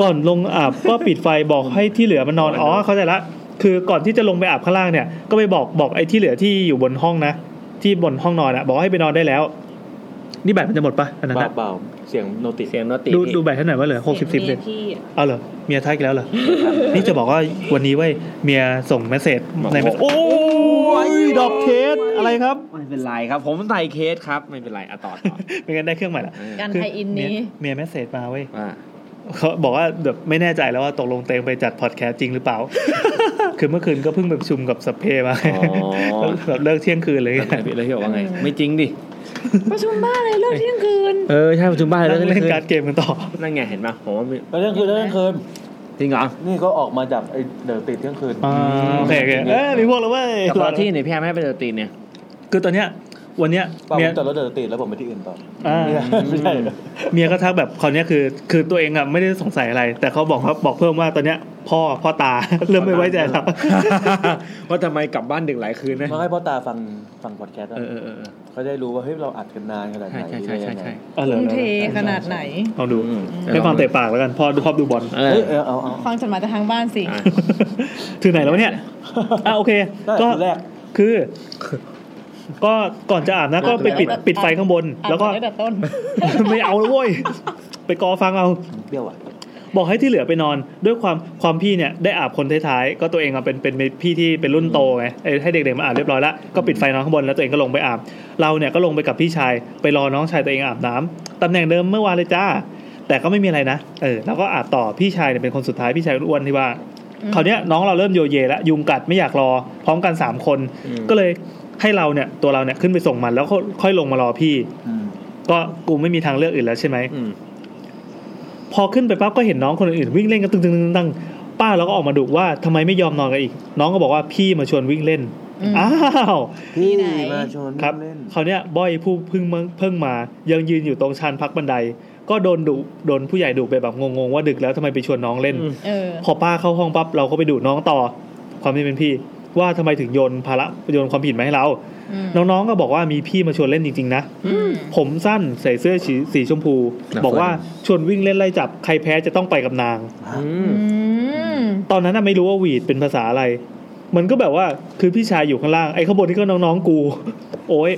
Speaker 2: ก่อนลงอาบก็ปิดไฟบอกให้ที่เหลือมันนอน
Speaker 5: นอน
Speaker 2: อ๋อเข้าใจละคือก่อนที่จะลงไปอาบข้างล่างเนี่ย ก็ไปบอกบอกไอ้ที่เหลือที่อยู่บนห้องนะที่บนห้องนอนอะบอกให้ไปนอนได้แล้ว นี่แบตมันจะหมดปะอันนั้น
Speaker 4: เบา
Speaker 2: อะ
Speaker 4: เบาๆเสียงโนติ
Speaker 5: เสียงโนติ
Speaker 2: ดู
Speaker 5: พี่
Speaker 2: ดูแบตเท่าไหร่วะเหลือหกสิบสิบเซนเอาเหรอเมียทักอีกแล้วเหรอนี่จะบอกว่าวันนี้เว้ยเมียส่งเมสเซจในเมสโอ้ยดอกเคสอะไรครับ
Speaker 5: ไม่เป็นไรครับ ผมใส่เคสครับ ไม่เป็นไรอ่ะต่อต่อ
Speaker 2: ไม่งั้นได้เครื่องใหม่ละ
Speaker 1: การ
Speaker 2: คือ
Speaker 1: ไทยอินนี้
Speaker 2: เมียเมียแมสเซจมาเว้ย
Speaker 5: อ่า
Speaker 2: เขาบอกว่าแบบไม่แน่ใจแล้วว่าตกลงเต็งไปจัดพอดแคสต์จริงหรือ เปล่า คือเมื่อคืนก็เพิ่งไปประชุมกับสเปมา
Speaker 5: อ๋อ
Speaker 2: แบบเลิกเที่ยงคืนเลย
Speaker 5: แล้วพี่แล้วพี่บอกว่าไง ไม่จริงดิ
Speaker 1: ประชุมบ้าเลยเลิกเที่ยง คืน
Speaker 5: เออ ใช่ประชุมบ้านแล้ว
Speaker 2: นั่ง
Speaker 5: เล่
Speaker 2: เล่นกา
Speaker 5: นกั
Speaker 2: ร์
Speaker 5: น
Speaker 2: ดเกมกันต่อ
Speaker 5: นั่นไงเห็นป่ะผมว่ามี
Speaker 4: แล้วเที่ยงคืนแล้วเที่ยงคืน
Speaker 5: จริงเหรอ
Speaker 4: นี่ก็ออกมาจากไอ้เดอะติดเที่ยงคืน
Speaker 2: อ่าโอเคโอเคเอ้ยมีพวกแล้วเว้ย
Speaker 5: แต่คนละที่เนี่ยพี่แอนไม่ให้ไปเดนตีนเนี่ย
Speaker 2: คือตอนเนี้ยวันเนี้ย
Speaker 4: เปล่าผ
Speaker 2: เมีย
Speaker 4: มจอดรถเดอะติดแล้วผมไปที่อื่นต่อ
Speaker 2: อ่า
Speaker 4: ไม่ใช่
Speaker 2: เมียก็ทักแบบคราวเนี้ยคือ คือตัวเองอะไม่ได้สงสัยอะไร แต่เขาบอกว่าบอกเพิ่มว่าตอนเนี้ยพ่อพ่อตา เริ่มไม่ไว้ใจแล้ว
Speaker 5: ว่าทำไมกลับบ้านดึกหลายคืนนะ
Speaker 4: มาให้พ่อตาฟังฟังพอดแคสต์
Speaker 5: เออเออเออ
Speaker 4: เขาจะได้รู้ว่าเฮ้ยเราอัดกันนานขนาดไหน
Speaker 5: ใช่ใช่ใช่ใช่ใช่
Speaker 2: อ๋ อเหรอ
Speaker 1: ทุ่
Speaker 2: เห
Speaker 1: ม
Speaker 2: รอ
Speaker 1: เทขนาดไหน
Speaker 2: ลองดู
Speaker 5: อืม
Speaker 2: ให้ฟังเตะปากแล้วกันพ่อชอบดูบอล
Speaker 5: เออ
Speaker 4: เฮ้ยเออเอาเอา
Speaker 1: ฟังจดหมายจากทางบ้านสิ
Speaker 5: อ่ะ
Speaker 2: ถึงไหนแล้วเนี่ย อ่ะโอเค
Speaker 4: ได้
Speaker 2: ก็
Speaker 4: ทีแรก
Speaker 2: คือ ก็ก่อนจะอาบนะ ก็ไปปิด
Speaker 1: แล้ว
Speaker 2: ปิดไฟข้างบน
Speaker 1: ะ
Speaker 2: แล้วก็
Speaker 1: ต่อได้แต่ต้น
Speaker 2: ไม่เอาแล้วเว้ย ไปกอฟังเอา
Speaker 4: เปรี้ยวอ่ะ
Speaker 2: บอกให้ที่เหลือไปนอนด้วยความความพี่เนี่ยได้อาบคนท้ายๆ ก็ตัวเองอะเป็นเป็นเป็นพี่ที่เป็นรุ่นโตไงเอ้ยให้เด็กๆมาอาบเรียบร้อยแล้วก็ปิดไฟนอนข้างบนแล้วตัวเองก็ลงไปอาบ เราเนี่ยก็ลงไปกับพี่ชายไปรอน้องชายตัวเองอาบน้ำตำแหน่งเดิมเมื่อวานเลยจ้า แต่ก็ไม่มีอะไรนะเออแล้วก็อาบต่อพี่ชายเนี่ยเป็นคนสุดท้ายพี่ชายอ้วนๆที่ว่า
Speaker 1: อืม
Speaker 2: คราวเนี้ยน้องเราเริ่มโยเยแล้วยุงกัดไม่อยากรอพร้อมกันสามคน
Speaker 5: อืม
Speaker 2: ก็เลย ให้เราเนี่ยตัวเราเนี่ยขึ้นไปส่งมันแล้วก็ค่อยลงมารอพี่
Speaker 4: อืม
Speaker 2: ก็กูไม่มีทางเลือกอื่นแล้วใช่ไหม
Speaker 5: อืม
Speaker 2: พอขึ้นไปปั๊บก็เห็นน้องคนอื่นวิ่งเล่นกันตึงตึงตึงตึงป้าเราก็ออกมาดุว่าทำไมไม่ยอมนอนกันอีก น้องก็บอกว่าพี่มาชวนวิ่งเล่น
Speaker 1: อืม
Speaker 2: อ้าว
Speaker 4: พี่
Speaker 1: ไหน
Speaker 4: มาชวน
Speaker 2: ครับ
Speaker 4: เล่น
Speaker 2: คราวเนี้ยบอยผู้เพิ่งมาเพิ่งมา ยังยืนอยู่ตรงชานพักบันได ก็โดนดุโดนผู้ใหญ่ดุไปแบบงงๆว่าดึกแล้วทำไมไปชวนน้องเล่น
Speaker 5: อืม
Speaker 1: เออ
Speaker 2: พอป้าเข้าห้องปั๊บเราก็ไปดุน้องต่อ ความที่เป็นพี่ ว่าทำไมถึงโยนภาระโยนความผิดมาให้เรา
Speaker 1: อืม
Speaker 2: น้องๆก็บอกว่ามีพี่มาชวนเล่นจริงๆนะ
Speaker 1: อืม
Speaker 2: ผมสั้นใส่เสื้อสีสีชมพู
Speaker 4: น่า
Speaker 2: บอกว่า
Speaker 4: ฟั
Speaker 2: ชวนวิ่งเล่นไล่จับใครแพ้จะต้องไปกับนาง
Speaker 5: อืม
Speaker 1: อืม
Speaker 2: ตอนนั้นน่ะไม่รู้ว่าหวีดเป็นภาษาอะไร มันก็แบบว่าคือพี่ชายอยู่ข้างล่างไอ้ข้างบนที่ก็น้องๆกู โอ้ย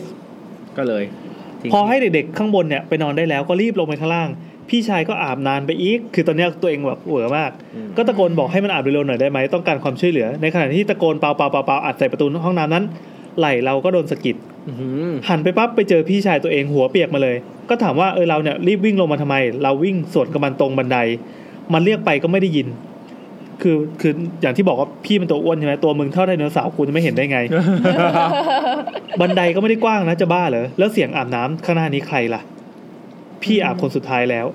Speaker 5: ก็เลย
Speaker 2: พอให้เด็กๆข้างบนเนี่ยไปนอนได้แล้วก็รีบลงไปข้างล่าง พี่ชายก็อาบนานไปอีก คือตอนเนี้ยตัวเองแบบเหวอมาก ก็ตะโกนบอกให้มันอาบเร็วๆหน่อยได้ไหมต้องการความช่วยเหลือ ในขณะที่ตะโกนเปล่าเปล่าเปล่าเปล่าอัดใส่ประตูห้องน้ำนั้น ไหลเราก็โดนสะกิด
Speaker 5: อื้อหือ
Speaker 2: หันไปปั๊บไปเจอพี่ชายตัวเองหัวเปียกมาเลย ก็ถามว่าเออเราเนี่ยรีบวิ่งลงมาทำไม เราวิ่งสวนกับมันตรงบันได มันเรียกไปก็ไม่ได้ยิน คือคืออย่างที่บอกว่าพี่มันตัวอ้วนใช่ไหมตัวมึงเท่าไดโนเสาร์กูจะไม่เห็นได้ ไง บันไดก็ไม่ได้กว้างนะจะบ้าเหรอ แล้วเสียงอาบน้ำข้างหน้านี้ใครล่ะ พี่อาบคนสุดท้ายแล้ว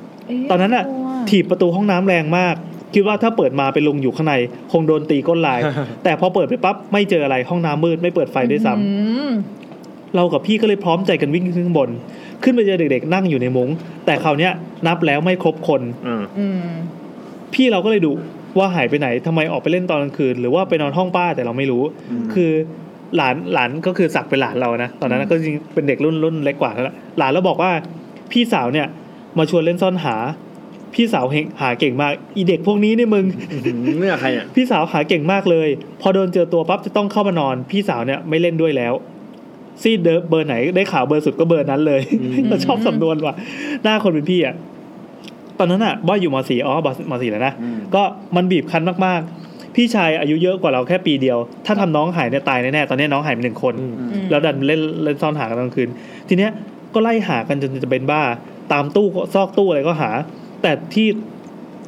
Speaker 2: ตอนนั้นอะถีบประตูห้องน้ำแรงมาก คิดว่าถ้าเปิดมาเป็นลุงอยู่ข้างใน คงโดนตีก้น ลาย แต่พอเปิดไปปั๊บไม่เจออะไรห้องน้ำมืดไม่เปิดไฟด้วยซ้ำ
Speaker 1: อืม
Speaker 2: เรากับพี่ก็เลยพร้อมใจกันวิ่งขึ้นข้างบน ขึ้นไปเจอเด็กๆนั่งอยู่ในมุง้ง แต่คราวเนี้ยนับแล้วไม่ครบคน
Speaker 5: อ่า
Speaker 1: อืม
Speaker 2: พี่เราก็เลยดุว่าหายไปไหนทำไมออกไปเล่นตอนกลางคืน หรือว่าไปนอนห้องป้าแต่เราไม่รู้ คือหลานหลานก็คือศักดิ์เป็นหลานเรานะตอนนั้นก็จริงเป็นเด็กรุ่นรุ่นเล็กกว่าแล้วล่ะหลานเราบอกว่าพี่สาวเนี่ยมาชวนเล่นซ่อนหา พี่สาวเฮงหาเก่งมากอีเด็กพวกนี้นี่มึง
Speaker 5: อื้อหือเนี่ยใครเนี่ย
Speaker 2: พี่สาวหาเก่งมากเลย พอโดนเจอตัวปั๊บจะต้องเข้ามานอน พี่สาวเนี่ยไม่เล่นด้วยแล้ว ซีดเดอเบอร์ไหนได้ข่าวเบอร์สุดก็เบอร์นั้นเลยเรา ชอบสำนวนว่ะหน้าคนเป็นพี่อ่ะตอนนั้นอ่ะบ้อยอยู่มสี่อ๋อมสี่แล้วนะก็มันบีบคั้นมากๆ พี่ชายอายุเยอะกว่าเราแค่ปีเดียว ถ้าทำน้องหายเนี่ยตายแน่ๆตอนนี้น้องหายไปหนึ่งคน
Speaker 1: อืม
Speaker 2: แล้วดันเล่นเล่นซ่อนหากันกลางคืน ทีเนี้ยก็ไล่หากันจนจะเป็นบ้า ตามตู้ซอกตู้อะไรก็หา แต่ที่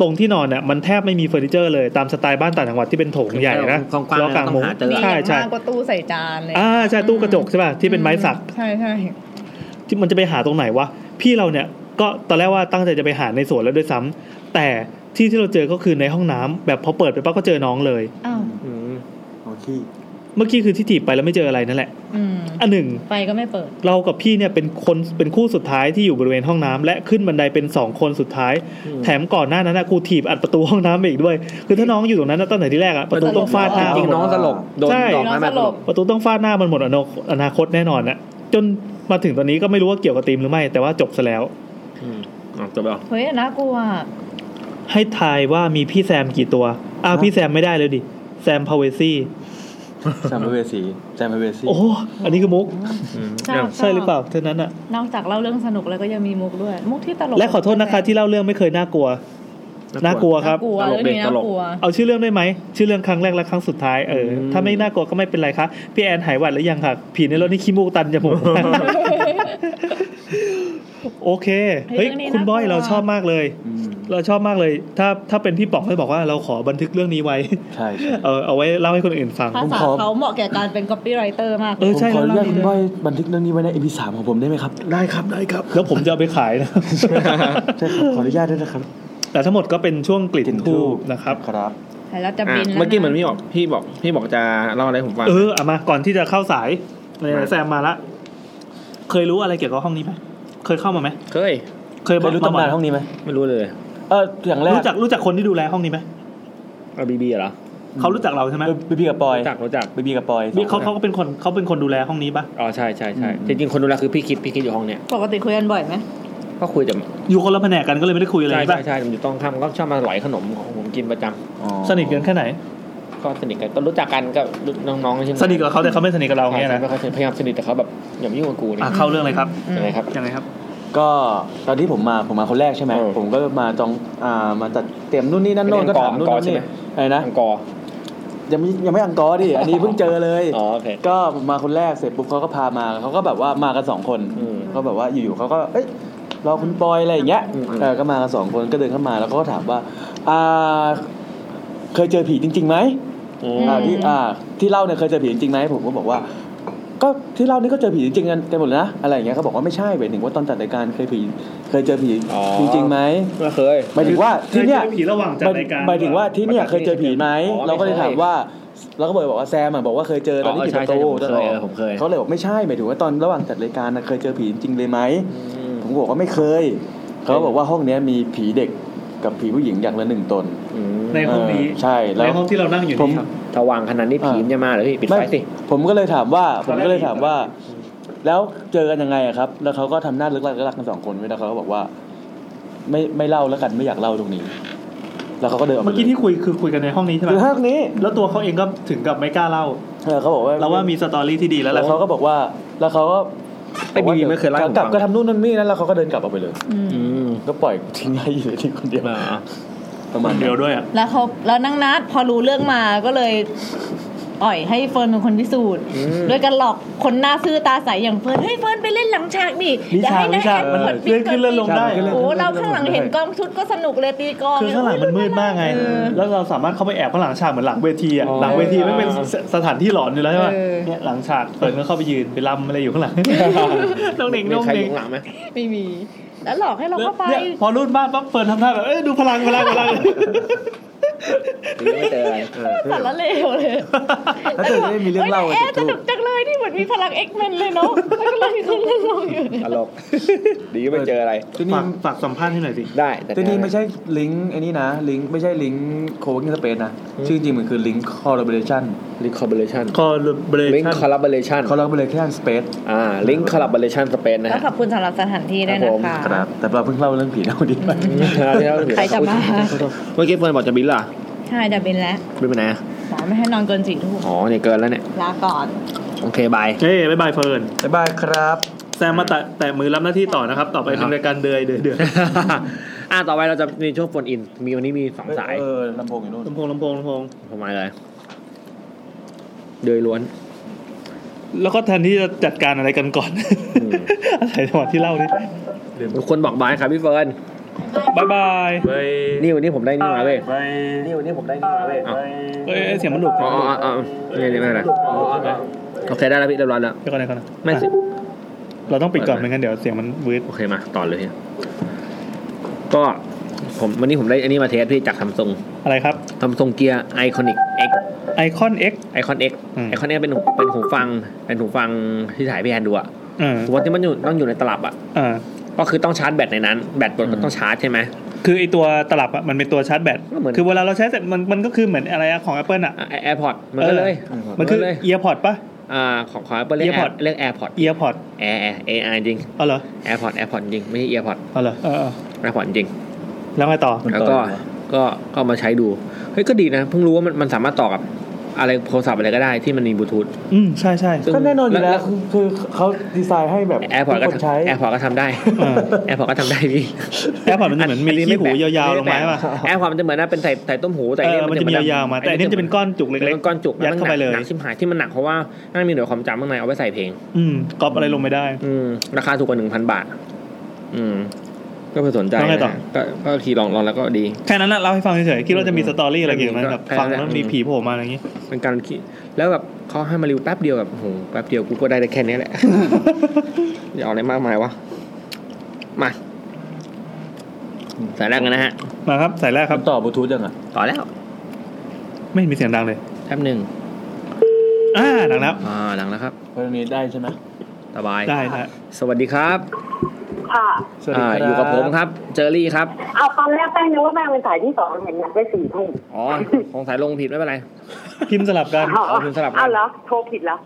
Speaker 2: ตรงที่นอนเนี่ยมันแทบไม่มีเฟอร์นิเจอร์เลยตามสไตล์บ้านต่างจังหวัดที่เป็นโถงใหญ่นะ
Speaker 5: กว้างๆ
Speaker 2: ล้อ
Speaker 5: แล้วต้อง
Speaker 2: ง
Speaker 5: หาเจอ
Speaker 1: มีอ
Speaker 2: ใช่
Speaker 1: ย่าง
Speaker 2: ใช่
Speaker 1: มากก็ตู้ใส่จานเลย
Speaker 2: อ่าใช่ตู้กระจกใช่ป่ะที่เป็นไม้สัก
Speaker 1: ใช่ใช่
Speaker 2: ที่มันจะไปหาตรงไหนวะพี่เราเนี่ยก็ตอนแรกว่าตั้งใจจะไปหาในสวนแล้วด้วยซ้ำแต่ที่ที่เราเจอก็คือในห้องน้ำแบบพอเปิดไปปั๊บก็เจอน้องเลย
Speaker 1: อ้าว
Speaker 5: อืม
Speaker 4: โอเค
Speaker 2: เมื่อกี้คือที่ถีบไปแล้วไม่เจออะไรนั่นแหละ
Speaker 1: อืม
Speaker 2: อันหนึ่ง
Speaker 1: ไฟก็ไม่เปิด
Speaker 2: เรากับพี่เนี่ยเป็นคนเป็นคู่สุดท้ายที่อยู่บริเวณห้องน้ำและขึ้นบันไดเป็นสองคนสุดท้าย แถมก่อนหน้านั้นนะกูถีบอัดประตูห้องน้ำไปอีกด้วย คือถ้าน้องอยู่ตรงนั้นนะตั้งแต่ที่แรกอะประตูต้องฟาดหน้า
Speaker 5: จริง
Speaker 2: หมด
Speaker 5: ๆน้องสลบโดน
Speaker 2: ใช่
Speaker 5: ดอกไม้มาสลบ
Speaker 2: ประตูต้องฟาดหน้ามันหมดอนาคอนาคตแน่นอนนะจนมาถึงตอนนี้ก็ไม่รู้ว่าเกี่ยวกับทีมหรือไม่ แต่ว่าจบซะแล้ว
Speaker 5: อืมอ๋อจบแล้ว
Speaker 1: เฮ้ยน่ากลัวอะ
Speaker 2: ให้ทายว่ามีพี่แซมกี่ตัวอ้าวพี่แซมไม่ได้เลยดิแซมพาเวซี่
Speaker 4: แซมพเวสีแซมพเวสี
Speaker 2: โอ้โหอันนี้คือมุก
Speaker 1: เศร้า
Speaker 2: ใช่หรือเปล่าเท่านั้นอะ
Speaker 1: นอกจากเล่าเรื่องสนุกแล้วก็ยังมีมุกด้วย มุกที่ตลก
Speaker 2: และขอโทษนะคะที่เล่าเรื่องไม่เคยน่ากลัวน่ากลัวครับ
Speaker 1: น่ากลัว
Speaker 5: ตลก
Speaker 1: เรื่อง
Speaker 5: เด็ก
Speaker 1: นี้น่า
Speaker 5: ตลก
Speaker 1: กลัว
Speaker 2: เอาชื่อเรื่องได้ไหม ชื่อเรื่องครั้งแรกและครั้งสุดท้ายเอออ
Speaker 5: ม
Speaker 2: ถ้าไม่น่ากลัวก็ไม่เป็นไรครับพี่แอนหายหวัดหรือยังค่ะผีในรถนี่ขี้มูกตันจมูก โอเค
Speaker 1: เฮ้
Speaker 2: เฮ้
Speaker 1: ย
Speaker 2: ย
Speaker 1: เรื่องนี้
Speaker 2: คุณบอย
Speaker 1: น่ากลัว
Speaker 2: เราชอบมากเลย
Speaker 4: อืม
Speaker 2: เราชอบมากเลย ถ้าถ้าเป็นพี่ป๋องก็บอกว่าเราขอบันทึกเรื่องนี้ไว้
Speaker 4: ใช่ใช่
Speaker 2: เออเอาไว้เล่าให้คนอื่นฟัง
Speaker 1: ภา
Speaker 4: ผม
Speaker 1: ษา
Speaker 4: ขอ
Speaker 1: เขาเหมาะแก่การเป็น copywriter มาก
Speaker 2: เออ
Speaker 4: ผม
Speaker 2: ใช่
Speaker 4: ขอ
Speaker 2: แล้
Speaker 4: อนุ
Speaker 2: วเล่า
Speaker 4: ญาตคุณ
Speaker 2: ดี
Speaker 4: บอยบันทึกเรื่องนี้ไว้ในเอพิสามของผมได้ไหมครับ
Speaker 2: ได้ครับได้ครับ แล้วผมจะเอาไปขายนะ
Speaker 4: ใช่ครับขออนุญาตด้วยนะครับ
Speaker 2: แต่ทั้งหมดก็เป็นช่วงกลิ่น
Speaker 4: กลิ่น
Speaker 2: ทู
Speaker 4: ธู
Speaker 2: บ
Speaker 4: ป
Speaker 2: นะครับ
Speaker 4: ครับ
Speaker 1: แต่แล้วจะ
Speaker 5: อ่ะ
Speaker 1: บินแล้ว
Speaker 5: เมื่อกี้เหมือนพี่บอกพี่บอกพี่บอกจะเล่าอะไรให้ผมฟัง
Speaker 2: เออเอามาก่อนที่จะเข้าสายเนี่ย
Speaker 5: มา
Speaker 2: แซมมาละเคยรู้อะไรเกี่ยวกับห้องนี้ไหมเคยเข้ามาไหม
Speaker 5: เคย
Speaker 2: เคย
Speaker 4: เคยรู้ตำนานห้องนี้ไหม
Speaker 5: ไม่รู้เลย
Speaker 4: เอออย่างแรก
Speaker 2: รู้จักรู้จักคนที่ดูแลห้องนี้ไหม
Speaker 5: เอาบีบีเหรอ
Speaker 2: เขารู้จักเราใช่ไหม
Speaker 4: เออบีบีกับปอย
Speaker 5: รู้จักรู้จัก
Speaker 4: บีบีกับปอย
Speaker 2: นี่เขาเขาก็เป็นคนเขาเป็นคนดูแลห้องนี้ปะ
Speaker 5: อ๋อใช่ใช่ใช่จริงๆคนดูแลคือพี่คิดพี่คิดอยู่ห้องเนี้ย
Speaker 1: ปกติคุยกันบ่อยไหม
Speaker 5: ก็คุยแต่
Speaker 2: อยู่คนละแผนกกันก็เลยไม่ได้คุยอะไร
Speaker 5: ใช่
Speaker 2: ใช่
Speaker 5: ใช่
Speaker 2: ปะ
Speaker 5: ใช่ผมอยู่ต้องทำก็ชอบมาหลอยขนมของผมกินประจำ
Speaker 4: อ๋อ
Speaker 2: สนิทกันแค่ไหน
Speaker 5: ก็สนิทกันก็รู้จักกันก็น้องๆใช่ไหม
Speaker 2: สนิทกับเขาแต่เขาไม่สนิทกับเราอย่าง
Speaker 5: ใช่
Speaker 2: เงี้ยนะ
Speaker 5: ไม่ค่อยสนิทพยายามสนิทแต่เขาแบบอย่ามายุ่งกับกูนี่
Speaker 2: อ่ะเข้าเรื่องเลยครับ
Speaker 1: อืม
Speaker 5: ยังไงครับ
Speaker 2: ยังไงครับ
Speaker 4: ก็ตอนที่ผมมาผมมาคนแรกใช่ไหม
Speaker 5: เออ
Speaker 4: ผมก็มาจองอ่ามาจัดเตรียมนู่นนี่นั่นโน่น
Speaker 5: ไม่
Speaker 4: ก็
Speaker 5: ได้
Speaker 4: ถาม
Speaker 5: อัง
Speaker 4: นู่น
Speaker 5: กอร์
Speaker 4: นั่นนี่
Speaker 5: ใช่ไหม
Speaker 4: อะไรนะ
Speaker 5: อังกอร์
Speaker 4: ยังไม่ยังไม่อังกอร์ดิอันนี้เพิ่งเจอเลย
Speaker 5: อ๋อโอเค
Speaker 4: ก็มาคนแรกเสร็จปุ๊บเขาก็พามาเขาก็แบบว่ามากันสองคน
Speaker 5: อืม
Speaker 4: เขาแบบว่าอยู่ๆเขาก็เอ้ยรอคุณปอยอะไรอย่างเงี้ย
Speaker 5: อืม
Speaker 4: เออก็มากันสองคนก็เดินเข้ามาแล้วเขาก็ถามว่าอ่าเคยเจอผีจริงๆไหม
Speaker 5: อืม
Speaker 4: อ่าที่อ่าที่เล่าเนี่ยเคยเจอผีจริงๆไหมผมก็บอกว่า
Speaker 3: ก็ที่เล่านี่ก็เจอผีจริงๆกันกันหมดเลยนะอะไรอย่างเงี้ยเขาบอกว่าไม่ใช่หมายถึงว่าตอนจัดรายการเคยผีเคยเจอผี
Speaker 5: อ๋อ
Speaker 3: จริงๆไหม
Speaker 5: ไม่เคย
Speaker 3: หมายถึงว่า
Speaker 2: ที่
Speaker 3: ที่
Speaker 2: เนี่
Speaker 3: เนี่ย ย
Speaker 2: ผีระหว่างจัดรายการ
Speaker 3: หมายถึงว่าที่เนี่ยเคยเจอผีไหม
Speaker 5: อ๋อ
Speaker 3: เราก็เลย
Speaker 5: ไม่เคย
Speaker 3: ถามว่าเราก็เลยบอกว่าแซมอ่ะบอกว่าเคยเจอตอนที่
Speaker 5: อ๋อ
Speaker 3: ปิดประ
Speaker 5: ใช่
Speaker 3: ตู
Speaker 5: ใช่ผม
Speaker 3: ตอนออก
Speaker 5: เคยเออผมเคย
Speaker 3: เขาเลยบอกไม่ใช่หมายถึงว่าตอนระหว่างจัดรายการน่ะเคยเจอผีจริงๆเลยไหม ผมก็บอกว่าไม่เคย เขาบอกว่าห้องเนี้ยมีผีเด็กกับผีผู้หญิงอย่างละหนึ่งตน
Speaker 5: อืม
Speaker 2: ในห้องนี้
Speaker 3: เออใช่แล้
Speaker 2: ใน
Speaker 3: ว
Speaker 2: ห้องที่เรานั่งอยู่
Speaker 3: ผม
Speaker 2: นี่ครับ
Speaker 5: ถ้าวางขนาดนี้ผีมันจะมาเหรอพี่ปิดไฟสิ
Speaker 3: ผมก็เลยถามว่า ผ
Speaker 2: ตอน
Speaker 3: ม
Speaker 2: แรก
Speaker 3: ก็เลยถามว่า
Speaker 2: ผี
Speaker 3: แล้วเจอกันยังไงอะครับ แล้วเขาก็ทำหน้าลึกลักลึกลักกันสองคนไว้แล้วเขาก็บอกว่า ไม่ไม่เล่าแล้วกันไม่อยากเล่าตรงนี้ แล้วเขาก็เดินออกไป
Speaker 2: เมื่อกี้ที่คุยคือคุยกันในห้องนี้ใช่ไหม
Speaker 3: คือห้องนี้
Speaker 2: แล้วตัวเขาเองก็ถึงกับไม่กล้าเล่า
Speaker 3: เออเขาบอกว่า
Speaker 2: เราว่ามีสตอรี่ที่ดีแล้วแห
Speaker 3: แล้
Speaker 2: ละ
Speaker 3: วเขาก็บอกว่า แล้วเขาก็
Speaker 5: ไอ้บีบีไม่เคยเล่าให้ผมฟัง
Speaker 3: กลับก็ทำนู่นนั่นนี่นั่นแล้วเขาก็เดินกลับออกไปเลย
Speaker 1: อืม
Speaker 5: อืม
Speaker 3: ก็ปล่อยทิ้งให้อยู่ที่คนเดียวประมาณ
Speaker 2: คน
Speaker 3: นั้น
Speaker 2: เดียวด้วยอ่ะ
Speaker 1: แล้วเขาแล้วนางนัดพอรู้เรื่องมาก็เลยอ่อยให้เฟิร์นเป็นคนพิสูจน์โดยการหลอกคนหน้าซื่อตาใสอย่างเฟิร์นเฮ้ยเฟิร์นไปเล่นหลังฉากดิ
Speaker 3: วิ
Speaker 1: อย่า
Speaker 3: ชา
Speaker 1: ให้นาย
Speaker 3: วิชา
Speaker 1: แอน
Speaker 3: มัน
Speaker 1: กด
Speaker 2: เลื่อนขึ้นเลื่อนลงได้
Speaker 3: ขึ้นลื่น
Speaker 1: โอ้โหเราข้างหลังเห็นกล้องชุดก็สนุกเลยตีกลอง
Speaker 2: คือข้างหลังมันมืดมากไง
Speaker 1: เออ
Speaker 2: แล้วเราสามารถเข้าไปแอบข้างหลังฉากเหมือนหลังเวทีอ่ะหลังเวทีไม่เป็นสถานที่หลอนอยู่แล้วใช่ไหม
Speaker 1: เออ
Speaker 2: เนี่ยหลังฉากเปิดก็เข้าไปยืนไปลำอะไรอยู่ข้างหลัง น้องเน่ง
Speaker 5: มี
Speaker 2: น้อง
Speaker 5: ใครอ
Speaker 2: เน่ง
Speaker 5: ยู่ข้างหลังไหม
Speaker 1: ไม่มี แล้วหลอกให้เราเข้าไป
Speaker 2: นี่ยพอรุ่นบ้านปั๊บเปิดทำท่าแบบเอ้ยดูพลังพลังพ ลัง
Speaker 5: ยังไม่เจออะไรเออ
Speaker 1: สารเลวเลย
Speaker 3: แล้วเธอจะได้มีเรื่องเล่า
Speaker 1: ฮ้ย
Speaker 3: อ่ะ
Speaker 1: แอน
Speaker 3: จุ
Speaker 1: ส
Speaker 3: ดทูป
Speaker 1: นุกจังเลยที่เหมือนมีพลังเอ็กเมนเลยเนาะแล้วก็เลยมีคนเล่นลงอยู่เนี่ย
Speaker 5: ตลก ดีก็ไม่เจออะไร
Speaker 3: ที่นี่
Speaker 2: ฝากฝากสัมภาษณ์ให้หน่อยสิ
Speaker 5: ได้แต่
Speaker 3: ที่นี่ไม่ใช่ลิงก์ไอ้นี่นะ ลิงก์ไม่ใช่ลิงก์โคเวกิ้งสเปซนะ ชื่อจริงมันคือลิงก์ collaboration
Speaker 5: ลิงคอร์บอเรชัน
Speaker 2: คอร์เบร
Speaker 5: ลิงคอร์บอเรชัน
Speaker 3: collaboration space
Speaker 5: อ่าลิงคอร์บอเรชันสเปนนะ
Speaker 1: แล้ว
Speaker 5: ฮะ
Speaker 1: ขอบคุณสำหรับสถานที่ด้วยนะ
Speaker 5: ครั
Speaker 1: คะ
Speaker 5: บ
Speaker 3: ครับแต่เราเพิ่งเล่าเรื่องผีนะวันนี้ไป
Speaker 1: ใครจะมา
Speaker 5: เมื่อกี้เฟิร์นบอกจะบินเหรอ
Speaker 1: ใช่ดับเบิลแล้ว
Speaker 5: บินไปไหนอะ
Speaker 1: หมอไม่ให้นอนเกินสี่ทุ่ม
Speaker 5: อ๋อเนี่ยเกินแล้วเนี่ย
Speaker 1: ลาก่อน
Speaker 5: โอเคบาย
Speaker 2: เอ้ยบ๊ายบายเฟิร์น
Speaker 3: บ๊ายบายครับ
Speaker 2: แซมมาแตะแตะมือรับหน้าที่ต่อนะครับ ต่อไป
Speaker 5: ครั
Speaker 2: เป็น
Speaker 5: บ
Speaker 2: รายการเดือยเดือยเดือย
Speaker 5: อ่าต่อไปเราจะมีช่วงโฟนอิน มีวันนี้มีสองสาย
Speaker 3: เออลำโพงอยู่นู่น
Speaker 2: ลำโพงลำโพงลำโพง
Speaker 5: ประมาณเลยเดยล้วน
Speaker 2: แล้วก็แทนที่จะจัดการอะไรกันก่อน
Speaker 5: อืม
Speaker 2: อะไรจังหวะที่เล่านี่
Speaker 5: ทุกคนบอกบายครับพี่เฟิร์น
Speaker 2: บ๊ายบาย
Speaker 5: นี่วันนี้ผมได้นี่มาเว้ย
Speaker 3: นี่วันนี้ผมได้นี่มาเว้ย
Speaker 5: อ้าว
Speaker 2: เอ้ยเอ้ยเสียงมันหลุด
Speaker 5: อ๋ออ๋ออ๋อเนี่ยเนี่ยไม่เป็นไรโอเคได้แล้วพี่เรียบร้อยแล้ว
Speaker 2: เดี๋ยวก่อนนะเดี๋ยวก่อนนะ
Speaker 5: ไม่สิ
Speaker 2: เราต้องปิดก่อนไม่งั้นเดี๋ยวเสียงมันวืด
Speaker 5: โอเคมาต่อเลยฮะก็ผมวันนี้ผมได้อันนี้มาเทสพี่จากซัมซุง
Speaker 2: อะไรครับ
Speaker 5: ซัมซุงเกียร์ไอคอนิกเอ็ก
Speaker 2: ไอคอน X
Speaker 5: ไอคอนเอ็ก
Speaker 2: อืม
Speaker 5: ไอคอนเอ็กเป็นหูเป็นหูฟัง เป็นหูฟังที่ถ่ายพี่แอนดูอะ
Speaker 2: เออ
Speaker 5: หัวที่มันอยู่ต้องอยู่ในตลับอะ
Speaker 2: อ่า
Speaker 5: ก็คือต้องชาร์จแบตในนั้น แบตหมดก็ต้องชาร์จใช่ไหม
Speaker 2: คือไอตัวตลับอะมันเป็นตัวชาร์จแบต
Speaker 5: ก็เหมือน
Speaker 2: คือเวลาเราใช้เสร็จมันมันก็คือเหมือนอะไรอะของ Apple อะ
Speaker 5: แอร์พอร์ตมันก็เลย
Speaker 2: มันคือ
Speaker 5: เลย
Speaker 2: เอียร์พอดปะ
Speaker 5: อ่าของของ Apple เรียก
Speaker 2: AirPod
Speaker 5: เรียกแอร์พอร์ต
Speaker 2: เอียร์พอด
Speaker 5: แอร์แอร์เอไอจริง
Speaker 2: เอาเหรอ
Speaker 5: แอร์พอร์ตแอร์พอร์ตจริง ไม่ใช่เอียร์พอร์ต
Speaker 2: เอาเหรอเออเออ
Speaker 5: แอร์พอร์ตจริง
Speaker 2: แล้วไงต่อ
Speaker 5: แล้วก็ก็ก็เอามาใช้ดูเฮ้ยก็ดีนะเพิ่งรู้ว่ามันมันสามารถต่อกับอะไรโทรศัพท์อะไรก็ได้ที่มันมีบลูทูธ
Speaker 2: อืม ใช่ใช่
Speaker 5: ซึ่ง
Speaker 3: ก็แน่นอนอยู่แล้วคือคือเขาดีไซน์ให้แบบ
Speaker 5: แอร์พอร์ตก็
Speaker 3: ทุคนใช้
Speaker 5: แอร์พอร์ตก็ทำได้
Speaker 2: เออ
Speaker 5: แอร์พอร์ตก็ทำได้พี่
Speaker 2: แอร์พอดมันจะเหมือนมีขี้หูยาวๆลงมาใช่ป่ะ
Speaker 5: แอร์พอร์ตมันจะเหมือนนะเป็นใส่ใส่ต้มหูแต่
Speaker 2: เออ
Speaker 5: เย
Speaker 2: มันจะมียาวๆมา แต่อันนี้จะเป็นก้อนจุกเล็
Speaker 5: เป็
Speaker 2: ก
Speaker 5: นก้อนจุก
Speaker 2: ยัดเข้าไปเลย
Speaker 5: หนักชิมหายที่มันหนักเพราะว่านั่นมีหน่วยความจำข้างในเอาไว้ใส่เพลง
Speaker 2: อืมกรอบอะไรลงไม่ได้
Speaker 5: อืมราคาถูกกว่าหนึ่งพันบาท อืม ก็เพื่อสนใจ
Speaker 2: แล้วไงต่อ
Speaker 5: นะก็ก็ทีลองลองแล้วก็ดี
Speaker 2: แค่นั้นนะเล่าให้ฟังเฉยๆ คิดว่าจะมีสตอรี่อะไรเกี่ยวกับมันแบบ
Speaker 5: แค่นั้
Speaker 2: ฟัง
Speaker 5: น
Speaker 2: แล้วมี
Speaker 5: อืม
Speaker 2: ผีโผล่มาอะไรอย่างงี้
Speaker 5: เป็นการคิดแล้วแบบเขาให้มารีวิวแป๊บเดียวแบบโหแป๊บเดียวกูก็ได้แค่นี้แหละ อย่าเอาอะไรมากมายวะมาสายแรกกันนะฮะ
Speaker 2: มาครับสายแรกครับ
Speaker 3: ต่อบลูทูธยังอ่ะ
Speaker 5: ต่อแล้ว
Speaker 2: ไม่มีเสียงดังเลย
Speaker 5: แป๊บหนึ่ง
Speaker 2: อ่าดังแล้ว
Speaker 5: อ่าหลังแล้วครับ
Speaker 3: เพราะตรงนี้ได้ใช่ไหม
Speaker 5: สบาย
Speaker 2: ได้ นะ
Speaker 5: สวัสดีครับ
Speaker 6: ค่ะ
Speaker 3: สวัสดี
Speaker 5: อ่า
Speaker 3: ครับ
Speaker 5: อยู่กับผมครับ เจอรี่ครับ
Speaker 6: เอาตอนแรกแป้งนึกว่าแป้งเป็นสายที่สองเห็นนัดได้สี่ทุ่ม
Speaker 5: อ๋อสงสัยลงผิดไม่เป็นไร
Speaker 2: พิมพ์สลับกัน
Speaker 5: เอาคุณสลับกัน
Speaker 6: เอาเหรอโทรผิดแล้ว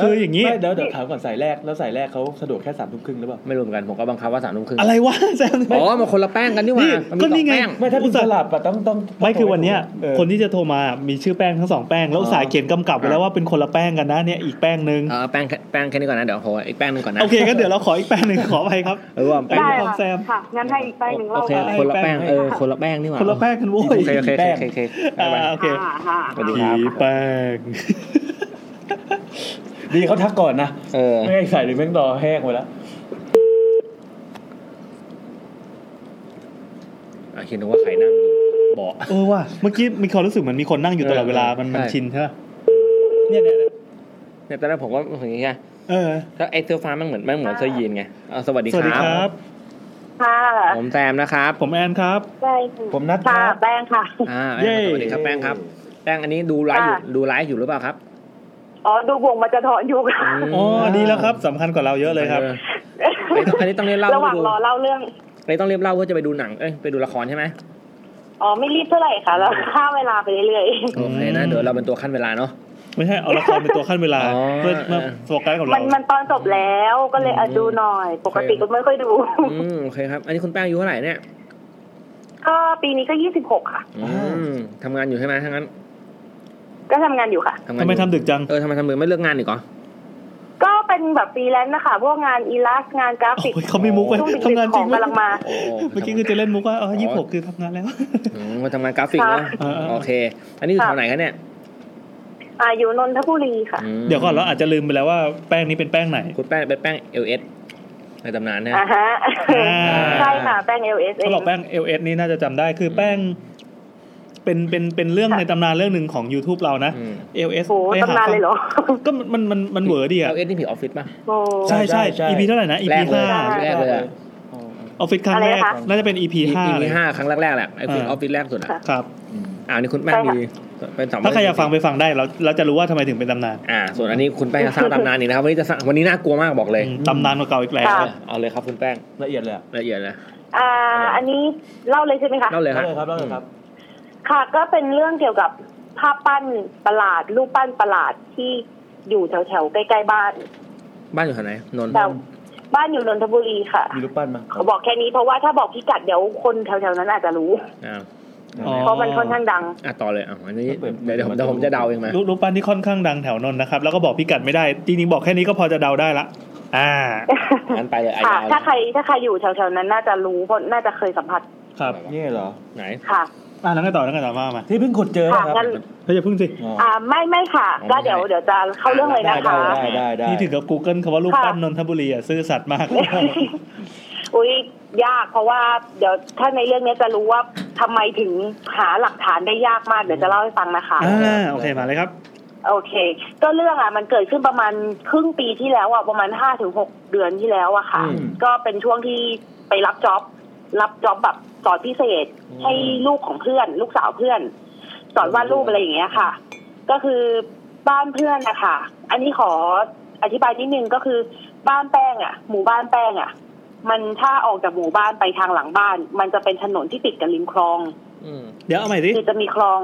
Speaker 2: คืออย่างงี้
Speaker 3: นี้เดี๋ยวเดี๋ยวถามก่อนสายแรกแล้วสายแรกเขาสะดวกแค่สามทุ่มครึ่งหรือเปล่า
Speaker 5: ไม่รู้เหมือนกัน ผมก็บังคับว่าสามทุ่มครึ่ง
Speaker 2: อะไรวะแซม
Speaker 5: อ๋อมาคนละแป้งกันนี่หว่า
Speaker 2: นี่
Speaker 5: มัมี
Speaker 2: ก็นี่ไง
Speaker 5: สอแป้
Speaker 3: ไม่ถ้าเป็นสลับอะต้องต้องต้อง
Speaker 2: ไม่คือวันเนี้ย
Speaker 3: เออ
Speaker 2: คนที่จะโทรมามีชื่อแป้งทั้งสองแป้งแล้วอุตสายเขียนกำกับไว้แล้วว่าเป็นคนละแป้งกันนะเนี่ยอีกแป้งหนึ่ง
Speaker 5: เออแป้งแค่แป้งแค่นี้ก่อนนะ เดี๋ยวขออีกแป้งหนึงก่อนนะ
Speaker 2: โอเคก็เดี๋ยวเราขออีกแป้งหนึ่งขอไปครับ
Speaker 5: เออว่าแป้ง
Speaker 6: ได้
Speaker 2: ของแซ
Speaker 6: ค่ะ
Speaker 2: ม
Speaker 6: ค่ะงั้นให้อีกแป้งหนึ่ง
Speaker 5: โอ
Speaker 6: เล่า
Speaker 5: เค
Speaker 6: ไป
Speaker 5: คนละแป้ง
Speaker 3: ให้
Speaker 5: เออคนละแป้งนี่หว่า
Speaker 2: คนละแป้งกันโว้ย
Speaker 5: โอเคโอเคโอเคโอเค
Speaker 2: อ่า
Speaker 5: บ๊ายบาย
Speaker 2: โอเค
Speaker 6: ค่ะค่ะ
Speaker 5: สวัสดี
Speaker 2: ผีแป้ง
Speaker 3: ดีเขาทักก่อนนะ
Speaker 5: เออ
Speaker 3: ไม่งั้นสายหรือแม่งรอแห้งไปแล้ว
Speaker 5: อ่ะเห็นว่าใครนั่งอยู่เบาะ
Speaker 2: เออว่ะเมื่อกี้มีความรู้สึกเหมือนมีคนนั่งอยู่ตลอดเวลามันมัน
Speaker 5: ใช่
Speaker 2: ชินใช่ปะเนี่ยเนี่ยเนี่ย
Speaker 5: เนี่ยตอนแรกผมก็เห็นอย่างเงี้ย
Speaker 3: เออ
Speaker 5: แล้วไอ้เสื้อฟ้ามันเหมือนมันเหมือนเสื้อยีนไงเอาสวัสดี
Speaker 2: สวัสดี
Speaker 5: ครั
Speaker 2: ครับ บ
Speaker 6: ค่ะ
Speaker 5: ผมแซมนะครับ
Speaker 2: ผมแอนครับ
Speaker 6: แป้ง
Speaker 3: ผมนัด
Speaker 6: ค่ะ
Speaker 3: ครับ
Speaker 6: แป้งค่ะ
Speaker 5: อ่า
Speaker 2: เย้
Speaker 5: แป้งสวัสดีครับแป้งครับแป้งอันนี้ดูไลฟ์อยู่
Speaker 6: ค่ะ
Speaker 5: ดูไลฟ์อยู่หรือเปล่าครับ
Speaker 6: อ๋อดูวงมาจะถอนอยู่ค่ะ
Speaker 5: ม
Speaker 2: อ๋อดีแล้วครับสำคัญกว่าเราเยอะเลยครับ
Speaker 5: เอออันนี้ต้องเรียนเล่า
Speaker 6: ระหว่าง
Speaker 5: ดู
Speaker 6: รอเล่าเรื่อง
Speaker 5: อันนี้ต้องเรียนเล่าเพื่อจะไปดูหนังเอ้ยไปดูละครใช่ไหม
Speaker 6: อ๋อไม่รีบเท่าไหร่ค่ะแล้วค่าเวลาไปเรื่อย
Speaker 5: โอเคนะเดี๋ยวเราเป็นตัวขั้นเวลาเนาะ
Speaker 2: ไม่ใช่เอาละครเป็นตัวขั้นเวลา
Speaker 5: อ๋อ
Speaker 2: เพื่อมาโฟกัสกับ
Speaker 6: ๆมั
Speaker 2: เรา
Speaker 6: นมันตอนจบแล้วก็เลยอะดูหน่อย ปกติก็ไม่ค่อยดู
Speaker 5: อืมโอเคครับ อันนี้คุณแป้งอายุเท่าไหร่เนี่ย
Speaker 6: ก็ปีนี้ก็ยี่สิบหกค่ะ
Speaker 5: อืมทำงานอยู่ใช่ไหมทั้างนั้น
Speaker 6: ก็ทำงานอยู่ค่ะ
Speaker 5: ทำงาน
Speaker 2: ทำไม
Speaker 5: อยู่
Speaker 2: ทำดึกจัง
Speaker 5: เออทำไมทำมือไม่เลิกงานอีกเหรอ
Speaker 6: ก็เป็นแบบฟรีแลนซ์นะคะ พวกงานอีลัสงานกราฟิก
Speaker 2: โอ้ยเขาไม่มุกเว้ย
Speaker 6: ช่ว
Speaker 2: ทำงานจริง
Speaker 6: ของ
Speaker 2: เว้ย
Speaker 6: กำลังมา
Speaker 5: โอ้โห
Speaker 2: เมื่อกี้คือจะเล่นมุกว่าอ๋อยี่หกคือทำงานแล้ว
Speaker 5: อืมมาทำงานกราฟิกเนาะ
Speaker 2: ค่ะ
Speaker 5: โอเค อันนี้อยู่
Speaker 6: ค่ะ
Speaker 5: แถวไหนคะเนี่ย
Speaker 6: อาอยู่นนทบุรีค่ะ
Speaker 5: อืม
Speaker 2: เดี๋ยวก่อนเราอาจจะลืมไปแล้วว่าแป้งนี้เป็นแป้งไหน
Speaker 5: คุณแป้งเป็นแป้งเอลเอสในตำนานนะ
Speaker 6: อ่าฮะ
Speaker 2: อ่า
Speaker 6: ใช่ค่ะ แป้ง LS เอ
Speaker 2: เขา
Speaker 6: ง
Speaker 2: บอกแป้ง LS นี่น่าจะจำได้คือแป้ง เป็นเป็นเป็นเรื่องในตำนานเรื่องหนึ่งของ YouTube เรานะ
Speaker 5: อืม
Speaker 2: LS
Speaker 6: โหตำนานเลยเหรอ
Speaker 2: ก็มันมันมันมันเหวอร์ดี
Speaker 5: เอ
Speaker 2: อะ
Speaker 5: ลเอสนี่ผีออฟฟิศป่ะ
Speaker 6: โอ้
Speaker 2: ใช่ใช่
Speaker 4: ใช่
Speaker 2: EP เท่าไหร่นะ EP
Speaker 5: แรกเลย
Speaker 2: ห้า
Speaker 5: อะแรกเลยอะ
Speaker 2: ออฟฟิศครั้ง
Speaker 6: อะไร
Speaker 2: แร
Speaker 6: นะ
Speaker 2: ก
Speaker 6: คะ
Speaker 2: น่าจะเป็น EP ห้า
Speaker 5: อี
Speaker 2: เล
Speaker 5: พี
Speaker 2: ย
Speaker 5: ห้าครั้งแรกๆแหละไอฟิศอ
Speaker 2: อ่า
Speaker 5: อฟฟิศแรกสุดอะ
Speaker 2: ครับ
Speaker 5: อ่าอันนี้คุณแป้ง
Speaker 6: ใช่ค่ะ
Speaker 5: มีเป็นสอง
Speaker 2: ถ้าใครอยากฟังไปฟังได้เราเราจะรู้ว่าทำไมถึงเป็นตำนาน
Speaker 5: อ่า ส่วนอันนี้คุณแป้งจะสร้างตำนานอีกนะครับวันนี้จะสร้างวันนี้น่ากลัวมากบอกเลย
Speaker 2: อืมตำนานเก่าๆอีกแล้ว
Speaker 6: ค่ะ
Speaker 5: เอาเลยครับคุณแป้ง
Speaker 4: ละเอียดเลยอะ
Speaker 5: ละเอียดนะ
Speaker 6: อ่า อันนี้เล่าเลยใช่ไหมคะ
Speaker 5: เล่าเลยค
Speaker 4: เล่า
Speaker 5: รับ
Speaker 4: เลยครับเล่าเลยครับ
Speaker 6: ค่ะ ก็เป็นเรื่องเกี่ยวกับภาพปั้นประหลาด รูปปั้นประหลาดที่อยู่แถวๆ ใกล้ๆบ้าน
Speaker 5: บ้านอยู่แถวไหนนนท์
Speaker 6: แต่บ้านอยู่นนทบุรีค่ะ
Speaker 4: มีรูปปั้นมา
Speaker 6: เขาบอกแค่นี้เพราะว่าถ้าบอกพิกัดเดี๋ยวคนแถวๆ นั้นอาจจะรู้
Speaker 5: อ่า
Speaker 2: อ๋อ
Speaker 6: เพราะมันค่อนข้างดัง
Speaker 5: อ่ะต่อเลยอ่ะอันนี้เดี๋ยวผมเดี๋ยวผมจะเดาเองมา
Speaker 2: รูปรูปปั้นที่ค่อนข้างดังแถวนนท์นะครับ แล้วก็บอกพิกัดไม่ได้ จริงๆบอกแค่นี้ก็พอจะเดาได้ละ อ่า
Speaker 5: งั้นไปเลยไอ้
Speaker 6: ค่ะ
Speaker 5: ดาว
Speaker 6: ถ้าใครถ้าใครอยู่แถวๆ นั้นน่าจะรู้เพราะน่าจะเคยสัมผัส
Speaker 2: ครับ
Speaker 4: นี่เหรอ
Speaker 5: ไหน
Speaker 6: ค่ะ
Speaker 2: อ่าแล้วก็ต่อแล้วก็ต่อมามา
Speaker 4: ที่เพิ่งขุดเจอ
Speaker 6: ค่ะ
Speaker 4: นะครับ
Speaker 6: งั้น
Speaker 2: เฮ้ยอย่าพึ่งสิ
Speaker 4: อ๋อ
Speaker 6: อ่าไม่ไม่ค่ะ ก็เดี๋ยวเดี๋ยวจะเข้าเรื่องเลย
Speaker 4: ได้
Speaker 6: นะ
Speaker 4: ได้
Speaker 6: คะ
Speaker 4: ได้ได้ได้
Speaker 2: นี่ถึงกับ Google คำว่ารูปปั้นนนทบุรีอ่ะซื่อสัตย์มาก
Speaker 6: อุ้ยยากเพราะว่าเดี๋ยวถ้าในเรื่องนี้จะรู้ว่าทำไมถึงหาหลักฐานได้ยากมากเดี๋ยวจะเล่าให้ฟังนะคะ
Speaker 2: อ่าโอเคมาเลยครับ
Speaker 6: โอเค ก็เรื่องอ่ะมันเกิดขึ้นประมาณครึ่งปีที่แล้วอ่ะประมาณห้าถึงหกเดือนที่แล้วอ่ะค่ะ
Speaker 5: อืม
Speaker 6: ก็เป็นช่วงที่ไปรับจ็อบรับจ็อบแบบสอนพิเศษให้ลูกของเพื่อน ลูกสาวเพื่อน สอนวาดรูปอะไรอย่างเงี้ยค่ะ ก็คือบ้านเพื่อนนะคะอันนี้ขออธิบายนิดนึงก็คือบ้านแป้งอ่ะ หมู่บ้านแป้งอ่ะ มันถ้าออกจากหมู่บ้านไปทางหลังบ้าน มันจะเป็นถนนที่ติดกับริมคลอง
Speaker 5: อืม
Speaker 2: เดี๋ยวเอาใหม่สิ
Speaker 6: คือจะมีคลอง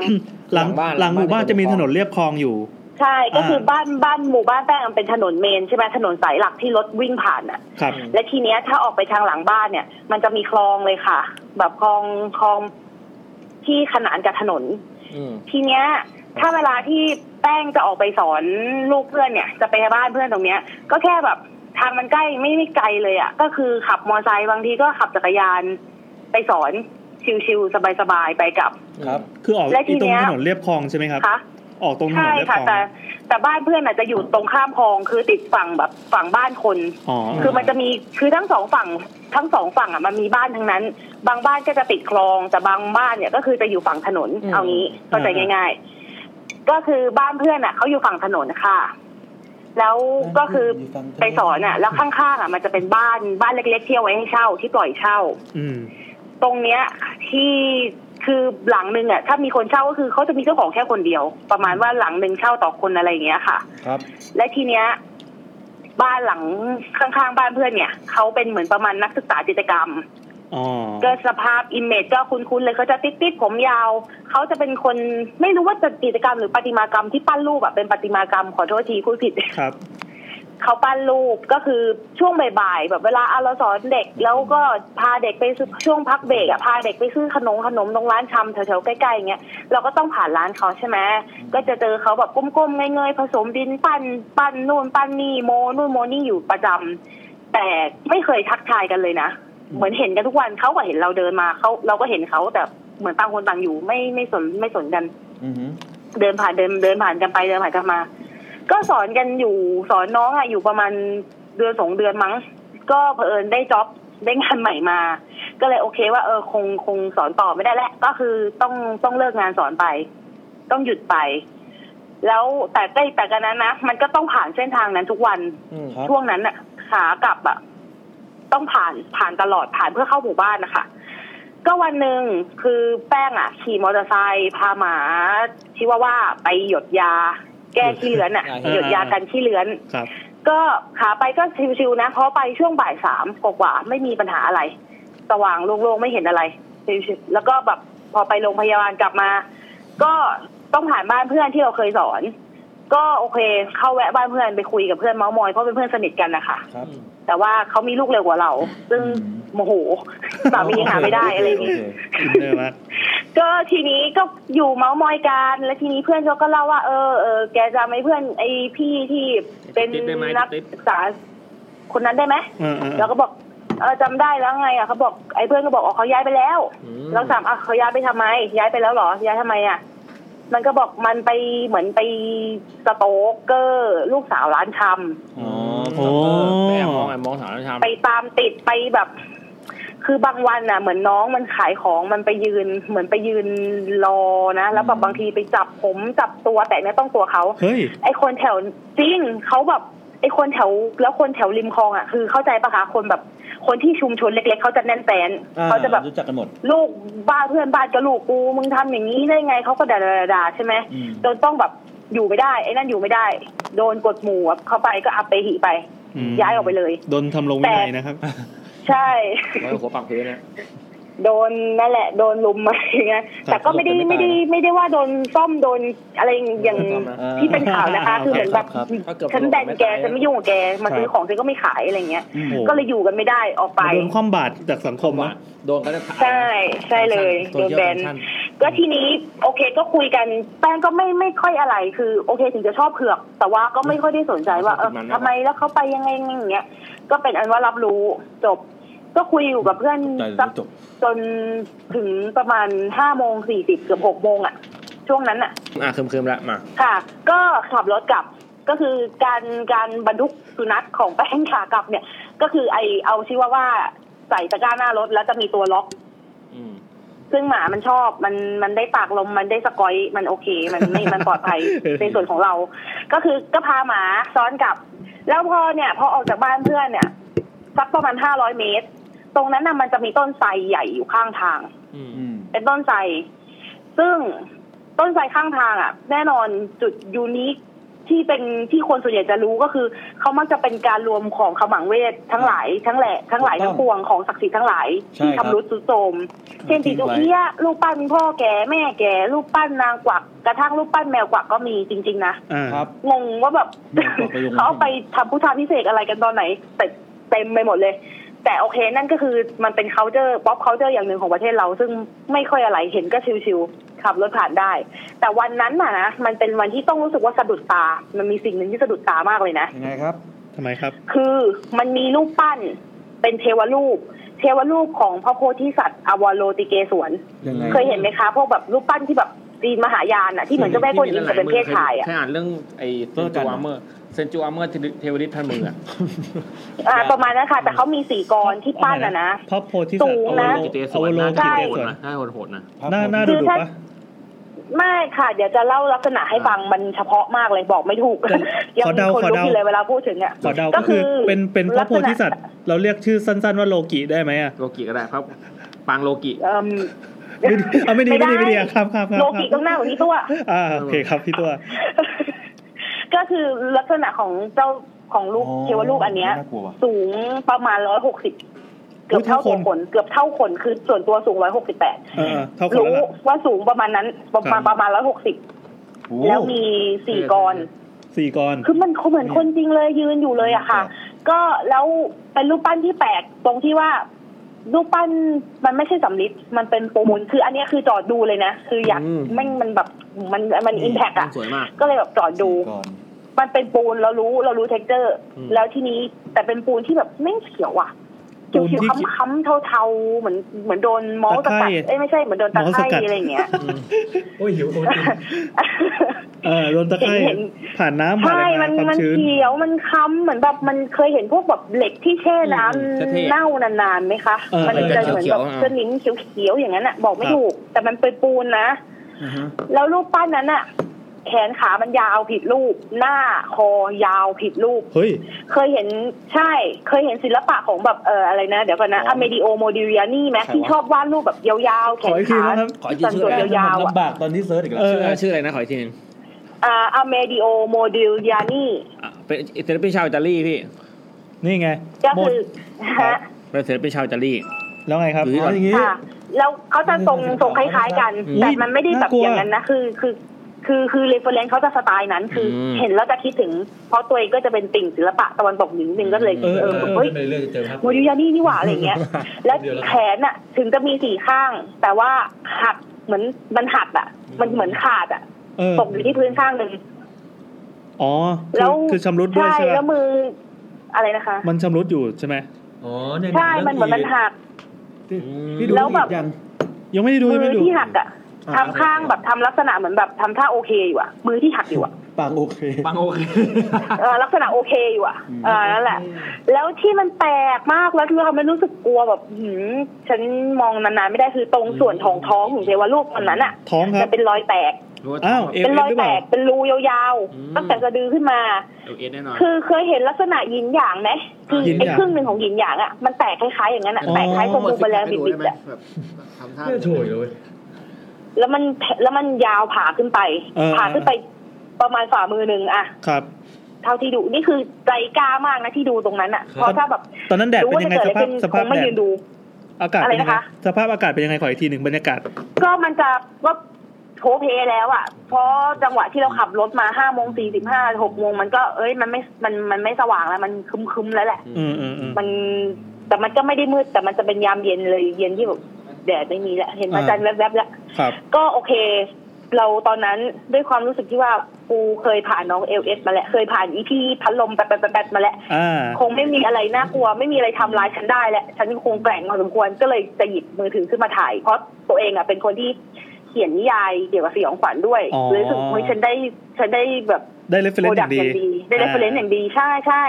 Speaker 2: หลัง
Speaker 5: หลังบ้าน
Speaker 2: หลังหมู่บ้าน
Speaker 5: หลังบ้าน
Speaker 2: จะมีถนนเรียบคลองอยู่
Speaker 6: ใช่ ก็คืออา บ้านบ้านหมู่บ้านแป้งมันเป็นถนนเมนใช่ไหมถนนสายหลักที่รถวิ่งผ่านอ่ะ
Speaker 2: ครับ
Speaker 6: และทีเนี้ยถ้าออกไปทางหลังบ้านเนี่ย มันจะมีคลองเลยค่ะ แบบคลองคลองที่ขนานกับถนน
Speaker 5: อืม
Speaker 6: ทีเนี้ย ถ้าเวลาที่แป้งจะออกไปสอนลูกเพื่อนเนี่ย จะไปบ้านเพื่อนตรงเนี้ย ก็แค่แบบทางมันใกล้ไม่ไม่ไกลเลยอะ่ะ ก็คือขับมอเตอร์ไซค์บางทีก็ขับจักรยานไปสอนชิวๆสบายๆไปกลับ
Speaker 4: ครับ
Speaker 2: คือออก
Speaker 6: และที
Speaker 2: อีตร
Speaker 6: เนี้
Speaker 2: ง
Speaker 6: ย
Speaker 2: ถนนเรียบคลองใช่ไหมครับ
Speaker 6: ค่ะ
Speaker 2: ออกตรงถน
Speaker 6: ใช่
Speaker 2: นเรียบ
Speaker 6: ค่ะ
Speaker 2: คลอง
Speaker 6: แต่แต่บ้านเพื่อนอาจจะอยู่ตรงข้ามคลองคือติดฝั่งแบบฝั่งบ้านคน
Speaker 2: อ๋อ
Speaker 6: คือมันจะมีคือทั้งสองฝั่งทั้งสองฝั่งอ่ะมันมีบ้านทั้งนั้น บางบ้านก็จะติดคลองแต่บางบ้านเนี่ยก็คือจะอยู่ฝั่งถนน
Speaker 5: อืม
Speaker 6: เอางี้เข้าใจง่าย ๆ ก็คือบ้านเพื่อนอ่ะเขาอยู่ฝั่งถนนค่ะ แล้วก็คือไปสอนอ่ะ แล้วข้างๆอ่ะมันจะเป็นบ้านบ้านเล็ก ๆ ที่เอาไว้ให้เช่าที่ปล่อยเช่า
Speaker 2: อืม
Speaker 6: ตรงเนี้ยที่คือหลังหนึ่งอ่ะถ้ามีคนเช่าก็คือเขาจะมีเจ้าของแค่คนเดียว ประมาณว่าหลังหนึ่งเช่าต่อคนอะไรอย่างเงี้ยค่ะ
Speaker 4: ครับ
Speaker 6: และทีเนี้ยบ้านหลังข้างๆ บ้านเพื่อนเนี่ยเขาเป็นเหมือนประมาณนักศึกษาจิตรกรรม
Speaker 2: อ๋อ
Speaker 6: ก็สภาพอิมเมจก็คุ้นๆเลยเขาจะติดติดๆผมยาวเขาจะเป็นคนไม่รู้ว่าจะจิตรกรรมหรือประติมากรรมที่ปั้นรูปแบบเป็นประติมากรรมขอโทษทีพูดผิด
Speaker 2: ครับ
Speaker 6: เขาปั้นรูปก็คือช่วงบ่ายๆแบบเวลาอ่ะเราสอนเด็ก แล้วก็พาเด็กไปซื้อช่วงพักเบรกอ่ะพาเด็กไปซื้อขนมขนมตรงร้านชำแถวๆใกล้ๆอย่างเงี้ยเราก็ต้องผ่านร้านเขาใช่ไหมก็จะเจอเขาแบบก้มๆเงยๆผสมดินปั้นปั้นนู่นปั้นนี่โมนู่นโมนี่อยู่ประจำแต่ไม่เคยทักทายกันเลยนะเหมือนเห็นกันทุกวันเขาก็เห็นเราเดินมาเขาเราก็เห็นเขาแต่เหมือนต่างคนต่างอยู่ไม่ไม่สนไม่สนกัน
Speaker 4: อือหือ
Speaker 6: เดินผ่านเดินเดินผ่านกันไปเดินผ่านกันมา ก็สอนกันอยู่สอนน้องอะอยู่ประมาณเดือนสองเดือนมั้ง ก็เผอิญได้จ็อบได้งานใหม่มา ก็เลยโอเคว่าเออคงคงสอนต่อไม่ได้แล้วก็คือต้องต้องเลิกงานสอนไป ต้องหยุดไป แล้วแต่ใกล้แต่กันนั้นนะมันก็ต้องผ่านเส้นทางนั้นทุกวัน
Speaker 5: อืม
Speaker 3: ครับ
Speaker 6: ช่วงนั้นน่ะขากลับอะต้องผ่านผ่านตลอดผ่านเพื่อเข้าหมู่บ้านนะคะก็วันหนึ่งคือแป้งอะขี่มอเตอร์ไซค์พาหมาชิว่าว่าไปหยดยา แก้ขี้เลือนอะ
Speaker 2: อ่า
Speaker 6: หยดยากันขี้เลือน
Speaker 2: ครับ
Speaker 6: ก็ขาไปก็ชิวๆนะ เพราะไปช่วงบ่ายสามกว่าๆไม่มีปัญหาอะไร สว่างโล่งๆไม่เห็นอะไรชิวๆแล้วก็แบบพอไปโรงพยาบาลกลับมา ก็ต้องผ่านบ้านเพื่อนที่เราเคยสอน ก็โอเค เข้าแวะบ้านเพื่อนไปคุยกับเพื่อนเมาส์มอยเพราะเป็นเพื่อนสนิทกันนะคะ
Speaker 3: ครับ
Speaker 6: แต่ว่าเขามีลูกเร็วกว่าเรา ซึ่งโมโหสามีหาไม่ได้อะไรอย่าง
Speaker 3: โอ
Speaker 6: งี้
Speaker 2: อิ
Speaker 3: เค
Speaker 2: นเนอร์มาก
Speaker 6: ก็ทีนี้ก็อยู่เมาส์มอยกันแล้วทีนี้เพื่อนเขาก็เล่าว่าเออเออแกจะไม่เพื่อนไอ้พี่ที่เป็น
Speaker 5: ติ๊บได้ไหม
Speaker 6: นัก
Speaker 5: ติ๊บ
Speaker 6: ศึกษาคนนั้นได้ไหม
Speaker 2: เออเออ
Speaker 6: เราก็บอกเออจำได้แล้วไงอ่ะเขาบอกไอ้เพื่อนก็บอกอ๋อเขาย้ายไปแล้ว
Speaker 5: อืม
Speaker 6: เราถามอ่ะเขาย้ายไปทำไม ย้ายไปแล้วเหรอย้ายทำไมอ่ะมันก็บอกมันไปเหมือนไปสโต๊กเกอร์ ลูกสาวร้านชำ
Speaker 3: อ๋อ
Speaker 2: โอ้
Speaker 5: แม่มองไอ้มองถามแล้วทำ
Speaker 6: ไปตามติดไปแบบ คือบางวันน่ะ เหมือนน้องมันขายของมันไปยืน เหมือนไปยืนรอนะแล้วแบบบางทีไปจับผมจับตัวแต่เนี่ยต้องตัวเขา
Speaker 2: เฮ้ย
Speaker 6: ไอคนแถวจริงเขาแบบไอคนแถวแล้วคนแถวริมคลองอ่ะคือเข้าใจปะคะคนแบบ คนที่ชุมชนเล็ก ๆเขาจะแน่นแฟนเขาจะแบบ
Speaker 3: รู้จักกันหมด
Speaker 6: ลูกบ้านเพื่อนบ้านก็ลูกกูมึงทำอย่างนี้ได้ไงเขาก็ด่าๆๆใช่ไหม
Speaker 3: อืม
Speaker 6: จนต้องแบบอยู่ไม่ได้ไอ้นั่นอยู่ไม่ได้ โดนกดหมู่อะเข้าไปก็อัปเปหิไป
Speaker 2: อืม
Speaker 6: ย้ายออกไปเลย
Speaker 2: โดนทำลงวินัยนะครับ
Speaker 6: ใช่
Speaker 5: ไว้หัวปักพื้นนะ
Speaker 6: โดนนั่นแหละโดนลุมอะไรอย่างเงี้ย แต่ก็ไม่ได้ไม่ได้ไม่ได้ว่าโดนซ่อมโดนอะไรอย่างที่เป็นข่าวนะคะ คือเหมือนแบบ
Speaker 3: ครับ
Speaker 5: ถ้าเกือบ
Speaker 6: ฉันแบนแกฉันไม่ยุ่งกับแกมาซื้อ
Speaker 2: ครับ
Speaker 6: ของฉันก็ไม่ขายอะไรเงี้ย
Speaker 2: โอ้โห
Speaker 6: ก็เลยอยู่กันไม่ได้ออกไป
Speaker 2: โดนความบาดจากสังคมนะ
Speaker 5: โดนก็จะ
Speaker 6: ใช่ใช่เลยโดนแบน ก็ทีนี้โอเคก็คุยกันแป้งก็ไม่ไม่ค่อยอะไรคือ โอเคถึงจะชอบเผือก แต่ว่าก็ไม่ค่อยได้สนใจว่าเออทำไมแล้วเขาไปยังไงอย่างเงี้ยก็เป็นอันว่ารับรู้จบ ก็คุยอยู่กับเพื่อนสัก
Speaker 3: จบ
Speaker 6: จนถึงประมาณห้าโมงสี่สิบเกือบหกโมงอะช่วงนั้นอะ
Speaker 5: อ่ะเคิมๆละมา
Speaker 6: ค่ะ ก็ขับรถกลับก็คือการการบรรทุกสุนัขของแป้งขากลับเนี่ย ก็คือไอเอาชื่อว่าว่าใส่ตะกร้าหน้ารถแล้วจะมีตัวล็อก
Speaker 5: อืม
Speaker 6: ซึ่งหมามันชอบมันมันได้ปากลมมันได้สกอยมันโอเค มันไม่มันปลอดภัย ในส่วนของเรา ก็คือก็พาหมาซ้อนกลับ แล้วพอเนี่ย พอออกจากบ้านเพื่อนเนี่ยสักประมาณห้าร้อยเมตร ตรงนั้นน่ะมันจะมีต้นไทรใหญ่อยู่ข้างทาง
Speaker 5: อืม
Speaker 3: อืม
Speaker 6: เป็นต้นไทรซึ่งต้นไทรข้างทางอ่ะ แน่นอนจุดยูนิคที่เป็นที่คนส่วนใหญ่จะรู้ก็คือเขามักจะเป็นการรวมของขมังเวททั้งหลายทั้งแหละทั้งหลายทั้งปวงของศักดิ์สิทธิ์ทั้งหลาย ที่ทำรุดสุดโทรมเช่นตีจุเอี้ยรูปปั้นพ่อแก่แม่แก่รูปปั้นนางกวักกระทั่งรูปปั้นแมวกวักก็มีจริง ๆ นะ
Speaker 2: อ่า
Speaker 3: ครับ
Speaker 6: งงว่าแบบ
Speaker 3: แมวกวักไปลง
Speaker 6: เขาเอาไปทำพุทธาพิเศษกอะไรกันตอนไหนแต่เต็มไปหมดเลย แต่โอเคนั่นก็คือมันเป็น c u เจอร์ป๊อป u คาเจอร์อย่างหนึ่งของประเทศเรา ซึ่งไม่ค่อยอะไรเห็นก็ชิวๆขับรถผ่านได้ แต่วันนั้นน่ะนะมันเป็นวันที่ต้องรู้สึกว่าสะดุดตา มันมีสิ่งหนึ่งที่สะดุดตามากเลยนะ
Speaker 3: ยังไงครับ
Speaker 2: ทำไมครับ
Speaker 6: คือมันมีรูปปั้นเป็นเทวรูป เทวรูปของพระโพธิสัตว์อวโลติเกศวน
Speaker 3: ยังไง
Speaker 6: เคยเห็นไหมคะพวกแบบรูปปั้นที่แบบจีนมหายานอ่ะที่เหมือนเจ้าแม่กวนอิมแต่เป็นเพศชายอ่ะ
Speaker 5: เคยอ่านเรื่องไอ้เซนจูอาร์เมอร์เซนจูอาร์เมอร์เทวริตพันมืออ่ะ
Speaker 6: อ่าประมาณนั้นค่ะ แต่เขามีสี่กรที่ปั้นอ่ะนะ
Speaker 2: พระโพธิสัตว์
Speaker 6: สูง
Speaker 2: โอ
Speaker 6: นะ
Speaker 2: โล
Speaker 5: กิ
Speaker 2: กิ
Speaker 5: เต
Speaker 2: เต
Speaker 5: ส
Speaker 2: ส
Speaker 5: ว
Speaker 2: วน น
Speaker 5: น่า
Speaker 2: น่า
Speaker 5: จะ
Speaker 2: กิเต
Speaker 5: โหด
Speaker 2: สวน
Speaker 5: นะน่าโหดๆนะ
Speaker 2: น่าน่าดูดูปะ
Speaker 6: ไม่ค่ะ เดี๋ยวจะเล่าลักษณะให้ฟังมันเฉพาะมากเลยบอกไม่ถูก
Speaker 2: ขอ
Speaker 6: ยังมี
Speaker 2: เดา
Speaker 6: คน
Speaker 2: ขอ
Speaker 6: ลุก
Speaker 2: เดา
Speaker 6: อยู่เลยเวลาพูดถึงอ่ะ
Speaker 2: ขอเดา
Speaker 6: ก็
Speaker 2: ก็
Speaker 6: คื
Speaker 2: คือ
Speaker 6: อ
Speaker 2: เป็นเป็นพระโพธิสัต
Speaker 6: ลั
Speaker 2: ว์
Speaker 6: กษณะ
Speaker 2: เราเรียกชื่อสั้น ๆ ว่าโลกิได้ไหมอ่ะ
Speaker 5: โลกิก็ได้ครับ ปางโลกิ
Speaker 6: เอิ่ม
Speaker 2: ไม่ดีเอาไม่ดีไม่ดีไม่ดีอะครับครับครับ
Speaker 6: โลกิต้องหน้าของนี้ตัว
Speaker 2: อ่าโอเคครับพี่ตัว
Speaker 6: ก็คือลักษณะของเจ้าของรูป
Speaker 3: อ๋อ
Speaker 6: เทวรูปอันเนี้ย
Speaker 3: น่ากลัวว่ะ
Speaker 6: สูงประมาณร้อยหกสิบเกือบเท่า
Speaker 2: อุ๊ยเท่าค
Speaker 6: ตัวน คน เกือบเท่าคนคือส่วนตัวสูงร้อยหกสิบแปด
Speaker 2: เออเท่าคน
Speaker 6: รู้
Speaker 2: แล้วล่ะ
Speaker 6: ว่าสูงประมาณนั้นประมา
Speaker 2: ค
Speaker 6: ณ
Speaker 2: รับ
Speaker 6: ประมาณร้อยหกสิบ
Speaker 3: โอ้
Speaker 6: แล้วมีสี่กร
Speaker 2: สี่กร
Speaker 6: คือมันเขาเหมือนคนจริงเลยยืนอยู่เลยอะค่ะ ก็แล้วเป็นรูปปั้นที่แปลกตรงที่ว่า รูปปั้นมันไม่ใช่สำลิดมันเป็นปูมุนคืออันเนี้ยคือจอดดูเลยนะ คืออยาก
Speaker 5: อืม
Speaker 6: แม่งมันแบบมันมันอิมแพกอะ
Speaker 5: สวยมาก
Speaker 6: ก็เลยแบบจอดดู
Speaker 3: ก่อน
Speaker 6: มันเป็นปูนเรารู้เรารู้เท็กเจอร์
Speaker 5: อืม
Speaker 6: แล้วทีนี้แต่เป็นปูนที่แบบไม่งเขียวอะเขี
Speaker 2: ปูนที่
Speaker 6: ยวๆค้ำๆเทาๆเหมือนเหมือนโดนมอล
Speaker 2: ตะ
Speaker 6: ตะ
Speaker 2: ไคร่
Speaker 6: กัดเอ้ยไม่ใช่เหมือนโดนตะ
Speaker 2: มอล
Speaker 6: ไค
Speaker 2: สกั
Speaker 6: ร่
Speaker 2: ด
Speaker 6: อะไรอย่างเงี้ย
Speaker 5: โอ้ยหิวโอ้ย
Speaker 2: เออโดนตะไคร่
Speaker 6: เห็น
Speaker 2: ผ่านน้ำผ่าน
Speaker 6: ใช่
Speaker 2: อะไร
Speaker 6: มั
Speaker 2: มานความ
Speaker 6: มัน
Speaker 2: ชื้น
Speaker 6: เขียว มันค้ำ เหมือนแบบมันเคยเห็นพวกแบบเหล็กที่แช่น้
Speaker 5: อืมเท่ๆ
Speaker 6: ำเน่านานๆไหมคะ
Speaker 2: เออ
Speaker 6: มัจะ
Speaker 5: เออ
Speaker 6: เหมือน
Speaker 5: เขี
Speaker 6: แบ
Speaker 5: ยว
Speaker 6: บ
Speaker 5: ๆอ่ะ
Speaker 6: สนิมเขียวๆอย่างนั้นอ่ะ บอกไม่ถูก แต่มันเป็นปูนนะ แล้วรูปปั้นนั้นอ่ะ แขนขามันยาวผิดรูป หน้าคอยาวผิดรูป
Speaker 2: เฮ้ย
Speaker 6: เคยเห็นใช่ เคยเห็นศิลปะของแบบเอออะไรนะ เดี๋ยวก่อนนะอเมดิโอโมดิเรียนี่ไหม
Speaker 5: ใครวะ
Speaker 6: ที่ชอบวาดรูปแบบยาวๆ แข
Speaker 2: ขอน อีกที
Speaker 6: ขา
Speaker 2: นะครับ
Speaker 5: ขออีกที
Speaker 6: สัน
Speaker 5: ชื่อ
Speaker 6: ส่วน
Speaker 5: อะไรนะ
Speaker 6: ยาวๆ
Speaker 3: ลำ
Speaker 6: อ่ะ
Speaker 3: บากตอนที่เซิร์ชอีกแล้ว
Speaker 2: เออ
Speaker 5: ชื่อชื่ออะไรนะขออีกทีหนึง
Speaker 6: อ่าอเมดิโอโมดิเรียนี่
Speaker 5: อ่ะเป็นศิลปินชาวอิตาลีพี่
Speaker 2: นี่ไง
Speaker 6: ก็
Speaker 2: หมด
Speaker 6: คือฮะ
Speaker 5: เป็นศิลปินชาวอิตาลี
Speaker 2: แล้วไงครับ
Speaker 5: หรืออ๋ออย่างงี้
Speaker 6: ค่ะ แล้วเขาจะทรงทรงคล้ายๆกัน
Speaker 5: อุ๊ย
Speaker 6: แต่มันไม่ได้แบบ
Speaker 2: กลัว
Speaker 6: อย่างนั้นนะคือคือคือคือเรฟเฟรนซ์เขาจะสไตล์นั้น คืออ
Speaker 5: ม
Speaker 6: เห็นแล้วจะคิดถึง เพราะตัวเองก็จะเป็นติ่งศิลปะตะวันตกนิดนึงก็เลย
Speaker 3: เออ
Speaker 6: เอ
Speaker 3: เอ
Speaker 6: อ
Speaker 3: อเออ
Speaker 6: เฮ้ย
Speaker 3: ไม่ได้เรื่องจะเจอครับ
Speaker 6: โมดิยานี่นี่หว่าอะไรเงี้ย แล้วแขนอะถึงจะมีสี่ข้าง แต่ว่าหักเหมือนมันหักอะมันเหมือนขาดอะ
Speaker 2: เออ
Speaker 6: ตกอยู่ที่พื้นข้างหนึ่ง
Speaker 2: อ๋อคือ
Speaker 6: แล้ว
Speaker 2: คือชำรุดด้วยใช่ไหม
Speaker 6: แล้วมืออะไรนะคะ
Speaker 2: มันชำรุดอยู่ใช่ไหม
Speaker 3: อ๋อเนี่ย
Speaker 6: ใช่มันเหมือนมันหัก
Speaker 3: พี่ดู
Speaker 6: แล้วแบบ
Speaker 3: ยัง
Speaker 2: ยังไม่ได้ดู
Speaker 6: มื
Speaker 2: ยังไม่
Speaker 6: อ
Speaker 2: ได้ดู
Speaker 6: ที่หักอะทำข้างแบบทำลักษณะเหมือนแบบทำท่าโอเคอยู่อะมือที่หักอยู่อะ
Speaker 3: ปากโอเค
Speaker 5: ปังโอเค
Speaker 6: เออลักษณะโอเคอยู่อะเออนั่นแหละ แล้วที่มันแปลกมากแล้วที่ทำให้รู้สึกกลัวแบบหืมฉันมองนานๆไม่ได้คือตรงส่วนท้องท้องของเทวรูปคนนั้นอะ
Speaker 2: ท้องครั
Speaker 6: จะ
Speaker 2: บ
Speaker 6: เป็นรอยแตก
Speaker 2: อ้าวเอฟ
Speaker 6: เป็นรอย
Speaker 2: หรือเป
Speaker 6: แต
Speaker 2: ล่าก
Speaker 6: เป็นรูยาว
Speaker 5: อืม
Speaker 6: ๆ ตั้งแต่สะดือขึ้นมา
Speaker 5: เอฟเอสแน่นอน
Speaker 6: คือเคยเห็นลักษณะหยินหยางไหมคือ
Speaker 2: ยิน
Speaker 6: ไอ้
Speaker 2: อย่าง
Speaker 6: ครึ่งหนึ่งของหยินหยางอ่ะ มันแตกคล้ายๆอย่างนั้นอ่ะ แตกคล้ายกับมูบแรงบิดๆอ่ะ
Speaker 7: แบบทำท่า
Speaker 3: ไม่โชยเลย
Speaker 6: แล้วมันแล้วมันยาวผ่าขึ้นไป
Speaker 2: เออ
Speaker 6: ผ่าขึ้นไปประมาณฝ่ามือหนึ่งอะ
Speaker 2: ครับ
Speaker 6: เท่าที่ดู นี่คือใจกล้ามากนะที่ดูตรงนั้นอ่ะ เพราะถ้าแบบ
Speaker 2: ตอนนั้นแดด
Speaker 6: รู้
Speaker 2: เป็น
Speaker 6: ว่า
Speaker 2: ยัง
Speaker 6: จะ
Speaker 2: ไง
Speaker 6: เกิด
Speaker 2: สภา
Speaker 6: อะไรเป็
Speaker 2: พ
Speaker 6: น
Speaker 2: ส
Speaker 6: ค
Speaker 2: ภาพ
Speaker 6: งไม่
Speaker 2: แด
Speaker 6: ยื
Speaker 2: ด
Speaker 6: นดู
Speaker 2: อากาศ
Speaker 6: อะไร
Speaker 2: เป็นยังไง
Speaker 6: นะคะ
Speaker 2: สภาพอากาศเป็นยังไงขออีกทีหนึ่งบรรยากาศ
Speaker 6: ก็มันจะว่าโพเพแล้วอ่ะ เพราะจังหวะที่เราขับรถมาห้าโมงสี่สิบห้าหกโมงมันก็เอ้ยมันไม่ มันมันไม่สว่างแล้วมันคึมๆแล้วแหละ
Speaker 2: อืมอืมอืม
Speaker 6: มันแต่มันก็ไม่ได้มืดแต่มันจะเป็นยามเย็นเลยเย็นที่แบบแดดไม่มีแล้วเห็นพระ
Speaker 2: อ่า
Speaker 6: จันทร์แวบๆแล้ว
Speaker 2: ครับ
Speaker 6: ก็โอเค เราตอนนั้นด้วยความรู้สึกที่ว่ากูเคยผ่านน้องเอลเอสมาแล้วเคยผ่านอีพีพัดลมแป๊ดๆๆๆมาแล้ว
Speaker 2: อ่า
Speaker 6: คงไม่มีอะไรน่ากลัว ไม่มีอะไรทำร้ายฉันได้แล้วฉันคงแกร่งพอสมควรก็เลยจะหยิบมือถือขึ้นมาถ่าย เพราะตัวเองอ่ะเป็นคนที่เขียนนิยายเกี่ยวกับสยองขวัญด้วย
Speaker 2: อ๋อ
Speaker 6: เลยรู้สึกว่าฉันได้ฉันได้แบบ
Speaker 2: ได้เรฟเฟรนซ์อย่างดี
Speaker 6: ได้เรฟเฟรนซ์อย่างดี ใช่ใช่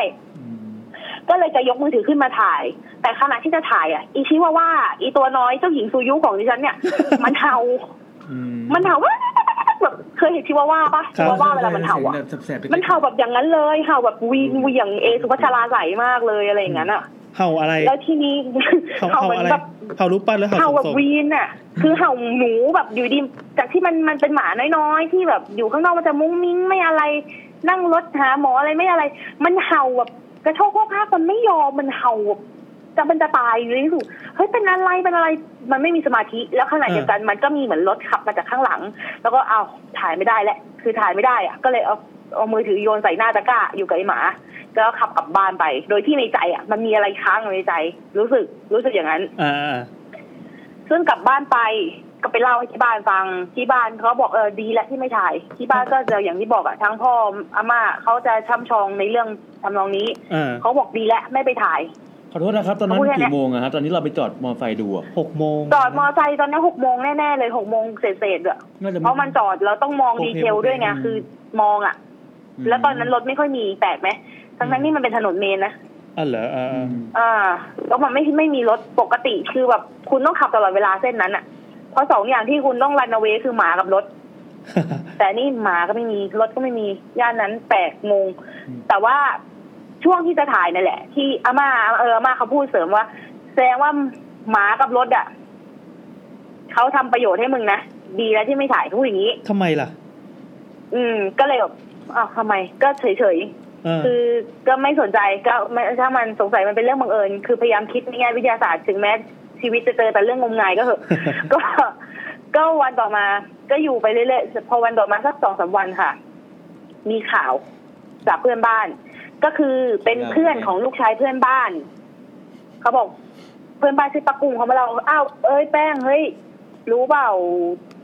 Speaker 6: ก็เลยจะยกมือถือขึ้นมาถ่าย แต่ขณะที่จะถ่ายอ่ะ อีชิว่าว่า อีตัวน้อยเจ้าหญิงซูยุของดิฉันเนี่ย มันเห่า มันเห่าว่าแบบเคยเห็นชิว่าว่าปะชิว่าว่าเวลามันเห่าอ่ะ มันเห่าแบบอย่างนั้นเลยเห่าแบบวีนวีอย่างเอสุภาชราใสมากเลยอะไรอย่างนั้นอ่ะ
Speaker 2: เห่าอะไร
Speaker 6: แล้วทีนี้
Speaker 2: เห่า
Speaker 6: เห่า
Speaker 2: เห่า
Speaker 6: เหมือ
Speaker 2: อะไร
Speaker 6: นแบบ
Speaker 2: เห่ารูปปั้นหรือเห่า
Speaker 6: เห่าแบ
Speaker 2: ส
Speaker 6: บ
Speaker 2: ม
Speaker 6: วีนอ่ะ คือเห่าหนูแบบอยู่ดีจากที่มันมันเป็นหมาน้อยๆ ที่แบบอยู่ข้างนอกมันจะมุ้งมิ้งไม่อะไร นั่งรถหาหมออะไรไม่อะไร มันเห่าแบบกระโชกโคกฮากมันไม่ยอมมันเห่าแบบจะมันจะตายอยู่ที่สุดเฮ้ยเป็นอะไรเป็นอะไรมันไม่มีสมาธิแล้วขณะเดียวกันมันก็มีเหมือนรถขับมาจากข้างหลัง แล้วก็เอาวถ่ายไม่ได้แหละคือถ่ายไม่ได้อะก็เลยเอาเอามือถือโยนใส่หน้าตะกร้าอยู่กับไอหมาแล้วขับกลับบ้านไป โดยที่ในใจอ่ะ มันมีอะไรค้างอยู่ในใจ รู้สึกรู้สึกอย่างนั้น
Speaker 2: อ่าอ่า
Speaker 6: ซึ่งกลับบ้านไปก็ไปเล่าให้ที่บ้านฟังที่บ้านเขาบอกเออดีแล้วที่ไม่ถ่าย ที่บ้านก็จะอย่างที่บอกอะทั้งพ่ออาม่าเขาจะช่ำชองในเรื่องทำนองนี้
Speaker 2: อ่า
Speaker 6: เขาบอกดีแล้วไม่ไปถ่าย
Speaker 3: ขอโทษนะครับตอนนั้น
Speaker 6: พูดแค่เนี้ย
Speaker 3: กี่โมงอะฮะตอนนี้เราไปจอดมอไซค์ดูอะ
Speaker 2: หกโมง
Speaker 6: จอดมอไซค์ตอนนี้หกโมงแน่ๆเลยหกโมงเศษๆด้วย
Speaker 3: น่าจะ
Speaker 6: เพราะมันจอดเราต้องมองดีเทลด้วยไงคือมองอะแล้วตอนนั้นรถไม่ค่อยมีแปลกไหมทั้งนั้นนี่มันเป็นถนนเมนนะ
Speaker 2: อ่ะเหรออ่าอ่า
Speaker 6: อ่าแล้วมันไม่ไม่มีรถปกติคือแบบคุณต้องขับตลอดเวลาเส้นนั้นอะเพราะสองอย่างที่คุณต้องรันเอาไว้คือหมากับรถ แต่นี่หมาก็ไม่มีรถก็ไม่มีย่านนั้นแปลกงง แต่ว่าช่วงที่จะถ่ายนั่นแหละ ที่อาม่าเอออาม่าเขาพูดเสริมว่า แสดงว่าหมากับรถอ่ะเขาทำประโยชน์ให้มึงนะดีแล้วที่ไม่ถ่ายพูดอย่างนี้
Speaker 2: ทำไมล่ะ
Speaker 6: อืม ก็เลยแบบอ้าวทำไม ก็เฉยเฉยๆ
Speaker 2: เออ
Speaker 6: คือก็ไม่สนใจก็ไม่ถ้ามันสงสัยมันเป็นเรื่องบังเอิญคือพยายามคิดในแง่วิทยาศาสตร์ถึงแม้ชีวิตจะเจอแต่เรื่องงมงายก็เหอะ ก็ก็วันต่อมาก็อยู่ไปเรื่อยๆพอวันต่อมาสักสองสามวันค่ะ มีข่าวจากเพื่อนบ้าน ก็คือเป็นเพื่อนของลูกชายเพื่อนบ้านเขาบอก เพื่อนบ้านชื่อปะกุ้งเขามาเราอ้าวเอ้ยแป้งเฮ้ยรู้เปล่า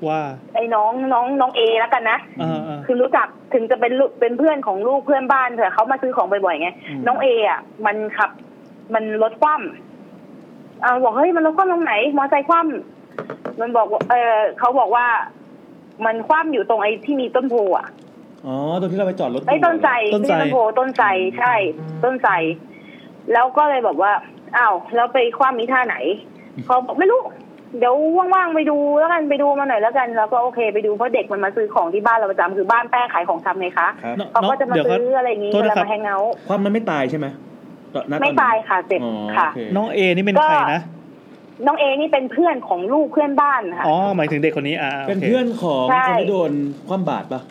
Speaker 2: ว่า
Speaker 6: ไอ้น้องน้องน้องเอแล้วกันนะ
Speaker 2: อ่าอ่า
Speaker 6: คือรู้จักถึงจะเป็นลูกเป็นเพื่อนของลูกเพื่อนบ้านแต่เขามาซื้อของบ่อยๆไงน้องเออ่ะมันขับ มันรถคว่ำอ่าบอกเฮ้ยมันรถคว่ำตรงไหน มอไซค์คว่ำมันบอกว่าเออเขาบอกว่า มันคว่ำอยู่ตรงไอ้ที่มีต้นโพอ่ะ
Speaker 3: อ๋อตอนที่เราไปจอดรถ
Speaker 6: ไอ้ต้นไทร
Speaker 2: ต้นใจ
Speaker 6: ไม่ใช่ต้นโพต้นไทรใช่ ต้นไทรแล้วก็เลยบอกว่าอ้าวแล้วไปคว่ำมีท่าไหนเขาบอกไม่รู้ เดี๋ยวว่างๆไปดูแล้วกันไปดูมาหน่อยแล้วกัน แล้วก็โอเคไปดูเพราะเด็กมันมาซื้อของที่บ้านเราประจำคือบ้านแป้งขายของชำไงคะ
Speaker 3: ครับ
Speaker 2: เนาะ
Speaker 6: เขาก็จะมา
Speaker 2: เดี๋ยวก่น
Speaker 6: ซื้ออะไรอย่างงี้
Speaker 2: โทษ
Speaker 6: เวลา
Speaker 2: นะครับ
Speaker 6: มาแฮงเอาท์
Speaker 3: ความมันไม่ตายใช่ไหมตอนนั้น
Speaker 6: ไม่ตายค่ะเจ็บ
Speaker 3: อ๋อ
Speaker 6: ค่ะ
Speaker 3: โอเค
Speaker 2: น้องเอนี่เป็นใครนะ
Speaker 6: น้องเอนี่เป็นเพื่อนของลูกเพื่อนบ้านค่ะ
Speaker 2: อ๋อ หมายถึงเด็กคนนี้อ่าโค
Speaker 3: เป็นเพื่อนของ
Speaker 6: ใช่
Speaker 3: คนที่โดนคว่ำบาตรปะ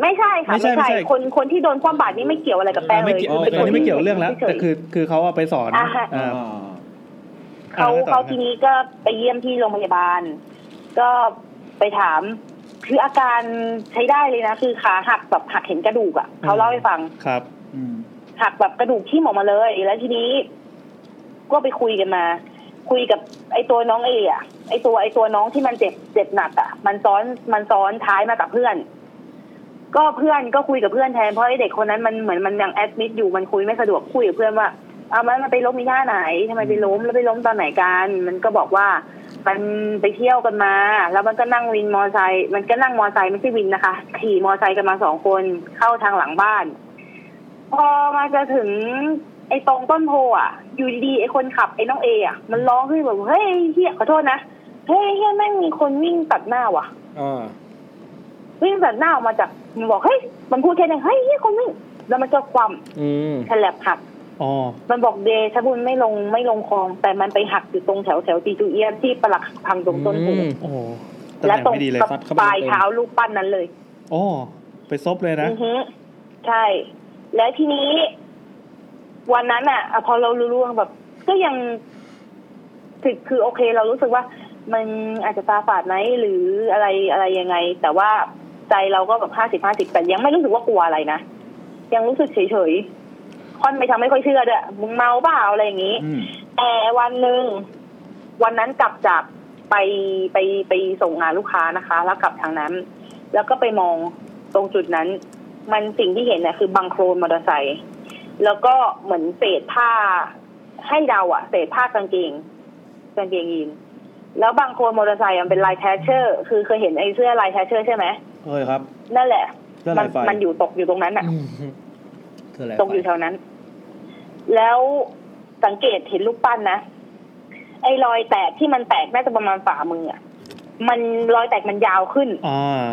Speaker 6: ไม่ใช่ค่ะ
Speaker 2: ไม่ใช่ไม่ใช่
Speaker 6: คนคนที่โดนความบาดนี่ไม่เกี่ยวอะไรกับแป้ง
Speaker 2: ไม่
Speaker 6: เลย
Speaker 2: เกี่ยว
Speaker 3: อ๋อ
Speaker 6: ป็
Speaker 2: อันนี้ไม่เกี่ยวเรื่องแล้ว
Speaker 6: ฉย
Speaker 2: แต่คือคือเขาเอาไปสอน
Speaker 6: อ่าฮะ
Speaker 2: อ่า
Speaker 3: อ๋อ
Speaker 6: เขา
Speaker 2: อ่าแล้วต่อ
Speaker 6: เขา
Speaker 2: ไง
Speaker 6: ทีนี้ก็ไปเยี่ยมที่โรงพยาบาล ก็ไปถาม คืออาการใช้ได้เลยนะ คือขาหักแบบหักเห็นกระดูกอะ่ะเขาเล่าให้ฟัง
Speaker 2: ครับ
Speaker 3: อืม
Speaker 6: หักแบบกระดูกที่หมออกมาเลย แล้วทีนี้ ก็ไปคุยกันมา คุยกับไอ้ตัวน้องเออะไอ้ตัวไอ้ตัวน้องที่มันเจ็บเจ็บหนักอะมันซ้อนมันซ้อนท้ายมากับเพื่อน ก็เพื่อนก็คุยกับเพื่อนแทนเพราะไอ้เด็กคนนั้นมันเหมือนมันยังแอดมิดอยู่มันคุยไม่สะดวกคุยกับเพื่อนว่าเอามันมันไปล้มที่ท่าไหนทำไมไปล้มแล้วไปล้มตอนไหนกันมันก็บอกว่า มันไปเที่ยวกันมา แล้วมันก็นั่งวินมอไซค์มันก็นั่งมอไซค์ไม่ใช่วินนะคะขี่มอไซค์กันมาสองคนเข้าทางหลังบ้าน พอมาจะถึงไอ้ตรงต้นโพอ่ะ อยู่ดีๆไอ้คนขับไอ้น้องเออ่ะมันร้องขึ้นแบบเฮ้ยเฮียขอโทษนะเฮ้ยเฮียแม่งมีคนวิ่งตัดหน้าว่ะ
Speaker 5: อ่า
Speaker 6: วิ่งตัดหน้าออกมาจากมันบอกเฮ้ยมันพูดแค่นี้เฮ้ยเฮียคนวิ่งแล้วมันก็ความ
Speaker 5: อืม
Speaker 6: ฉลับหัก
Speaker 2: อ๋อ
Speaker 6: มันบอกเดชะบุญไม่ลงไม่ลงคลอง แต่มันไปหักอยู่ตรงแถวแถวตีจูเอียนที่ปลักหักพังตรงต้นโพ
Speaker 5: อืม
Speaker 2: โอ้โหตำแห
Speaker 6: และ
Speaker 2: น่ง
Speaker 6: ตรง
Speaker 2: ไม่ดีเลย
Speaker 6: กับ
Speaker 2: ฟัดเข้า
Speaker 6: ป
Speaker 2: ไป
Speaker 6: ลายเท้าลูกปั้นนั้นเลย
Speaker 2: โอ้ไปซบเลยนะ
Speaker 6: อือฮึใช่ แล้วทีนี้ วันนั้นอ่ะอ่ะพอเรารู้เรื่องแบบ ก็ยังคือคือโอเค เรารู้สึกว่า มันอาจจะตาฝาดไหมหรืออะไรอะไรยังไง แต่ว่าใจเราก็แบบห้าสิบห้าสิบแต่ยังไม่รู้สึกว่ากลัวอะไรนะยังรู้สึกเฉยเฉยๆค่อนไม่ทำไม่ค่อยเชื่อด้วยมึงเมาเปล่าอะไรอย่างนี้
Speaker 3: อืม
Speaker 6: แต่วันหนึ่งวันนั้นกลับจากไปไปไปส่งงานลูกค้านะคะ แล้วกลับทางนั้น แล้วก็ไปมองตรงจุดนั้น มันสิ่งที่เห็นนะคือบังโครนมอเตอร์ไซค์แล้วก็เหมือนเศษผ้าให้เดาอะเศษผ้ากางเกงกางเกงยีนแล้วบางโครนมอเตอร์ไซค์อะมันเป็นลายแทชเชอร์ คือเคยเห็นไอ้เสื้อลายแทชเชอร์ใช่ไหม
Speaker 3: เอ้ยครับ
Speaker 6: นั่นแหละ
Speaker 3: เรื่อง
Speaker 6: มั
Speaker 3: ลายไฟ
Speaker 6: มันอยู่ตกอยู่ตรงนั้นอะ
Speaker 3: เรื่องลายไฟ
Speaker 6: ตกอยู่แถวนั้น แล้วสังเกตเห็นรูปปั้นนะ ไอ้รอยแตกที่มันแตกน่าจะประมาณฝ่ามืออะมันรอยแตกมันยาวขึ้น
Speaker 2: อ่า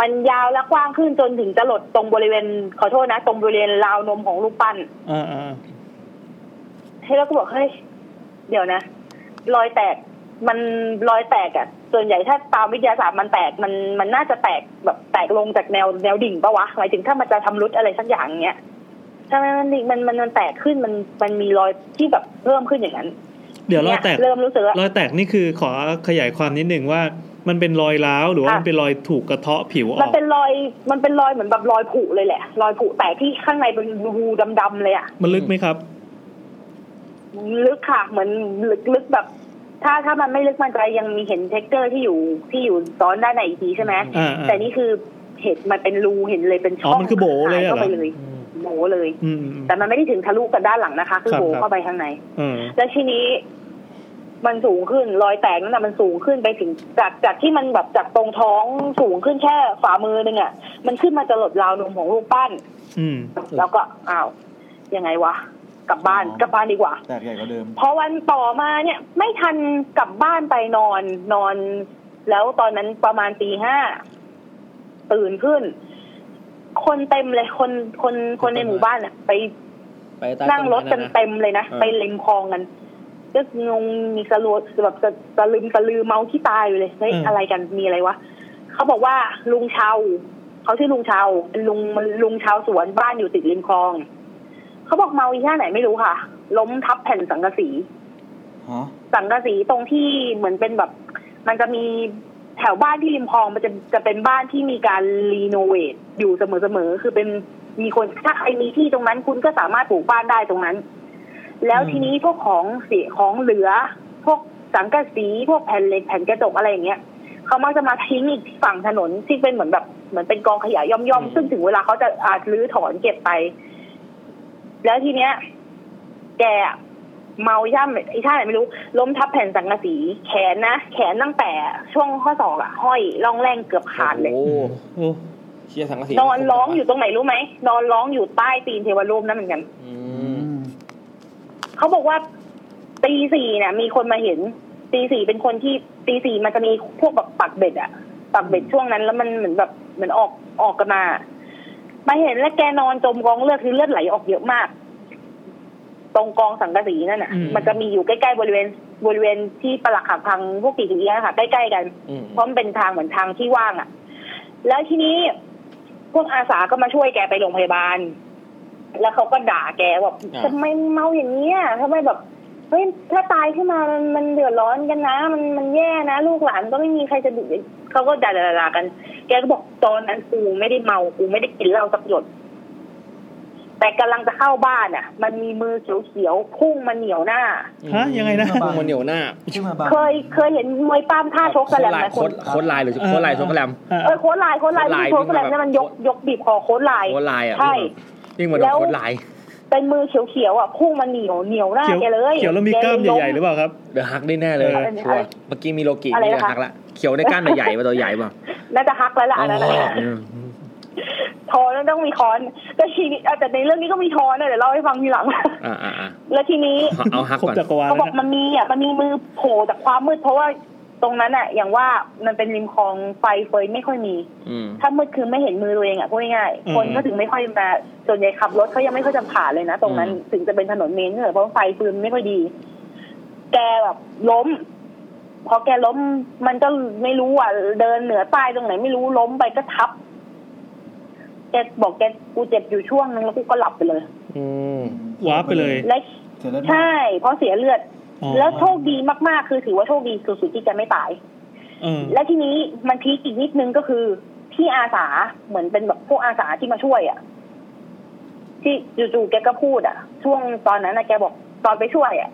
Speaker 6: มันยาวและกว้างขึ้นจนถึงจะหลดตรงบริเวณขอโทษนะ ตรงบริเวณราวนมของรูปปั้น
Speaker 2: อ่าอ่า
Speaker 6: ให้แล้วก็บอกเฮ้ยเดี๋ยวนะ รอยแตก มันรอยแตกอะส่วนใหญ่ถ้าตามวิทยาศาสตร์มันแตกมันมันน่าจะแตกแบบแตกลงจากแนวแนวดิ่งปะวะหมายถึงถ้ามันจะทำรุดอะไรสักอย่างเงี้ย ทำไมมันดิ่งมันมันมันแตกขึ้นมันมันมีรอยที่แบบเพิ่มขึ้นอย่างนั้น
Speaker 2: เดี๋ยวรอยแตก
Speaker 6: นี่เริ่มรู้สึกว่าร
Speaker 2: อยแตกนี่คือขอขยายความนิดหนึ่งว่า มันเป็นรอยร้าวหรือว่ามันเป็นรอยถูกกระเทาะผิวอ
Speaker 6: มั
Speaker 2: อน ก
Speaker 6: เป็นรอยมันเป็นรอยเหมือนแบบรอยผุเลยแหละ รอยผุแตกที่ข้างในเป็นรูดำๆเลยอ่ะ
Speaker 2: มันลึกไหมครับ
Speaker 6: ลึกค่ะเหมือนลึกลึกแบบ ถ้าถ้ามันไม่ลึกมันจะยังมีเห็นเท็กเจอร์ที่อยู่ที่อยู่ซ้อนด้านในอีกทีใช่ไหม
Speaker 2: อ่าอ่า
Speaker 6: แต่นี่คือเห็นมันเป็นรูเห็นเลยเป็นช่อง
Speaker 2: อ๋อมันคือโบ๋เลยเหรอ
Speaker 6: ข้าไปเลยโบเลย
Speaker 2: อืมอืม
Speaker 6: แต่มันไม่ได้ถึงทะลุกันด้านหลังนะคะ คือ
Speaker 2: ครับ
Speaker 6: โบ
Speaker 2: ครับ
Speaker 6: เข้าไปข้างใน
Speaker 2: อืม
Speaker 6: แล้วทีนี้มันสูงขึ้นรอยแตกนั่นแหะมันสูงขึ้นไปถึงจากจากที่มันแบบจากตรงท้องสูงขึ้นแค่ฝ่ามือนึงอะ่ะมันขึ้นมาจะหลดราวนมของลูกปั้น
Speaker 2: อืม
Speaker 6: แล้วก็อ้าวยังไงวะกลับบ้านกลับบ้านดีกว่า
Speaker 3: แตกใหญ่กว่าเดิม
Speaker 6: พอวันต่อมาเนี่ย ไม่ทันกลับบ้านไปนอนนอน แล้วตอนนั้นประมาณตีห้าตื่นขึ้น คนเต็มเลยคนคนคนในหมู่บ้านอะไป
Speaker 5: ไปใต้
Speaker 6: นั่งรถกัน
Speaker 5: ต้ไม้ะ
Speaker 6: เต็มเลยนะ
Speaker 5: เออ
Speaker 6: ไปริมคลองกันก็งงมีสลัวแบบสะสะลืมสะลือเมาที่ตายอยู่เลยเฮ้ย
Speaker 2: เอออ
Speaker 6: อะไรกันมีอะไรวะเขาบอกว่าลุงเชาเขาชื่อลุงเชาเป็นลุงมันลุงชาวสวนบ้านอยู่ติดริมคลองเขาบอกเมาอีท่าไหนไม่รู้ค่ะ ล้มทับแผ่นสังกะสี
Speaker 3: ฮะ
Speaker 6: สังกะสีตรงที่เหมือนเป็นแบบ มันจะมีแถวบ้านที่ริมคลองมันจะจะเป็นบ้านที่มีการรีโนเวทอยู่เสมอๆคือเป็นมีคนถ้าใครมีที่ตรงนั้น คุณก็สามารถปลูกบ้านได้ตรงนั้น แล้วทีนี้พวกของเสียของเหลือ พวกสังกะสีพวกแผ่นเหล็กแผ่นกระจกอะไรอย่างเงี้ยเขามักจะมาทิ้งอีกฝั่งถนนที่เป็นเหมือนแบบเหมือนเป็นกองขยะย่อมๆซึ่งถึงเวลาเขาจะอาจรื้อถอนเก็บไป แล้วทีเนี้ย แกอะเมาย่ำไอ้ท่าไหนไม่รู้ ล้มทับแผ่นสังกะสี แขนนะ แขนตั้งแต่ช่วงข้อศอกอะห้อยร่องแรงเกือบขาดเลย
Speaker 5: โอ้
Speaker 2: โอ้
Speaker 5: เชี่ยสังกะสี
Speaker 6: นอนร้องอยู่ตรงไหนรู้ไหมนอนร้องอยู่ใต้ตีนเทวรูปนั่นเหมือนกัน
Speaker 5: อืม
Speaker 6: เขาบอกว่าตีสี่เนี่ยมีคนมาเห็น ตีสี่เป็นคนที่ตีสี่มันจะมีพวกแบบปักเบ็ดอะปักเบ็ดช่วงนั้น แล้วมันเหมือนแบบเหมือนออกออกกันมา มาเห็นแล้วแกนอนจมกองเลือดคือเลือดไหลออกเยอะมาก ตรงกองสังกะสีนั่นน่ะ
Speaker 5: อืม
Speaker 6: มันจะมีอยู่ใกล้ๆบริเวณบริเวณที่ปลักหักพังพวกตีถึงเอี้ยะค่ะใกล้ๆกัน
Speaker 5: อืม
Speaker 6: เพราะมันเป็นทางเหมือนทางที่ว่างอะ่ะ แล้วทีนี้พวกอาสาก็มาช่วยแกไปโรงพยาบาล แล้วเขาก็ด่าแกแบบ
Speaker 5: า
Speaker 6: ทำไมเมาอย่างเนี้ยทำไมแบบเฮ้ยถ้าตายขึ้นมามันมันเดือดร้อนกันนะ มันมันแย่นะ ลูกหลานก็ไม่มีใครจะดูเขาก็ด่าด่าๆๆกัน แกก็บอกตอนนั้นกูไม่ได้เมากูไม่ได้กินเหล้าสักหยด แต่กำลังจะเข้าบ้านอ่ะ มันมีมือเขียวๆพุ่งมาเหนียวหน้า
Speaker 2: ฮะยังไงนะ
Speaker 5: พวกมันเหนียวหน้า
Speaker 4: ขึ้นมาบ้าง
Speaker 6: เคยเคยเห็นมวยป้ามท่าชกกันแหล้วไหม
Speaker 5: โค
Speaker 6: คุ
Speaker 5: ต
Speaker 6: ณ
Speaker 5: รโคตรลายหรือโคตรลายโคตรลาย
Speaker 6: เออโค้ดไลน์โค้ดไลน์
Speaker 5: โค้ดไลน์
Speaker 6: ที่โค้ดแสลม
Speaker 5: ที่มันแบบ
Speaker 6: เนี่ยมันยกยกบีบคอโค้ดไลน์
Speaker 5: โคตรลายอ่ะ
Speaker 6: ใช่
Speaker 5: ยิ่งมาโดนโคตรลาย
Speaker 6: เป็นมือเขียวๆอ่ะพุ่งมาเหนียวเหนียวหน้า
Speaker 2: เขียว
Speaker 6: แกเลย
Speaker 2: เขียวแล้วมีกล้ามใหญ่ๆหรือเปล่าครับ
Speaker 5: เดือหักได้แน่เลย
Speaker 2: เออ
Speaker 5: ชัวร์เมื่อกี้มีโลกินี่เดือหักละเขียวได้ก้านใหญ่ๆป่ะตัวใหญ่ป่ะ
Speaker 6: น่าจะฮักแล้วล่ะอันนั้นน่ะ
Speaker 5: อืม
Speaker 6: ทอนแล้วต้องมีคอนแต่ทีนี้เออแต่ในเรื่องนี้ก็มีทอนนะเดี๋ยวเล่าให้ฟังทีหลัง
Speaker 5: อ่าอ่าอ่า
Speaker 6: แล้วทีนี้
Speaker 5: เอาหัก
Speaker 2: ครบ
Speaker 5: ก่อน
Speaker 2: จักรวาล
Speaker 6: เขา
Speaker 2: แล้ว
Speaker 6: บอก
Speaker 2: นะ
Speaker 6: มันมีอ่ะมันมีมือโผล่จากความมืดเพราะว่าตรงนั้นอ่ะ อย่างว่ามันเป็นริมคลองไฟเฟยไม่ค่อยมี
Speaker 5: อืม
Speaker 6: ถ้ามืดคือไม่เห็นมือตัวเองอ่ะพูดง่าย
Speaker 2: อืม
Speaker 6: ๆคนก็ถึงไม่ค่อยมาส่วนใหญ่ขับรถเขายังไม่ค่อยจะผ่านเลยนะ ตรงนั้นถึงจะเป็นถนนเมนเลยเพราะว่าไฟฟืนไม่ค่อยดี แกแบบล้ม พอแกล้มมันก็ไม่รู้อ่ะ เดินเหนือใต้ตรงไหนไม่รู้ล้มไปก็ทับ แกบอกแกกูเจ็บอยู่ช่วงนึงแล้วกูก็หลับไปเลย
Speaker 5: อืม
Speaker 2: วาร์ปไปเลย
Speaker 6: และ
Speaker 4: เสร็จแล้ว
Speaker 6: ใช่ เพราะเสียเลือด
Speaker 2: อ๋อ
Speaker 6: แล้วโชคดีมากๆ คือถือว่าโชคดีสุดๆที่แกไม่ตาย
Speaker 2: เออ
Speaker 6: และทีนี้มันพีคอีกนิดนึงก็คือที่อาสาเหมือนเป็นแบบพวกอาสาที่มาช่วยอะ่ะ ที่จู่ๆแกก็พูดอะ่ะ ช่วงตอนนั้นนะแกบอกตอนไปช่วยอะ่ะ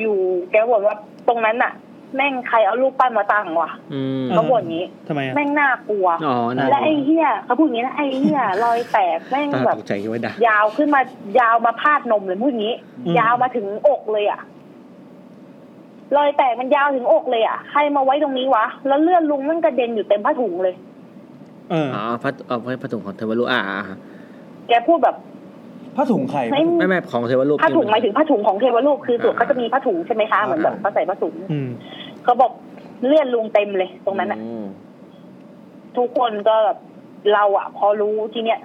Speaker 6: อยู่ๆแกบ่นว่าตรงนั้นน่ะ แม่งใครเอาลูกปั้นมาตั้งวะ
Speaker 5: อืม
Speaker 6: เขาบ่นอย่างนี้
Speaker 2: ทำไมอะ
Speaker 6: แม่งน่ากลัว
Speaker 5: อ๋อน่า
Speaker 6: และไอ้เหี้ยเขาพูดอย่างนี้นะไอ้เหี้ยรอยแตกแม่ง
Speaker 5: ตา
Speaker 6: แบบ
Speaker 5: ตกใจคิดว่าด่าย
Speaker 6: าวขึ้นมายาวมาพาดนมเลยพูดอย่างนี้ ยาวมาถึงอกเลยอะรอยแตกมันยาวถึงอกเลยอะใครมาไว้ตรงนี้วะ แล้วเลือดลุงมันกระเด็นอยู่เต็มผ้าถุงเลย
Speaker 2: เออ
Speaker 5: อ๋อพัดเอาไว้พัดถุงของเทวรูปอ่าอ่าอ่า
Speaker 6: แกพูดแบบ
Speaker 4: ผ้าถุงไข่
Speaker 6: ไม่
Speaker 5: ไม่ไม่ของเทวรูป
Speaker 6: ผ้าถุงหมายถึงผ้าถุงของเทวรูปคือ
Speaker 5: อ่
Speaker 6: ส่วนเขาจะมีผ้าถุงใช่ไหมคะเหมือนแบบเขาใส่ผ้าถุง
Speaker 2: อืม
Speaker 6: เขาบอกเลือดลุงเต็มเลย ตรงนั้นอะ
Speaker 5: ม
Speaker 6: ทุกคนก็แบบเราอะพอรู้ทีเนี้ย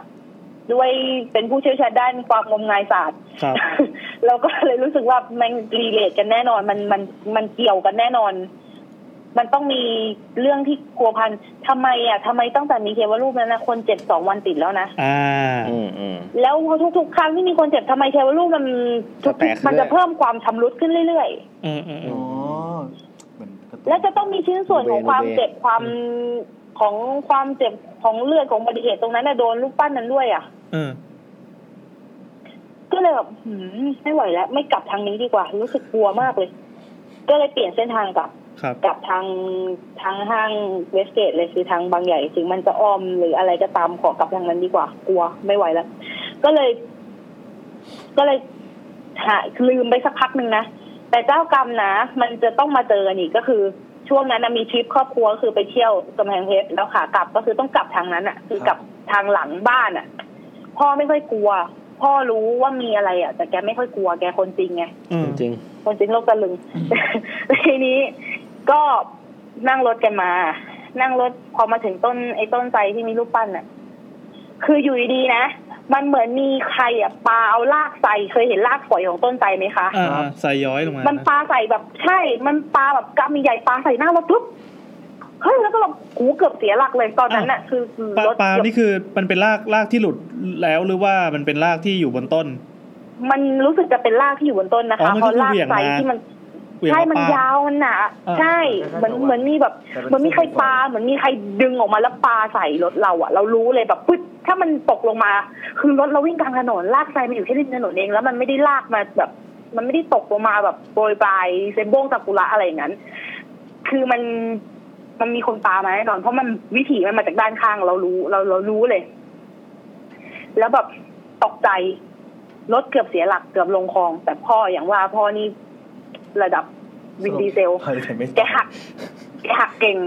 Speaker 6: ด้วยเป็นผู้เชี่ยวชาญด้านความงมงายศาสตร์
Speaker 2: ครับ
Speaker 6: เราก็เลยรู้สึกว่ามันรีเลทกันแน่นอน มันมันมันเกี่ยวกันแน่นอน มันต้องมีเรื่องที่พัวพันทำไมอ่ะทำไมตั้งแต่มีเทวรูปนั้นนะคนเจ็บสองวันติดแล้วนะ
Speaker 2: อ่า
Speaker 5: อืมอืม
Speaker 6: แล้วทุกๆครั้งที่มีคนเจ็บทำไมเทวรูปมันทุก
Speaker 5: แปลกขึ้น
Speaker 6: มันจะเพิ่มความชำรุดขึ้นเรื่อย
Speaker 2: เออเออเอ
Speaker 4: อ๋อ
Speaker 2: อ
Speaker 4: เหมือนการ์ตู
Speaker 6: ๆ
Speaker 4: น
Speaker 6: แล้วจะต้องมีชิ้นส่วนของความเจ็บความของความเจ็บของเลือดของอุบัติเหตุตรงนั้นนะโดนลูกปั้นนั้นด้วยอ่ะ
Speaker 2: เออ
Speaker 6: ก็เลยแบบหืมไม่ไหวแล้ว ไม่กลับทางนี้ดีกว่า รู้สึกกลัวมากเลย ก็เลยเปลี่ยนเส้นทางกลับ
Speaker 2: ครับ
Speaker 6: กับทางทางห้างเวสเกตเลยคือทางบางใหญ่ถึงมันจะอ้อมหรืออะไรก็ตามขอกลับทางนั้นดีกว่า กลัวไม่ไหวแล้ว ก็เลย ก็เลยหาลืมไปสักพักหนึ่งนะ แต่เจ้ากรรมนะมันจะต้องมาเจอกันอีกก็คือ ช่วงนั้นนะมีทริปครอบครัวก็คือไปเที่ยวกำแพงเพชรแล้วขากลับก็คือต้องกลับทางนั้นอ่ะ คือกลับทางหลังบ้านอ่ะ พ่อไม่ค่อยกลัว พ่อรู้ว่ามีอะไรอ่ะ แต่แกไม่ค่อยกลัวแกคนจริงไง
Speaker 2: เออ
Speaker 5: จริง
Speaker 6: คนจริงโลกตะลึง ทีนี้ก็นั่งรถกันมา นั่งรถพอมาถึงต้นไอ้ต้นไทรที่มีรูปปั้นน่ะ คืออยู่ดีๆนะ มันเหมือนมีใครอ่ะปาเอาลากใส่เคยเห็นลากฝอยของต้นไทรไหมคะ
Speaker 2: อ่าอ่าใส่ย้อยลงมา
Speaker 6: มันปลาใส่แบบใช่ มันปลาแบบกำใหญ่ปลาใส่หน้ารถปุ๊บ เฮ้ยแล้วก็แบบหูเกือบเสียหลักเลยตอนนั้นน่ะ คือ
Speaker 2: ปลาร
Speaker 6: ถ
Speaker 2: ปลา
Speaker 6: เกือบ
Speaker 2: นี่คือมันเป็นรากรากที่หลุดแล้วหรือว่ามันเป็นรากที่อยู่บนต้น
Speaker 6: มันรู้สึกจะเป็นรากที่อยู่บนต้นนะ
Speaker 2: อ๋
Speaker 6: คะ
Speaker 2: อมัน
Speaker 6: เพ
Speaker 2: ก็คือ
Speaker 6: ราะราก
Speaker 2: เหวี่ยง
Speaker 6: ไซ
Speaker 2: มา
Speaker 6: ที่มัน
Speaker 2: เหวี่ยง
Speaker 6: ใช่
Speaker 2: ออก
Speaker 6: มัน
Speaker 2: ปลา
Speaker 6: ยาวมันหนา
Speaker 2: อ่า
Speaker 6: ใช่เหมือนเหมือนมีแบบเหมือนมีใครปาเหมือนมีใครดึงออกมาแล้วปาใส่รถเราอะเรารู้เลยแบบปึ๊ดถ้ามันตกลงมา คือรถเราวิ่งกลางถนนลากไซมันอยู่แค่ริมถนนเองแล้วมันไม่ได้ลากมาแบบ มันไม่ได้ตกลงมาแบบโปรยปลายเซมโบงซากุระอะไรอย่างนั้น คือมันมันมีคนปามาแน่นอน เพราะมันวิถีมันมาจากด้านข้างเรารู้เราเรารู้เลย แล้วแบบตกใจ รถเกือบเสียหลักเกือบลงคลอง แต่พ่ออย่างว่าพ่อนี่ระดับวินดีเซล
Speaker 4: ใครจะไม่
Speaker 6: แกหักแกหักเก่ง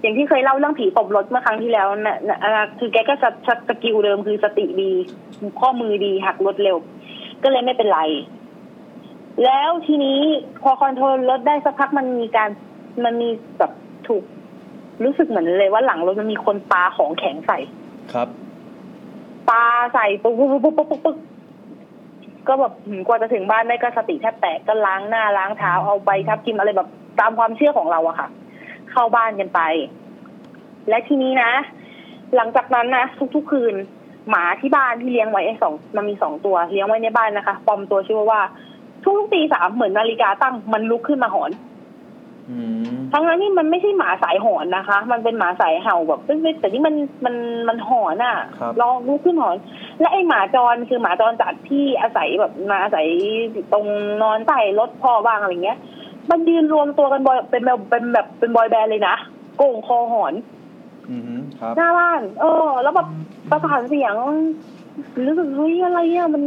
Speaker 6: อย่างที่เคยเล่าเรื่องผีตบรถเมื่อครั้งที่แล้วนะนะอ่าคือแกก็สสสกิลเดิมคือสติดี ข้อมือดีหักรถเร็ว ก็เลยไม่เป็นไร แล้วทีนี้พอคอนโทรลรถได้สักพักมันมีการมันมีแบบถูก รู้สึกเหมือนเลยว่าหลังรถมันมีคนปาของแข็งใส่
Speaker 3: ครับ
Speaker 6: ปาใส่ปุ๊บปุ๊บปุ๊บปุ๊บปุ๊บปุ๊บก็แบบหืมกว่าจะถึงบ้านได้ก็สติแทบแตกก็ล้างหน้าล้างเท้าเอาใบทับทิมอะไรแบบตามความเชื่อของเราอะค่ะ เข้าบ้านกันไป และทีนี้นะ หลังจากนั้นนะทุกๆคืน หมาที่บ้านที่เลี้ยงไว้ไอ้สองมันมีสองตัวเลี้ยงไว้ในบ้านนะคะปลอมตัวชื่อว่า ทุกๆตีสามเหมือนนาฬิกาตั้งมันลุกขึ้นมาหอน
Speaker 3: อืม
Speaker 6: ทั้งนั้นนี่มันไม่ใช่หมาสายหอนนะคะ มันเป็นหมาสายเห่าแบบเว้ยๆแต่นี่มันมันมันหอนอ่ะลองลุกขึ้นหอน และไอหมาจรคือหมาจรจัดที่อาศัยแบบมาอาศัยตรงนอนใต้รถพ่อบ้างอะไรเงี้ย มันยืนรวมตัวกันบอยเป็นแบบเป็นแบบเป็นบอยแบนด์เลยนะโก่งคอหอน
Speaker 3: อืมครับ
Speaker 6: หน้าบ้าน เออ แล้วแบบประสานเสียงรู้สึกเฮ้ยอะไรเนี่ยมัน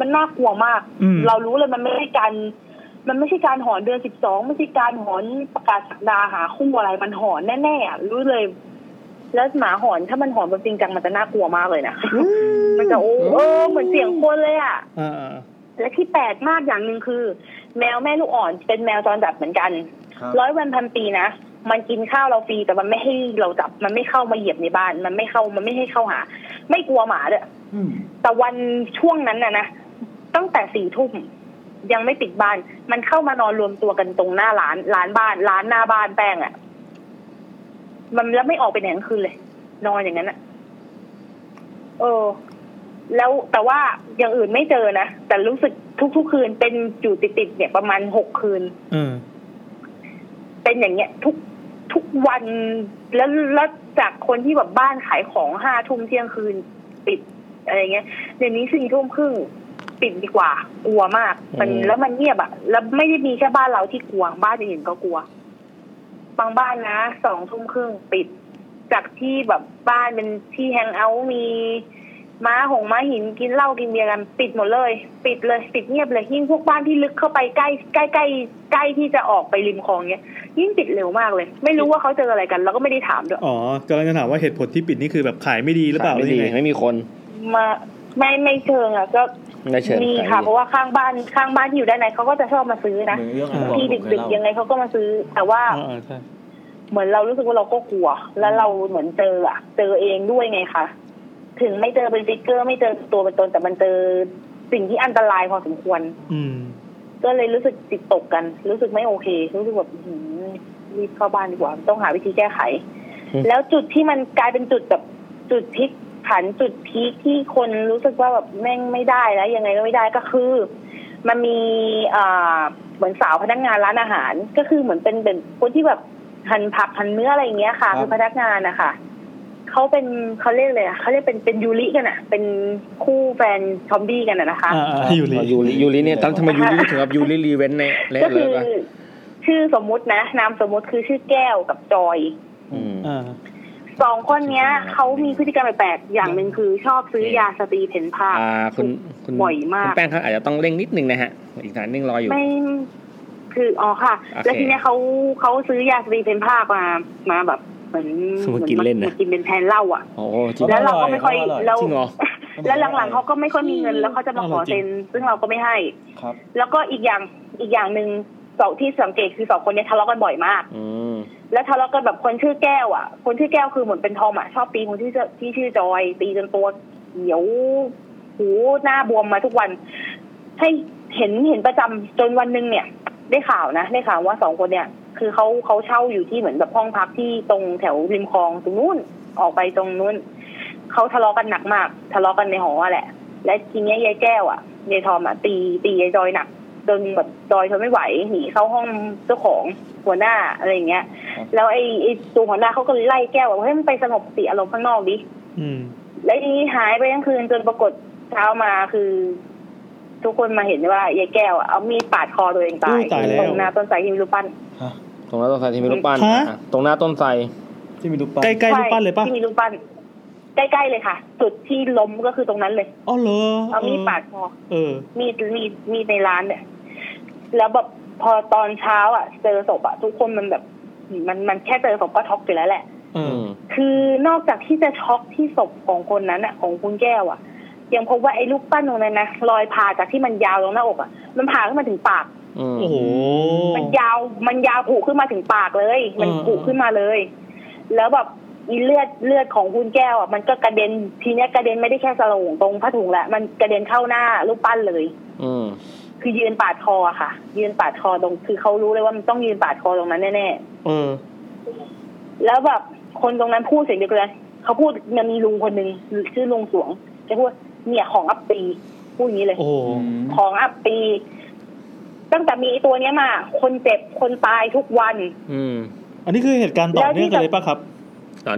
Speaker 6: มันน่ากลัวมาก
Speaker 2: อืม
Speaker 6: เรารู้เลยมันไม่ใช่การ มันไม่ใช่การหอนเดือนสิบสองไม่ใช่การหอนประกาศสักดาหาคู่อะไรมันหอนแน่ๆอ่ะรู้เลย แล้วหมาหอนถ้ามันหอนแบบจริงจังมันจะน่ากลัวมากเลยนะมันจะโอ้เออเหมือนเสียงคนเลยอ่ะ
Speaker 2: อ่า
Speaker 6: และที่แปลกมากอย่างหนึ่งคือ แมวแม่ลูกอ่อนเป็นแมวจรจัดเหมือนกัน ร้อยวันพันปีนะ มันกินข้าวเราฟรีแต่มันไม่ให้เราจับ มันไม่เข้ามาเหยียบในบ้าน มันไม่เข้ามันไม่ให้เข้าหา ไม่กลัวหมาด้วยแต่วันช่วงนั้นน่ะนะตั้งแต่สี่ทุ่มยังไม่ปิดบ้าน มันเข้ามานอนรวมตัวกันตรงหน้าร้านร้านบ้านร้านหน้าบ้านแป้งอะ่ะ มันแล้วไม่ออกไปไหนกลางคืนเลย นอนอย่างนั้นอ่ะ เออ แล้วแต่ว่าอย่างอื่นไม่เจอนะแต่รู้สึกทุกๆคืนเป็นอยู่ติดๆเนี่ยประมาณหกคืน
Speaker 2: อืม
Speaker 6: เป็นอย่างเงี้ยทุกทุกวันแล้วแล้วจากคนที่แบบบ้านขายของห้าทุ่มเที่ยงคืนปิดอะไรเงี้ยเดี๋ยวนี้สี่ทุ่มครึ่งปิดดีกว่า กลัวมากมัน
Speaker 5: อืม
Speaker 6: แล้วมันเงียบอะแล้วไม่ได้มีแค่บ้านเราที่กลัวบ้านอื่นก็กลัว บางบ้านนะสองทุ่มครึ่งปิด จากที่แบบบ้านเป็นที่แฮงเอาท์มี ม้าหงม้าหินกินเหล้ากินเบียร์กันปิดหมดเลย ปิดเลยปิดเงียบเลยยิ่งพวกบ้านที่ลึกเข้าไปใกล้ใกล้ใกล้ใกล้ที่จะออกไปริมคลองเนี้ยยิ่งปิดเร็วมากเลย ไม่รู้ว่าเขาเจออะไรกัน เราก็ไม่ได้ถามด้วย
Speaker 2: อ๋อกำลังจะถามว่าเหตุผลที่ปิดนี่คือแบบขายไม่ดีหรือเปล่า
Speaker 5: ไม่ดี
Speaker 2: หรือยังง
Speaker 5: ไม่มีคน
Speaker 6: มาไม่ไม่เชิงอ่ะก็
Speaker 5: ได้เชิญ
Speaker 6: มี
Speaker 5: ใคร
Speaker 6: ค่ะเพราะว่าข้างบ้านข้างบ้านที่อยู่ด้านในเขาก็จะชอบมาซื้อนะ
Speaker 3: เหมือนเรื่องอะไร
Speaker 6: ที่ดึกๆยังไงเขาก็มาซื้อ แต่ว่า
Speaker 2: อ่าอ่าใช่
Speaker 6: เหมือนเรารู้สึกว่าเราก็กลัว แล้วเราเหมือนเจออ่ะ เจอเองด้วยไงคะถึงไม่เจอเป็นฟิกเกอร์ ไม่เจอตัวเป็นตนแต่มันเจอสิ่งที่อันตรายพอสมควร
Speaker 2: อืม
Speaker 6: ก็เลยรู้สึกจิตตกกัน รู้สึกไม่โอเค รู้สึกแบบอื้อหือรีบเข้าบ้านดีกว่า ต้องหาวิธีแก้ไข แล้วจุดที่มันกลายเป็นจุดแบบจุดพลิกผันจุดพีคที่คนรู้สึกว่าแบบแม่งไม่ได้แล้วยังไงก็ไม่ได้ก็คือ มันมีเอ่อเหมือนสาวพนักงานร้านอาหาร ก็คือเหมือนเป็นเป็นคนที่แบบหั่นผักหั่นเนื้ออะไรอย่างเงี้ยค่ะคือพนักงานนะคะเขาเป็นเขาเรียกเลยอะเขาเรียกเป็นเป็นยูริกันอะเป็นคู่แฟนทอมบี้กันอะนะคะ
Speaker 2: อ่าอ่าที่อยู่ลี
Speaker 5: ยูริยูริเนี่ยทำไมยูริถึงกับยูริรีเวนในเละ
Speaker 6: ก็
Speaker 5: เล
Speaker 6: คื
Speaker 5: ย
Speaker 6: อ
Speaker 5: ป่ะ
Speaker 6: ชื่อสมมุตินะนามสมมุติคือชื่อแก้วกับจอย
Speaker 5: อืม
Speaker 2: อ่า
Speaker 6: สองคนเนี้ยเขามีพฤติกรรมแปลกๆอย่างหนึ่งคือชอบซื้อ
Speaker 5: โอเค
Speaker 6: ยาสตรีเพ่นภาพ
Speaker 5: อ่าคุณคุณ
Speaker 6: บ่อยมาก
Speaker 5: คุณแป้งเขาอาจจะต้องเร่งนิดนึงนะฮะ อีกหน่อยนึงรออยู่
Speaker 6: ไม่คืออ๋อค่ะ
Speaker 5: โอเค
Speaker 6: แล้วทีเนี้ยเขาเขาซื้อยาสตรีเพ่นภาพมามาแบบเหมือน
Speaker 5: สมมุติกินเล่นนะ
Speaker 6: มากินเป็นแทนเหล้าอ่ะ
Speaker 5: โอ้โหจริง
Speaker 6: แล้วเราก็ไม่ค่อย
Speaker 3: อร่อย
Speaker 6: เรา
Speaker 5: จริงเหรอ
Speaker 6: แล้วหลังๆเขาก็ไม่ค่อยมีเงินแล้วเขาจะมาขอเซ็นซึ่งเราก็ไม่ให้
Speaker 3: ครับ
Speaker 6: แล้วก็อีกอย่างอีกอย่างหนึ่งสองที่สังเกตคือสองคนเนี้ยทะเลาะกันบ่อยมาก
Speaker 5: อืม
Speaker 6: แล้วทะเลาะกันแบบคนชื่อแก้วอ่ะ คนชื่อแก้วคือเหมือนเป็นทอมอ่ะชอบตีคนที่ชื่อที่ชื่อจอย ตีจนตัวเขียวหูหน้าบวมมาทุกวัน ให้เห็นเห็นประจำจนวันหนึงเนี่ย ได้ข่าวนะได้ข่าวว่าสองคนเนี่ย คือเขาเขาเช่าอยู่ที่เหมือนแบบห้องพักที่ตรงแถวริมคลองตรงนู้นออกไปตรงนู้นเขาทะเลาะกันหนักมาก ทะเลาะกันในหอแหละ และทีเนี้ยยายแก้วอ่ะยายทอมอ่ะตีตียายจอยหนักจนแบบจอยทนไม่ไหวหนีเข้าห้องเจ้าของหัวหน้าอะไรอย่างเงี้ย แล้วไอ้ไอ้ตัวหัวหน้าเขาก็เลยไล่แก้วบอกเฮ้ยมันไปสงบสติอารมณ์ข้างนอกดิ
Speaker 2: อืม
Speaker 6: แล้วทีนี้หายไปทั้งคืนจนปรากฏเช้ามาคือ ทุกคนมาเห็นว่ายายแก้วอะเอามีดปาดคอตัวเองตา
Speaker 2: อุ้
Speaker 6: ย
Speaker 2: ยตายแล้ว
Speaker 6: ตรงหน้าต้นสายหิมรูปปั้น
Speaker 5: ตรงหน้าต้นไทรที่มีรูปปั้น
Speaker 2: ฮะ
Speaker 5: อ่ะตรงหน้าต้นไทร
Speaker 3: ที่มีรูปปั้น
Speaker 2: ใกล้ๆรูปปั้นเลยป่ะ
Speaker 6: ใช่ที่มีรูปปั้นใกล้ๆเลยค่ะ จุดที่ล้มก็คือตรงนั้นเลย
Speaker 2: อ๋อเหรอ
Speaker 6: เอามีดปาดคอ
Speaker 2: เออ
Speaker 6: มีดมีดมีดในร้านเนี่ย แล้วแบบพอตอนเช้าอ่ะ เจอศพอ่ะทุกคนมันแบบ มันมันแค่เจอศพก็ช็อกอยู่แล้วแหละ
Speaker 2: เออ
Speaker 5: ม
Speaker 6: คือนอกจากที่จะช็อกที่ศพของคนนั้นอะของคุณแก้วอะ ยังพบว่าไอ้ลูกปั้นตรงนั้นนะรอยผ่าจากที่มันยาวตรงหน้าอกอ่ะมันผ่าขึ้นมาถึงปาก
Speaker 5: อืม
Speaker 2: โอ้โห
Speaker 6: มันยาวมันยาวผุขึ้นมาถึงปากเลย มัน
Speaker 2: เออ
Speaker 6: ผุขึ้นมาเลย แล้วแบบอีเลือดเลือดของคุณแก้วอ่ะมันก็กระเด็นทีเนี้ยกระเด็นไม่ได้แค่สลงตรงผ้าถุงแหละมันกระเด็นเข้าหน้ารูปปั้นเลย
Speaker 5: อืม
Speaker 6: คือยืนปาดคออะค่ะ ยืนปาดคอตรงคือเขารู้เลยว่ามันต้องยืนปาดคอตรงนั้นแน่
Speaker 5: เออ
Speaker 6: ๆแล้วแบบคนตรงนั้นพูดเสียงเดียวกันเลยเขาพูดมันมีลุงคนหนึ่งชื่อลุงสวงแกพูดเนี่ยของอัปปีพูดอย่างนี้เลย
Speaker 2: โอ้โห
Speaker 6: ของอัปปี ตั้งแต่มีไอ้ตัวเนี้ยมา คนเจ็บคนตายทุกวัน
Speaker 5: อืม
Speaker 2: อันนี้คือเหตุการณ์ต่อเนื่องกันเลยปะครับ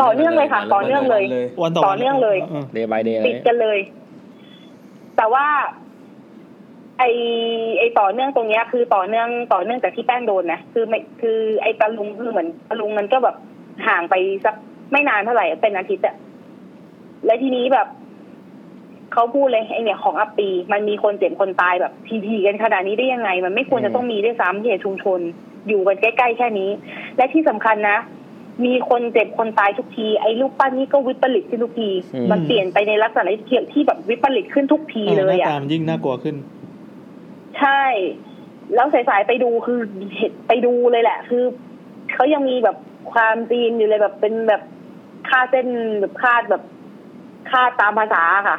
Speaker 6: ต่อเนื่องเลยค่ะ ต่อเนื่องเลย
Speaker 2: วันต่อ
Speaker 6: ต่
Speaker 2: วั
Speaker 6: อเนื่องเลย
Speaker 2: ออ
Speaker 5: เดย์บายเดย์
Speaker 6: ติดกันเลย แต่ว่า ไอไอต่อเนื่องตรงเนี้ย คือต่อเนื่องต่อเนื่องจากที่แป้งโดนนะคือไม่คือไอตะลุงคือเหมือนตะลุงมันก็แบบห่างไปสักไม่นานเท่าไหร่เป็นอาทิตย์อะและทีนี้แบบเขาพูดเลยไอเนี่ยของอัปปี มันมีคนเจ็บคนตายแบบทีทีกันขนาดนี้ได้ยังไง มันไม่ควรจะต้องมีด้วยซ้ำเหตุชุมชน อยู่กันใกล้ๆแค่นี้ และที่สำคัญนะ มีคนเจ็บคนตายทุกที ไอ้รูปปั้นนี่ก็วิปริตขึ้นทุกที มันเปลี่ยนไปในลักษณะที่ที่แบบวิปริตขึ้นทุกที
Speaker 2: เออ
Speaker 6: เลย
Speaker 2: หน้า
Speaker 6: อ่ะ
Speaker 2: ตามนยิ่งน่ากลัวขึ้น
Speaker 6: ใช่ แล้วสายๆไปดูคือเห็นไปดูเลยแหละ คือเขายังมีแบบความจีนอยู่เลยแบบเป็นแบบคาดเส้นแบบคาดแบบคาดตามภาษาค่ะ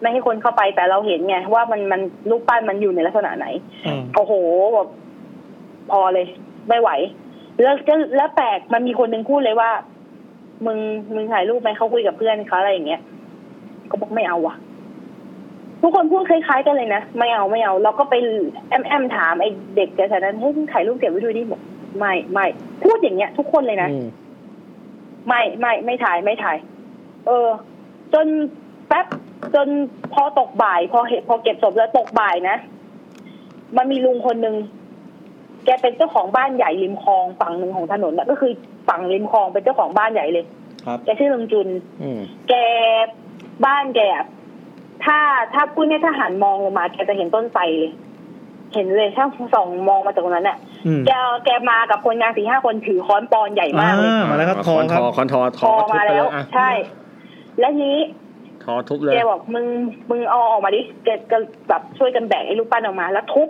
Speaker 6: ไม่ให้คนเข้าไปแต่เราเห็นไงว่ามันมันรูปปั้นมันอยู่ในลักษณะไหน
Speaker 2: เออ
Speaker 6: โอ้โหแบบพอเลย ไม่ไหว แล้วก็แล้วแปลกมันมีคนหนึ่งพูดเลยว่า มึงมึงถ่ายรูปไหมเขาคุยกับเพื่อนเขาอะไรอย่างเงี้ยก็บอกไม่เอาว่ะ ทุกคนพูดคล้ายๆกันเลยนะไม่เอาไม่เอา เราก็ไปแอมแอมถามไอ้เด็กแถวนั้นเฮ้ยมึงถ่ายรูปเก็บไว้ดูดิบอกไม่ไม่พูดอย่างเงี้ย ทุกคนเลยนะ
Speaker 5: อืม
Speaker 6: ไม่ไม่ไม่ถ่ายไม่ถ่าย เออ จนแป๊บจนพอตกบ่าย พอเห็นพอเก็บศพแล้วตกบ่ายนะ มันมีลุงคนหนึ่งแกเป็นเจ้าของบ้านใหญ่ริมคลองฝั่งหนึ่งของถนนนะก็คือฝั่งริมคลองเป็นเจ้าของบ้านใหญ่เลย
Speaker 3: ครับ
Speaker 6: แกชื่อลุงจุน
Speaker 5: อืม
Speaker 6: แกบ้านแกอะถ้าถ้าพูดเนี่ยถ้าหันมองลงมาแกจะเห็นต้นไทรเลยเห็นเลยถ้าส่องมองมาจากตรงนั้นน่ะ
Speaker 2: อืม
Speaker 6: แกแกมากับคนงานสี่ห้าคนถือค้อนปอนใหญ่มากเลย
Speaker 2: อ่ามาแล้วครับทอครับ
Speaker 5: คอนทอค
Speaker 6: พอ
Speaker 5: อนทอทอทุบ
Speaker 6: มา
Speaker 5: ไป
Speaker 6: แล้
Speaker 5: เล
Speaker 6: วย
Speaker 5: อ่ะ
Speaker 6: ใช่ และทีนี้
Speaker 5: ทอทุบเลย
Speaker 6: แกบอกมึงมึงเอาออกมาดิแกก็แบบช่วยกันแบกไอ้ลูกปั้นออกมา แล้วทุบ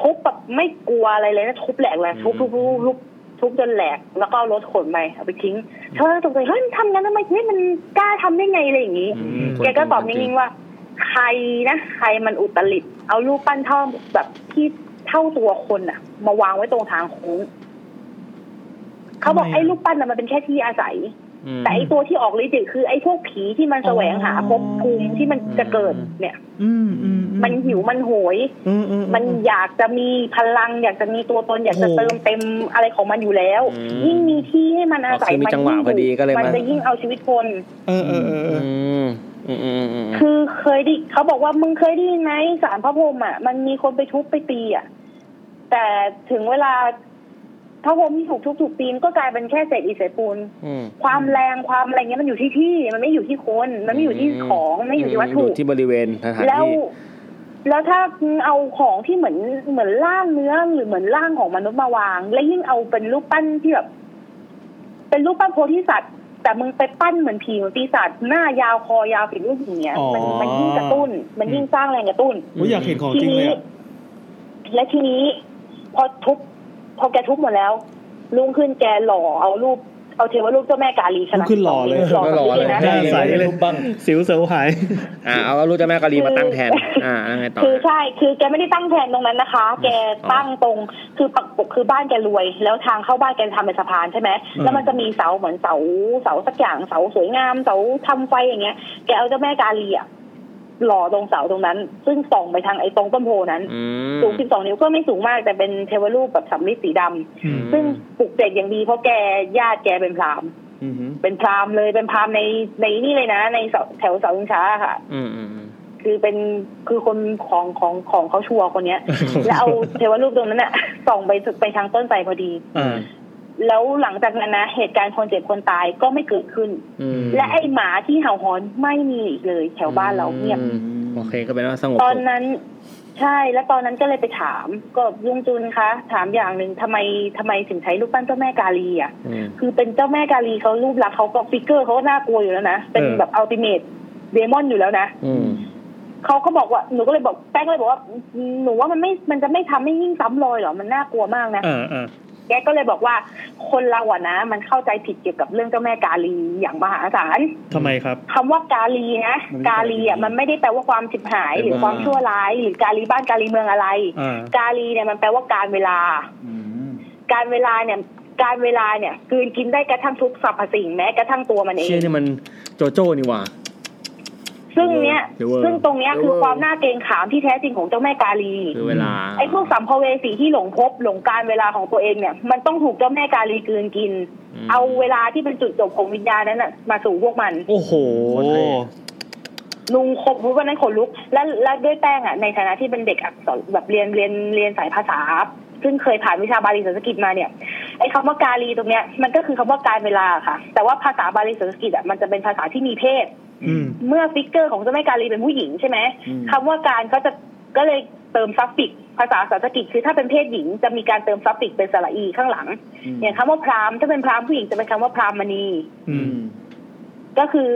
Speaker 6: ทุบแบบไม่กลัวอะไรเลยนะทุบแหลกเลยทุบทุบทุบทุบทุบจนแหลกแล้วก็เอารถขนไปเอาไปทิ้งเธอตกใจเฮ้ยมันทำงั้นทำไมเฮ้ยมันกล้าทำได้ไงอะไรอย่างนี้
Speaker 5: อืม
Speaker 6: แกก็ตอบนิ่งๆว่า ใครนะใครมันอุตริดเอารูปปั้นเท่าแบบที่เท่าตัวคนอะมาวางไว้ตรงทางโค้งเขาบอก
Speaker 2: ทำไมอะ
Speaker 6: ไอ้รูปปั้นน่ะมันเป็นแค่ที่อาศัย
Speaker 5: อืม
Speaker 6: แต่ไอตัวที่ออกฤทธิ์เนี่ยคือไอพวกผีที่มันแสวงหาภพภูมิที่มันจะเกิดเนี่ย
Speaker 2: อืมอืมอื
Speaker 6: มันหิวมันโหย
Speaker 2: อืมอืม
Speaker 6: มันอยากจะมีพลัง อยากจะมีตัวตนอยากจะ
Speaker 2: โอ้โห
Speaker 6: เติมเต็มอะไรของมันอยู่แล้ว
Speaker 5: อืม
Speaker 6: ยิ่งมีที่ให้มันอาศัย
Speaker 5: อ๋อคือมีจังหวะ
Speaker 6: ยิ่
Speaker 5: พอดีก็เลย
Speaker 6: มัน
Speaker 5: มา
Speaker 6: จะยิ่งเอาชีวิตคน
Speaker 2: เออเออเออเอ
Speaker 5: อื
Speaker 2: อ
Speaker 5: มอืมอืมอืม
Speaker 6: คือเคยไดิเขาบอกว่ามึงเคยได้ยินไหมสารพระพรหมอ่ะมันมีคนไปทุบไปตีอ่ะแต่ถึงเวลาพระพรหมที่ถูกทุบถูกตีมันก็กลายเป็นแค่เศษอิฐเศษปูน
Speaker 5: อืม
Speaker 6: ความแรงความอะไรเงี้ยมันอยู่ที่ที่ มันไม่อยู่ที่คน มันไม่อยู่ที่ของมันไม่อยู่ที่วัตถุ
Speaker 5: อยู่ที่บริเวณสถาน
Speaker 6: แล้ว
Speaker 5: ที่
Speaker 6: แล้วถ้าเอาของที่เหมือนเหมือนร่างเนื้อหรือเหมือนร่างของมนุษย์มาวาง และยิ่งเอาเป็นรูปปั้นที่แบบเป็นรูปปั้นโพธิสัตว์ แต่มึงไปปั้นเหมือนผีเหมือนปีศาจหน้ายาวคอยาวผิดรูปอย่างเงี้ยมันมันยิ่งกระตุ้น มันยิ่งสร้างแรงกระตุ้น
Speaker 2: อุ๊ยอยากเห็นของจริงเลยอะ
Speaker 6: และทีนี้ พอทุบ พอแกทุบหมดแล้ว ลุงขึ้นแกหล่อเอารูป เอาเทวรูปเจ้าแม่กาลีขนาด
Speaker 2: ขึ้นหล่อเลย
Speaker 6: หล่อเลยนะ
Speaker 2: หน้าใสเลยสิวเสียวหาย
Speaker 5: อ่าเอาเอารูปเจ้าแม่กาลีมาตั้งแทน อ่าแล้วไงต่อ
Speaker 6: คือใช่ คือแกไม่ได้ตั้งแทนตรงนั้นนะคะ แกตั้งตรง คือปักปกคือบ้านแกรวย แล้วทางเข้าบ้านแกทำเป็นสะพานใช่ไหม แล้วมันจะมีเสาเหมือนเสาเสาสักอย่างเสาสวยงามเสาทำไฟอย่างเงี้ย แกเอาเจ้าแม่กาลีอะหล่อตรงเสาตรงนั้น ซึ่งส่องไปทางไอ้ตรงต้นโพนั้น
Speaker 5: อืม
Speaker 6: สูง 12 นิ้วก็ไม่สูงมากแต่เป็นเทวรูปแบบสำริดสีดำ
Speaker 2: อืม
Speaker 6: ซึ่งปลุกเสกอย่างดีเพราะแกญาติแกเป็นพราหมณ์
Speaker 3: อือหือ
Speaker 6: เป็นพราหมณ์เลยเป็นพราหมณ์ในในนี่เลยนะ ในเสาแถวเสาชิงช้าค่ะ
Speaker 5: อืมอืมอืม
Speaker 6: คือเป็นคือคนของของของเขาชัวร์คน เนี้ย แล้วเอาเทวรูปตรงนั้นน่ะ ส่องไปสุดไปทางต้นไทรพอดี
Speaker 2: อ่า
Speaker 6: แล้วหลังจากนั้นนะเหตุการณ์คนเจ็บคนตายก็ไม่เกิดขึ้น
Speaker 5: อืม
Speaker 6: และไอหมาที่เห่าหอนไม่มีอีกเลย แถวบ้านเราเงียบ
Speaker 5: อืมโอเคก็เป็นว่าสงบ
Speaker 6: ตอน
Speaker 5: สุข
Speaker 6: นั้นใช่แล้วตอนนั้นก็เลยไปถาม ก็ลุงจุนคะ ถามอย่างหนึ่งทำไมทำไมถึงใช้รูปปั้นเจ้าแม่กาลีอ่ะ
Speaker 5: อืม
Speaker 6: คือเป็นเจ้าแม่กาลีเขารูปลักษณ์เขาก็ฟิกเกอร์เขาก็น่ากลัวอยู่แล้วนะ เป็น
Speaker 2: เออ
Speaker 6: แบบอัลติเมทเดมอนอยู่แล้วนะ
Speaker 5: อืม
Speaker 6: เขาก็บอกว่าหนูก็เลยบอกแป้งก็เลยบอกว่าหนูว่ามันไม่มันจะไม่ทำให้ยิ่งซ้ำรอยเหรอมันน่ากลัวมากนะ
Speaker 2: อ่าอ่า
Speaker 6: แกก็เลยบอกว่าคนเราอะนะ มันเข้าใจผิดเกี่ยวกับเรื่องเจ้าแม่กาลีอย่างมหาศาล
Speaker 2: ทำไมครับ
Speaker 6: คำว่ากาลีนะ
Speaker 3: มันไม่
Speaker 6: กาลีอะ
Speaker 3: ใช่
Speaker 6: มันไม่ได้แปลว่าความฉิบหายหรือความชั่วร้าย หรือกาลีบ้านกาลีเมืองอะไร
Speaker 2: อ่า
Speaker 6: กาลีเนี่ยมันแปลว่าการเวลา
Speaker 3: อืม
Speaker 6: การเวลาเนี่ยการเวลาเนี่ยกลืนกินได้กระทั่งทุกสรรพสิ่งแม้กระทั่งตัวมันเอ
Speaker 5: เชี่ย
Speaker 6: ง
Speaker 5: นี่มันโจโจ้นี่หว่า
Speaker 6: ซึ่งเนี้ย
Speaker 5: เดี๋ยวเวอร์
Speaker 6: ซึ่งตรงเนี้ย
Speaker 5: เดี๋ยว
Speaker 6: คือ
Speaker 5: เวอร์
Speaker 6: ความน่าเกรงขามที่แท้จริงของเจ้าแม่กาลี
Speaker 5: คือเวลา
Speaker 6: ไอ้พวกสัมภเวสีที่หลงภพหลงการเวลาของตัวเองเนี่ย มันต้องถูกเจ้าแม่กาลีกลืนกิน
Speaker 5: ม
Speaker 6: เอาเวลาที่เป็นจุดจบของวิญญาณนั้นน่ะมาสู่พวกมัน
Speaker 2: โอ้โห
Speaker 6: ลุงคมพูดวันนั้นขนลุก และและด้วยแป้งอ่ะในฐานะที่เป็นเด็กอักษรแบบเรียนเรียนเรียนสายภาษา ซึ่งเคยผ่านวิชาบาลีสันสกฤตมาเนี่ยไอ้คำว่ากาลีตรงเนี้ยมันก็คือคำว่าการเวลาค่ะ แต่ว่าภาษาบาลีสันสกฤตอ่ะมันจะเป็นภาษาที่มีเพศ
Speaker 2: อืม
Speaker 6: เมื่อฟิกเกอร์ของเจ้าแม่กาลีเป็นผู้หญิงใช่ไหมคำว่าการเขาจะก็เลยเติมซัฟฟิก ภาษาสันสกฤตคือถ้าเป็นเพศหญิงจะมีการเติมซัฟฟิกเป็นสระอีข้างหลัง อย่างคำว่าพราหมณ์ถ้าเป็นพราหมณ์ผู้หญิงจะเป็นคำว่าพราหมณี
Speaker 2: อืม
Speaker 6: ก็คือ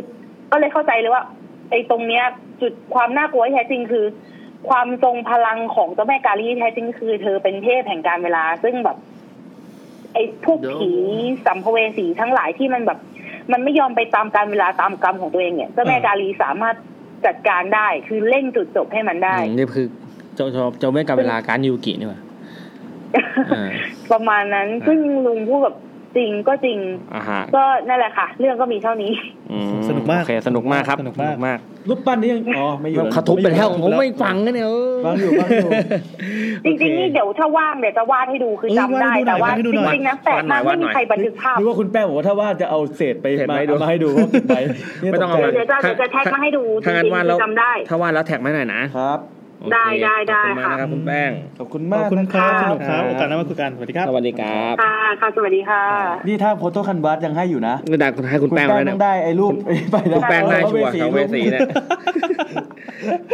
Speaker 6: ก็เลยเข้าใจเลยว่าไอ้ตรงเนี้ย จุดความน่ากลัวที่แท้จริงคือ ความทรงพลังของเจ้าแม่กาลีที่แท้จริงคือเธอเป็นเทพแห่งการเวลา ซึ่งแบบ ไอ้พวกผีสัมภเวสีทั้งหลายที่มันแบบ มันไม่ยอมไปตามการเวลาตามกรรมของตัวเองเนี่ยเจ้าแม่กาลีสามารถจัดการได้คือเล่งจุดจบให้มันได้
Speaker 5: อืมนี่คือเจ้าเจ้าเจ้าแม่กาเวลาการยูกินี่หว่าอ่า
Speaker 6: ประมาณนั้นซึ่งลุงพูดแบบจริงก็จริง
Speaker 5: อ่าฮะ
Speaker 6: ก็นั่นแหละค่ะ เรื่องก็มีเท่านี้
Speaker 5: อืม
Speaker 2: สนุกมาก
Speaker 5: โอเคสนุกมากครับ
Speaker 2: สนุกมาก
Speaker 3: รูปปั้นนี่ยังอ๋อไม่อยู่
Speaker 5: มัน
Speaker 3: แล้ว
Speaker 5: ขทุบไปแล้วผมไม่
Speaker 3: ฟั
Speaker 5: ฟังกันเนี่ยเออ
Speaker 3: ฟังอยู่ฟัง อยู่
Speaker 6: จริงๆนี่เดี๋ยวถ้าว่างเดี๋ยวจะวาดให้ดูคือจำ
Speaker 2: เออวาด
Speaker 6: ได้
Speaker 2: ให้ดูหน่อยาดให้ดูหน่
Speaker 6: แต่ว่าว
Speaker 2: อย
Speaker 6: จริงๆนะแปลกมากไม่มีใครบันทึกภาพ
Speaker 3: นึกว่าคุณแป้งบอกว่าถ้าว่าจะเอาเศษไปมาเอามาให้ดูเพราะเก็บไว้เนี่ย
Speaker 5: ไม่ต้องเอา
Speaker 3: ใจ
Speaker 5: มา
Speaker 6: เดี๋ยวจะเดี๋ยวจะแท็กมาให้ดู
Speaker 5: ถ้างั้นวาดแล้ว
Speaker 6: จริงๆจำได้
Speaker 5: ถ้าวาดแล้วแท็กมาหน่อยนะครับ โอเค
Speaker 6: ได้ได้ได้
Speaker 5: ขอบณมากนะครับ
Speaker 6: ค่ะ
Speaker 5: คุณแป้ง
Speaker 3: ขอบคุณ
Speaker 2: ขอ
Speaker 3: มา
Speaker 2: บ
Speaker 3: ก
Speaker 2: คุณ
Speaker 3: นะครับ
Speaker 2: ส
Speaker 6: ขอบคุณครับ
Speaker 2: นุกครับ โอกาสหน้ามาคุยกันสวัสดีครับ
Speaker 5: สวัสดีครับ
Speaker 6: ค่ะค่ะสวัสดีค่ะ
Speaker 3: นี่ถ้าโพสต์โต้คันบัสยังให้อยู่นะ
Speaker 5: นี่ได้ให้คุณแป้งแล้ว
Speaker 3: ต้
Speaker 5: เนี่ย
Speaker 3: องได้ไอ้รูป ไปนะ
Speaker 5: คุณแป้งได้ชัวร์
Speaker 3: พ
Speaker 5: สั
Speaker 3: ระ
Speaker 5: มภเวสีเนี่ย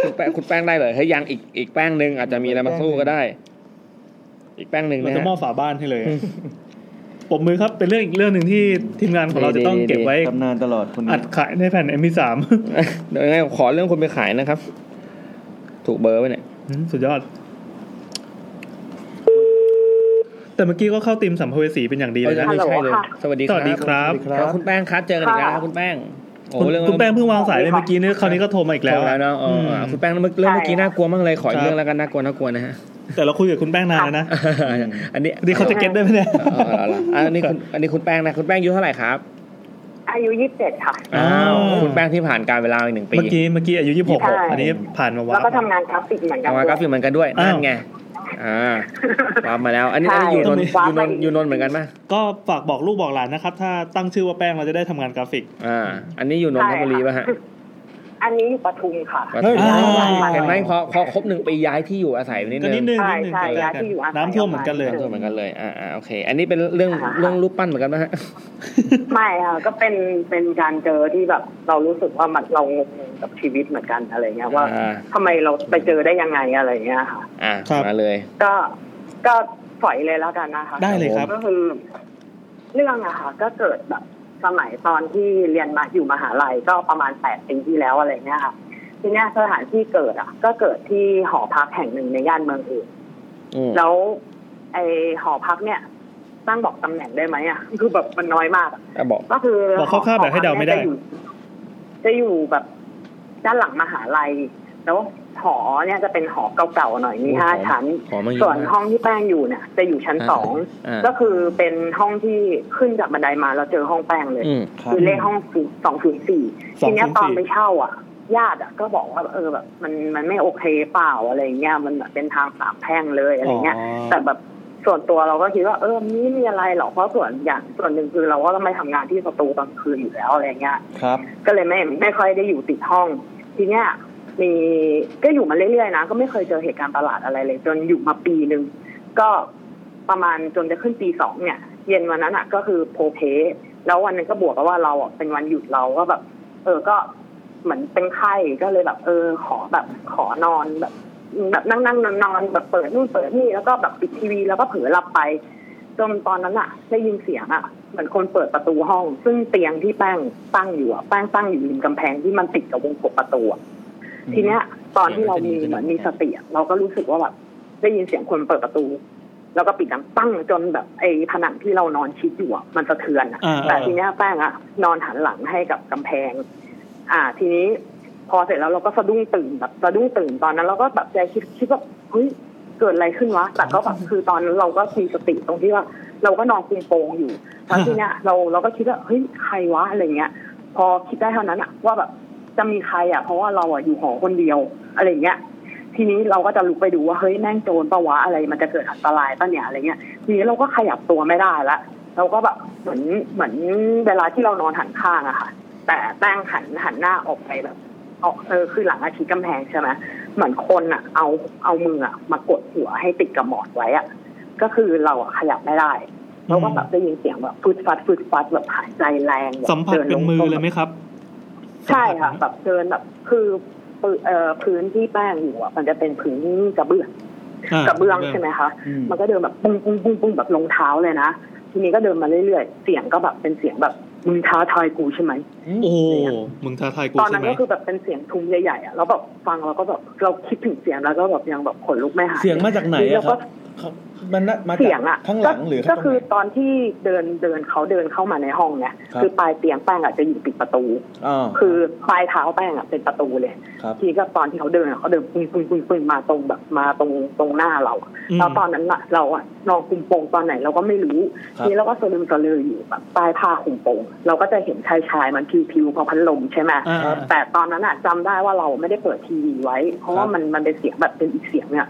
Speaker 3: รูป
Speaker 5: คุณแป้งคุณแป้งได้เลยเฮ้ยยังอีกอีกแป้งหนึ่งอาจจะมีอะไรมาสู้ก็ได้ อีกแป้งหนึ่ง
Speaker 2: เรา
Speaker 5: นะ
Speaker 2: จะ
Speaker 5: ฮะ
Speaker 2: มอบฝาบ้านให้เลยอะปมมือครับ เป็นเรื่องอีกเรื่องหนึ่งที่ทีมงานของเราจะต้องเก็บไว้
Speaker 3: ตำนานตลอดคน
Speaker 2: อั
Speaker 3: นี้
Speaker 2: ดขายในแผ่น MP3
Speaker 5: เดี๋ยวยังไงขอเรื่องคนไปขายนะครับ ถูกเบอร์ไปเนี่ย
Speaker 2: อืม สุดยอด แต่เมื่อกี้ก็เข้าตีมสัมภเวสีเป็นอย่างดีเลยนะ
Speaker 6: ฮัลโหลค่ะ
Speaker 5: สวัสดี
Speaker 2: สวัสดีครับ
Speaker 5: ครับคุณแป้งครับ เจอกันอีกแล้วนะครับคุณแป้ง โอ้
Speaker 2: คุณ
Speaker 5: เรื่อง
Speaker 2: คุณแป้งเพิ่งวางสายเลยเมื่อกี้นี่คราวนี้ก็โทรมาอีก
Speaker 5: แล้
Speaker 2: แล้ว
Speaker 5: ว
Speaker 2: อะ
Speaker 5: แล้วเนาะเอออ่ะ
Speaker 2: ม
Speaker 5: คุณแป้งเรื่องเรื่องเมื่อกี้น่ากลัวมากเลย ขออี
Speaker 2: ครั
Speaker 5: ก
Speaker 2: บ
Speaker 5: เรื่องแล้วกันน่ากลัวน่ากลัวนะฮะ
Speaker 2: แต่เราคุยกับคุณแป้งนานแล้วนะ
Speaker 5: อันนี้
Speaker 2: ดีเขาจะเก็ตได้ไหมเนี่ย
Speaker 5: เอาเอาเอาเอาอันนี้คุณอันนี้คุณแป้งนะ คุณแป้งอายุเท่าไหร่ครับ
Speaker 6: อายุยี่สิบเจ็ดค่ะ
Speaker 5: อ้าวคุณแป้งที่ผ่านการเวลาอีกหนึ่งปี
Speaker 2: เมื่อกี้เมื่อกี้อายุยี่สิบหก
Speaker 6: ใช่
Speaker 2: อันนี้ผ่าน
Speaker 6: แล้ว
Speaker 2: มาาว
Speaker 6: ก็ทำงานกราฟิกเหมือนกัน
Speaker 5: ทำงานกราฟิกเหมือนกันด้วยนั่นไง อ่าว้าร์ปมาแล้ว อันนี้อันนี้อยู่นนท์อยู่นนท์อยู่นนท์เหมือนกันไหม
Speaker 2: ก็ฝากบอกลูกบอกหลานนะครับ ถ้าตั้งชื่อว่าแป้งเราจะได้ทำงานกราฟิก
Speaker 5: อ่า อันนี้อยู่นนทบุรีป่ะฮะ
Speaker 6: อันนี้อยู่ปทุมค่ะ
Speaker 5: วัดสุทัศน์
Speaker 2: เฮ้ย
Speaker 5: เห็นไหมพอพอครบหนึ่งปีย้ายที่อยู่อาศัยไปนิด
Speaker 2: ก็
Speaker 5: นึง
Speaker 2: นิดนึง
Speaker 6: ใช่
Speaker 2: นิดนึง
Speaker 6: ใช่
Speaker 2: เจอกั
Speaker 6: ย้ายที่อยู่อาศัย
Speaker 2: น้ำท่วมเหมือนกันเลย
Speaker 6: ออก
Speaker 5: ตัว
Speaker 6: มา
Speaker 5: เหมือนกันเลยอ่าอ่าโอเค อันนี้เป็นเรื่องเรื่องรูปปั้นเหมือนกันไหมฮะ
Speaker 7: ไม่ค่ะก็เป็นเป็นการเจอที่แบบเรารู้สึกว่ามันเรางงกับชีวิตเหมือนกันอะไรเงี้ยว่า
Speaker 5: อ่า
Speaker 7: ทำไมเราไปเจอได้ยังไงอะไรเงี้ยค่ะ
Speaker 5: อ่า
Speaker 2: ครับ
Speaker 5: มาเลย
Speaker 7: ก็ก็ปล่อยเลยแล้วกันนะคะ
Speaker 2: ได้เลยครับ
Speaker 7: ก็คือ เรื่องอะค่ะก็เกิดแบบสมัยตอนที่เรียนมาอยู่มหาลัยก็ประมาณแปดปีที่แล้วอะไรเงี้ยค่ะทีเนี้ยสถานที่เกิดอะก็เกิดที่หอพักแห่งหนึ่งในย่านเมืองอื่น
Speaker 5: อืม
Speaker 7: แล้วไอหอพักเนี่ยตั้งบอกตำแหน่งได้ไหมอะคือแบบมันน้อยมากอะ
Speaker 5: อ่ะบอก
Speaker 7: ก็คือ
Speaker 2: บอกคร่าวๆแบบให้เดาไม่ได้
Speaker 7: จะอยู่จะอยู่แบบด้านหลังมหาลัย แล้วหอเนี่ยจะเป็นหอเก่าๆหน่อยมี
Speaker 5: โอ้โห
Speaker 7: ห้าชั้น
Speaker 5: ขอมาอยู่
Speaker 7: ส่วนห้องที่แป้งอยู่เนี่ยจะอยู่ชั้นสอง
Speaker 5: อ่า
Speaker 7: ก็คือเป็นห้องที่ขึ้นจากบันไดมาแล้วเจอห้องแป้งเลย
Speaker 5: อืม
Speaker 3: ครับ
Speaker 7: คือเลขห้องสองศูนย์สี่
Speaker 2: สอ
Speaker 7: ที
Speaker 2: งศูนย์สี่
Speaker 7: เนี้ยตอนไปเช่าอ่ะ ญาติอ่ะก็บอกว่าเออแบบ มันมันไม่โอเคเปล่าอะไรเงี้ยมันแบบเป็นทางสามแพร่งเลยอะไรเงี้ย แต่แบบส่วนตัวเราก็คิดว่าเออนี่มีอะไรหรอกเพราะส่วนอย่างส่วนหนึ่งคือเราก็ต้องไปทำงานที่สตูกลางคืนอยู่แล้วอะไรเงี้ย
Speaker 3: ครับ
Speaker 7: ก็เลยไม่ไม่ค่อยได้อยู่ติดห้อง ทีเนี้ยมีก็อยู่มาเรื่อยๆนะ ก็ไม่เคยเจอเหตุการณ์ประหลาดอะไรเลย จนอยู่มาปีหนึ่งก็ประมาณจนจะขึ้นปีสองเนี่ย เย็นวันนั้นอ่ะ ก็คือโพลเพสแล้ววันนั้นก็บวกกับว่าเราอ่ะเป็นวันหยุดเราก็แบบ เออก็เหมือนเป็นไข้ก็เลยแบบ เออ ขอแบบขอนอนแบบ แบบนั่งนั่งนอนนอนๆแบบเปิดนู่นเปิดนี่แล้วก็แบบปิดทีวีแล้วก็เผลอหลับไป จนตอนนั้นอะได้ยินเสียงอะเหมือนคนเปิดประตูห้อง ซึ่งเตียงที่แป้งตั้งอยู่อะแป้งตั้งอยู่ริมกำแพงที่มันติดกับวงกบประตูอะ
Speaker 6: ทีเนี้ยตอนที่เรามีเหมือนมีสติอะเราก็รู้สึกว่าแบบได้ยินเสียงคนเปิดประตู แล้วก็ปิดดังปั้งจนแบบไอ้ผนังที่เรานอนชิดอยู่อะมันสะเทือนอะ
Speaker 2: อ่าๆ
Speaker 6: แต่ทีเนี้ยแป้งอะนอนหันหลังให้กับกำแพง อ่า ทีนี้พอเสร็จแล้วเราก็สะดุ้งตื่นแบบสะดุ้งตื่นตอนนั้น เราก็แบบใจคิดคิดว่าเฮ้ยเกิดอะไรขึ้นวะแต่ก็แบบคือตอนนั้นเราก็มีสติตรงที่ว่า เราก็นอนคุมโปงอยู่แล้วทีเนี้ย เราเราก็คิดว่าเฮ้ยใครวะอะไรเงี้ย พอคิดได้เท่านั้นอะว่าแบบจะมีใครอะเพราะว่าเราอะอยู่หอคนเดียวอะไรเงี้ย ทีนี้เราก็จะลุกไปดูว่าเฮ้ยแม่งโจรปะวะอะไรมันจะเกิดอันตรายปะเนี่ยอะไรเงี้ยทีนี้เราก็ขยับตัวไม่ได้ละเราก็แบบเหมือนเหมือนเวลาที่เรานอนหันข้างอะค่ะ แต่แป้งหันหันหน้าออกไปแบบออกเออคือหลังอาชีกำแพงใช่ไหมเหมือนคนอะเอาเอามืออะมากดหัวให้ติดกับหมอนไว้อะก็คือเราอะขยับไม่ได้เราก็แบบได้ยินเสียงแบบฟืดฟัดฟืดฟัดแบบหายใจแรงแบบ
Speaker 2: สัมผัส
Speaker 6: ดิ
Speaker 2: เป็น
Speaker 6: ง
Speaker 2: มือเลยไหมครับ
Speaker 6: ใช่ค่ะแบบเดินแบบคือปืเอ่อพื้นที่แป้งอยู่อ่ะมันจะเป็นพื้นกระเบื้อง
Speaker 2: อ่าก
Speaker 6: ระเบื้องใช่ไหมคะ
Speaker 3: อืม
Speaker 6: มันก็เดินแบบปุ้งปุ้งปุ้งปุ้งแบบลงเท้าเลยนะทีนี้ก็เดินมาเรื่อยๆเสียงก็แบบเป็นเสียงแบบมึงท้าทายกูใช่ไหม
Speaker 2: โอ้โหมึงท้าทายกู
Speaker 6: ตอน
Speaker 2: ใช่
Speaker 6: นั้น
Speaker 2: ไหม
Speaker 6: ก็คือแบบเป็นเสียงทุ้มใหญ่ๆอ่ะแล้วแบบฟังเราก็แบบเราคิดถึงเสียงแล้วก็แบบยังแบบขนลุกไม่หาย
Speaker 3: เสียงมาจากไหน
Speaker 6: ทีนี้
Speaker 3: อะ
Speaker 6: เรา
Speaker 3: ครั
Speaker 6: ก็
Speaker 3: บเขามันน่ะมา
Speaker 6: เสี
Speaker 3: จาย ก
Speaker 6: งอ่ะ
Speaker 3: ข้างหลังหรือ
Speaker 6: ก็
Speaker 3: ข้างตร
Speaker 6: คื
Speaker 3: ง
Speaker 6: อ
Speaker 3: ไหน
Speaker 6: ตอนที่เดินเดินเขาเดินเข้ามาในห้องเนี่ย
Speaker 3: ครับ
Speaker 6: คือปลายเตียงแป้งอ่ะจะอยู่ติดประตู
Speaker 3: อ่า
Speaker 6: คือปลายเท้าแป้งอ่ะเป็นประตูเลย
Speaker 3: ครับ
Speaker 6: ทีก็ตอนที่เขาเดินอะเขาเดินปึ้งปึ้งปึ้งปึ้งมาตรงแบบมาตรงตรงหน้าเราอะ
Speaker 2: อืม
Speaker 6: แล้วตอนนั้นอะเราอะนอนคุมโปงตอนไหนเราก็ไม่รู้
Speaker 3: ครับ
Speaker 6: ทีนี้เราก็สะลึมสะลืออยู่แบบใต้ผ้าคุมโปง เราก็จะเห็นชายชายมันพิวพิวๆเพราะพัดลมใช่ไหม
Speaker 2: อ่า
Speaker 6: แต่ตอนนั้นอะจำได้ว่าเราไม่ได้เปิดทีวีไว้ เพราะว่ามันมันเป็นเสียงแบบเป็นอีกเสียงเนี่ย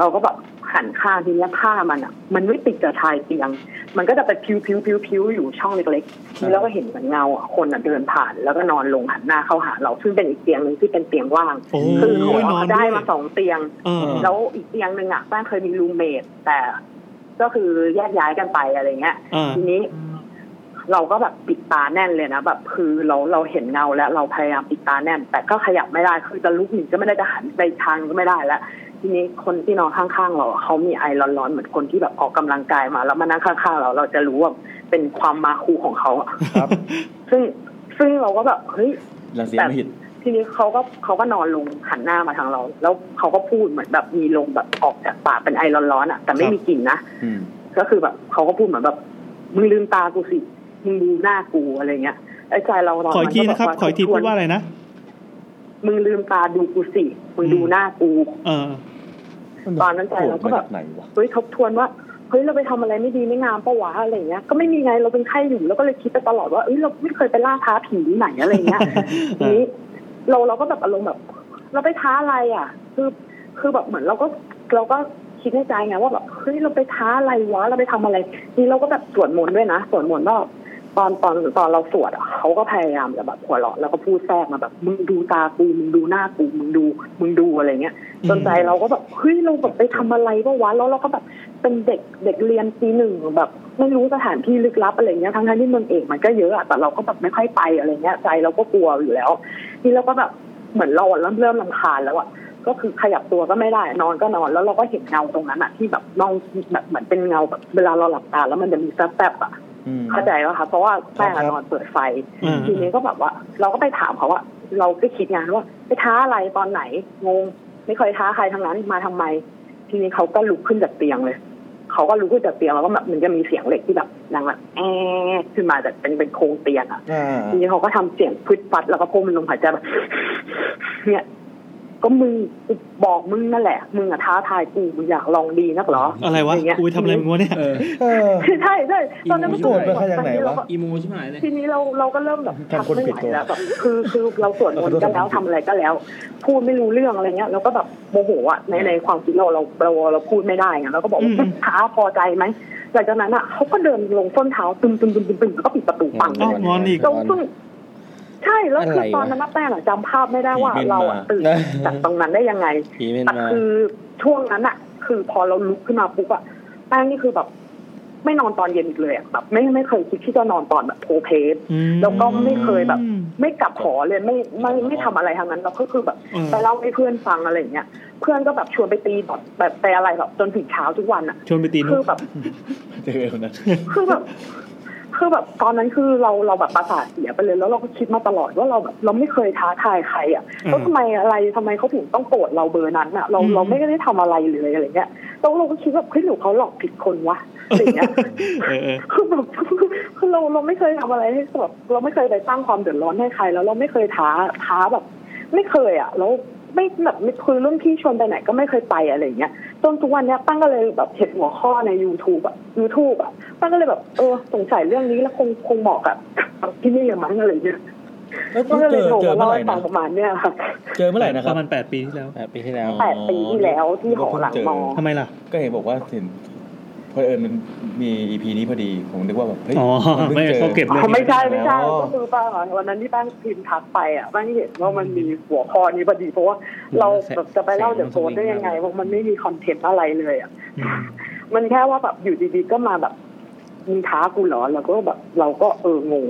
Speaker 6: เราก็แบบหันข้างทีเนี้ยผ้ามันอะมันไม่ติดกับชายเตียง มันก็จะไปพิวพิวพิวพิวอยู่ช่องเล็กๆทีนี้เราก็เห็นเหมือนเงาอะคนอะเดินผ่าน แล้วก็นอนลงหันหน้าเข้าหาเราซึ่งเป็นอีกเตียงหนึ่งที่เป็นเตียงว่าง
Speaker 2: โอ้
Speaker 6: คือขอย
Speaker 2: นอน
Speaker 6: ได้
Speaker 2: ด้วย
Speaker 6: มาสองเตียง
Speaker 2: เออ
Speaker 6: แล้วอีกเตียงหนึ่งอ่ะแป้งเคยมีรูมเมทแต่ก็คือแยกย้ายกันไปอะไรเงี้ย
Speaker 2: อ่า
Speaker 6: ทีนี้ เราก็แบบปิดตาแน่นเลยนะแบบคือเราเราเห็นเงาแล้วเราพยายามปิดตาแน่น แต่ก็ขยับไม่ได้คือจะลุกหนีก็ไม่ได้จะหันไปทางก็ไม่ได้แล้วทีนี้คนที่นอนข้างๆเราอะเขามีไอร้อนๆเหมือนคนที่แบบออกกำลังกายมา แล้วมานั่งข้างๆเราเราจะรู้ว่าเป็นความมาคูของเขาอะ
Speaker 2: ครับ
Speaker 6: ซึ่งซึ่งเราก็แบบเฮ้ย
Speaker 3: รังสีอมหิต
Speaker 6: ทีนี้เขาก็เขาก็นอนลงหันหน้ามาทางเรา แล้วเขาก็พูดเหมือนแบบมีลมแบบออกจากปากเป็นไอร้อนๆอ่ะ แต่ไม่
Speaker 2: ครับ
Speaker 6: มีกลิ่นนะ
Speaker 3: อืม
Speaker 6: ก็คือแบบเขาก็พูดเหมือนแบบมึงลืมตากูสิมึงดูหน้ากูอะไรเงี้ยไอ้ใจเรานอน
Speaker 2: ขออีกทีนะครับ
Speaker 6: มั
Speaker 2: ขออีกทีพูดว่าอะไรนะ
Speaker 6: มึงลืมตาดูกูสิมึงดูหน้ากู
Speaker 2: เออ
Speaker 6: ตอนนั้นใจเราก็แบบ
Speaker 3: โผล่มจไหนวะ
Speaker 6: เฮ้ยทบทวนว่าเฮ้ยเราไปทำอะไรไม่ดีไม่งามปะวะอะไรเงี้ยก็ไม่มีไงเราเป็นไข้อยู่แล้วก็เลยคิดไปตลอดว่าเอ้ยเราไม่เคยไปล่าท้าผีที่ไหนอะไร เงี้ย ทีนี้เราเราก็แบบอารมณ์แบบ เราไปท้าอะไรอ่ะ คือคือแบบเหมือนเราก็เราก็คิดในใจไงว่าแบบเฮ้ยเราไปท้าอะไรวะเราไปทำอะไรนี่เราก็แบบสวดมนต์ด้วยนะสวดมนต์ว่าตอนตอนตอนเราสวดอ่ะเขาก็พยายามจะแบบหัวเราะแล้วก็พูดแทรกมาแบบมึงดูตากูมึงดูหน้ากูมึงดูมึงดูอะไรเงี้ย จนใจเราก็แบบเฮ้ยเราแบบไปทำอะไรปะวะแล้วเราก็แบบเป็นเด็กเด็กเรียนปีหนึ่งแบบ ไม่รู้สถานที่ลึกลับอะไรเงี้ยทั้งๆที่เมืองเอกมันก็เยอะอะแต่เราก็แบบไม่ค่อยไปอะไรเงี้ย ใจเราก็กลัวอยู่แล้ว นี่เราก็แบบเหมือนเราอะเริ่มเริ่มลำคาญแล้วอะก็คือขยับตัวก็ไม่ได้นอนก็นอนแล้วเราก็เห็นเงาตรงนั้นอะที่แบบน้องแบบเหมือนเป็นเงาแบบเวลาเราหลับตาแล้วมันจะมีแป๊บๆอะ
Speaker 3: อืม
Speaker 6: เข้าใจป่ะคะเพราะว่าแป้งอะนอนเปิดไฟ
Speaker 2: อืม
Speaker 6: ทีนี้ก็แบบว่า เราก็ไปถามเขาว่า เราก็คิดงานว่าไปท้าอะไรตอนไหนงง ไม่เคยท้าใครทั้งนั้นมาทำไม ทีนี้เขาก็ลุกขึ้นจากเตียงเลย เขาก็ลุกขึ้นจากเตียงแล้วก็แบบมันจะมีเสียงเหล็กที่แบบดังแบบแอะขึ้นมาจากเป็นเป็นโครงเตียงอะ
Speaker 3: อ่า
Speaker 6: ทีนี้เขาก็ทำเสียงพึดฟัดแล้วก็พ่นลมหายใจแบบ เนี่ย ก็มึงกูบอกมึงนั่นแหละ มึงอะท้าทายกูมึงอยากลองดีนักเหรอ
Speaker 2: อะไรวะ
Speaker 6: ย่างเงี้ย
Speaker 2: อุ้ยทำอะไรมึงวะเนี่ย
Speaker 5: เออ
Speaker 3: เออ
Speaker 6: ใช่ใช่ตอนนั้น
Speaker 5: โกรธไป
Speaker 3: เขาอย่างไหนวะ
Speaker 5: อีโมใช่ไหมเลย
Speaker 6: ทีนี้เราเราก็เริ่มแบบ
Speaker 3: ทำคน
Speaker 6: ไม่
Speaker 3: ผิด
Speaker 6: ไหว
Speaker 3: ตัว
Speaker 6: แล้วแบบคือคือเราสวดมนต์ก็แล้วทำอะไรก็แล้ว พูดไม่รู้เรื่องอะไรเงี้ยเราก็แบบโมโหอะในในความคิดเราเราเราเราพูดไม่ได้ไงเราก็บอกว่า
Speaker 2: อืม
Speaker 6: ท้าพอใจไหมหลังจากนั้นอะเขาก็เดินลงส้นเท้าตึมตึมตึมตึมตึมแล้วก็ปิดประตูปังเล
Speaker 2: อ้าวย งอนอีก
Speaker 6: เราซึ่งใช่แล้ว
Speaker 5: อะไร
Speaker 6: คือ
Speaker 5: วะ
Speaker 6: ตอนนั้นนะแป้งอะจำภาพไม่ได้ว่า
Speaker 5: ผีเม่น
Speaker 6: เราอะ
Speaker 5: มา
Speaker 6: ตื่นจากตรงนั้นได้ยังไง
Speaker 5: ผีเม่น
Speaker 6: แต่
Speaker 5: มา
Speaker 6: คือช่วงนั้นอะคือพอเราลุกขึ้นมาปุ๊บอะแป้งนี่คือแบบ ไม่นอนตอนเย็นอีกเลยอะแบบไม่ไม่เคยคิดที่จะนอนตอนแบบโพลเพส
Speaker 2: อืม
Speaker 6: แล้วก็ไม่เคยแบบ ไม่กลับหอเลยไม่ไม่ไม่ทำอะไรทางนั้นเราก็คือแบบ
Speaker 2: อืม
Speaker 6: ไปเล่าให้เพื่อนฟังอะไรอย่างเงี้ยเพื่อนก็แบบชวนไปตีแบบแบบไปอะไรแบบจนถึงเช้าทุกวันอะ
Speaker 2: ชวนไปตีน
Speaker 6: คื
Speaker 2: ก
Speaker 6: อแบบ
Speaker 3: เจอคนนั้น
Speaker 6: คือแบบ คือแบบตอนนั้นคือเราเราแบบประสาทเสียไปเลย แล้วเราก็คิดมาตลอดว่าเราแบบเราไม่เคยท้าทายใครอ่ะ
Speaker 2: อืม
Speaker 6: แล้วทำไมอะไรทำไมเขาถึงต้องโกรธเราเบอร์นั้นอ่ะ เรา
Speaker 8: อืม
Speaker 6: เราไม่ได้ทำอะไรเลยอะไรเงี้ยแล้วเราก็คิดว่าเฮ้ยหรือเขาหลอกผิดคนวะอะไรเงี้ย
Speaker 2: เออเออ
Speaker 6: คือแบบคือเราเราไม่เคยทำอะไรให้แบบเราไม่เคยไปสร้างความเดือดร้อนให้ใคร แล้วเราไม่เคยท้าท้าแบบ ไม่เคยอ่ะแล้วไม่แบบไม่คุยรุ่นพี่ชวนไปไหนก็ไม่เคยไปอะไรอย่างเงี้ยจนทุกวันเนี้ยตั้งก็เลยแบบเห็นหัวข้อใน YouTube อ่ะ YouTube อ่ะตั้งก็เลยแบบเออสงสัยเรื่องนี้แล้วคงคงเหมาะกับที่นี่อย่างมั้งอะไรอย่างเงี้ย
Speaker 3: แล้ว
Speaker 6: ตั้งก็
Speaker 3: เจ
Speaker 6: เลย
Speaker 3: อ
Speaker 6: โทร
Speaker 3: เจอ
Speaker 6: มา
Speaker 3: เมื่
Speaker 6: เล่า
Speaker 3: อไหร่
Speaker 6: ให้ฟั
Speaker 3: นะ
Speaker 6: งประมาณเนี้ยค่ะ
Speaker 3: เจอเมื่อไหร่นะค
Speaker 2: ป
Speaker 3: รับ
Speaker 2: ระมาณแปดปีที่แล้ว
Speaker 5: แปดปีที่แล้ว
Speaker 6: แปดปีที่แล้วที่หอหลังมอ
Speaker 2: ทำไมล่ะ
Speaker 3: ก็เห็นบอกว่าเห็นเพอเอิญมันมี EP นี้พอดี ผมนึกว่าแบบเฮ้ย
Speaker 2: อ๋อ
Speaker 3: มันพิ่ง
Speaker 2: ไม่
Speaker 3: จอ
Speaker 2: เขาเก็บเรื่อง
Speaker 6: อ๋อ
Speaker 2: นี้
Speaker 6: ไม่ใช่ไม่ใช่
Speaker 3: อ๋อ
Speaker 6: ก็คือป้าวันนั้นที่ป้าพิมพ์ทักไปอ่ะป้าเห็นว่ามันมีหัวข้อนี้พอดีเพราะว่าเราแบบจะไปเล่าเดี๋ยวโกนได้ยังไงว่ามันไม่มีคอนเทนต์อะไรเลยอ่ะ
Speaker 2: อืม
Speaker 6: มันแค่ว่าแบบอยู่ดีๆก็มาแบบมีท้ากูเหรอแล้วก็แบบเราก็เอองง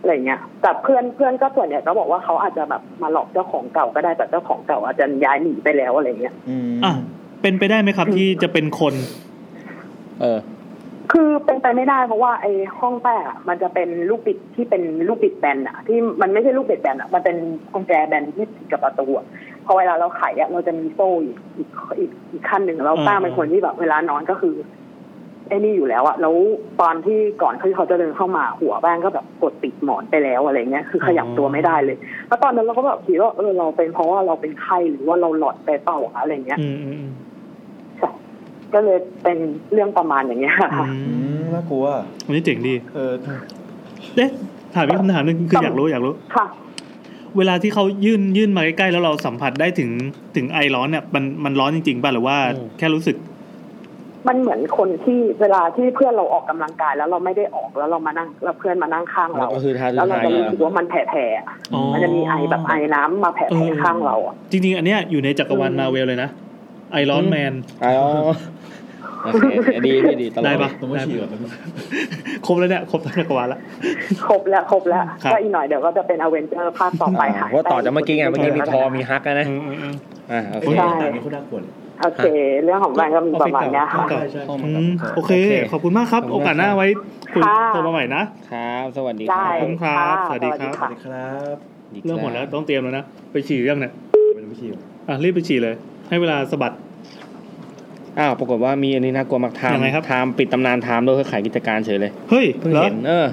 Speaker 6: อะไรเงี้ยแต่เพื่อนเพื่อนก็ส่วนใหญ่ก็บอกว่าเขาอาจจะแบบมาหลอกเจ้าของเก่าก็ได้แต่เจ้าของเก่าอาจจะย้ายหนีไปแล้วอะไรเงี้ย
Speaker 3: อืม
Speaker 2: อ่ะเป็นไปได้ไหมครับที่จะเป็นคน
Speaker 3: เออ
Speaker 6: คือเป็นไปไม่ได้เพราะว่าไอ้ห้องแป้งอะมันจะเป็นลูกบิดที่เป็นลูกบิดแบนอะที่มันไม่ใช่ลูกบิดแบนอะมันเป็นกุญแจแบนที่ติดกับประตูอะพอเวลาเราไขอะเราจะมีโซ่อีกอีกอีกอีกขั้นหนึ่งเรา
Speaker 2: อ่า
Speaker 6: ป้าเป็นคนที่แบบเวลานอนก็คือไอ้นี่อยู่แล้วอะแล้วตอนที่ก่อนที่เขาจะเดินเข้ามาหัวแป้งก็แบบกดติดหมอนไปแล้วอะไรเงี้ยคือขยับตัวไม่ได้เลยแล้วตอนนั้นเราก็แบบคิดว่าเออเราเป็นเพราะว่าเราเป็นไข้หรือว่าเราหลอดไปเปล่าวะอะไรเงี้ย
Speaker 2: อืมอืมอืม
Speaker 6: ก็เลยเป็นเรื่องประมาณอย่างเงี้ยค่ะ
Speaker 2: อื
Speaker 3: อื
Speaker 2: ม
Speaker 3: มน่ากลัว
Speaker 2: วันนี้เจ๋งดี
Speaker 3: เออ
Speaker 2: เอ๊ะถามอีกคำถามหนึ่งคืออยากรู้อยากรู้
Speaker 6: ค่ะ
Speaker 2: เวลาที่เขายื่นยื่นมาใกล้ๆแล้วเราสัมผัสได้ถึงถึงไอร้อนเนี่ยมันมันร้อนจริงๆป่ะหรือว่าแค่รู้สึก
Speaker 6: มันเหมือนคนที่เวลาที่เพื่อนเราออกกำลังกายแล้วเราไม่ได้ออกแล้วเรามานั่งแล้วเพื่อนมานั่งข้างเรา
Speaker 5: ก็คือทา
Speaker 6: แล้วเรา
Speaker 5: ทาย
Speaker 6: จะรู้สึกว่ามันแผ่ๆอะ
Speaker 2: อ๋อ
Speaker 6: มันจะมีไอแบบไอน้ำมาแผ่ๆข้างเราอะ
Speaker 2: จริงๆ อันเนี้ยอยู่ในจักรวาลมาเวลเลยนะไอร้อนแมน
Speaker 5: อ๋อโอเคดีดีดีตลอด
Speaker 2: ได้ปะ
Speaker 3: ผมว่าฉี่ก่อน
Speaker 2: ได้ปะครบแล้วเนี่ยครบทั้งจักรวาลละ
Speaker 6: ครบแล้วครบแล้ว
Speaker 2: ครับ
Speaker 6: ก็อีกหน่อยเดี๋ยวก็จะเป็นอเวนเจอร์ภาคต่อไป
Speaker 5: อ่า
Speaker 6: หาย
Speaker 5: เพราะต่อจากเมื่อกี้ไงเมื่อกี้มีทอมีฮักนะ
Speaker 2: อืมอืมอืม
Speaker 5: อ่าโอเค
Speaker 2: ใช่
Speaker 3: ต่างนี้เขาน่ากลัวเลย
Speaker 6: โอเค เรื่องของแบงก็มีประมาณเนี้ยค่ะ
Speaker 2: ใช่
Speaker 3: ใช่
Speaker 2: อืมโอเค
Speaker 5: โอเค
Speaker 2: ขอบคุณมากครับ
Speaker 5: ขอบ
Speaker 2: โอ
Speaker 5: คุณมา
Speaker 2: กาส
Speaker 5: ก
Speaker 2: หน้าไว้คุย
Speaker 6: ค่ะ
Speaker 2: โทรมาใหม่นะ
Speaker 5: ครับสวัสดีค
Speaker 6: ได้
Speaker 2: ข
Speaker 5: รับ
Speaker 2: อบคุณครับ
Speaker 6: ะ
Speaker 2: สวัสดีครับ
Speaker 3: สวั
Speaker 6: ค่ะ
Speaker 3: สดีครับ
Speaker 2: เรื่องหมดแล้วต้องเตรียมแล้วนะ ไปฉี่เรื่องเนี่ย
Speaker 3: เป็นวิธี
Speaker 2: อ่ะรีบไปฉี่เลย ให้เวลาสะบัด
Speaker 5: อ้าวปรากฏว่ามีอันนี้น่ากลัวมากทาม
Speaker 2: ยังไงครับ
Speaker 5: ทามปิดตำนานทามโดยเครือขายกิจการเฉยเลย
Speaker 2: เฮ้ย
Speaker 5: เพิ่ง
Speaker 2: เหรอ
Speaker 5: เห็นเออ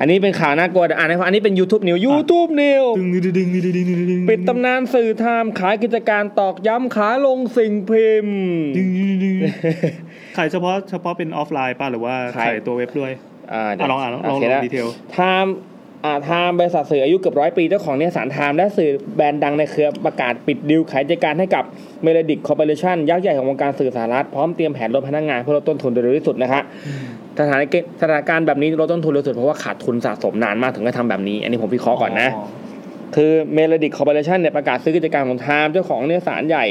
Speaker 5: อันนี้เป็นข่าวน่ากลัวเดี๋ยวอ่านให้ฟังอันนี้เป็น YouTube News YouTube News
Speaker 2: ดึงดึงดึงดึงดึงดึงดึงดึง
Speaker 5: ปิดตำนานสื่อไทม์ขายกิจการตอกย้ำขาลงสิ่งพิมพ์
Speaker 2: ดึงดึงดึงดึงขายเฉพาะเฉพาะเป็นออฟไลน์ป่ะหรือว่า
Speaker 5: ขาย
Speaker 2: ขายตัวเว็บด้วย
Speaker 5: อ่าเดี๋ย
Speaker 2: อ่ะ
Speaker 5: ว
Speaker 2: ลองอ่านลองลอง
Speaker 5: โเค
Speaker 2: ลอง
Speaker 5: นะ
Speaker 2: ดีเทล
Speaker 5: ไทม์อ่าไทม์บริษัทสื่ออายุเกือบร้อยปีเจ้าของนิตยสารไทม์และสื่อแบรนด์ดังในเครือประกาศปิดดีลขายกิจการให้กับเม l ลดิกคอร์ปอเรชั่นยักษ์ใหญ่ของวงการสื่อสารรัฐพร้อมเตรียมแผนลดพนักงานเพื่อลดต้นทุนโดยเร็วที่สุดนะคะสถานการณ์สถานการณ์แบบนี้ลดต้นทุนเร็วที่สุดเพราะว่าขาดทุนสะสมนานมากถึงได้ทำแบบนี้ อันนี้ผมวิเคราะห์ก่อนนะ คือเมโลดิกคอร์ปอเรชันเนี่ยประกาศซื้อกิจการของไทม์เจ้าของเนื้อสารใหญ่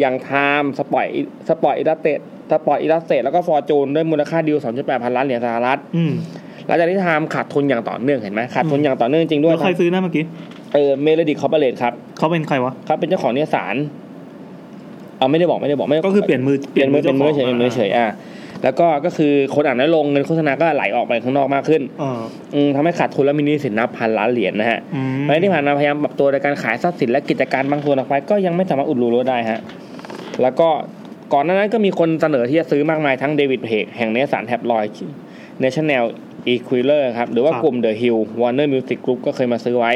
Speaker 5: อย่างไทม์สปอยสปอยอิลัสเตดสปอยอิลัสเตดแล้วก็ฟอร์จูนด้วยมูลค่าดีล2.8พันล้านเหรียญสหรัฐ
Speaker 2: อืม
Speaker 5: หลังจากที่ไทม์ขาดทุนอย่างต่อเนื่องเห็นไหมขาดทุนอย่างต่อเนื่องจริงๆด้วย
Speaker 2: แล้วใครซื้อนะเมื่อกี้
Speaker 5: เออเมโลดิกคอร์ปอเรชครับ
Speaker 2: เขาเป็นใครวะ
Speaker 5: ครับเป็นเจ้าของเนื้อสารเอาไม่ได้บอกไม่ได้บอกไม่
Speaker 2: ก็คือเปลี่ยนมือ
Speaker 5: เปลี่ยนมือเป็นมือเฉย
Speaker 2: จ้าข
Speaker 5: เป็
Speaker 2: ง
Speaker 5: นมือเฉยอ่ะแล้วก็ก็คือคนอ่านน้อยลงเงินโฆษณาก็ไหลออกไปข้างนอกมากขึ้น
Speaker 2: อ่า
Speaker 5: อืมทำให้ขาดทุนและมีหนี้สินนับพันล้านเหรียญนะฮะ
Speaker 2: อืม
Speaker 5: และที่ผ่านมาพยายามปรับตัวในการขายทรัพย์สินและกิจการบางส่วนออกไปก็ยังไม่สามารถอุดรูรั้วได้ฮะ แล้วก็ก่อนหน้านั้นก็มีคนเสนอที่จะซื้อมากมายทั้งเดวิดเพกแห่งเนสสันแท็บลอยเนชั่นแนลอีควิเลอร์ครับ หรือว่ากลุ่มเดอะฮิลวอร์เนอร์มิวสิกกรุ๊ปก็เคยมาซื้อไว้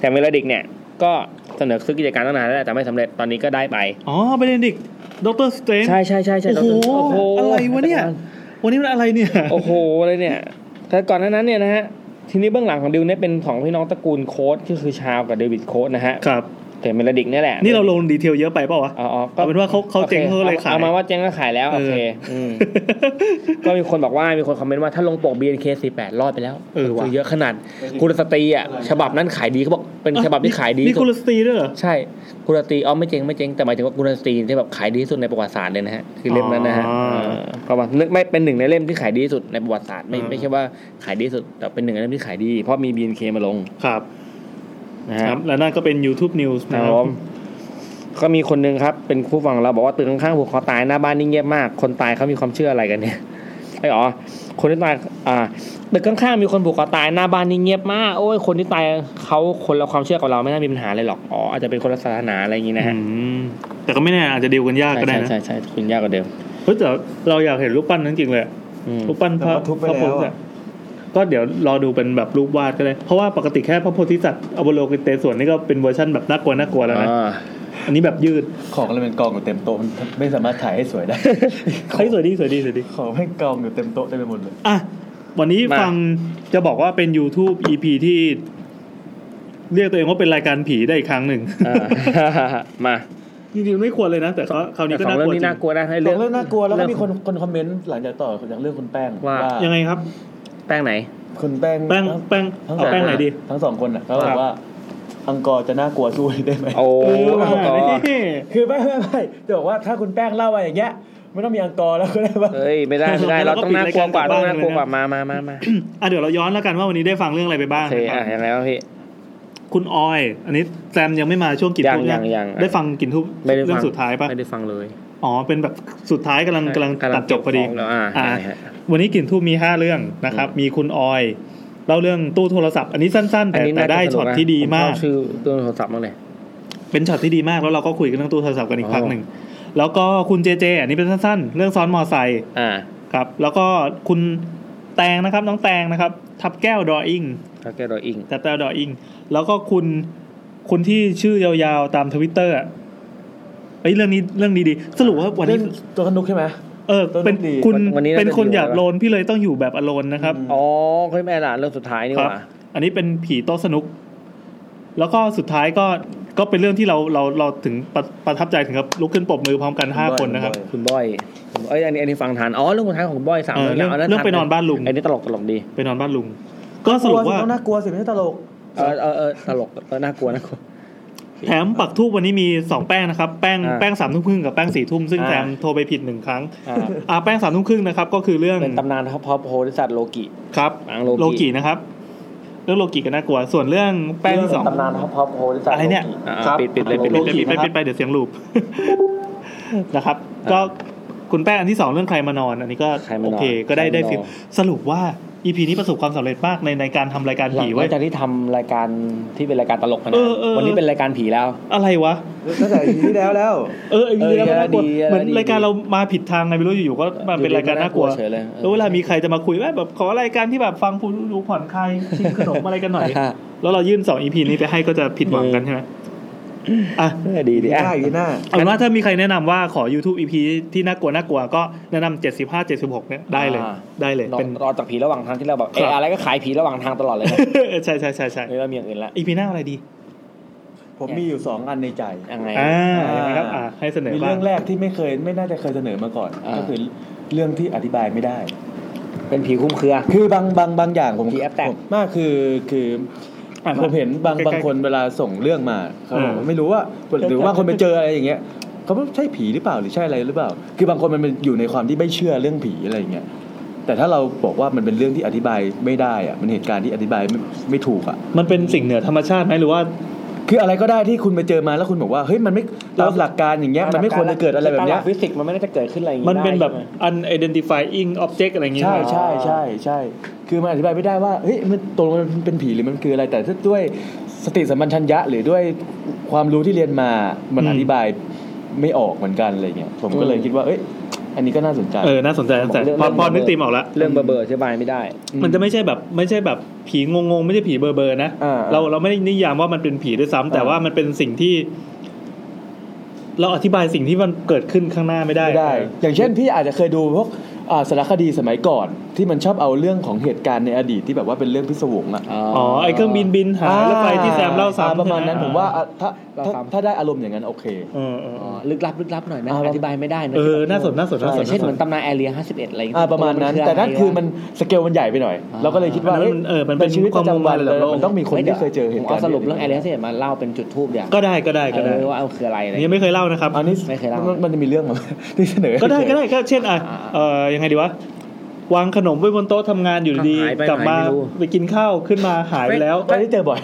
Speaker 5: แต่เมลดิกเนี่ย ก็เสนอซื้อกิจการตั้งนานแล้วแต่ไม่สำเร็จตอนนี้ก็ได้ ไป
Speaker 2: อ๋อเบเนดิกด็อกเตอร์สเตน
Speaker 5: ใช่ใช่ใช่ใช่
Speaker 2: โอ้โหอะไรวะเนี่ย วันนี้มันอะไรเนี่ย
Speaker 5: โอ้โหอะไรเนี่ยแต่ก่อนหน้านั้นเนี่ยนะฮะทีนี้เบื้องหลังของดิวเนี่ยเป็นของพี่น้องตระกูลโค้ดก็คือชาวกับเดวิดโค้ดนะฮะ
Speaker 2: ครับ
Speaker 5: แต่เมลดิกเนี่ยแหละ
Speaker 2: นี่เราลงดีเทลเยอะไปเปล่าวะ
Speaker 5: อ๋ออ๋อ
Speaker 2: เอาเป็นว่าเขาเขา
Speaker 5: โอ
Speaker 2: เจ๊งเขาเลยขาย
Speaker 5: เอามาว่าเจ๊งก็ขายแล้ว โอเคมก็มีคนบอกว่ามีคนคอมเมนต์ว่าถ้าลงปก BNK48 รอดไปแล้ว
Speaker 2: เออว่ะ
Speaker 5: ซื้เยอะขนาดคุณสตรีอ่ะฉบับนั้นขายดีเขาบอกเป็นฉบับที่ขายดี
Speaker 2: นี่
Speaker 5: ที่
Speaker 2: คุณ
Speaker 5: สุด
Speaker 2: สตรีด้วยเหรอ
Speaker 5: ใช่คุณสตรีอ๋อไม่เจ๊งไม่เจ๊งแต่หมายถึงว่าคุณสตรีที่แบบขายดีที่สุดในประวัติศาสตร์เลยนะฮะคือเล่มนั้นนะฮะ
Speaker 2: อ๋อ
Speaker 5: เออก็ว่านึกไม่เป็นหนึ่งในเล่มที่ขายดีที่สุดในประวัติศาสตร์ไม่ไม่ใช่ว่าขายดีที่สุดแต่เป็นหนึ่งในเล่มที่ขายดีเพราะมี BNK มาลง
Speaker 2: ครับ
Speaker 5: นะ
Speaker 2: ค
Speaker 5: ฮะ
Speaker 2: รับ และนั่นก็เป็น YouTube News
Speaker 5: ค
Speaker 2: นะ
Speaker 5: รับ
Speaker 2: ครั
Speaker 5: ผ
Speaker 2: บ
Speaker 5: มก็มีคนหนึ่งครับ เป็นผู้ฟังเราบอกว่าตื่น ข้างๆผูกคอตายหน้าบ้านนี่เงียบมาก คนตายเขามีความเชื่ออะไรกันเนี่ยไอ้อ๋อคนที่ตาย อ่าตึกข้างๆมีคนผูกคอตายหน้าบ้านนี่เงียบมาก โอ้ยคนที่ตายเขาคนละความเชื่อกับเราไม่น่ามีปัญหาเลยหรอกอ๋ออาจจะเป็นคนละศาสนาอะไรอย่างงี้นะฮะ
Speaker 2: อืมแต่ก็ไม่แน่อาจจะดีลกันยาก
Speaker 5: ใช่
Speaker 2: ก็ได้
Speaker 5: ใช่
Speaker 2: นะ
Speaker 5: ใช่ใช่คุณยากกว่าเดิม
Speaker 2: เฮ้ยแต่เราอยากเห็นรูปปั้นนั้นจริงเลยอะ
Speaker 5: อืม
Speaker 2: รูปปั้นพระ
Speaker 3: แต่ว่าทุบไป
Speaker 2: พระโพธิสั
Speaker 3: แล้วอะ
Speaker 2: ตว์ก็เดี๋ยวรอดูเป็นแบบรูปวาดก็ได้ เพราะว่าปกติแค่พระโพธิสัตว์อวโลกิเตส่วนนี่ก็เป็นเวอร์ชันแบบน่ากลัวน่ากลัวแล้วนะ
Speaker 5: อ่า
Speaker 2: อันนี้แบบยืด
Speaker 3: ของอะไรเป็นกองอยู่เต็มโต๊ะมันไม่สามารถถ่ายให้สวยได้
Speaker 2: เฮ้ยสวยดีสวยดีสวยดี
Speaker 3: ของไม่งกองอยู่เต็มโต๊ะเต็มไปหมดเลย
Speaker 2: อ่ะ วันนี้ฟังจะบอกว่าเป็น YouTube EP ที่ เรียกตัวเองว่าเป็นรายการผีได้อีกครั้งหนึ่ง
Speaker 5: อ่า มา
Speaker 2: จริงๆไม่ควรเลยนะ แต่ก็คราวนี้ก็
Speaker 5: สอง
Speaker 2: น่า
Speaker 5: เรื่
Speaker 2: ก
Speaker 5: อ
Speaker 2: ลัวจริ
Speaker 5: งนี้
Speaker 2: ง
Speaker 5: น่ากลัวนะให้
Speaker 3: เรื่
Speaker 5: เรื่
Speaker 3: อ
Speaker 5: อง ง
Speaker 3: เรื่องน่ากลัวแล้วก็
Speaker 5: เรื่อง
Speaker 3: มีคนคนคอมเมนต์หลังจากต่อจากเรื่องคุณแป้ง
Speaker 5: ว่า
Speaker 2: ยังไงครับ
Speaker 5: แป้งไหน
Speaker 3: คุณแป้ง
Speaker 2: แป้งแป้ง
Speaker 3: ทั้ง
Speaker 2: เอาแป้งไหนดี
Speaker 3: ทั้งสองคนอ่ะเขาบ
Speaker 2: ค
Speaker 3: อ
Speaker 2: รับ
Speaker 3: กว่า อังกอร์จะน่ากลัวสู้ได้ไหม
Speaker 5: โอ้
Speaker 2: เออ
Speaker 5: แล้
Speaker 2: ว่าว
Speaker 5: ก็
Speaker 2: นี่
Speaker 3: คือไม่ไม่ไม่จะบอกว่าถ้าคุณแป้งเล่าอะไรอย่างเงี้ยไม่ต้องมีอังกอร์แล้วก็ได้ปะ
Speaker 5: เฮ้ยไม่ได้ ไม่ได้เราต้องน่ากลัวกว่าต้องน่ากลัวกว่ามามามามา
Speaker 2: อ่ะเดี๋ยวเราย้อนแล้วกันว่าวันนี้ได้ฟังเรื่องอะไรไปบ้า
Speaker 5: โอง เค
Speaker 2: นะค
Speaker 5: อ่ะ
Speaker 2: รับ
Speaker 5: ยังไงวะพี่
Speaker 2: คุณออย อันนี้แซมยังไม่มาช่วงกลิน
Speaker 5: ยัง
Speaker 2: ทูบ
Speaker 5: ยังยัง
Speaker 2: ได้ฟังกลินทูบ
Speaker 5: ไม่ได้ฟัง
Speaker 2: เรื่องสุดท้ายปะ
Speaker 5: ไม่ได้ฟังเลย
Speaker 2: อ๋อเป็นแบบสุดท้ายกำลังกำลังตัดจบพอดี
Speaker 5: เก็ขงแล้วอ่า
Speaker 2: อ่ะ
Speaker 5: ใช่ฮะ
Speaker 2: วันนี้กลิ่นทูบมีห้าเรื่องนะครับ มีคุณออยเล่าเรื่องตู้โทรศัพท์ อันนี้สั้น ๆ แต่แต่
Speaker 5: น่าจะ
Speaker 2: ได้ช็อต
Speaker 5: สนุกนะ
Speaker 2: ที่ดีมาก
Speaker 5: ผเอชื่อตัวโทรศัพท์มาเลย
Speaker 2: เป็นช็อตที่ดีมากแล้วเราก็คุยกันเรื่องตู้โทรศัพท์กันอีก
Speaker 5: อ๋อ
Speaker 2: พักหนึ่งแล้วก็คุณเจเจ อันนี้เป็นสั้นๆ เรื่องซ้อนมอไซค์
Speaker 5: อ่า
Speaker 2: ครับ แล้วก็คุณแตงนะครับน้องแตงนะครับ ทับแก้วดออิง
Speaker 5: ทักแกดอยอิง
Speaker 2: ทับแก้วดออิงแล้วก็คุณคุณที่ชื่อยาวๆตามทวิตเตอร์เอ้ยเรื่องนี้เรื่องดีๆสรุปว่าวันนี้
Speaker 3: เล่ตัวขนุกใช่ไหม
Speaker 2: เออเป็นคุณเป็นคนอยากโลนพี่เลยต้องอยู่แบบอโลนนะครับ
Speaker 3: อืม
Speaker 5: อ๋อคุณแม่หลานเรื่องสุดท้ายนี่
Speaker 2: ค
Speaker 5: ห
Speaker 2: รับ
Speaker 5: ว่า
Speaker 2: อันนี้เป็นผีโต๊ะสนุก แล้วก็สุดท้ายก็ก็เป็นเรื่องที่เราเราเราถึงประประทับใจถึงกับลุกขึ้นปรบมือพร้อมกันห้าคนนะครับ
Speaker 5: คุณบอยคุณบอยเอ้ยอันนี้อันนี้ฟังทานอ๋อเรื่องสุดท้ายของคุณบอยสาม
Speaker 2: เออ
Speaker 5: เรื่อง
Speaker 2: เรื่อง
Speaker 5: แล้ว
Speaker 2: เรื่องไปนอนบ้านลุง
Speaker 5: อันนี้ตลกตลกดี
Speaker 2: ไปนอนบ้านลุง ก็สรุปว่า
Speaker 3: ต้องน่ากลัวสิไม่ใช่ตลก
Speaker 5: เออเออเออตลกเออน่ากลัวน่ากลัว
Speaker 2: แถมปักทูบวันนี้มีสองแป้งนะครับ แป้ง
Speaker 5: อ่า
Speaker 2: แป้งสามทุ่มครึ่งกับแป้งสี่ทุ่มซึ่ง
Speaker 5: อ่า
Speaker 2: แซมโทรไปผิดหนึ่งครั้ง
Speaker 5: อ่า
Speaker 2: อ่าแป้งสามทุ่มครึ่งนะครับ ก็คือเรื่อง
Speaker 5: เป็นตำนานพระโพธิสัตว์โลกิ
Speaker 2: ครับ
Speaker 5: หนังโลกิ
Speaker 2: โลกินะครับ เรื่องโลกิก็น่ากลัว ส่วนเรื่องแป้งที่สอง
Speaker 5: ตำนานพระโพธิสัตว์
Speaker 2: อะไรเนี่ย
Speaker 5: อ่าปิดปิดเลยปิด
Speaker 2: โล
Speaker 5: เลย
Speaker 2: กิไปเป็นไปเดี๋ยวเสียงลูบ นะครับ ก็คุณแป้งอันที่สองเรื่องใครมานอน อันนี้ก็
Speaker 5: ใครมาน
Speaker 2: โอน เค ก็ได้ได้ฟิล
Speaker 5: ล
Speaker 2: สรุปว่าอีพีนี้ประสบความสำเร็จมากในในการทำรายการผี
Speaker 5: ห
Speaker 2: ไว้
Speaker 5: ลั
Speaker 2: ย
Speaker 5: งจากที่ทำรายการที่เป็นรายการตลกมานะ
Speaker 2: เออเออ
Speaker 5: วันนี้เป็นรายการผีแล้ว
Speaker 2: อะไรวะ
Speaker 3: ตั้งแต่ปีที่แล้วแล้ว
Speaker 2: เออไอ้
Speaker 5: เออ
Speaker 2: ดีแล้วมัน
Speaker 5: ดี
Speaker 2: น่ากลัว
Speaker 5: อะ
Speaker 2: เหมือน
Speaker 5: ดี
Speaker 2: รายการเรามาผิดทางไงไม่รู้อยู่ๆก็มาเป็นรายการน่ากลัว
Speaker 5: เฉยเลยเออ
Speaker 2: แล้วเวลามีใครจะมาคุยว่าแบบขอรายการที่แบบฟังผู้รู้ผ่อนคลายชิมขนมอะไรกันหน่อย แล้วเรายื่นสองอีพีนี้ไปให้ก็จะผิดหวังกันใช่ไหมอ่ะ
Speaker 5: เออดีดีอ่ะ
Speaker 3: ได้อยู่หน้า
Speaker 2: เอาเป็นว่าถ้ามีใครแนะนำว่าขอ YouTube EP ที่น่ากลัวน่ากลัวก็แนะนำ75 76เนี่ยได้เลย
Speaker 5: อ่า
Speaker 2: ได้เลย
Speaker 5: รอ
Speaker 2: เป็น
Speaker 5: รอจากผีระหว่างทางที่เราแบบ
Speaker 2: ค
Speaker 5: เอ
Speaker 2: รั
Speaker 5: อบ อะไรก็ขายผีระหว่างทางตลอดเลยนะ
Speaker 2: ใช่ใช่ใช่ใช่
Speaker 5: นี่เรามีอย่างอื่นละ
Speaker 2: อีพีหน้าอะไรดี
Speaker 3: ผมมีอยู่สองอันในใจ
Speaker 5: ยังไง
Speaker 2: อ่า
Speaker 3: อ่า
Speaker 2: ยังไงครับอ่าให้เสนอ
Speaker 3: มี
Speaker 2: บ้า
Speaker 3: เรื่
Speaker 2: ง
Speaker 3: องแรกที่ไม่เคยไม่น่าจะเคยเสนอมาก่อน
Speaker 5: อ่า
Speaker 3: ก็คือเรื่องที่อธิบายไม่ได้
Speaker 5: เป็นผีคุ้มเครือ
Speaker 3: คือบางบางบางอย่างผม
Speaker 5: ผีแอปแตก
Speaker 3: ผมมากคือคือ
Speaker 2: อ่ะ
Speaker 3: ผมเห็นบาง
Speaker 2: ใกล้ๆ
Speaker 3: บางคนเวลาส่งเรื่องมาเขา
Speaker 2: อืม
Speaker 3: บอกว่าไม่รู้ว่าหรือว่าคนไปเจออะไรอย่างเงี้ยเขาบอกใช่ผีหรือเปล่าหรือใช่อะไรหรือเปล่า คือบางคนมันเป็นอยู่ในความที่ไม่เชื่อเรื่องผีอะไรอย่างเงี้ยแต่ถ้าเราบอกว่ามันเป็นเรื่องที่อธิบายไม่ได้อะมันเหตุการณ์ที่อธิบายไม่ไม่ถูกอะ
Speaker 2: มันเป็นสิ่งเหนือธรรมชาติไหมหรือว่า
Speaker 3: คืออะไรก็ได้ที่คุณไปเจอมาแล้วคุณบอกว่าเฮ้ยมันไม่ตามหลักการอย่างเงี้ยมันไม่ควรจะเกิดอะไรแบบเนี้ย
Speaker 5: ฟิสิกส์มันไม่น่าจะเกิดขึ้นอะไรอย่างงี้
Speaker 2: มันเป็นแบบ
Speaker 5: ได้ใช่ไหม
Speaker 2: unidentifying object อะไรอย่างเงี้ย
Speaker 3: ใช่ใช่ใช่ใช่คือมันอธิบายไม่ได้ว่าเฮ้ยมันตกลงมันเป็นผีหรือมันคืออะไรแต่ถ้าด้วยสติสัมปชัญญะหรือด้วยความรู้ที่เรียนมามันอธิบายไม่ออกเหมือนกันอะไรเงี้ยผมก็เลยคิดว่าเอ้ยอันนี้ก็น่าสนใจ
Speaker 2: เออน่าสนใจน่าสนใจ
Speaker 5: เรื่อง
Speaker 2: พอพอ
Speaker 5: เรื่อง
Speaker 2: นึกตีมออกแล้ว
Speaker 5: เรื่องเบอร์เบอร์ใช่บายไม่ได้
Speaker 2: มันจะไม่ใช่แบบไม่ใช่แบบผีงงๆ ไม่ใช่ผีเบอร์เบอร์นะ
Speaker 3: อ่า
Speaker 2: เราเราไม่ได้นิยามว่ามันเป็นผีด้วยซ้ำแต่
Speaker 3: อ่า
Speaker 2: ว่ามันเป็นสิ่งที่ เราอธิบายสิ่งที่มันเกิดขึ้นข้างหน้าไม่ได้
Speaker 3: ไม่ได้ อย่างเช่นพี่อาจจะเคยดูพวกอ่าสารคดีสมัยก่อนที่มันชอบเอาเรื่องของเหตุการณ์ในอดีตที่แบบว่าเป็นเรื่องพิศวงอะ
Speaker 2: อ๋อไอ้เครื่องบินบินหายรถไฟที่แซมเล่า
Speaker 3: อ่
Speaker 2: ซ้ำ
Speaker 3: ประมาณนั้น
Speaker 2: ใช่ไห
Speaker 3: ผมว่าอ่ะถ้า
Speaker 5: เรา
Speaker 3: ถ้า
Speaker 5: ซ้ำ
Speaker 3: ถ้าได้อารมณ์อย่างนั้นโอเค
Speaker 2: เออเออเอ
Speaker 5: อ๋อ
Speaker 2: อ
Speaker 5: ลึกลับลึกลับหน่อยนะ
Speaker 3: อ่า
Speaker 5: อธิบายไม่ได้นะ
Speaker 2: เออน่าสนน่าสนน่าสน
Speaker 5: เช่นเหมือนตำนานแอเรีย51 อะไรอย่งเงี้
Speaker 3: อ่าย ประมาณนั้น แต่นั่นคือมันสเกลมันใหญ่ไปหน่อย เราก็เลยคิดว่า
Speaker 2: อันนั้น
Speaker 3: เฮ้ย
Speaker 2: มันเออมัน
Speaker 3: เป็
Speaker 2: เป็น น
Speaker 3: ชีวิตประจำวัน
Speaker 2: เล
Speaker 3: เลย ยมันต้องมีคนที่เคยเจอเห
Speaker 5: ผ
Speaker 3: ตุ
Speaker 5: ม
Speaker 3: การ
Speaker 5: เอา
Speaker 3: ณ์
Speaker 5: สรุปเรื่องแอเรีย51มาเล่าเป็นจุดทูบเดียว
Speaker 2: ก็ได้ก็ได้ก็ได้
Speaker 5: เออว่าเอาคืออะไรอะไร
Speaker 2: ยังไม่เคยเล่านะครับ
Speaker 3: อันนี้
Speaker 5: ไม่เคยเล่า
Speaker 3: มันมันจะมีเรื่องมา ที่เสนอ
Speaker 2: ก็ได้ก็ได้ก็เช่นอ่ะเออยังไงดีวะ วางขนมไว้บนโต๊ะทำงานอยู่ดี
Speaker 5: หายไป
Speaker 2: กลับมา
Speaker 5: ไหนไม่รู้
Speaker 2: ไปกินข้าวขึ้นมาหายไปแล้ว
Speaker 3: ก็ที่เจอบ่อย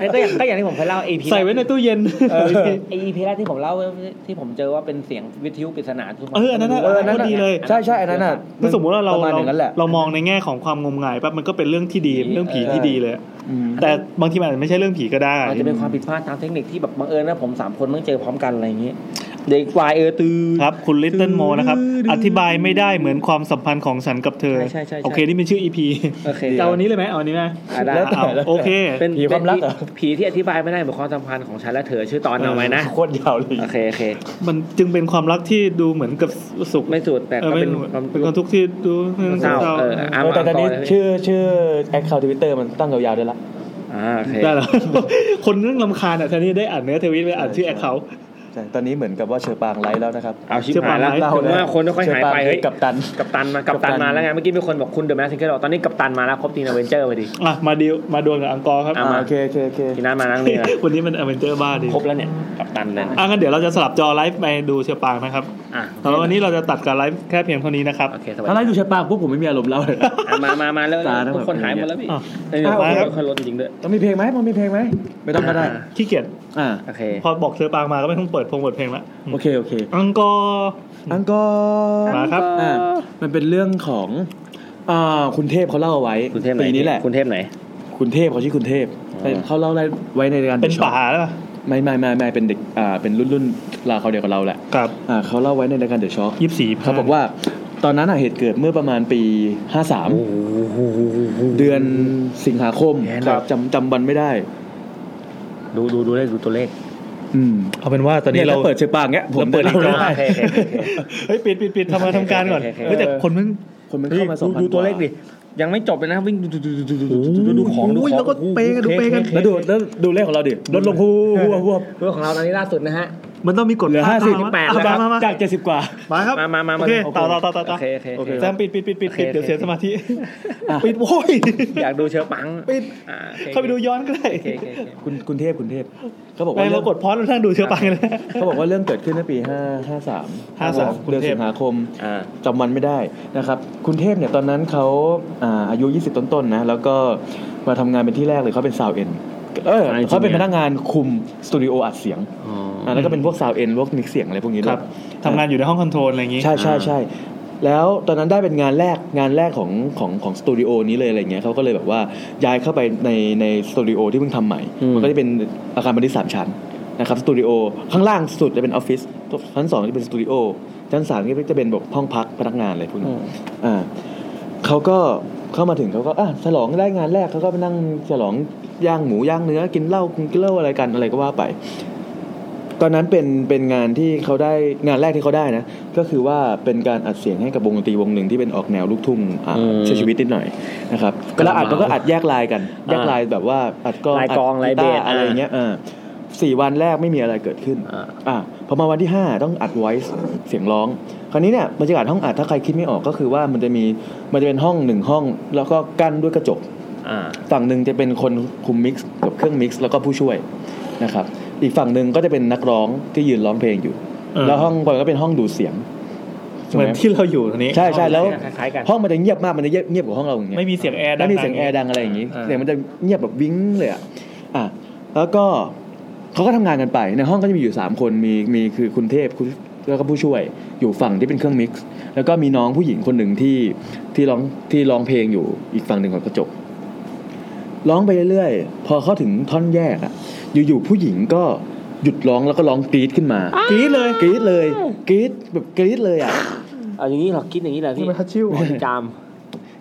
Speaker 5: อันนี้ก็อย่างก็อย่างที่ผมเคยเล่า EP
Speaker 2: ใส่ไว้ในตู้เย็น
Speaker 5: เออ EP แรกที่ผมเล่าที่ผมเจอว่าเป็นเสียงวิทยุปริศนาที่ผม
Speaker 2: เอออันนั้นน่ะ
Speaker 5: ไม่รู้ว่า
Speaker 2: อันนั้นน่ะ
Speaker 5: มั
Speaker 2: เลย
Speaker 9: ใช่ใช่อันนั้นน่ะ
Speaker 2: ถ้าสมมติว่าเรา
Speaker 9: ประมาณ
Speaker 2: เรา
Speaker 9: อย่างนั้นแหละ
Speaker 2: เรามองในแง่ของความงมงายปั๊บมันก็เป็นเรื่องที่ดีเรื่องผีที่ดีเลยแต่บางทีมันอาจจะไม่ใช่เรื่องผีก็ได้
Speaker 5: อาจจะเป็นความผิดพลาดทางเทคนิคที่แบบบังเอิญนะผมสามคนเพิ่งเจอพร้อมกันอะไรอย่างงี้เด็กวายเออตือ
Speaker 2: ครับ คุณลิตเติ้ลโมนะครับ อธิบายไม่ได้เหมือนความสัมพันธ์ของฉันกับเธอ
Speaker 5: ใช่ใช่ใช่ใช่
Speaker 2: โอเค นี่เป็นชื่อ EP
Speaker 5: โอเค
Speaker 2: จะเอาอันนี้เลยไหมเอาอันนี้ไหม
Speaker 5: อ่ะได้
Speaker 2: เอาเอาโอเค
Speaker 5: เป็น
Speaker 3: ผีความลับเหรอ
Speaker 5: เป็นผีที่อธิบายไม่ได้เหมือนความสัมพันธ์ของฉันและเธอชื่อตอน
Speaker 2: เออ
Speaker 5: เอาไว้นะ
Speaker 3: โคตรยาวเลย
Speaker 5: โอเคโอเค
Speaker 2: มันจึงเป็นความรักที่ดูเหมือนกับสุข
Speaker 5: ไม่สุดแต่
Speaker 2: เออ
Speaker 5: ก็
Speaker 2: เป็
Speaker 5: เป็น น
Speaker 2: เหมือนเป็นควา
Speaker 5: คาว
Speaker 2: ม มทุกข์ที่ดู
Speaker 5: เศร้าเอออ่ะ
Speaker 3: เออแต่ตอนนี้
Speaker 5: มา
Speaker 3: ชื่อชื่อแอคเคาท์ทวิตเตอร์มันตั้งยาวๆด้วยละ
Speaker 5: อ่าโอเค
Speaker 2: ได้แล้ว คนเรื่องลำคาญอ่ะแทนที่ได้อ่านเนื้อทวิตไปอ่านชื่อแอคเขา
Speaker 3: ใช่ ตอนนี้เหมือนกับว่าเชอปางไลฟ์แล้วนะครับ
Speaker 5: เอาชิบ
Speaker 2: เชื่อ
Speaker 5: หายแล้ว
Speaker 2: ปานไลฟ์
Speaker 5: ผมว่าคนไม่ค่อยหาย
Speaker 3: เชื่อ
Speaker 5: ไป
Speaker 3: ปาน
Speaker 5: เฮ้ย
Speaker 3: กัปตัน
Speaker 5: กัปตันมากัปตันมาแล้วไงเมื่อกี้มีคนบอกคุณเดอะแมสซิงเกิลตอนนี้กัปตันมาแล้วครบทีนอเวนเจอร์พอดี
Speaker 2: อ่ะมาดิวมาดวลกับอังกอร์ครับ
Speaker 5: อ่ะ
Speaker 3: อ่าโอเคโอเคโอเค
Speaker 5: ทีนั้นมานั่งนี่นะ
Speaker 2: วันนี้มันอเวนเจอร์บ้าดิ
Speaker 5: ครบแล้วเนี่ยกัปตันเลยนะ
Speaker 2: อ่ะงั้นเดี๋ยวเราจะสลับจอไลฟ์ไปดูเชียร์ปางนะครับ
Speaker 5: อ่ะ
Speaker 2: สำหรับวันนี้เราจะตัดการไลฟ์แค่เพียงเท่านี้นะครับ
Speaker 5: โอเคสวัส
Speaker 3: ถ้าไล
Speaker 5: ดี
Speaker 3: ฟ์ดูเชอปางปุ๊บผมไม่มีอารมณ์เล่าเลย
Speaker 5: อ่ะมามามาแล้ว
Speaker 3: ตาทั้งหมด
Speaker 5: ทุกคนหายหมดแล้วพี่
Speaker 2: อ่ะ
Speaker 5: เออเดี๋ยว
Speaker 2: มาครับ
Speaker 5: เดี๋ยวค่อยลดจริงๆด้วย
Speaker 3: ต้องมีเพลงไหมมันมีเพลงไหมไม่ต้องก็ได้
Speaker 2: ขี้เกียจ
Speaker 3: อ่า
Speaker 5: โอเค
Speaker 2: พอบอกเชียร์ปางมาก็ไม่ต้องเปิดพงเปิดเพลงละ
Speaker 3: โอเคโอเค
Speaker 2: อังกอร์
Speaker 3: อังกอร์
Speaker 2: มาครับ
Speaker 3: อ่ามันเป็นเรื่องของอ่าคุณเทพเขาเล่าเอาไว้
Speaker 5: คุณเทพไหน
Speaker 3: ปีนี้แหละ
Speaker 5: คุณเทพไหน
Speaker 3: คุณเทพเขาชื่อคุณเทพ
Speaker 5: อ่า
Speaker 3: เขาเล่าไว้ในการ
Speaker 2: เป็น
Speaker 3: ช็อ
Speaker 2: ป่าแล้วป่ะ
Speaker 3: ไม่ไม่ไม่ไม่เป็นเด็กอ่าเป็นรุ่นรุ่นราวเขาวเดียวกับเราแหละ
Speaker 2: กับ
Speaker 3: อ่าเขาเล่าไว้ในรายการเดอะช็อค
Speaker 2: ยี่สิบสี่
Speaker 3: เขาบอกว่าตอนนั้นอ่ะเหตุเกิดเมื่อประมาณปี 53 เดือนสิงหาคมครับจำจำวันไม่ได้
Speaker 5: ดูดูดูเลขดูตัวเลข
Speaker 3: อืม
Speaker 2: เอาเป็นว่าตอนนี้เรา
Speaker 3: ยถ้เปิดเชปากเงี้ยผม
Speaker 2: เราเปิดอีก
Speaker 3: ล่า
Speaker 5: อ่ะ
Speaker 3: ได้
Speaker 5: โอเคโอเคโอเค
Speaker 2: เฮ้ยปิดปิดปิดทำงานทำการก่อน
Speaker 5: โอเคโอเค
Speaker 2: เฮ้ยแต่คนมึง
Speaker 3: คนมันเข้ามาสองพัน
Speaker 5: ดูตัวเลขดิยังไม่จบเลยนะวิ่งดูดูดูดูดูดูดูของดูของแล้วก็เปกันดูเปกัน
Speaker 3: แล้วดูแล้วดูเลขของเราดิลดลงหัวหัว
Speaker 5: เรื่องของเราตอนนี้ล่าสุดนะฮะ
Speaker 2: มันต้องมีกฎ
Speaker 3: เหลือห้าสิบ
Speaker 2: ม
Speaker 5: 58
Speaker 2: อ่ะ
Speaker 3: จาก
Speaker 2: มามา
Speaker 3: จากเจ็ดสิบกว่า
Speaker 2: มาครับ
Speaker 5: มามามา
Speaker 2: โอเค
Speaker 5: มา
Speaker 2: ต่อต่อต่อต่อ
Speaker 5: โอเคโอเคโอเค
Speaker 2: แซมปิดปิดปิดปิด
Speaker 5: โอเค
Speaker 2: ปิดเดี๋ยว
Speaker 5: โอเค
Speaker 2: เสียสมาธิปิดโว้ย
Speaker 5: อยากดูเชอปัง
Speaker 2: ปิด
Speaker 5: อ่าโอค
Speaker 2: เข้าไปดูย้อนก็ได้
Speaker 5: โอเคโอเคโอเค
Speaker 3: คุณคุณเทพคุณเทพเขาบอก
Speaker 2: ไป
Speaker 3: ว่าเรื่
Speaker 2: เรา
Speaker 3: อง
Speaker 2: กดพอดแล้วนั่งดูเชื้อปังเลย
Speaker 3: เขาบอกว่าเรื่องเกิดขึ้นในปี 5 53
Speaker 2: 53
Speaker 3: เดือ
Speaker 2: คุ
Speaker 3: น
Speaker 2: ณเทพ
Speaker 3: สิงหาคม
Speaker 5: อ่า
Speaker 3: จำวันไม่ได้นะครับ คุณเทพเนี่ยตอนนั้นเขาอ่าอายุ 20 ต้นๆนะ แล้วก็มาทำงานเป็นที่แรกเลยเขาเป็นซาวเอ็นเออ
Speaker 5: อ่า
Speaker 3: เขาเป็นพนักงานคุมสตูดิโออัดเสียง
Speaker 5: อ๋อ
Speaker 3: อ่าแล้วก็เป็นพวกซาวเอ็นพวกมิกเสียงอะไรพวกนี้ด้
Speaker 2: คว รั
Speaker 3: ย
Speaker 2: บทำงานอยู่ในห้องคอนโทรลอะไรอย่างงี้
Speaker 3: ใช่ใช่ใช่แล้วตอนนั้นได้เป็นงานแรกงานแรกของของของสตูดิโอนี้เลยอะไรเงี้ยเขาก็เลยแบบว่าย้ายเข้าไปในในสตูดิโอที่เพิ่งทำใหม่
Speaker 5: อืม
Speaker 3: มันก็จะเป็นอาคารบันทึกสามชั้นนะครับสตูดิโอข้างล่างสุดจะเป็นออฟฟิศชั้นสองจะเป็นสตูดิโอชั้นสามก็จะเป็นแบบห้องพักพนักงานอะไรพวกนี้อ่าเขาก็เข้ามาถึงเขาก็อ่ะฉลองได้งานแรกเขาก็ไปนั่งฉลองย่างหมูย่างเนื้อกินเหล้ากินเหล้าอะไรกันอะไรก็ว่าไป ตอนนั้นเป็นเป็นงานที่เขาได้งานแรกที่เขาได้นะก็คือว่าเป็นการอัดเสียงให้กับวงดนตรีวงหนึ่งที่เป็นออกแนวลูกทุ่งอ่า
Speaker 5: อืม
Speaker 3: ใช้ชีวิตนิดหน่อยนะครับแล้วอัดมันก็อัดแยกลายกันแยกลายแบบว่าอัดก
Speaker 5: ลายกองลายเบ
Speaker 3: อักี
Speaker 5: ส
Speaker 3: ตร์อะไร
Speaker 5: อ่ะ
Speaker 3: เงี้ยเออสี่วันแรกไม่มีอะไรเกิดขึ้น
Speaker 5: อ่า
Speaker 3: อ่าพอมาวันที่ห้าต้องอัดไวส์เสียงร้อง คราวนี้เนี่ยบรรยากาศห้องอัดถ้าใครคิดไม่ออกก็คือว่ามันจะมีมันจะเป็นห้องหนึ่งห้อง แล้วก็กั้นด้วยกระจก
Speaker 5: อ่า
Speaker 3: ฝั่งหนึ่งจะเป็นคนคุมมิกซ์กับเครื่องมิกซ์แล้วก็ผู้ช่วยนะครับ อีกฝั่งหนึ่งก็จะเป็นนักร้องที่ยืนร้องเพลงอยู่
Speaker 2: เออ
Speaker 3: แล้วห้องบนก็เป็นห้องดูดเสียง
Speaker 2: เหมือนที่เราอยู่ตอนนี้
Speaker 3: ใช่ใช่แล้ว
Speaker 5: คล้ายๆกัน
Speaker 3: ห้องมันจะเงียบมากมันจะเงียบเงียบกว่าห้องเราอย่างเงี้ย
Speaker 2: ไม่มีเสียงแอร์ดั
Speaker 3: แล้
Speaker 2: ง
Speaker 3: ว
Speaker 2: ๆ
Speaker 3: มีเสียงแอร์ดังอะไรอย่างนี้
Speaker 2: อ่า
Speaker 3: เสียงมันจะเงียบแบบวิ้งเลยอ่ะอ่ะแล้วก็เขาก็ทำงานกันไปในห้องก็จะมีอยู่ 3 คนมีมีคือคุณเทพคุณแล้วก็ผู้ช่วยอยู่ฝั่งที่เป็นเครื่องมิกซ์แล้วก็มีน้องผู้หญิงคนหนึ่งที่ที่ร้องที่ร้องเพลงอยู่อีกฝั่งหนึ่งของกระจกร้องไปเรื่อยๆ พอเข้าถึงท่อนแยกอ่ะอยู่ๆผู้หญิงก็หยุดร้องแล้วก็ร้องกรี๊ดขึ้นมาก
Speaker 2: รี๊ดเลย
Speaker 3: กรี๊ดเลยกรี๊ดแบบกรี๊ดเลยอ่ะ
Speaker 5: เอาอย่างนี้เหรอคิดอย่างนี้เหรอพี่
Speaker 2: มันทัชชิว
Speaker 5: อ๋อจาม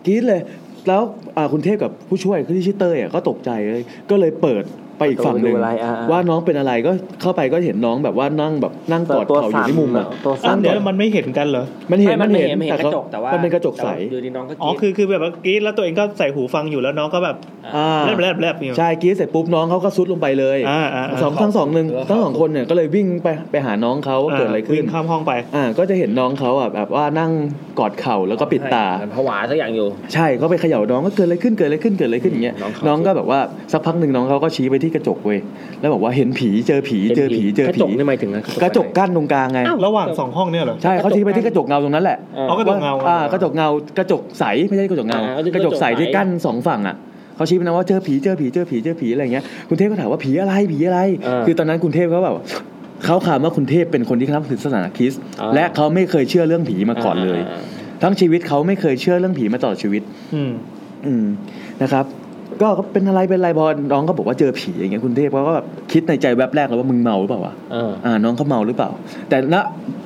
Speaker 3: กรี๊ดเลย แล้วอ่าคุณเทพกับผู้ช่วยที่ชื่อเต้ยอ่ะก็ตกใจเลย ก็เลยเปิดไปอีกฝั่งหนึ่ง
Speaker 5: ดูอะไรอ่าอ่า
Speaker 3: ว่าน้องเป็นอะไรก็เข้าไปก็เห็นน้องแบบว่านั่งแบบนั่งกอดเข่าอยู่ที่มุมอ่ะ
Speaker 5: ตัว
Speaker 2: อ้า
Speaker 5: สั่
Speaker 2: วนเดี๋ยวมันไม่เห็นกันเหรอ
Speaker 3: มันเห็น
Speaker 5: ไ
Speaker 3: มันเห็น
Speaker 5: ไม่เห็นก
Speaker 3: เขา
Speaker 5: ระจกแต่ว่าน
Speaker 3: เป็นกระจกใส
Speaker 5: แต่ว่าอยู่ดีน้องก็
Speaker 2: อ๋อ
Speaker 5: กิ
Speaker 2: คือ คือแบบว่ากรี๊ดแล้วตัวเองก็ใส่หูฟังอยู่แล้วน้องก็แบบ
Speaker 3: อ่า
Speaker 2: แลบแลบแลบอยู่
Speaker 3: ใช่กรี๊ดเสร็จปุ๊บน้องเขาก็ซุดลงไปเลย
Speaker 2: อ่าอ่าอ่า
Speaker 3: สองทั้งสองหนึ่งทั้งสองคนเนี่ยก็เลยวิ่งไปไปหาน้องเขาว่าเกิดอะไรขึ้น
Speaker 2: วิ่งข้ามห้องไป
Speaker 3: อ่าก็จะเห็นน้องเขาอ่ะแบบว่านั่งกอดเข่าแล้วก็ปิดตา
Speaker 5: ผวาสักอย่างอยู่
Speaker 3: ใช่ก็ไปเขย่าน้องก็เกิดอะไรขึ้นเกิดอะไรขึ้นเกิดอะไรขึ้นอย่างเงี้ย
Speaker 5: น้องเขา
Speaker 3: น้องก็แบบว่าสักพักหนึ่งน้องเขาก็ชี้ไปที่ ที่กระจกเว้ยแล้วบอกว่าเห็นผีเจอผีเจอผีเจอก
Speaker 5: ระจ
Speaker 3: ผี
Speaker 5: กนี่หมายถึงอะไร
Speaker 3: กระจกกั้นตรงกลางไง
Speaker 2: ระหว่างสองห้องเนี่ยเหรอ
Speaker 3: ใช่เขาชี้ไปที่กระจกเงาตรงนั้นแหละ
Speaker 5: อ่า
Speaker 2: เอากระจกเงา
Speaker 3: ว่อ่ากระจกเงากระจกใสไม่ใช่กระจกเงา
Speaker 5: อ่าที่
Speaker 3: กระจกใส
Speaker 5: กระจกใส
Speaker 3: ที่กั้นสองฝั่งอ่ะเขาชี้ไปนะว่าเจอผีเจอผีเจอผีเจอผีอะไรอย่างเงี้ยคุณเทพก็ถามว่าผีอะไรผีอะไร คือตอนนั้นคุณเทพเขาแบบเขาข่าวว่าคุณเทพเป็นคนที่นับถือศาสนาคริสต์และเขาไม่เคยเชื่อเรื่องผีมาก่อนเลย ทั้งชีวิตเขาไม่เคยเชื่อเรื่องผีมาตลอดชีวิต
Speaker 2: อืม
Speaker 3: อืมนะครับ ก็เป็นอะไรเป็นอะไรพอน้องก็บอกว่าเจอผีอย่างเงี้ยคุณเทพเขาก็แบบคิดในใจแวบแรกเลยว่ามึงเมาหรือเปล่าวะ
Speaker 5: เออ
Speaker 3: อ่าน้องเขาเมาหรือเปล่า แต่ณ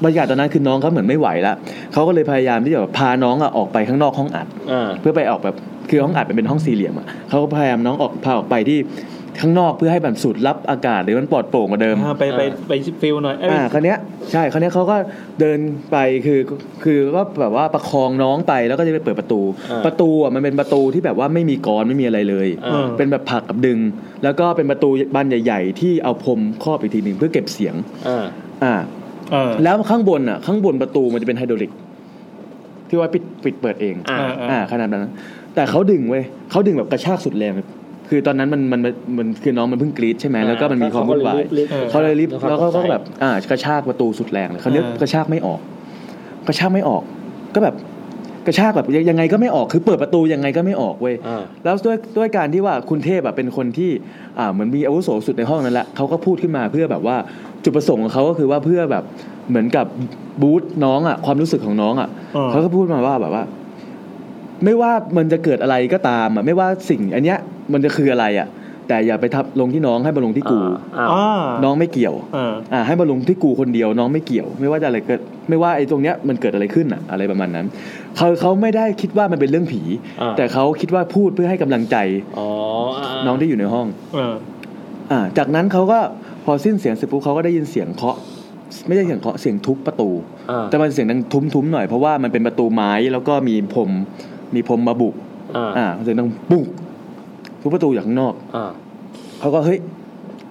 Speaker 3: บรรยากาศตอนนั้นคือน้องเขาเหมือนไม่ไหวละเขาก็เลยพยายามที่จะแบบพาน้องอะออกไปข้างนอกห้องอัด
Speaker 5: อ่า
Speaker 3: เพื่อไปออกแบบคือห้องอัดมันเป็นห้องสี่เหลี่ยมอะเขาก็พยายามน้องออกพาออกไปที่ข้างนอกเพื่อให้แบบสูดรับอากาศหรือมันปลอดโปร่งกว่าเดิม
Speaker 2: อ่าไปไปไปฟิลหน่อยเอ้ย
Speaker 3: อ่าคราวเนี้ยใช่คราวเนี้ยเขาก็เดินไปคือคือก็แบบว่าประคองน้องไปแล้วก็จะไปเปิดประตู
Speaker 5: อ่า
Speaker 3: ประตูอะมันเป็นประตูที่แบบว่าไม่มีกรอนไม่มีอะไรเลย
Speaker 5: เออ
Speaker 3: เป็นแบบผลักกับดึง แล้วก็เป็นประตูบานใหญ่ ๆ ที่เอาพรมครอบอีกทีหนึ่งเพื่อเก็บเสียง
Speaker 5: อ่า
Speaker 3: อ่า
Speaker 2: เออ
Speaker 3: แล้วข้างบนอ่ะข้างบนประตูมันจะเป็นไฮดรอลิก ที่ไว่าปิดปิดเปิดเอง
Speaker 5: อ่า
Speaker 2: เออ
Speaker 3: อ่าขนาดนั้น แต่เขาดึงเว้ยเขาดึงแบบกระชากสุดแรงเลยคือตอนนั้นมันมันมันมันคือน้องมันเพิ่งกรีดใช่ไหมแล้วก็มันมีความวุ่นวายเขาเลยรีบแล้วก็ก็แบบอ่ากระชากประตูสุดแรงเลยเขาเนี้ย
Speaker 2: เออ
Speaker 3: กระชากไม่ออก กระชากไม่ออก ก็แบบกระชากแบบยังไงก็ไม่ออกคือเปิดประตูยังไงก็ไม่ออกเว้ย
Speaker 5: อ่า
Speaker 3: แล้วด้วยด้วยการที่ว่าคุณเทพอะเป็นคนที่อ่าเหมือนมีอาวุโสสุดในห้องนั้นแหละเขาก็พูดขึ้นมาเพื่อแบบว่าจุดประสงค์ของเขาก็คือว่าเพื่อแบบเหมือนกับบูตน้องอะความรู้สึกของน้องอะ
Speaker 2: อ่า
Speaker 3: เขาก็พูดมาว่าแบบว่า ไม่ว่ามันจะเกิดอะไรก็ตามอะไม่ว่าสิ่งอันเนี้ยมันจะคืออะไรอะแต่อย่าไปทับลงที่น้องให้มาลงที่กู
Speaker 2: อ่า
Speaker 3: น้องไม่เกี่ยว
Speaker 2: เออ
Speaker 3: อ่าให้มาลงที่กูคนเดียวน้องไม่เกี่ยว ไม่ว่าจะอะไรเกิดไม่ว่าไอ้ตรงเนี้ยมันเกิดอะไรขึ้นอ่ะอะไรประมาณนั้นเขาเขาไม่ได้คิดว่ามันเป็นเรื่องผี
Speaker 5: อ่า
Speaker 3: แต่เขาคิดว่าพูดเพื่อให้กำลังใจ
Speaker 5: อ๋อ
Speaker 3: น้องที่อยู่ในห้อง
Speaker 2: เออ
Speaker 3: อ่าจากนั้นเขาก็พอสิ้นเสียงเสร็จปุ๊บเขาก็ได้ยินเสียงเคาะ ไม่ใช่เสียงเคาะเสียงทุบประตู
Speaker 5: อ่า
Speaker 3: แต่มันเสียงดังทุ้มๆหน่อยเพราะว่ามันเป็นประตูไม้แล้วก็มีพรมมีพรมมาบุก
Speaker 5: อ่า
Speaker 3: อ่าเสียงดังปุ๊กทุบประตูจากข้างนอก
Speaker 5: อ่า
Speaker 3: เขาก็เฮ้ย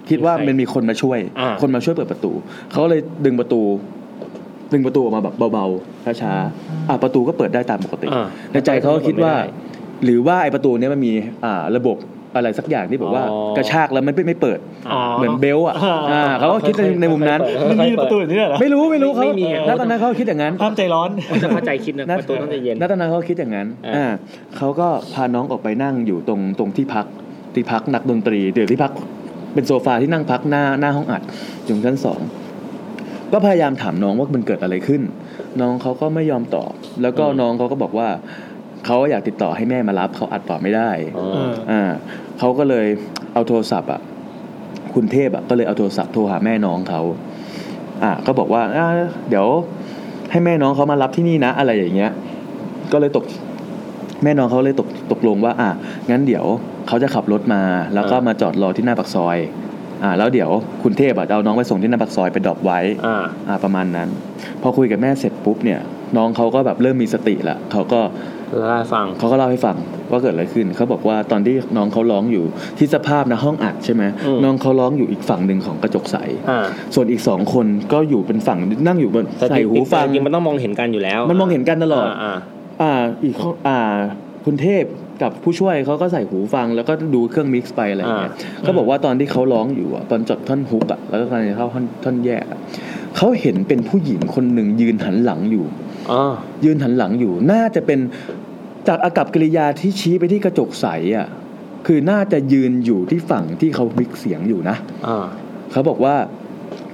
Speaker 3: คิดว่า
Speaker 5: มีใคร
Speaker 3: มันมีคนมาช่วย
Speaker 5: อ่า
Speaker 3: คนมาช่วยเปิดประตู เขาเลยดึงประตู ดึงประตูออกมาแบบเบาๆช้าๆอ่ะประตูก็เปิดได้ตามปกติ
Speaker 5: อ่า
Speaker 3: ในใจเขาก็คิดว่า หรือว่าไอ้ประตูเนี้ยมันมีอ่าระบบอะไรสักอย่างที่แบบว่า
Speaker 5: อ๋อ
Speaker 3: กระชากแล้วมันไม่ไม่เปิด
Speaker 2: อ๋อ
Speaker 3: เหมือนเบลต์อ่ะอ่าเขาก็คิดในในมุมนั้น
Speaker 2: มันมีประตูอย่างนี้เหรอ
Speaker 3: ไม่รู้ไม่รู้เขา
Speaker 5: ไม่มีอ่ะ
Speaker 3: แล้วตอนนั้นเขาคิดอย่างนั้น
Speaker 2: ห้ามใจร้อน
Speaker 5: จะเข้าใจคิดนะประตูต้องใจเย็น
Speaker 3: ณตอนนั้นเขาคิดอย่างนั้น
Speaker 5: อ่า
Speaker 3: อ่าเขาก็พาน้องออกไปนั่งอยู่ตรงตรงที่พัก ที่พักนักดนตรีเดี๋ยวที่พักเป็นโซฟาที่นั่งพักหน้าหน้าห้องอัดอยู่ชั้นสอง ก็พยายามถามน้องว่ามันเกิดอะไรขึ้น น้องเขาก็ไม่ยอมตอบ แล้วก็น้องเขาก็บอกว่าเขาอยากติดต่อให้แม่มารับเขาอัดต่อไม่ได้
Speaker 5: อ๋อ
Speaker 2: เออ
Speaker 3: อ่าเขาก็เลยเอาโทรศัพท์อ่ะคุณเทพอ่ะก็เลยเอาโทรศัพท์โทรหาแม่น้องเขาอ่าก็บอกว่าอ่าเดี๋ยวให้แม่น้องเขามารับที่นี่นะ อะไรอย่างเงี้ย ก็เลยตก แม่น้องเขาเลยตกตกลงว่า อ่ะงั้นเดี๋ยวเขาจะขับรถมา แล้วก็มาจอดรอที่หน้าปากซอย อ่า แล้วเดี๋ยวคุณเทพอ่ะจะเอาน้องไปส่งที่หน้าปากซอยไปดรอปไว้
Speaker 5: อ่า
Speaker 3: อ่าประมาณนั้น พอคุยกับแม่เสร็จปุ๊บเนี่ย น้องเขาก็แบบเริ่มมีสติละเขาก็
Speaker 5: แล้วให้ฟัง
Speaker 3: เขาก็เล่าให้ฟังว่าเกิดอะไรขึ้น เขาบอกว่าตอนที่น้องเขาร้องอยู่ที่สภาพนะห้องอัดใช่ไหม
Speaker 5: อืม
Speaker 3: น้องเขาร้องอยู่อีกฝั่งหนึ่งของกระจกใส
Speaker 5: อ่า
Speaker 3: ส่วนอีกสองคนก็อยู่เป็นฝั่งนั่งอยู่บน
Speaker 5: แต่
Speaker 3: ใส่หูฟัง
Speaker 5: จริงๆมันต้องมองเห็นกันอยู่แล้ว
Speaker 3: มันมองเห็นกันตลอด
Speaker 5: อ่า
Speaker 3: อ่าอีกข้ออ่าคุณเทพกับผู้ช่วยเขาก็ใส่หูฟังแล้วก็ดูเครื่องมิกซ์ไปอะไรอย่างเงี้ยเขาบอกว่าตอนที่เขาร้องอยู่อะตอนจดท่อนฮุกอะแล้วก็ตอนที่เข้าท่อนท่อนแยกอะเขาเห็นเป็นผู้หญิงคนหนึ่งยืนหันหลังอยู่
Speaker 5: อ่า
Speaker 3: ยืนหันหลังอยู่ น่าจะเป็นจากอากับกิริยาที่ชี้ไปที่กระจกใสอ่ะ คือน่าจะยืนอยู่ที่ฝั่งที่เขามิกเสียงอยู่นะ
Speaker 5: อ่า
Speaker 3: เขาบอกว่า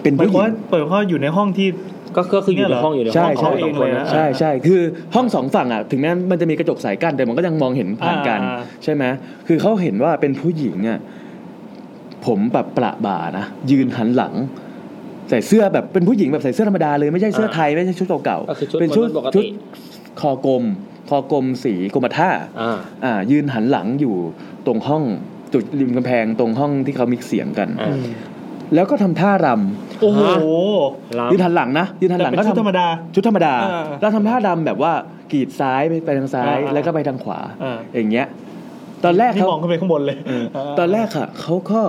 Speaker 3: เป็น
Speaker 2: หมาย
Speaker 3: ผู้ห
Speaker 2: ความ
Speaker 3: ญิ
Speaker 2: ว่างเปิดข้ออยู่ในห้องที่
Speaker 5: ก็ก็คืออยู่ในห้องอยู่ในห้
Speaker 3: ใช่
Speaker 5: องขอ
Speaker 3: ใช่
Speaker 5: ง
Speaker 2: เ
Speaker 5: ตัวเองเลยนะ
Speaker 3: ใช่ใช่คือห้องสองฝั่งอ่ะถึงแม้มันจะมีกระจกใสกั้นแต่มันก็ยังมองเห็นผ่านกัน
Speaker 2: อ่า
Speaker 3: ใช่ไหมคือเขาเห็นว่าเป็นผู้หญิงอ่ะผมแบบประบ่านะยืนหันหลัง ใส่เสื้อแบบเป็นผู้หญิงแบบใส่เสื้อธรรมดาเลยไม่ใช่เสื้อไทยไม่ใช่ชุดเก่า
Speaker 5: ก็คือชุด
Speaker 3: เป็น
Speaker 5: มนุษย์ปกติ
Speaker 3: ชุดคอกลมคอกลมสีกรมท่า
Speaker 5: อ่า
Speaker 3: อ่ายืนหันหลังอยู่ตรงห้องจุดริมกำแพงตรงห้องที่เขามิกเสียงกัน
Speaker 5: อ่า
Speaker 3: แล้วก็ทำท่ารำ
Speaker 2: โอ้โห
Speaker 5: ลำ
Speaker 3: ยืนหันหลังนะยืนหัน
Speaker 2: แต่
Speaker 3: หลัง
Speaker 2: เป็น
Speaker 3: ก็
Speaker 2: ชุดธรรม
Speaker 3: ทำ
Speaker 2: ดา
Speaker 3: ชุดธรรมดา
Speaker 2: อ่า
Speaker 3: แล้วทำท่ารำแบบว่ากรีดซ้ายไปทางซ้าย
Speaker 2: อ่า
Speaker 3: แล้วก็ไปทางขวา
Speaker 2: อ่า
Speaker 3: อย่างเงี้ย ตอนแรก
Speaker 2: ที่
Speaker 3: เขา
Speaker 2: มองขึ้นไปข้างบนเลย
Speaker 3: เออ
Speaker 2: เ
Speaker 3: ตอนแรกอะเขาก็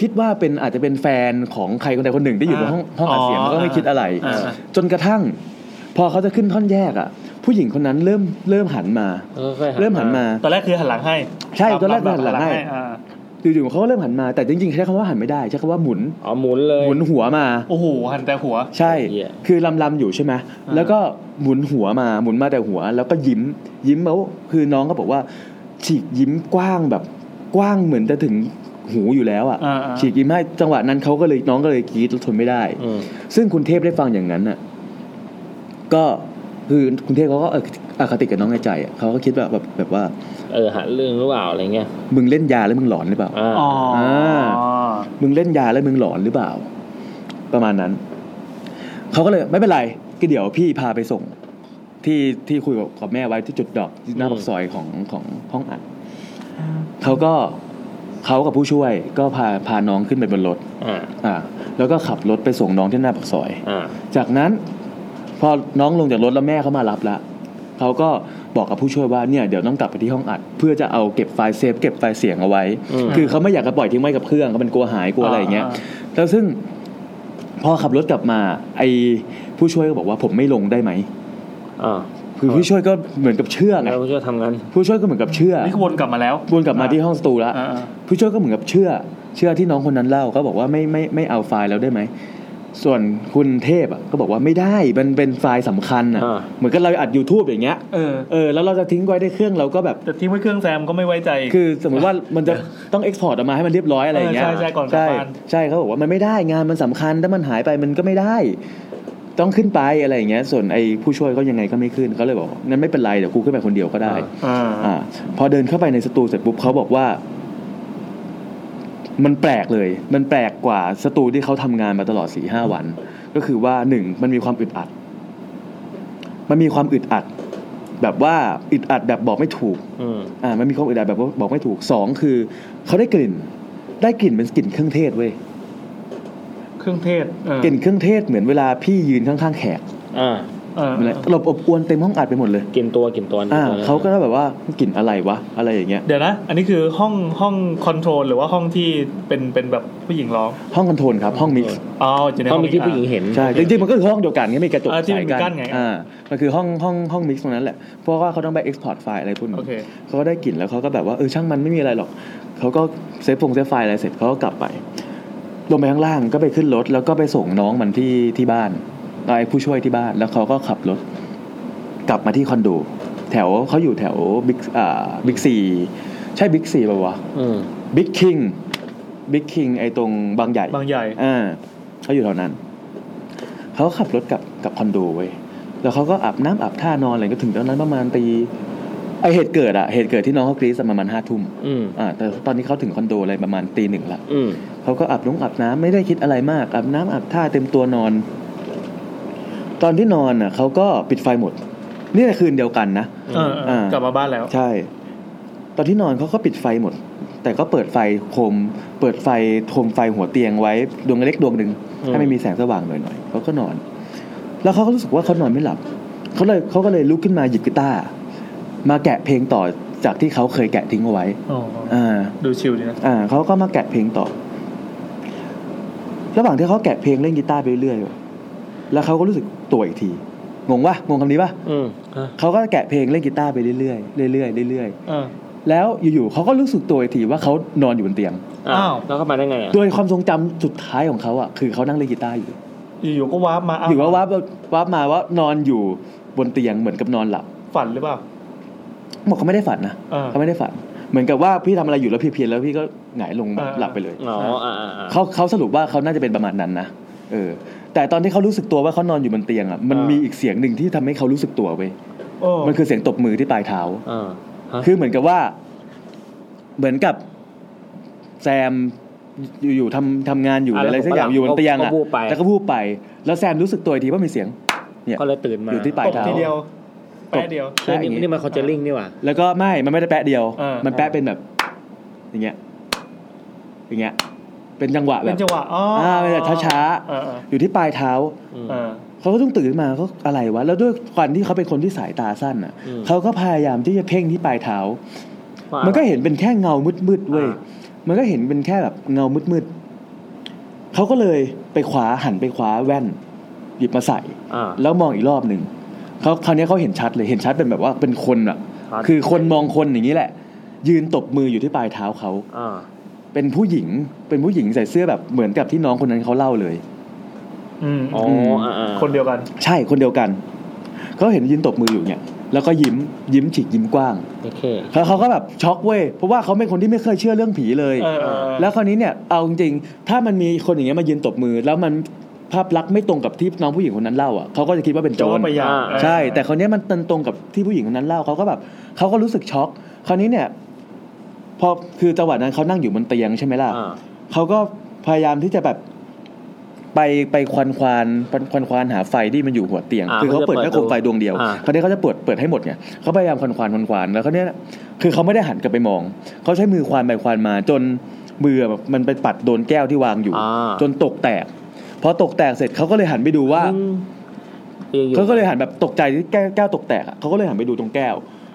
Speaker 3: คิดว่าเป็นอาจจะเป็นแฟนของใครคนใดคนหนึ่งที่อยู่ในห้องห้องอัดเสียง
Speaker 2: อ๋อ
Speaker 3: แล้วก็ไม่คิดอะไร
Speaker 2: อ่า
Speaker 3: จนกระทั่ง พอเขาจะขึ้นท่อนแยกอะผู้หญิงคนนั้นเริ่มเริ่มหันมา
Speaker 5: เออค่อย
Speaker 3: เริ่มหันมา
Speaker 2: ตอนแรกคือหันหลังให้
Speaker 3: ใช่ตอนแรกหันหลังให้
Speaker 2: อ่า
Speaker 3: อยู่ๆเขาก็เริ่มหันมาแต่จริงๆใช้คำว่าหันไม่ได้ใช้คำว่าหมุน
Speaker 5: อ๋อหมุนเลย
Speaker 3: หมุนหัวมา
Speaker 2: โอ้โหหันแต่หัว
Speaker 3: ใช่
Speaker 5: เหี้ย
Speaker 3: คือลำลำอยู่ใช่ไหม แล้วก็หมุนหัวมา หมุนมาแต่หัว แล้วก็ยิ้ม ยิ้มแล้วคือน้องก็บอกว่า ฉีกยิ้มกว้างแบบกว้างเหมือนจะถึงหูอยู่แล้วอ่ะ
Speaker 2: อ่าๆ
Speaker 3: ฉีกยิ้มให้จังหวะนั้นเขาก็เลยน้องก็เลยกรีดแล้วทนไม่ได้
Speaker 5: อืม
Speaker 3: ซึ่งคุณเทพได้ฟังอย่างนั้นน่ะ ก็คือคุณเทพเขาก็เอออคติกับน้องในใจอะเขาก็คิดแบบแบบแบบว่า
Speaker 5: เออหาเรื่องหรือเปล่าอะไรเงี้ย
Speaker 3: มึงเล่นยาแล้วมึงหลอนหรือเปล่า
Speaker 5: อ่า
Speaker 2: อ๋ออา
Speaker 3: มึงเล่นยาแล้วมึงหลอนหรือเปล่า ประมาณนั้นเขาก็เลยไม่เป็นไรก็เดี๋ยวพี่พาไปส่ง ที่ที่คุยกับกับแม่ไว้ที่จุดดอกที่หน้าปากซอยของของห้องอัดเขาก็เขากับผู้ช่วย ก็พาพาน้องขึ้นไปบนรถ
Speaker 5: อ่า
Speaker 3: อ่า แล้วก็ขับรถไปส่งน้องที่หน้าปากซอย
Speaker 5: อ่า
Speaker 3: จากนั้นพอน้องลงจากรถแล้วแม่เขามารับละเขาก็บอกกับผู้ช่วยว่าเนี่ยเดี๋ยวต้องกลับไปที่ห้องอัด เพื่อจะเอาเก็บไฟล์เซฟเก็บไฟล์เสียงเอาไว้ คือเขาไม่อยากจะปล่อยทิ้งไว้กับเครื่องเขาเป็นกลัวหายกลัวอะไรอย่างเงี้ย แล้วซึ่งพอขับรถกลับมา ไอผู้ช่วยก็บอกว่าผมไม่ลงได้ไหม
Speaker 5: อ่า
Speaker 3: คือผู้ช่วยก็เหมือนกับเชื่อไง
Speaker 5: แล้วผู้ช่วยทำงาน
Speaker 3: ผู้ช่วยก็เหมือนกับเชื่อ
Speaker 2: นี่คือวนกลับมาแล้ว
Speaker 3: วนกลับมาที่ห้องสตูแล้ว
Speaker 2: อ่าอ่า
Speaker 3: ผู้ช่วยก็เหมือนกับเชื่อ เชื่อที่น้องคนนั้นเล่าก็บอกว่าไม่ไม่ไม่เอาไฟล์แล้วได้ไหมส่วนคุณเทพอ่ะก็บอกว่าไม่ได้มันเป็นไฟล์สำคัญอ่ะ
Speaker 5: อ่า
Speaker 3: เหมือนกับเราอัด YouTube อย่างเงี้ย
Speaker 2: เออ
Speaker 3: เออแล้วเราจะทิ้งไว้ในเครื่องเราก็แบบ
Speaker 2: แต่ทิ้งไว้เครื่องแซมก็ไม่ไว้ใจอีก
Speaker 3: คือสมมติว่ามันจะต้องเอ็กซ์พอร์ตออกมาให้มันเรียบร้อยอะไรอย่างเงี้ย
Speaker 2: เออใช่ใช่ก่อนกลับ
Speaker 3: ใช่
Speaker 2: บ้าน
Speaker 3: ใช่เขาบอกว่ามันไม่ได้งานมันสำคัญถ้ามันหายไปมันก็ไม่ได้ ต้องขึ้นไปอะไรอย่างเงี้ย ส่วนไอ้ผู้ช่วยก็ยังไงก็ไม่ขึ้นเขาเลยบอกงั้นไม่เป็นไรเดี๋ยวครูขึ้นไปคนเดียวก็ได้
Speaker 2: อ่า
Speaker 3: อ่าพอเดินเข้าไปในสตูเสร็จปุ๊บเขาบอกว่า มันแปลกเลย มันแปลกกว่าสตูที่เขาทำงานมาตลอดสี่ห้าวัน ก็คือว่าหนึ่งมันมีความอึดอัด มันมีความอึดอัด แบบว่าอึดอัดแบบบอกไม่ถูก
Speaker 5: อืม
Speaker 3: อ่ามันมีความอึดอัดแบบว่าบอกไม่ถูกสองคือเขาได้กลิ่น ได้กลิ่นเป็นกลิ่นเครื่องเทศเว้ย
Speaker 2: เครื่องเทศเออก
Speaker 3: ลิ่นเครื่องเทศเหมือนเวลาพี่ยืนข้างๆแขก
Speaker 5: อ่า
Speaker 2: เออ
Speaker 3: อะไรหลบอบอวนเต็มห้องอัดไปหมดเลย
Speaker 5: กินตัวกินตัว
Speaker 3: อ่า
Speaker 5: ตัวนะ
Speaker 3: เขาก็แบบว่ากลิ่นอะไรวะอะไรอย่างเงี้ย
Speaker 2: เดี๋ยวนะ อันนี้คือห้องห้องคอนโทรลหรือว่าห้องที่เป็นเป็นแบบผู้หญิงร้อง
Speaker 3: ห้องคอนโทรลครับห้องมิกซ์
Speaker 2: อ๋ออยู่ใน
Speaker 5: ต้
Speaker 2: ห้
Speaker 5: อ
Speaker 2: องง
Speaker 5: มีที่ผู้หญิง
Speaker 2: อ่ะ
Speaker 5: เห็น
Speaker 3: ใช่จริงๆมันก็คือห้องเดียวกันไงมีกระจก
Speaker 2: อ่าที่
Speaker 3: สายกั
Speaker 2: มีกั้นไง
Speaker 3: อ่ามันคือห้องห้องห้องมิกซ์ตรงนั้นแหละเพราะว่าเขาต้องไปเอ็กซ์พอร์ตไฟล์อะไรพวกนี้
Speaker 2: โอเค
Speaker 3: เขาก็ได้กลิ่นแล้วเขาก็แบบว่าเออช่างมันไม่มีอะไรหรอกเขาก็เซฟฟงเซฟไฟล์อะไรเสร็จเขาก็กลับไป ลงไปข้างล่างก็ไปขึ้นรถแล้วก็ไปส่งน้องมันที่ที่บ้านเอาไอ้ผู้ช่วยที่บ้านแล้วเขาก็ขับรถ กลับมาที่คอนโด แถวเขาอยู่แถวบิ๊กอ่าบิ๊กซีใช่บิ๊กซีป่าววะ
Speaker 5: อืม
Speaker 3: บิ๊กคิงบิ๊กคิงไอ้ตรงบางใหญ่
Speaker 2: บางใหญ่
Speaker 3: อ่าเขาอยู่แถวนั้น เขาขับรถกลับกลับคอนโดเว้ย แล้วเขาก็อาบน้ำอาบท่านอนอะไรก็ถึงตอนนั้นประมาณตีไอเหตุเกิดอะเหตุเกิดที่น้องเขากรีดประมาณห้าทุ่ม
Speaker 5: อืม
Speaker 3: อ่า แต่ตอนนี้เขาถึงคอนโดอะไรประมาณตีหนึ่งละ
Speaker 5: อืม
Speaker 3: เขาก็อาบน้ำอาบน้ำไม่ได้คิดอะไรมากอาบน้ำอาบท่าเต็มตัวนอน ตอนที่นอนอ่ะเขาก็ปิดไฟหมด นี่คืนเดียวกันนะ
Speaker 2: เออเออ
Speaker 3: อ่าก ก
Speaker 2: ลับมาบ้านแล้ว
Speaker 3: ใช่ ตอนที่นอนเขาก็ปิดไฟหมด แต่ก็เปิดไฟโคม เปิดไฟโคมไฟหัวเตียงไว้ดวงเล็กดวงหนึ่งให้มันมีแสงสว่างหน่อยๆเขาก็นอน แล้วเขาก็รู้สึกว่าเขานอนไม่หลับเขาเลยเขาก็เลยลุกขึ้นมาหยิบกีตาร์มาแกะเพลงต่อจากที่เขาเคยแกะทิ้งเอาไว้
Speaker 2: อ๋อ
Speaker 3: อ่า
Speaker 2: ดูชิลดีนะ
Speaker 3: อ่าเขาก็มาแกะเพลงต่อ ระหว่างที่เขาแกะเพลงเล่นกีตาร์ไปเรื่อยๆ แล้วเขาก็รู้สึกตัวอีกที งงปะงงคำนี้ปะ
Speaker 5: อืม
Speaker 3: เขาก็แกะเพลงเล่นกีตาร์ไปเรื่อยๆ เรื่อยๆ เรื่อย
Speaker 2: เออ
Speaker 3: ๆ แล้วอยู่ๆเขาก็รู้สึกตัวอีกทีว่าเขานอนอยู่บนเตียง
Speaker 5: อ้า
Speaker 2: อ้าว ว
Speaker 5: แล้วเข้ามาได้ไงอ่ะ
Speaker 3: โดยความทรงจำสุดท้ายของเขาอ่ะ คือเขานั่งเล่นกีตาร์อยู่
Speaker 2: อยู่ๆก็วาร์ปมา
Speaker 3: อยู่ว่าวับวับมาว่านอนอยู่บนเตียงเหมือนกับนอนหลับ
Speaker 2: ฝันหรือเปล่า
Speaker 3: บอกเขาไม่ได้ฝันนะ
Speaker 2: เออ
Speaker 3: เขาไม่ได้ฝัน เหมือนกับว่าพี่ทำอะไรอยู่แล้วเพียนๆแล้วพี่ก็หงายลงแบบ
Speaker 2: เออ
Speaker 3: หลับไปเลย
Speaker 5: อ๋ออ่าอ่าอ่า
Speaker 3: เขาเขาสรุปว่าเขาน่าจะเป็นประมาณนั้นนะ เออ แต่ตอนที่เขารู้สึกตัวว่าเขานอนอยู่บนเตียงอ่ะ มันมีอีกเสียงหนึ่งที่ทำให้เขารู้สึกตัวเว้ย
Speaker 2: โอ้
Speaker 3: มันคือเสียงตบมือที่ปลายเท้า
Speaker 5: อ่าฮะ
Speaker 3: คือเหมือนกับว่า เหมือนกับแซมอยู่อยู่ทำทำงานอยู่หรืออะไรสักอย่างอยู่บนเตียงอ่ะ
Speaker 5: ก็วูบไป
Speaker 3: แล้วก็พูดไป แล้วแซมรู้สึกตัวอีกทีว่ามีเสียง เนี่ย
Speaker 5: ก็เลยตื่นมา
Speaker 3: อยู่ที่ปลาย
Speaker 2: ตบ
Speaker 3: เท้า
Speaker 2: ทีเดียว แป๊ะเดียว
Speaker 5: เฮ้ยนี่นี่มันคอนเจลลิ่งนี่หว่า
Speaker 3: แล้วก็ไม่ มันไม่ได้แปะเดียว
Speaker 2: เออ
Speaker 3: มันแปะเป็นแบบ อย่างเงี้ย อย่างเงี้ย เป็นจังหวะแบ
Speaker 2: เป็น
Speaker 3: บ
Speaker 2: จังหวะอ๋ออา
Speaker 3: เป็นแบบช้าๆ
Speaker 2: เออเออ
Speaker 3: อยู่ที่ปลายเท้า
Speaker 2: เออ
Speaker 3: เขาก็ต้องตื่นขึ้นมาเขาอะไรวะ แล้วด้วยความที่เขาเป็นคนที่สายตาสั้นอ่ะ
Speaker 5: อืม
Speaker 3: เขาก็พยายามที่จะเพ่งที่ปลายเท้า
Speaker 5: ว่า
Speaker 3: มันก็เห็นเป็นแค่เงามืดๆเว้ย
Speaker 5: อ่า
Speaker 3: มันก็เห็นเป็นแค่แบบเงามืดๆเขาก็เลยไปขวาหันไปขวาแว่น หยิบมาใส่
Speaker 5: อ่า
Speaker 3: แล้วมองอีกรอบหนึ่งเขาคราวนี้เขาเห็นชัดเลย เห็นชัดเป็นแบบว่าเป็นคนอ่ะ
Speaker 5: ครับ
Speaker 3: คือคนมองคนอย่างนี้แหละ ยืนตบมืออยู่ที่ปลายเท้าเขา
Speaker 5: อ่า
Speaker 3: เป็นผู้หญิง เป็นผู้หญิงใส่เสื้อแบบเหมือนกับที่น้องคนนั้นเขาเล่าเลย
Speaker 2: อืม
Speaker 5: อ๋ออ่า
Speaker 2: คนเดียวกัน
Speaker 3: ใช่คนเดียวกันเขาเห็นยืนตบมืออยู่เนี่ย แล้วก็ยิ้มยิ้มฉีกยิ้มกว้าง
Speaker 5: ๆโอเค
Speaker 3: แล้วเขาก็แบบช็อกเว้ยเพราะว่าเขาเป็นคนที่ไม่เคยเชื่อเรื่องผีเลย
Speaker 2: เออเออ
Speaker 3: แล้วคราวนี้เนี่ยเอาจริงๆถ้ามันมีคนอย่างเงี้ยมายืนตบมือ แล้วมันภาพลักษณ์ไม่ตรงกับที่น้องผู้หญิงคนนั้นเล่าอ่ะเขาก็จะคิดว่าเป็นโจ
Speaker 2: จะ
Speaker 3: ร
Speaker 2: ว่าไปอย่าง
Speaker 5: อ่า
Speaker 2: เออ
Speaker 3: ใช่ แต่คราวเนี้ยมันตันตรงกับที่ผู้หญิงคนนั้นเล่าเขาก็แบบเขาก็รู้สึกช็อกคราวนี้เนี่ย พอคือจังหวะนั้นเขานั่งอยู่บนเตียงใช่ไหมล่ะ
Speaker 5: อ่า
Speaker 3: เขาก็พยายามที่จะแบบไปไปควันควานควันควานหาไฟที่มันอยู่หัวเตียง
Speaker 5: อ่า
Speaker 3: คือเขาเปิดแค่โคมไฟดวงเดียว
Speaker 5: อ่า
Speaker 3: คราวนี้เขาจะเปิดเปิดให้หมดไงเขาพยายามควันควานควันควานแล้วเขาวเนี้ยคือเขาไม่ได้หันกลับไปมองเขาใช้มือควานไปควานมา จนมือแบบมันไปปัดโดนแก้วที่วางอยู่
Speaker 5: อ่า
Speaker 3: จนตกแตกพอตกแตกเสร็จเขาก็เลยหันไปดูว่า
Speaker 5: ยังอยู่
Speaker 3: เขาก็เลยหันแบบตกใจที่แก้วแก้วตกแตกอะเขาก็เลยหันไปดูตรงแก้ว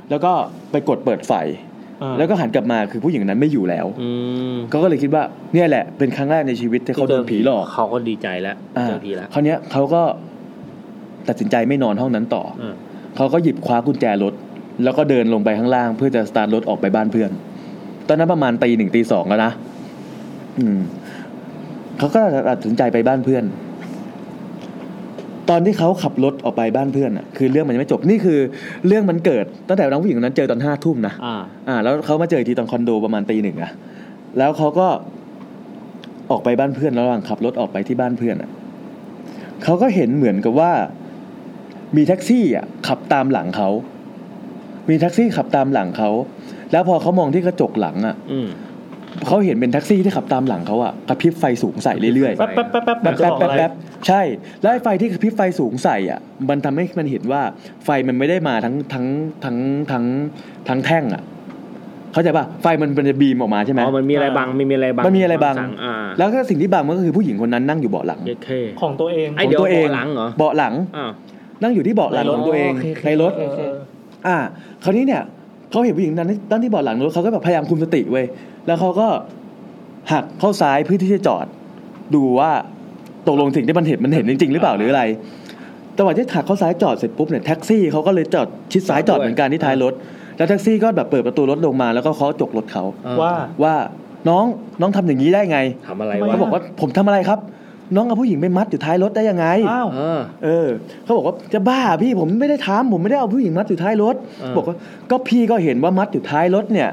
Speaker 3: แล้วก็ไปกดเปิดไฟ
Speaker 2: อ่า
Speaker 3: แล้วก็หันกลับมาคือผู้หญิงคนนั้นไม่อยู่แล้ว
Speaker 5: อืม
Speaker 3: เขาก็เลยคิดว่าเนี่ยแหละเป็นครั้งแรกในชีวิตที่เขาโดนผีหลอก
Speaker 5: เขาก็ดีใจแล้ว
Speaker 3: อ่า
Speaker 5: เจอผีแล้ว
Speaker 3: คราวเนี้ยเขาก็ตัดสินใจไม่นอนห้องนั้นต่ออ
Speaker 5: ม
Speaker 3: เขาก็หยิบคว้ากุญแจรถ แล้วก็เดินลงไปข้างล่างเพื่อจะสตาร์ทรถออกไปบ้านเพื่อน ตอนนั้นประมาณตีหนึ่งตีสองแล้วนะอืมเขาก็ตัดสินใจไปบ้านเพื่อน ตอนที่เขาขับรถออกไปบ้านเพื่อนอ่ะคือเรื่องมันยังไม่จบนี่คือ เรื่องมันเกิดตั้งแต่น้องผู้หญิงคนนั้นเจอตอนห้าทุ่มนะ
Speaker 5: อ่า
Speaker 3: อ่าแล้วเขามาเจออีกทีตอนคอนโดประมาณตีหนึ่งอะแล้วเขาก็ออกไปบ้านเพื่อนระหว่างขับรถออกไปที่บ้านเพื่อนอะเขาก็เห็นเหมือนกับว่า มีแท็กซี่อะขับตามหลังเขามีแท็กซี่ขับตามหลังเขาแล้วพอเขามองที่กระจกหลังอะ
Speaker 5: อืม
Speaker 3: เขาเห็นเป็นแท็กซี่ที่ขับตามหลังเขาอะกระพริบไฟสูงใส่เรื่อยๆ
Speaker 2: แป๊บแป๊บแป๊บแป๊บ
Speaker 3: แป๊บ
Speaker 2: จะบ
Speaker 3: แป๊บ
Speaker 2: อกอะ
Speaker 3: แป๊บ
Speaker 2: ไร
Speaker 3: แป๊บใช่แล้วไอ้ไฟที่กระพริบไฟสูงใส่อ่ะ มันทำให้มันเห็นว่าไฟมันไม่ได้มาทั้งทั้งทั้งทั้งทั้งแท่งอ่ะ เข้าใจป่ะไฟมันเป็นบีมออกมาใช่ไหม
Speaker 5: อ๋อ มันมีอะไรบังมันมีอะไรบัง
Speaker 3: มันมีอะไรบัง
Speaker 5: สั่อ่า
Speaker 3: แล้วก็สิ่งที่บังมันก็คือผู้หญิงคนนั้นนั่งอยู่เบาะหลัง
Speaker 5: เยดเค
Speaker 2: ของตัวเอง
Speaker 5: ไอเดี๋ยวตัวหลังเหรอ
Speaker 3: เบาะหลัง
Speaker 5: อ้าว
Speaker 3: นั่งอยู่ที่เบาะหลัง
Speaker 2: ในรถ
Speaker 3: ของตัวเอง
Speaker 5: โอเคโอเค
Speaker 3: ในรถ
Speaker 2: เออเออ
Speaker 3: อ่าคราวนี้เนี่ยเขาเห็นผู้หญิงนั้นตอนที่เบาะหลังรถเขาก็แบบพยายามคุมสติเว้ยแล้วเขาก็หักเข้าซ้ายเพื่อที่จะจอด ดูว่าตกลงสิ่งที่มันเห็นมันเห็นจริงๆหรือเปล่าหรืออะไรจังหวะที่หักเข้าซ้ายจอดเสร็จปุ๊บเนี่ยแท็กซี่เขาก็เลยจอดชิดซ้ายจอดเหมือนกันที่ท้ายรถ แล้วแท็กซี่ก็แบบเปิดประตูรถลงมาแล้วก็เคาะกระจกรถเขา
Speaker 2: เออว่า
Speaker 3: ว่าน้องน้องทำอย่างนี้ได้ไง
Speaker 5: ทำอะไร
Speaker 2: ไม่
Speaker 5: วะ
Speaker 3: เขาบอกว่าผมทำอะไรครับ น้องเอาผู้หญิงไปมัดอยู่ท้ายรถได้ยังไง
Speaker 2: อ้าว
Speaker 5: เออ
Speaker 3: เออเขาบอกว่าจะบ้าพี่ผมไม่ได้ทำผมไม่ได้เอาผู้หญิงมัดอยู่ท้ายรถ
Speaker 5: เออ
Speaker 3: บอกว่าก็พี่ก็เห็นว่ามัดอยู่ท้ายรถเนี่ย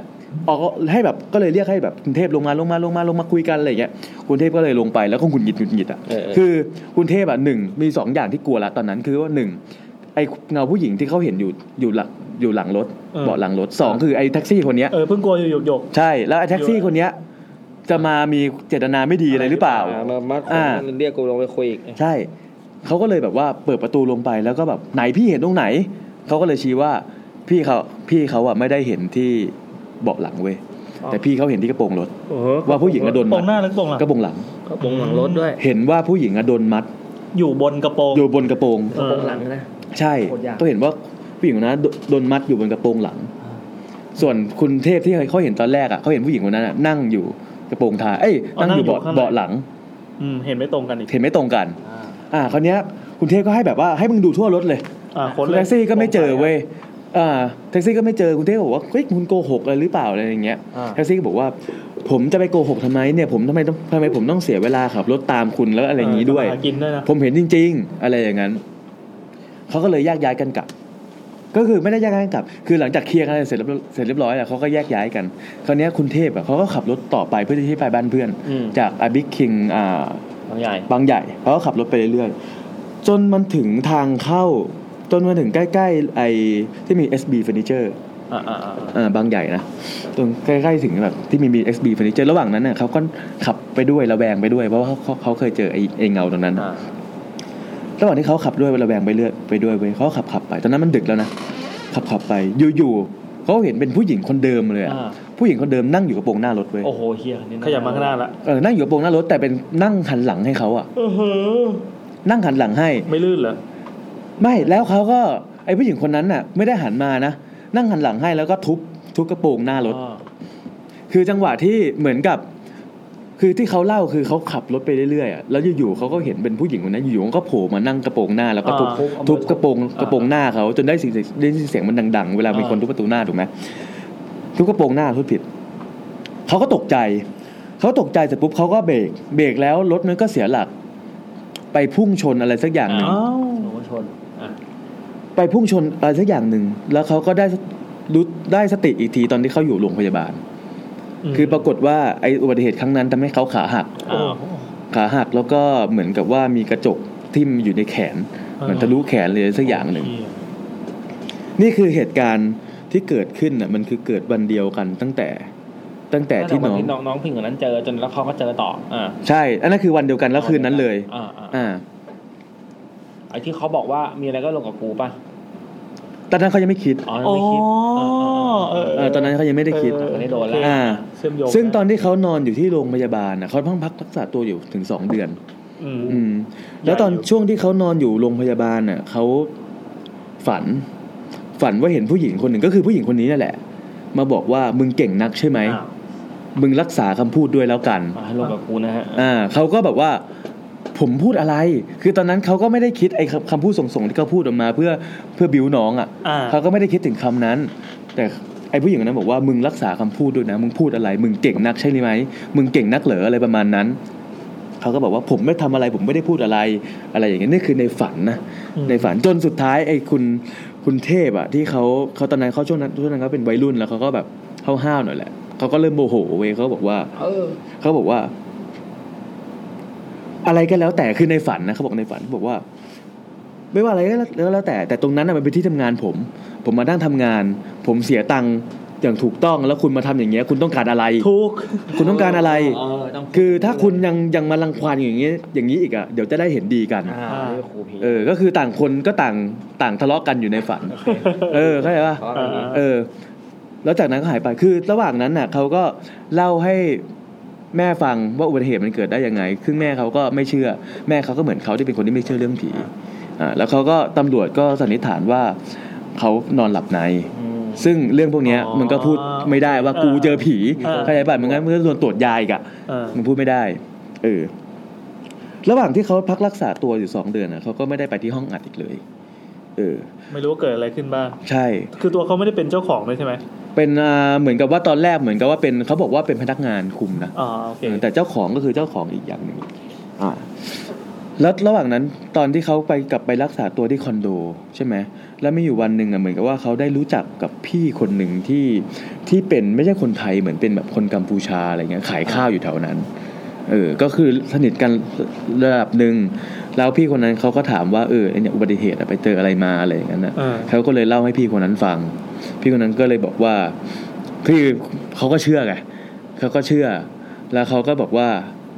Speaker 3: ออกให้แบบก็เลยเรียกให้แบบคุณเทพลงมาลงมาลงมาลงมาคุยกันอะไรอย่างเงี้ยคุณเทพก็เลยลงไปแล้วก็หงุดหงิดหงุดหงิดอ่ะ
Speaker 5: เออเออ
Speaker 3: คือคุณเทพอ่ะหนึ่งมีสองอย่างที่กลัวละตอนนั้นคือว่าหนึ่งไอเงาผู้หญิงที่เขาเห็นอยู่อยู่หลังอยู่หลังรถเบาะหลังรถสองคือไอแท็กซี่คนเนี้ย
Speaker 2: เออเพิ่งกลัวอยู่หยกหยก
Speaker 3: ใช่แล้วไอแท็กซี่คนเนี้ยจะมามีเจตนาไม่ดีอะไรหรือเปล่า
Speaker 5: อ่ามามา
Speaker 3: อ่า
Speaker 5: เรียกกูลงไปคุยอีก
Speaker 3: ใช่ เขาก็เลยแบบว่าเปิดประตูลงไปแล้วก็แบบไหนพี่เห็นตรงไหน เขาก็เลยชี้ว่าพี่เขาพี่เขาอะไม่ได้เห็นที่เบาะหลังเว้ย
Speaker 2: อ๋อ
Speaker 3: แต่พี่เขาเห็นที่กระโปรงรถ
Speaker 2: โอ้โห
Speaker 3: ว่าผู้หญิงอะโดน
Speaker 2: ต
Speaker 3: มั
Speaker 2: ร
Speaker 3: ด
Speaker 2: งหน้าหรือกตรงหลัง
Speaker 3: กระโปรงหลัง
Speaker 5: ก็บงหลังรถด้วย
Speaker 3: เห็นว่าผู้หญิงอะโดนมัด
Speaker 2: อยู่บนกระโปรง
Speaker 3: อยู่บนกระโปรง
Speaker 2: เออ
Speaker 5: บงหลังนะ
Speaker 3: ใช่
Speaker 5: โคตรยาก
Speaker 3: ก็เห็นว่าผู้หญิงคนนั้นโดโดนมัดอยู่บนกระโปรงหลัง ส่วนคุณเทพที่เขาเห็นตอนแรกอะเขาเห็นผู้หญิงคนนั้นอะนั่งอยู่กระโปรงท้ายเอ้ยนั่งอยู่เบาะเบาะหลัง
Speaker 2: อืมเห็นไม่ตรงกันอีก
Speaker 3: เห็นไม่ตรงกัน อ่าคราวเนี้ยคุณเทพก็ให้แบบว่าให้มึงดูทั่วรถเลย
Speaker 2: อ่าคน
Speaker 3: แท็กซี่ก็ไม่เจอเว้ยอ่าแท็กซี่ก็ไม่เจอคุณเต้บอกว่าเฮ้ยคุณโกหกอะไรหรือเปล่าอะไรอย่างเงี้ย แท็กซี่ก็บอกว่า ผมจะไปโกหกทำไมเนี่ยผมทำไมต้องทำไมผมต้องเสียเวลาขับรถตามคุณแล้วอะไรอย่างงี้ด้วย
Speaker 2: หากินด้วยนะ
Speaker 3: ผมเห็นจริง ๆ อะไรอย่างนั้นเขาก็เลยแยกย้ายกันกลับ ก็คือไม่ได้แยกย้ายกันกลับ คือหลังจากเคลียร์กันเสร็จเรียบเสร็จเรียบร้อยแล้วเขาก็แยกย้ายกันคราวเนี้ยคุณเทพอ่ะเขาก็ขับรถต่อไปเพื่อที่จะไปบ้านเพื่อน
Speaker 5: อืม
Speaker 3: จากอาบิ๊กคิงอ่า
Speaker 5: บางใหญ่
Speaker 3: บางใหญ่เขาก็ขับรถไปเรื่อยๆ จนมันถึงทางเข้า จนมันถึงใกล้ๆไอ้ที่มี SB Furniture
Speaker 5: อ่าอ่าอ่า
Speaker 3: เอ่อบางใหญ่นะตรงใกล้ๆถึงแบบที่มี SB Furniture ระหว่างนั้นน่ะเขาก็ขับไปด้วยระแวงไปด้วย เพราะว่าเขาเขาเขาเคยเจอไอ้ไอ้เงาตรงนั้น
Speaker 5: อ่า
Speaker 3: ระหว่างที่เขาขับด้วยระแวงไปเรื่อยไปด้วยเว้ยเขาก็ขับขับไป ตอนนั้นมันดึกแล้วนะขับขับไปอยู่ๆเขาเห็นเป็นผู้หญิงคนเดิมเลยอะ
Speaker 2: อ่า
Speaker 3: ผู้หญิงคนเดิมนั่งอยู่กระโปรงหน้ารถเว้ย
Speaker 2: โอ้โหเฮียนี่นะขยับมาข้างหน้าละ
Speaker 3: เออนั่งอยู่กระโปรงหน้ารถแต่เป็นนั่งหันหลังให้เขาอะ
Speaker 2: เออเฮ้อ
Speaker 3: นั่งหันหลังให้
Speaker 2: ไม่ลื่นเหรอ
Speaker 3: ไม่แล้วเขาก็ไอ้ผู้หญิงคนนั้นน่ะ ไม่ได้หันมานะนั่งหันหลังให้แล้วก็ทุบทุบกระโปรงหน้ารถ
Speaker 2: อ่า
Speaker 3: คือจังหวะที่เหมือนกับ คือที่เขาเล่าคือเขาขับรถไปเรื่อยๆอ่ะแล้วอยู่ๆเขาก็เห็นเป็นผู้หญิงคนนั้นอยู่ๆก็โผล่มานั่งกระโปรงหน้าแล้วก็ทุบ
Speaker 2: อ่า
Speaker 3: ทุบกระโปรงกระโปรงหน้าเขาจนได้เสียงได้ยินเสียงมันดังๆ เวลามีคนทุบประตูหน้าถูกไหมทุบกระโปรงหน้าทุบผิดเขาก็ตกใจ เขาตกใจเสร็จปุ๊บเขาก็เบรกเบรกแล้วรถมันก็เสียหลัก ไปพุ่งชนอะไรสักอย่างหนึ่ง
Speaker 2: อ้าว
Speaker 5: โอ้ชนอ่ะ
Speaker 3: ไปพุ่งชนอะไรสักอย่างหนึ่ง แล้วเขาก็ได้รู้ได้สติอีกทีตอนที่เขาอยู่โรงพยาบาล คือปรากฏว่าไออุบัติเหตุครั้งนั้นทำให้เขาขาหัก
Speaker 2: อ้าว
Speaker 3: ขาหักแล้วก็เหมือนกับว่ามีกระจกทิ่มอยู่ในแขน
Speaker 2: อ่า
Speaker 3: เหมือนทะลุแขนเลยสักอย่างหนึ่ง นี่คือเหตุการณ์ที่เกิดขึ้นน่ะมันคือเกิดวันเดียวกันตั้งแต่ตั้งแต่ที่น้อง
Speaker 5: ที่น้องน้องผู้หญิงคนนั้นเจอจนแล้วเขาก็เจอต่ออ่า
Speaker 3: ใช่ อันนั้นคือวันเดียวกันแล้วคืนนั้นเลย
Speaker 5: อ่าอ่า
Speaker 3: อ่า
Speaker 5: ไอ้ที่เขาบอกว่ามีอะไรก็ลงกับกูป่ะ
Speaker 3: ตอนนั้นเขายังไม่คิด
Speaker 5: อ๋อไม่คิด
Speaker 2: อ๋อเออ
Speaker 3: เออตอนนั้นเขายังไม่ได้คิด
Speaker 2: เออ
Speaker 5: ไม่ได้โดนแล้ว
Speaker 3: อ่า
Speaker 2: เชื่อมโยง
Speaker 3: ซึ่งตอนที่เขานอนอยู่ที่โรงพยาบาลน่ะเขาเพิ่งพักรักษาตัวอยู่ถึงสองเดือน
Speaker 2: อืม
Speaker 3: อืมแล้วตอน
Speaker 2: ใหญ่อยู่
Speaker 3: ช่วงที่เขานอนอยู่โรงพยาบาลน่ะเขาฝัน ฝันว่าเห็นผู้หญิงคนหนึ่งก็คือผู้หญิงคนนี้นั่นแหละ มาบอกว่ามึงเก่งนักใช่ไหม
Speaker 2: อ้าว
Speaker 3: มึงรักษาคำพูดด้วยแล้วกัน
Speaker 5: อ่าให้ลงกับกูนะฮะ
Speaker 3: อ่าเขาก็แบบว่า ผมพูดอะไร คือตอนนั้นเขาก็ไม่ได้คิดไอ้คำคำพูดส่งๆที่เขาพูดออกมา เพื่อเพื่อบิวน้องอ่ะ
Speaker 2: อ่า
Speaker 3: เขาก็ไม่ได้คิดถึงคำนั้น แต่ไอ้ผู้หญิงคนนั้นบอกว่ามึงรักษาคำพูดด้วยนะมึงพูดอะไร มึงเก่งนักใช่ไหมมึงเก่งนักเหรออะไรประมาณนั้นเขาก็บอกว่าผมไม่ทำอะไร ผมไม่ได้พูดอะไรอะไรอย่างเงี้ยนี่คือในฝันนะในฝันจนสุดท้ายไอ้คุณคุณเทพอ่ะที่เขาเขาตอนนั้นเขาช่วงนั้นช่วงนั้นเขาเป็นวัยรุ่นแล้วเขาก็แบบเขาห้าวๆหน่อยแหละเขาก็เริ่มโมโหเว้ยเขาบอกว่า
Speaker 5: เออ
Speaker 3: เขาบอกว่า อะไรก็แล้วแต่คือในฝันนะเขาบอกในฝันบอกว่า ไม่ว่าอะไรก็แล้วแล้วแต่ แต่ตรงนั้นน่ะมันเป็นที่ทำงานผม ผมมานั่งทำงาน ผมเสียตังค์อย่างถูกต้องแล้วคุณมาทำอย่างเงี้ย คุณต้องการอะไร
Speaker 2: ทุก
Speaker 3: คุณต้องการอะไร
Speaker 5: เอต้องพูด
Speaker 3: คือถ้าคุณยังยังมารังควานอย่างเงี้ยอย่างนี้อีกอ่ะเดี๋ยวจะได้เห็นดีกัน
Speaker 5: อ่าเรียกครูพี
Speaker 3: เออ ก็คือต่างคนก็ต่างต่างทะเลาะกันอยู่ในฝัน เออเข้าใจปะ
Speaker 5: เพราะอะไร
Speaker 3: เออ แล้วจากนั้นก็หายไป คือระหว่างนั้นน่ะเขาก็เล่าให้แม่ฟังว่าอุบัติเหตุมันเกิดได้ยังไง ซึ่งแม่เขาก็ไม่เชื่อ แม่เขาก็เหมือนเขาที่เป็นคนที่ไม่เชื่อเรื่องผี อ่า แล้วเขาก็ตำรวจก็สันนิษฐานว่าเขานอนหลับใน
Speaker 5: อืม
Speaker 3: ซึ่งเรื่องพวกเนี้ย
Speaker 2: อ๋อ
Speaker 3: มันก็พูดไม่ได้ว่ากูเจอผี
Speaker 2: อ่า
Speaker 3: เข้าใจป่ะมันงั้นมันก็โดนตรวจยาอีกอะ
Speaker 2: เออ
Speaker 3: มันพูดไม่ได้ เออ ระหว่างที่เขาพักรักษาตัวอยู่สองเดือนน่ะเขาก็ไม่ได้ไปที่ห้องอัดอีกเลย เออ
Speaker 2: ไม่รู้ว่าเกิดอะไรขึ้นบ้าง
Speaker 3: ใช่
Speaker 2: คือตัวเขาไม่ได้เป็นเจ้าของเลยใช่ไหม
Speaker 3: เป็นอ่าเหมือนกับว่าตอนแรกเหมือนกับว่าเป็นเขาบอกว่าเป็นพนักงานคุมนะ
Speaker 2: อ๋อโอเค
Speaker 3: เออแต่เจ้าของก็คือเจ้าของอีกอย่างหนึ่งอ่าแล้วระหว่างนั้นตอนที่เขาไปกลับไปรักษาตัวที่คอนโด ใช่ไหมแล้วมีอยู่วันหนึ่งอ่ะเหมือนกับว่าเขาได้รู้จักกับพี่คนหนึ่งที่ที่เป็นไม่ใช่คนไทยเหมือนเป็นแบบคนกัมพูชาอะไรเงี้ยขายข้าวอยู่แถวนั้น เออ ก็คือสนิทกันระดับหนึ่งแล้วพี่คนนั้นเขาก็ถามว่าเออไอ้เนี่ยอุบัติเหตุอะไปเจออะไรมาอะไรอย่างนั้นนะ
Speaker 2: เออ
Speaker 3: เขาก็เลยเล่าให้พี่คนนั้นฟัง พี่คนนั้นก็เลยบอกว่าคือเขาก็เชื่อไงเขาก็เชื่อ แล้วเขาก็บอกว่า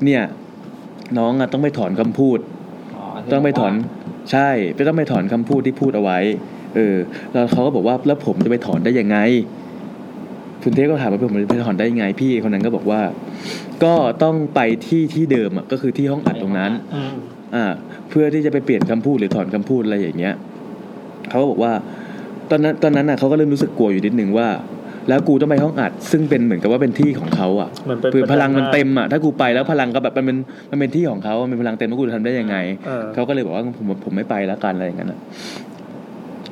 Speaker 3: เนี่ย น้องอะต้องไปถอนคำพูด ต้องไปถอน ใช่ไปต้องไปถอนคำพูดที่พูดเอาไว้ เออ แล้วเขาก็บอกว่าแล้วผมจะไปถอนได้ยังไง คุณเทพก็ถามว่าผมจะไปถอนได้ยังไง พี่คนนั้นก็บอกว่า ก็ต้องไปที่ที่เดิมอะก็คือที่ห้องอัดตรงนั้น
Speaker 2: อืม
Speaker 3: อ่าเพื่อที่จะไปเปลี่ยนคำพูดหรือถอนคำพูดอะไรอย่างเงี้ยเขาก็บอกว่า ตอนนั้นตอนนั้นน่ะเขาก็เริ่มรู้สึกกลัวอยู่นิดนึงว่า แล้วกูต้องไปห้องอัด ซึ่งเป็นเหมือนกับว่าเป็นที่ของเขาอ่ะ
Speaker 2: เหมือนเป็น
Speaker 3: คือพลังมันเต็มอ่ะถ้ากูไปแล้วพลังก็แบบมันเป็นมันเป็นที่ของเขามันเป็นพลังเต็มแล้วกูจะทำได้ยังไง
Speaker 2: เออ
Speaker 3: เขาก็เลยบอกว่าผมผมไม่ไปแล้วกันอะไรอย่างนั้นน่ะ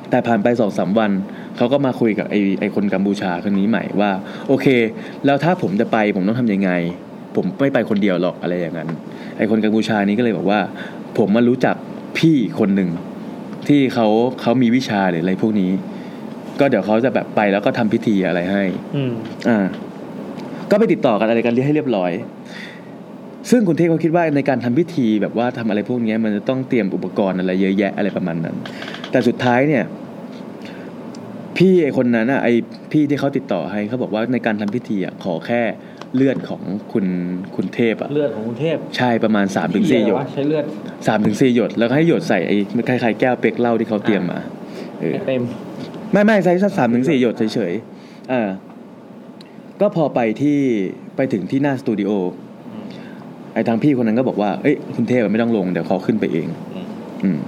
Speaker 3: แต่ผ่านไปสองสามวัน เขาก็มาคุยกับไอ้ไอ้คนกัมพูชาคนนี้ใหม่ว่า โอเค แล้วถ้าผมจะไปผมต้องทำยังไง ผมไม่ไปคนเดียวหรอกอะไรอย่างนั้น ไอ้คนกัมพูชานี้ก็เลยบอกว่า ผมมารู้จักพี่คนหนึ่งที่เขาเขามีวิชาหรืออะไรพวกนี้ ก็เดี๋ยวเขาจะแบบไปแล้วก็ทำพิธีอะไรให้
Speaker 2: อืม
Speaker 3: อ่า ก็ไปติดต่อกันอะไรกันให้เรียบร้อย ซึ่งคุณเทพเขาคิดว่าในการทำพิธีแบบว่าทำอะไรพวกเนี้ยมันจะต้องเตรียมอุปกรณ์อะไรเยอะแยะอะไรประมาณนั้น แต่สุดท้ายเนี่ย พี่ไอคนนั้นอ่ะไอพี่ที่เขาติดต่อให้เขาบอกว่าในการทำพิธีอ่ะขอแค่เลือดของคุณคุณเทพอ่ะ
Speaker 5: เลือดของกรุงเทพ
Speaker 3: ใช่ประมาณสามถึงสี่หยด
Speaker 5: ใช้เลือด
Speaker 3: สามถึงสี่หยดแล้วก็ให้หยดใส่ไอ้คล้ายๆแก้วเป๊กเหล้าที่เขาเตรียมมาเออ
Speaker 5: ให้เต็ม
Speaker 3: ไม่ไม่ใช้สักสามถึงสี่หยดเฉยๆอ่าก็พอไปที่ไปถึงที่หน้าสตูดิโออ
Speaker 5: ม
Speaker 3: ไอ้ทางพี่คนนั้นก็บอกว่าเอ้ยคุณเทพอะไม่ต้องลงเดี๋ยวเขาขึ้นไปเอง อืม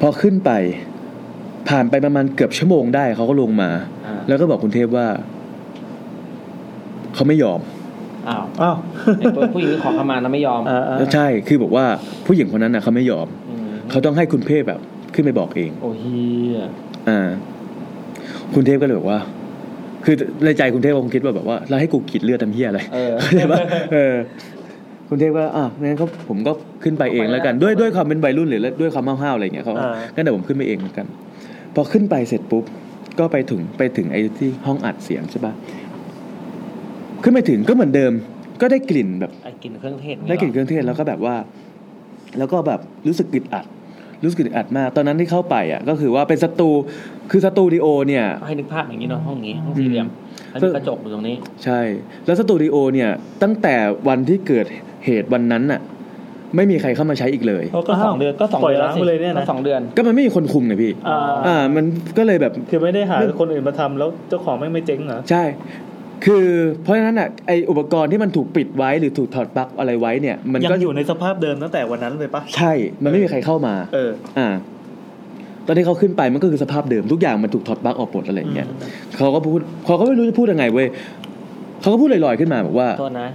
Speaker 3: พอขึ้นไป ผ่านไปประมาณเกือบชั่วโมงได้เขาก็ลงมา
Speaker 5: อ่า
Speaker 3: แล้วก็บอกคุณเทพว่าเขาไม่ยอม
Speaker 5: อ้าว
Speaker 2: อ้าว
Speaker 5: ไอ้ตัวผู้หญิงที่ขอขมานะไม่ยอม
Speaker 2: อ่าอ่า
Speaker 3: ใช่คือบอกว่าผู้หญิงคนนั้นนะเขาไม่ยอม
Speaker 5: อืม
Speaker 3: เขาต้องให้คุณเทพแบบ ขึ้นไปบอกเอง
Speaker 5: โอ้เฮีย
Speaker 3: อ่า คุณเทพก็เลยบอกว่า คือในใจคุณเทพคงคิดว่าแบบว่าแล้วให้กูกรีดเลือดทำเหี้ยอะไร
Speaker 10: เออ
Speaker 3: เข้าใจปะเออ คุณเทพก็อ่ะงั้นเขาผมก็ขึ้นไปเองแล้วกัน ด้วยด้วยความเป็นวัยรุ่นหรือด้วยความห้าวๆอะไรอย่างเงี้ยเขา
Speaker 2: อ่า
Speaker 3: งั้นเดี๋ยวผมขึ้นไปเองแล้วกัน พอขึ้นไปเสร็จปุ๊บ ก็ไปถึงไปถึงไอ้ที่ห้องอัดเสียงใช่ปะขึ้นไปถึงก็เหมือนเดิม ก็ได้กลิ่นแบบ
Speaker 5: ไอ้กลินเครื่องเทศ
Speaker 3: ได้กลิ่นเครื่องเทศแล้วก็แบบว่า แล้วก็แบบรู้สึกอึดอัด รู้สึกอึดอัดมาก ตอนนั้นที่เข้าไปอ่ะ ก็คือว่าเป็นสตูคือสตูดิโอเนี่ย
Speaker 5: ให้นึกภาพอย่างนี้เนาะห้องนี้ห้องสี่เหลี่ยมแล้ว
Speaker 3: ซึ่
Speaker 5: มี
Speaker 3: ง
Speaker 5: กระจกอยู่ตรงนี้
Speaker 3: ใช่ แล้วสตูดิโอเนี่ย ตั้งแต่วันที่เกิดเหตุวันนั้นน่ะ ไม่มีใครเข้ามาใช้อีกเลย
Speaker 2: เขาก็สองเดือนก็สอง
Speaker 5: ป
Speaker 2: ป
Speaker 5: ล่
Speaker 2: ล่
Speaker 5: อ
Speaker 2: อย ยร้าว
Speaker 5: แล้
Speaker 2: ง
Speaker 5: สิ
Speaker 2: ไปเลยเนี่ย
Speaker 5: ก็
Speaker 2: นะ
Speaker 5: สองเดือน
Speaker 3: ก็มันไม่มีคนคุมไงพี่
Speaker 2: อ่า
Speaker 3: อ่า มันก็เลยแบบ
Speaker 2: คือไม่ได้หาคนอื่นมาทำแล้วเจ้าของแม่งไม่เจ๊งเหรอ
Speaker 3: ใช่ คือเพราะฉะนั้นอ่ะไออุปกรณ์ที่มันถูกปิดไว้หรือถูกถอดปลั๊กอะไรไว้เนี่ย มัน
Speaker 2: ยัง
Speaker 3: ก็
Speaker 2: อยู่ในสภาพเดิมตั้งแต่วันนั้นเลยปะ
Speaker 3: ใช่ มันไม่มีใครเข้ามา
Speaker 2: เออ
Speaker 3: อ่า ตอนที่เขาขึ้นไปมันก็คือสภาพเดิมทุกอย่างมันถูกถอดปลั๊กออกหมดอะไรอย่างเงี้ยเขาก็พูดเขาก็ไม่รู้จะพูดยังไงเว้ยเขาก็พูดลอยๆขึ้นมาบอกว่า
Speaker 5: โทษนะ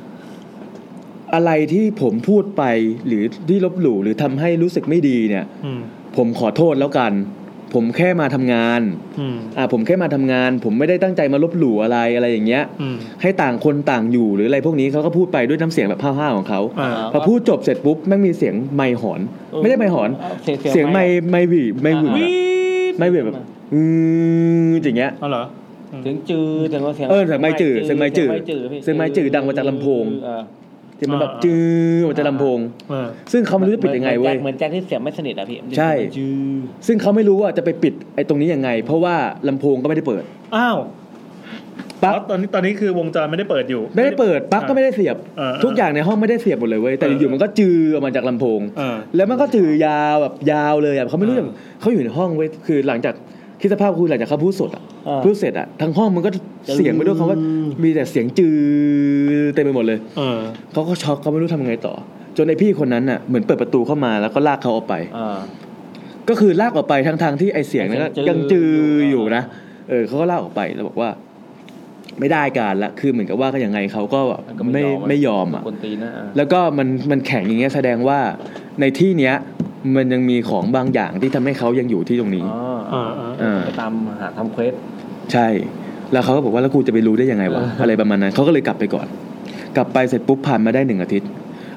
Speaker 3: อะไรที่ผมพูดไปหรือที่ลบหลู่หรือทำให้รู้สึกไม่ดีเนี่ย
Speaker 2: อืม
Speaker 3: ผมขอโทษแล้วกัน ผมแค่มาทำงาน
Speaker 2: อืม
Speaker 3: อ่า ผมแค่มาทำงาน ผมไม่ได้ตั้งใจมาลบหลู่อะไรอะไรอย่างเงี้ย
Speaker 2: อืม
Speaker 3: ให้ต่างคนต่างอยู่หรืออะไรพวกนี้เขาก็พูดไปด้วยน้ำเสียงแบบห้าวๆของเขา
Speaker 2: อ่า
Speaker 5: ครับ
Speaker 3: พอพูดจบเสร็จปุ๊บแม่งมีเสียงไมค์หอน ไม่ได้ไมค์หอน
Speaker 5: เสียง
Speaker 3: เสียงไมค์ไมค์หวีไมค์หวี
Speaker 5: อ่า
Speaker 3: ไมค์หวีแบบอืออย่างเงี้ย
Speaker 2: เอาเหรอ
Speaker 5: เสียงจืดเสียงว่าเสียง
Speaker 3: เออเสียงไม้จืดเสียงไม้จืดเสี
Speaker 5: เสี
Speaker 3: ยงไม้จืดดังมาจากลำโพง ที่มันแบบ
Speaker 2: อ่า
Speaker 3: จื้อมันจะลำโพง
Speaker 2: เออ
Speaker 3: ซึ่งเขาไม่รู้จะปิดยังไงเว้ย
Speaker 5: เหมือนแจ็คที่เสียงไม่สนิทอะพี่
Speaker 3: ใช่
Speaker 5: จืด
Speaker 3: ซึ่งเขาไม่รู้ว่าจะไปปิดไอ้ตรงนี้ยังไง เพราะว่าลำโพงก็ไม่ได้เปิด
Speaker 2: อ้าว
Speaker 3: ปลั๊ก
Speaker 2: อ๋อตอนนี้ตอนนี้คือวงจรไม่ได้เปิดอยู่
Speaker 3: ไม่ได้เปิดปลั๊กก็ไม่ได้เสียบ
Speaker 2: เออเออ
Speaker 3: ทุกอย่างในห้องไม่ได้เสียบหมดเลยเว้ยแต่
Speaker 2: เออ
Speaker 3: อยู่ๆมันก็จือออกมาจากลำโพง
Speaker 2: เออ
Speaker 3: แล้วมันก็ถือยาวแบบยาวเลยอ่ะเขาไม่รู้อย่างเขาอยู่ในห้องเว้ยคือหลังจากคิดสภาพคือหลังจากเขาพูดสดอ่ะ
Speaker 5: เออ
Speaker 3: พูดเสร็จอ่ะทั้งห้องมันก็เสียงไปด้วยคำว่า
Speaker 5: อืม
Speaker 3: มีแต่เสียงจือเต็มไปหมดเลย
Speaker 2: เออ
Speaker 3: เขาก็ช็อกเขาไม่รู้ทำไงต่อ จนไอพี่คนนั้นน่ะเหมือนเปิดประตูเข้ามาแล้วก็ลากเขาออกไป
Speaker 5: อ่า
Speaker 3: ก็คือลากออกไปทั้งทางๆที่ไอเสียงนั้นก็
Speaker 5: ยั
Speaker 3: ยัง
Speaker 5: ง
Speaker 3: จื
Speaker 5: จือ
Speaker 3: ออยู่นะเออเขาก็ลากออกไปแล้วบอกว่า ไม่ได้การละคือเหมือนกับว่าก็ยังไงเขาก็แบบ
Speaker 5: นก็
Speaker 3: ไม่ไม่ยอมอ่ะ
Speaker 5: คนตีนนะอ่า
Speaker 3: แล้วก็มันมันแข็งอย่างเงี้ยแสดงว่าในที่เนี้ยมันยังมีของบางอย่างที่ทำให้เขายังอยู่ที่ตรงนี้
Speaker 5: อ๋อ
Speaker 2: อ่า
Speaker 5: อ่า
Speaker 2: อ่า
Speaker 3: เออ
Speaker 5: ไปตามหาทำเควส
Speaker 3: ใช่ แล้วเขาก็บอกว่าแล้วกูจะไปรู้ได้ยังไงวะ
Speaker 5: เอออ
Speaker 3: อะไรประมาณนั้นเขาก็เลยกลับไปก่อน กลับไปเสร็จปุ๊บผ่านมาได้หนึ่งอาทิตย์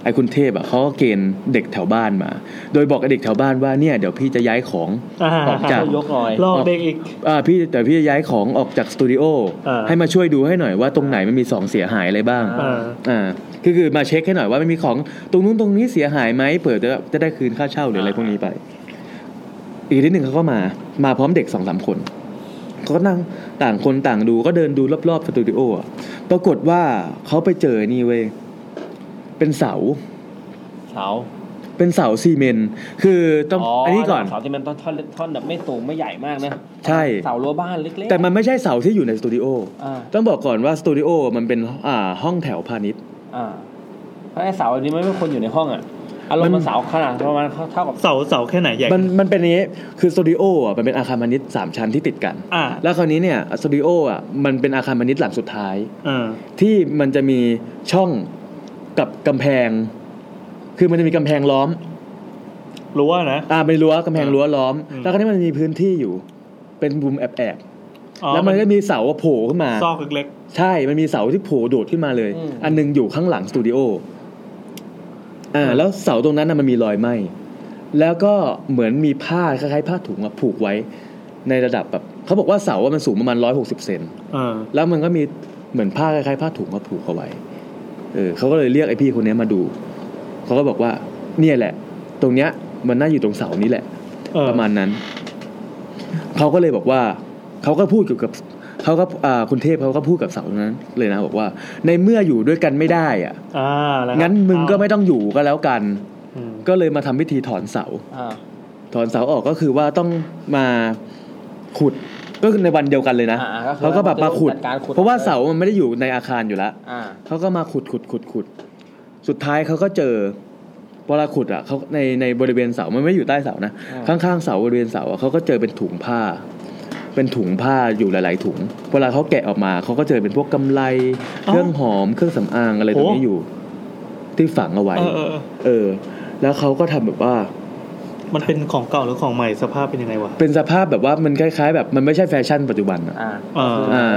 Speaker 3: ไอ้คุณเทพอ่ะเขาก็เกณฑ์เด็กแถวบ้านมา โดยบอกกับเด็กแถวบ้านว่าเนี่ยเดี๋ยวพี่จะย้ายของ
Speaker 2: อ่า
Speaker 3: ออกจาก
Speaker 5: ยกหน่อย
Speaker 2: หลอกเด็กอีก
Speaker 3: อ่าพี่แต่พี่จะย้ายของออกจากสตูดิโอ
Speaker 2: เออ
Speaker 3: ให้มาช่วยดูให้หน่อยว่าตรงไหนมันมีสองเสียหายอะไรบ้าง
Speaker 2: เออ
Speaker 3: อ่าคือคือมาเช็คให้หน่อยว่ามันมีของตรงนู้นตรงนี้เสียหายไหมเผื่อจะจะได้คืนค่าเช่าหรืออะไรพวกนี้ไป อีกนิดหนึ่งเขาก็มามาพร้อมเด็กสองสามคนเขาก็นั่งต่างคนต่างดูก็เดินดูรอบๆสตูดิโออะปรากฏว่าเขาไปเจอนี่เว้ยเป็นเสา
Speaker 5: เสา
Speaker 3: เป็นเสาซีเมนต์คือต้องอันนี้ก่อน
Speaker 5: เสาที่มันต้นท่อนท่อนแบบไม่สูงไม่ใหญ่มากนะ
Speaker 3: ใช่
Speaker 5: เสารั้วบ้านเล็กๆ
Speaker 3: แต่มันไม่ใช่เสาที่อยู่ในสตูดิโอ
Speaker 5: อ่า
Speaker 3: ต้องบอกก่อนว่าสตูดิโอมันเป็นอ่าห้องแถวพาณิชย์
Speaker 5: อ่าเพราะไอ้เสาอันนี้ไม่ไม่ควรอยู่ในห้องอ่ะอารมณ์
Speaker 3: มั
Speaker 5: มัน
Speaker 3: น
Speaker 5: เสาขนาดประมาณเท่ากับ
Speaker 2: เสาเสาแค่ไหนใหญ่
Speaker 3: มันมันเป็นอย่างนี้คือสตูดิโออ่ะมันเป็นอาคารพาณิชย์สามชั้นที่ติดกัน
Speaker 2: อ่า
Speaker 3: แล้วคราวนี้เนี่ยสตูดิโออ่ะมันเป็นอาคารพาณิชย์หลังสุดท้าย
Speaker 2: เออ
Speaker 3: ที่มันจะมีช่องกับกำแพง คือมันจะมีกำแพงล้อม
Speaker 2: รู้ว่านะ
Speaker 3: อ่าเป็นรั้วกำแพงรั้วล้อม
Speaker 2: อืม
Speaker 3: แล้วคราวนี้มันมีพื้นที่อยู่ เป็นมุมแอบ
Speaker 2: อ๋อ
Speaker 3: ๆแล้วมันก็มีเสาโผล่ขึ้นมา
Speaker 2: ซอกเล็ก
Speaker 3: ใช่มันมีเสาที่โผล่โดดขึ้นมาเลย
Speaker 5: อืม
Speaker 3: อันหนึงอยู่ข้างหลังสตูดิโออ่าแล้วเสาตรงนั้นนะมันมีรอยไหมแล้วก็เหมือนมีผ้าคล้ายๆผ้าถุงอะผูกไว้ ในระดับแบบเขาบอกว่าเสาอะมันสูงประมาณร้อยหกสิบเซน
Speaker 2: ๆเออ
Speaker 3: แล้วมันก็มีเหมือนผ้าคล้ายๆผ้าถุงมาผูกเอาไว้ เออเขาก็เลยเรียกไอพี่คนเนี้ยมาดู เขาก็บอกว่า เนี่ยแหละ ตรงเนี้ย มันน่าอยู่ตรงเสานี้แหละ
Speaker 2: เออ
Speaker 3: ประมาณนั้น เขาก็เลยบอกว่า เขาก็พูดเกี่ยวกับ เขาก็อ่าคุณเทพเขาก็พูดกับเสาตรงนั้น เลยนะบอกว่า ในเมื่ออยู่ด้วยกันไม่ได้อะ
Speaker 2: อ่าแล้วครับ
Speaker 3: งั้นมึงก็ไม่ต้องอยู่ก็แล้วกัน
Speaker 2: อืม
Speaker 3: ก็เลยมาทำพิธีถอนเสา
Speaker 5: อ่า
Speaker 3: ถอนเสาออกก็คือว่าต้องมาขุด ก็คือในวันเดียวกันเลยนะ
Speaker 5: อ่าคือ
Speaker 3: เขาก็แบบมาขุด
Speaker 5: จักขุด
Speaker 3: เพราะว่าเสามันไม่ได้อยู่ในอาคารอยู่แล้ว
Speaker 5: อ่า
Speaker 3: เขาก็มาขุดขุดขุดขุด สุดท้ายเขาก็เจอเวลาขุดอ่ะเขาในในบริเวณเสา มันไม่อยู่ใต้เสานะ
Speaker 5: อ่า
Speaker 3: ข้างๆเสาบริเวณเสาอ่ะเขาก็เจอเป็นถุงผ้า เป็นถุงผ้าอยู่หลาย ๆ ถุง เวลาเขาแกะออกมาเขาก็เจอเป็นพวกกำไล เครื่องหอม เครื่องสำอางอะไรตรงนี้อยู่ ที่ฝังเอาไว้
Speaker 2: เออเออเออ
Speaker 3: เออ แล้วเขาก็ทำแบบว่า
Speaker 2: มันเป็นของเก่าหรือของใหม่สภาพเป็นยังไงวะ
Speaker 3: เป็นสภาพแบบว่ามันคล้ายๆ แบบมันไม่ใช่แฟชั่นปัจจุบันอะ
Speaker 5: อ่า
Speaker 2: เอ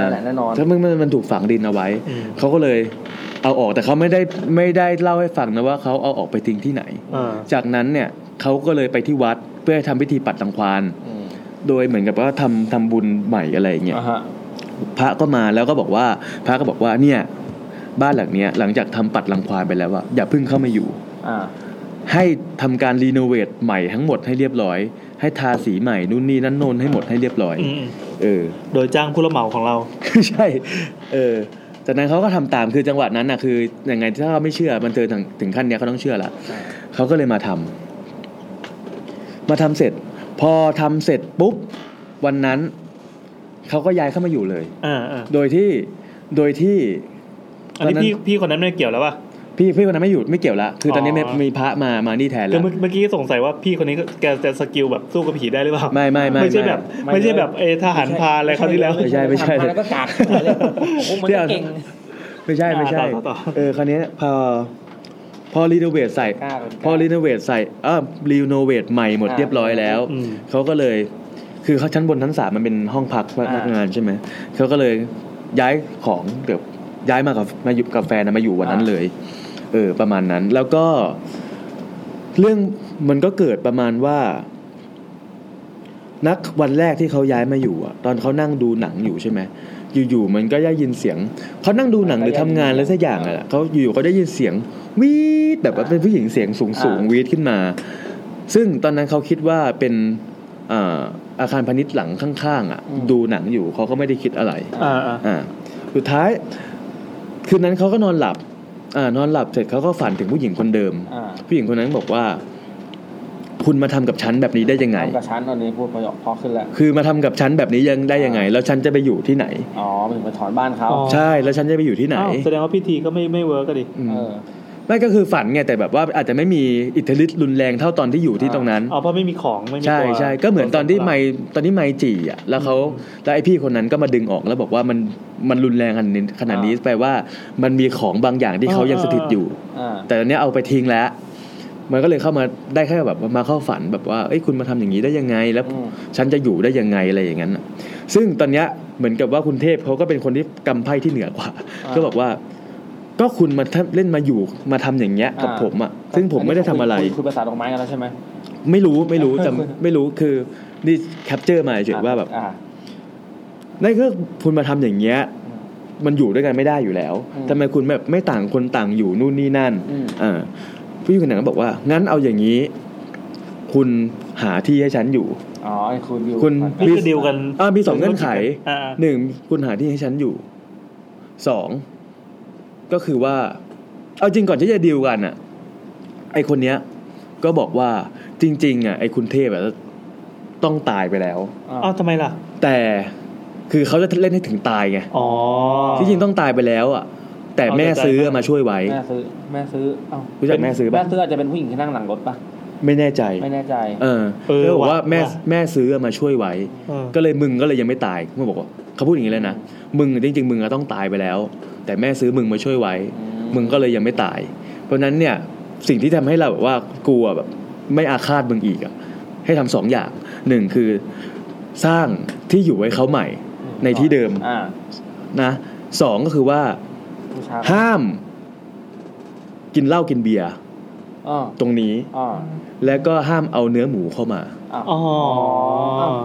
Speaker 2: อ
Speaker 5: คือนั่นแหละแน่นอน
Speaker 3: ถ้ามันมันมันถูกฝังดินเอาไว้
Speaker 2: อืม
Speaker 3: เขาก็เลยเอาออกแต่เขาไม่ได้ไม่ได้เล่าให้ฟังนะว่าเขาเอาออกไปทิ้งที่ไหน
Speaker 2: เออ
Speaker 3: จากนั้นเนี่ยเขาก็เลยไปที่วัดเพื่อให้ทำพิธีปัดรังควาน
Speaker 5: อืม
Speaker 3: โดยเหมือนกับว่าทำทำบุญใหม่อะไรอย่างเงี้ย
Speaker 5: อ่าฮะ
Speaker 3: พระก็มาแล้วก็บอกว่า พระก็บอกว่าเนี่ยบ้านหลังเนี้ยหลังจากทำปัดรังควานไปแล้วอะอย่าเพิ่งเข้ามาอยู่
Speaker 5: อ่า
Speaker 3: ให้ทำการรีโนเวทใหม่ทั้งหมดให้เรียบร้อย ให้ทาสีใหม่นู่นนี่นั่นโน่นให้หมดให้เรียบร้อย
Speaker 2: อืม
Speaker 3: เออ
Speaker 2: โดยจ้างผู้รับเหมาของเรา
Speaker 3: ใช่ เออ จากนั้นเขาก็ทำตาม คือจังหวะนั้นน่ะ คือยังไงถ้าเขาไม่เชื่อ มันเจอถึงถึงขั้นเนี้ยเขาต้องเชื่อละเขาก็เลยมาทำ มาทำเสร็จ พอทำเสร็จปุ๊บ วันนั้นเขาก็ย้ายเข้ามาอยู่เลย
Speaker 2: อ่าอ่า
Speaker 3: โดยที่ โดยที่
Speaker 2: อันนี้
Speaker 3: ตอนนั้น
Speaker 2: พี่พี่คนนั้นไม่เกี่ยวแล้วป่ะ
Speaker 3: พี่พี่คนนั้นไม่หยุดไม่เกี่ยวละ คือตอนนี้
Speaker 2: อ๋อ
Speaker 3: มีพระมา มานี่แทน
Speaker 2: ก็
Speaker 3: แล้ว
Speaker 2: เมื่อเมื่อกี้สงสัยว่าพี่คนนี้ก็แกจะสกิลแบบสู้กับผีได้หรือเปล่า
Speaker 3: ไม่ไม่ไม่
Speaker 2: ไม่ใช่แบบ ไม่ใช่แบบเอทหารพรานอะไรคราวที่แล้ว
Speaker 3: ไม่ใช่ ไม่ใช่
Speaker 5: ทำาแล้วก็กากเลยโอ้มันก็เก่ง
Speaker 3: ไม่ใช่ไม่ใช่
Speaker 2: อ่าต่อต่อต่อ
Speaker 3: เออคราวเนี้ยพอพอรีโนเวทใส่
Speaker 5: กล้าเป็นกล้า
Speaker 3: พอรีโนเวทใส่เออรีโนเวทใหม่หมดเรียบร้อยแล้ว
Speaker 2: อืม
Speaker 3: เขาก็เลย คือเขาชั้นบนชั้นสามมันเป็นห้องพักพนักงานใช่ไหมเขาก็เลยย้ายของเกือบย้ายมากับมาอยู่กับแฟนนะมาอยู่วันนั้นเลย เออ ประมาณนั้น แล้วก็ เรื่องมันก็เกิดประมาณว่า นักวันแรกที่เขาย้ายมาอยู่อะตอนเขานั่งดูหนังอยู่ใช่ไหมอยู่ๆมันก็ได้ยินเสียงเขานั่งดูหนังหรือทำงานอะไรสักอย่างอะแหละเขาอยู่ๆเขาได้ยินเสียงวีดแบบว่าเป็นผู้หญิงเสียงสูงสูงๆวีดขึ้นมา ซึ่งตอนนั้นเขาคิดว่าเป็นอ่าอาคารพาณิชย์หลังข้างๆอะดูหนังอยู่เขาก็ไม่ได้คิดอะไร
Speaker 2: อ่าอ่า
Speaker 3: อ่าสุดท้าย คืนนั้นเขาก็นอนหลับ อ่านอนหลับเสร็จเขาก็ฝันถึงผู้หญิงคนเดิม
Speaker 5: อ่า
Speaker 3: ผู้หญิงคนนั้นบอกว่า คุณมาทำกับฉันแบบนี้ได้ยังไง
Speaker 5: ทำกับชั้นตอนนี้พูดประโยคเพอขึ้นแล้ว
Speaker 3: คือมาทำกับฉันแบบนี้ยังได้ยังไง แล้วฉันจะไปอยู่ที่ไหน
Speaker 5: อ๋อมันถึงไปถอนบ้านเขา
Speaker 3: ใช่ แล้วฉันจะไปอยู่ที่ไหน
Speaker 2: อ้าวแสดงว่าพิธีก็ไม่ไม่เวิร์กก็ดิ
Speaker 3: อืม
Speaker 5: เออ
Speaker 3: ไม่ก็คือฝันไงแต่แบบว่าอาจจะไม่มีอิทธิฤทธิ์รุนแรงเท่าตอนที่อยู่ที่ตรงนั้น
Speaker 2: เอาเพราะไม่มีของไม่มี
Speaker 3: ใช่
Speaker 2: ตัว
Speaker 3: ใช่ก็เหมือนตอนที่ไม่ตอนที่ไม่จีอ่ะแล้วเขาแล้วไอพี่คนนั้นก็มาดึงออกแล้วบอกว่ามันมันรุนแรงขนาดนี้ขนาดนี้แปลว่ามันมีของบางอย่างที่เขายังสถิตอยู่
Speaker 5: อ่า
Speaker 3: แต่ตอนเนี้ยเอาไปทิ้งแล้ว มันก็เลยเข้ามาได้แค่แบบมาเข้าฝันแบบว่าเอ้ยคุณมาทำอย่างนี้ได้ยังไง แล้ว
Speaker 5: อืม
Speaker 3: ฉันจะอยู่ได้ยังไงอะไรอย่างนั้นน่ะซึ่งตอนเนี้ยเหมือนกับว่าคุณเทพเขาก็เป็นคนที่กำไพ่ที่เหนือกว่า ก็บอกว่า ก็คุณมาทำเล่นมาอยู่มาทำอย่างเงี้ยกับผมอ่ะ ซึ่งผมไม่ได้ทำอะไร
Speaker 5: คุยคุยภาษาดอกไม้กันแล้วใช่ไหม
Speaker 3: ไม่รู้ไม่รู้จำ ไม่รู้คือนี่แคปเจอร์มาเฉยๆว่าแบบ
Speaker 5: อ่า
Speaker 3: นั่นก็คุณมาทำอย่างเงี้ย มันอยู่ด้วยกันไม่ได้อยู่แล้ว
Speaker 5: อืม
Speaker 3: ทำไมคุณแบบไม่ต่างคนต่างอยู่นู่นนี่นั่น
Speaker 5: อืม
Speaker 3: อ่าผู้หญิงคนนั้นก็บอกว่า งั้นเอาอย่างนี้ คุณหาที่ให้ฉันอยู่
Speaker 5: อ๋อไอ้คุณดิว
Speaker 3: คุณ
Speaker 2: นี่คือดีลกัน
Speaker 3: อ่ามีสองเงื่อนไข
Speaker 2: อ่า
Speaker 3: หนึ่งคุณหาที่ให้ฉันอยู่สองก็คือว่า เอาจริงก่อนที่จะดีลกันอ่ะ ไอคนเนี้ย ก็บอกว่าจริง ๆ อ่ะ ไอคุณเทพอ่ะต้องตายไปแล้ว
Speaker 5: อ่า
Speaker 2: อ้าวทำไมล่ะ
Speaker 3: แต่คือเขาจะเล่นให้ถึงตายไง
Speaker 2: อ๋อ
Speaker 3: ที่จริงต้องตายไปแล้วอ่ะ แต่แม่ซื้อมาช่วยไว้
Speaker 5: แม่ซื้อ แม่ซื้อเอ้า
Speaker 3: รู้จักแม่ซื้อปะ
Speaker 5: แม่ซื้ออาจจะเป็นผู้หญิงที่นั่งหลังรถปะ
Speaker 3: ไม่แน่ใจ
Speaker 5: ไม่แน่ใจ
Speaker 3: เออ
Speaker 2: เออ
Speaker 3: เธอบอกว่า
Speaker 2: ว่ะ
Speaker 3: แม่
Speaker 2: ว่ะ
Speaker 3: แม่ซื้อมาช่วยไว้
Speaker 2: เออ
Speaker 3: ก็เลยมึงก็เลยยังไม่ตายมึงบอกว่าเขาพูดอย่างนี้เลยนะมึงจริง ๆ มึงอะต้องตายไปแล้ว แต่แม่ซื้อมึงมาช่วยไว้
Speaker 5: อืม
Speaker 3: มึงก็เลยยังไม่ตาย เพราะฉะนั้นเนี่ยสิ่งที่ทำให้เราแบบว่ากลัวแบบ ไม่อาฆาตมึงอีกอ่ะให้ทำสองอย่างหนึ่งคือสร้างที่อยู่ไว้เขาใหม่ ในที่เดิม
Speaker 5: อ่า
Speaker 3: นะสองก็คือว่า
Speaker 5: ผู้ชาย
Speaker 3: ห้าม กินเหล้ากินเบียร์
Speaker 5: อ๋อ
Speaker 3: ตรงนี้
Speaker 5: อ๋อ
Speaker 3: แล้วก็ห้ามเอาเนื้อหมูเข้ามา
Speaker 5: อ๋อ
Speaker 2: อ๋อ
Speaker 5: าว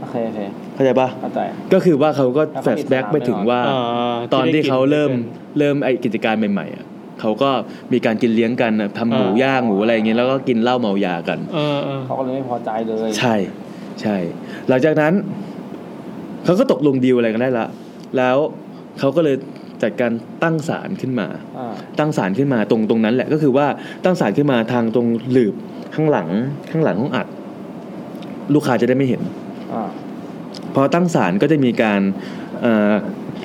Speaker 5: โอเคโอเค
Speaker 3: เข้าใจปะ
Speaker 5: เข้าใจ
Speaker 3: ก็คือว่าเขาก็
Speaker 5: แล้ว
Speaker 3: แฟ
Speaker 5: เขา
Speaker 3: ล
Speaker 5: มี
Speaker 3: ชแบ็ก
Speaker 5: สนาม
Speaker 3: ไปถึง
Speaker 5: ด้วยเหรอ
Speaker 3: ว่า
Speaker 2: เ
Speaker 3: ตอนที่เขาเริ่มเริ่มไอกิจการใหม่ๆอ่ะเขาก็มีการกินเลี้ยงกันนะทำหมู
Speaker 2: อ่า
Speaker 3: ย่างหมูอะไรอย่างเงี้ยแล้วก็กินเหล้าเมายากัน
Speaker 2: เออเออ
Speaker 5: เขาก็เลยไม่พอใจเลย
Speaker 3: ใช่ ใช่ หลังจากนั้นเขาก็ตกลงดีลอะไรกันได้ละแล้วเขาก็เลยจัดการตั้งศาลขึ้นมา
Speaker 5: อ่า
Speaker 3: ตั้งศาลขึ้นมาตรงตรงนั้นแหละก็คือว่าตั้งศาลขึ้นมาทางตรงหลืบข้างหลังข้างหลังห้องอัด ลูกค้าจะได้ไม่เห็น
Speaker 5: อ่า
Speaker 3: พอตั้งศาลก็จะมีการเอ่อ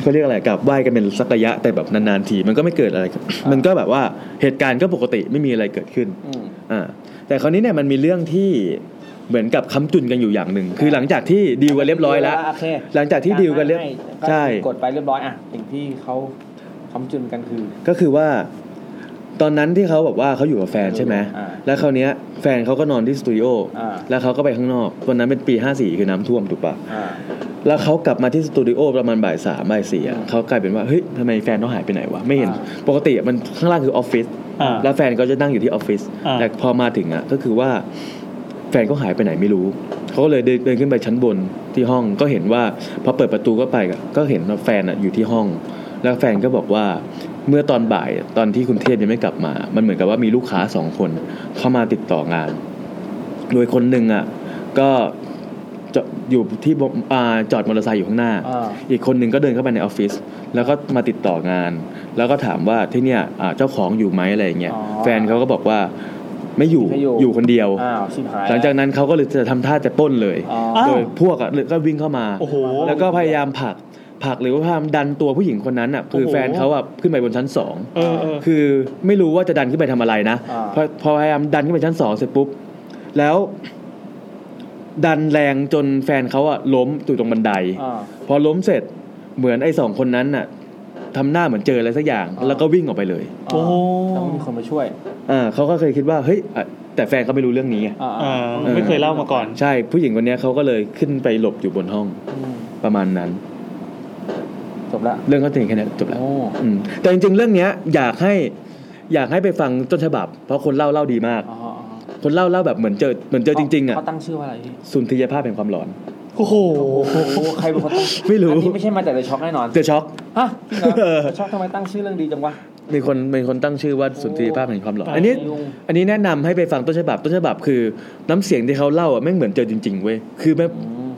Speaker 3: เขาเรียกอะไรกับไหว้กันเป็นสักระยะแต่แบบนานๆทีมันก็ไม่เกิดอะไร มันก็แบบว่าเหตุการณ์ก็ปกติไม่มีอะไรเกิดขึ้น
Speaker 5: อืม
Speaker 3: อ่าแต่คราวนี้เนี่ยมันมีเรื่องที่เหมือนกับค้ำจุนกันอยู่อย่างหนึ่งคือหลังจากที่ดีลกันเรียบร้อยแล้ว
Speaker 5: โอเค
Speaker 3: หลังจากที่ดีลกันเรียบ
Speaker 5: ให้
Speaker 3: ใช่
Speaker 5: กดไปเรียบร้อยอ่ะสิ่งที่เขาคำจุนกันคือ
Speaker 3: ก็คือว่า ตอนนั้นที่เขาแบบว่าเขาอยู่กับแฟนใช่ไหม
Speaker 5: อ่า
Speaker 3: แล้วคราวเนี้ยแฟนเขาก็นอนที่สตูดิโออา แล้วเขาก็ไปข้างนอกวันนั้นเป็นปี 54 คือน้ำท่วมถูกปะ
Speaker 5: อ่า
Speaker 3: แล้วเขากลับมาที่สตูดิโอประมาณบ่ายสามบ่ายสี่อะเขากลายเป็นว่าเฮ้ยทำไมแฟนเขาหายไปไหนวะไม่เห็น
Speaker 5: อ่
Speaker 3: ปกติอะมันข้างล่างคือออฟฟิศ
Speaker 2: อ่า
Speaker 3: แล้วแฟนก็จะนั่งอยู่ที่ออฟฟิศ
Speaker 2: อ่า
Speaker 3: แต่พอมาถึงอ่ะก็คือว่า แฟนก็หายไปไหนไม่รู้ เขาก็เลยเดินเดินขึ้นไปชั้นบนที่ห้องก็เห็นว่าพอเปิดประตูก็ไปอะก็เห็นว่าแฟนอะอยู่ที่ห้อง แล้วแฟนก็บอกว่าเมื่อตอนบ่ายอะตอนที่คุณเทพยังไม่กลับมา มันเหมือนกับว่ามีลูกค้าสองคนเข้ามาติดต่องาน โดยคนหนึ่งอ่ะก็จะอยู่ที่บอ่าจอดมอเตอร์ไซค์อยู่ข้างหน้า
Speaker 5: อ่า
Speaker 3: อีกคนหนึ่งก็เดินเข้าไปในออฟฟิศแล้วก็มาติดต่องาน แล้วก็ถามว่าที่เนี่ยอ่าเจ้าของอยู่ไหมอะไรอย่างเงี้ย
Speaker 5: อ๋อ
Speaker 3: แฟนเขาก็บอกว่าไม่อยู่
Speaker 5: ไม่อยู่
Speaker 3: อยู่คนเดียว
Speaker 5: อ้าวชิบหาย
Speaker 3: หลังจากนั้นเขาก็เลยจะทำท่าจะปล้นเลย
Speaker 5: อ๋อ
Speaker 2: อ้าว
Speaker 3: โดยพวกอะก็วิ่งเข้ามา
Speaker 2: โอ้โห
Speaker 3: แล้วก็พยายามผลักผลักหรือว่าพยายามดันตัวผู้หญิงคนนั้นอ่ะคือ
Speaker 2: โอ้โห
Speaker 3: แฟนเขาอ่ะขึ้นไปบนชั้นสอง
Speaker 2: เออเออ
Speaker 3: คือไม่รู้ว่าจะดันขึ้นไปทำอะไรนะ
Speaker 5: อ่า
Speaker 3: พอพอพยายามดันขึ้นไปชั้นสองเสร็จปุ๊บ แล้ว ดันแรงจนแฟนเขาอะล้มอยู่ตรงบันได
Speaker 5: อ่า
Speaker 3: พอล้มเสร็จเหมือนไอ้สองคนนั้นน่ะทำหน้าเหมือนเจออะไรสักอย่าง
Speaker 5: อ่า
Speaker 3: แล้วก็วิ่งออกไปเลย
Speaker 2: โอ้
Speaker 5: แต่ว่ามีคนมาช่วย
Speaker 3: อ่าเขาก็เคยคิดว่าเฮ้ยอ่ะแต่แฟนเขาไม่รู้เรื่องนี้ไง
Speaker 5: อ่า
Speaker 2: อ่าไม่เคยเล่ามาก่อน
Speaker 3: ใช่ผู้หญิงคนเนี้ยเขาก็เลยขึ้นไปหลบอยู่บนห้อง
Speaker 5: อืม
Speaker 3: ประมาณนั้น
Speaker 5: จบละ
Speaker 3: เรื่องก็ถึงแค่นี้จบแล้ว
Speaker 5: โอ้
Speaker 3: อืมแต่จริง ๆ เรื่องเนี้ยอยากให้อยากให้ไปฟังต้นฉบับ เพราะคนเล่าเล่าดีมาก
Speaker 5: อ๋ออ๋ออ๋อ
Speaker 3: คนเล่าเล่าแบบเหมือนเจอเหมือนเจอจริงๆอ่ะ
Speaker 5: เขาตั้งชื่อว่าอะไรพี่
Speaker 3: สุนทรียภาพแห่งความหลอน
Speaker 2: โอ้โห
Speaker 5: โอ้โหใครเป็นคนตั้ง
Speaker 3: ไม่รู้
Speaker 5: อันนี้ไม่ใช่มาจากเดอะช็อกแน่นอน
Speaker 3: เจอช็อก
Speaker 5: ฮะจริงเหร
Speaker 3: เออ
Speaker 5: อช็อกทำไมตั้งชื่อเรื่องดีจังวะ
Speaker 3: มีคนมีคนตั้งชื่อว่าสุนทรียภาพแห่งความหลอนอันนี้
Speaker 5: ลุง
Speaker 3: อันนี้แนะนำให้ไปฟังต้นฉบับต้นฉบับคือน้ำเสียงที่เขาเล่าอ่ะแม่งเหมือนเจอจริงๆเว้ยคือแบบ
Speaker 5: อืม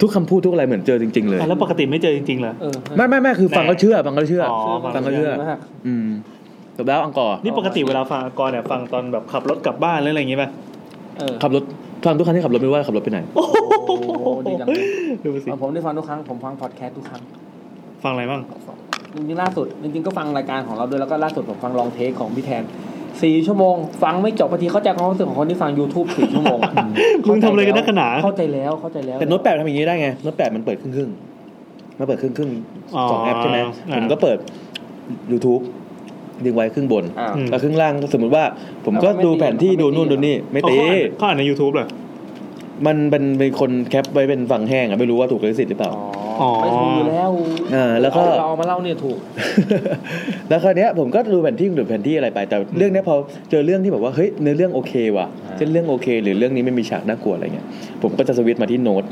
Speaker 3: ทุกคำพูดทุกอะไรเหมือนเจอจริง ๆ เลย
Speaker 2: อ่ะแล้วปกติไม่เจอจริงๆเหรอ
Speaker 5: เออ
Speaker 3: ไม่ไม่ไม่คือฟังก็เชื่อฟังก็เชื่ออ
Speaker 2: อ
Speaker 3: ฟังก็เชื่อ
Speaker 5: ดีมาก
Speaker 3: อืมจบแล้วอังกอร์
Speaker 2: นี่ปกติเวลาฟังอากรเนี่ยฟังตอนแบบขับรถกลับบ้านหรืออะไรอย่างงี้ป่ะ
Speaker 5: เออ
Speaker 3: ขับรถฟังทุกครั้งที่ขับรถไม่ว่าขับรถไปไหน
Speaker 2: โอ้โ
Speaker 5: โอ้โห
Speaker 2: ห
Speaker 5: ดีจัง
Speaker 2: ดูสิ
Speaker 5: เอาผมได้ฟังทุกครั้ง ผมฟังพอดแคสต์ทุกครั้ง
Speaker 2: ฟังอะไรบ้าง
Speaker 5: จริงๆล่าสุด จริงๆก็ฟังรายการของเราด้วยแล้วก็ล่าสุดผมฟังลองเทคของพี่แทนสี่ชั่วโมง ฟังไม่จบพอดีเข้าใจความรู้สึกของคนที่ฟัง YouTube สี่ชั่วโมงอะ
Speaker 2: มึงทำอะไรกันนักหนา
Speaker 5: เข้าใจแล้วเข้าใจแล้ว
Speaker 3: แต่โน้ตแปดทำอย่างนี้ได้ไงโน้ตแปดมันเปิดครึ่งครึ่งๆมันเปิดครึ่งครึ่ง
Speaker 2: อ๋อ
Speaker 3: สองแอปใช่ไหม
Speaker 2: อ่า
Speaker 3: ผมก็เปิด YouTube ดึงไว้ครึ่งบน
Speaker 5: อ่า
Speaker 2: อืม
Speaker 3: แล้วครึ่งล่างก็สมมติว่า ผมก็
Speaker 5: แล้วมันไม่
Speaker 3: ดูแผนที่
Speaker 5: ตี
Speaker 3: ดูนู่น
Speaker 5: เหรอ
Speaker 3: ดูนี่ ไม่ตี
Speaker 2: เขาอ่านเขาอ่านใน YouTube เหรอ
Speaker 3: มันเป็นเป็นคนแคปไว้เป็นฟังแห้งอะไม่รู้ว่าถูกลิขสิทธิ์หรือเปล่า
Speaker 2: อ๋อ
Speaker 5: ไม่ถูกอยู่แล้ว
Speaker 3: อ่าแล้วก็
Speaker 5: เราเอามาเล่าเนี่ยถูก
Speaker 3: แล้วคราวเนี้ยผมก็ดูแผนที่ดูแผนที่อะไรไปแต่เรื่องเนี้ยพอเจอเรื่องที่แบบว่าเฮ้ยเนื้อเรื่องโอเคว่ะ
Speaker 5: อ่า
Speaker 3: เช่นเรื่องโอเค หรือเรื่องนี้ไม่มีฉากน่ากลัวอะไรเงี้ยผมก็จะสวิตช์มาที่โน้ต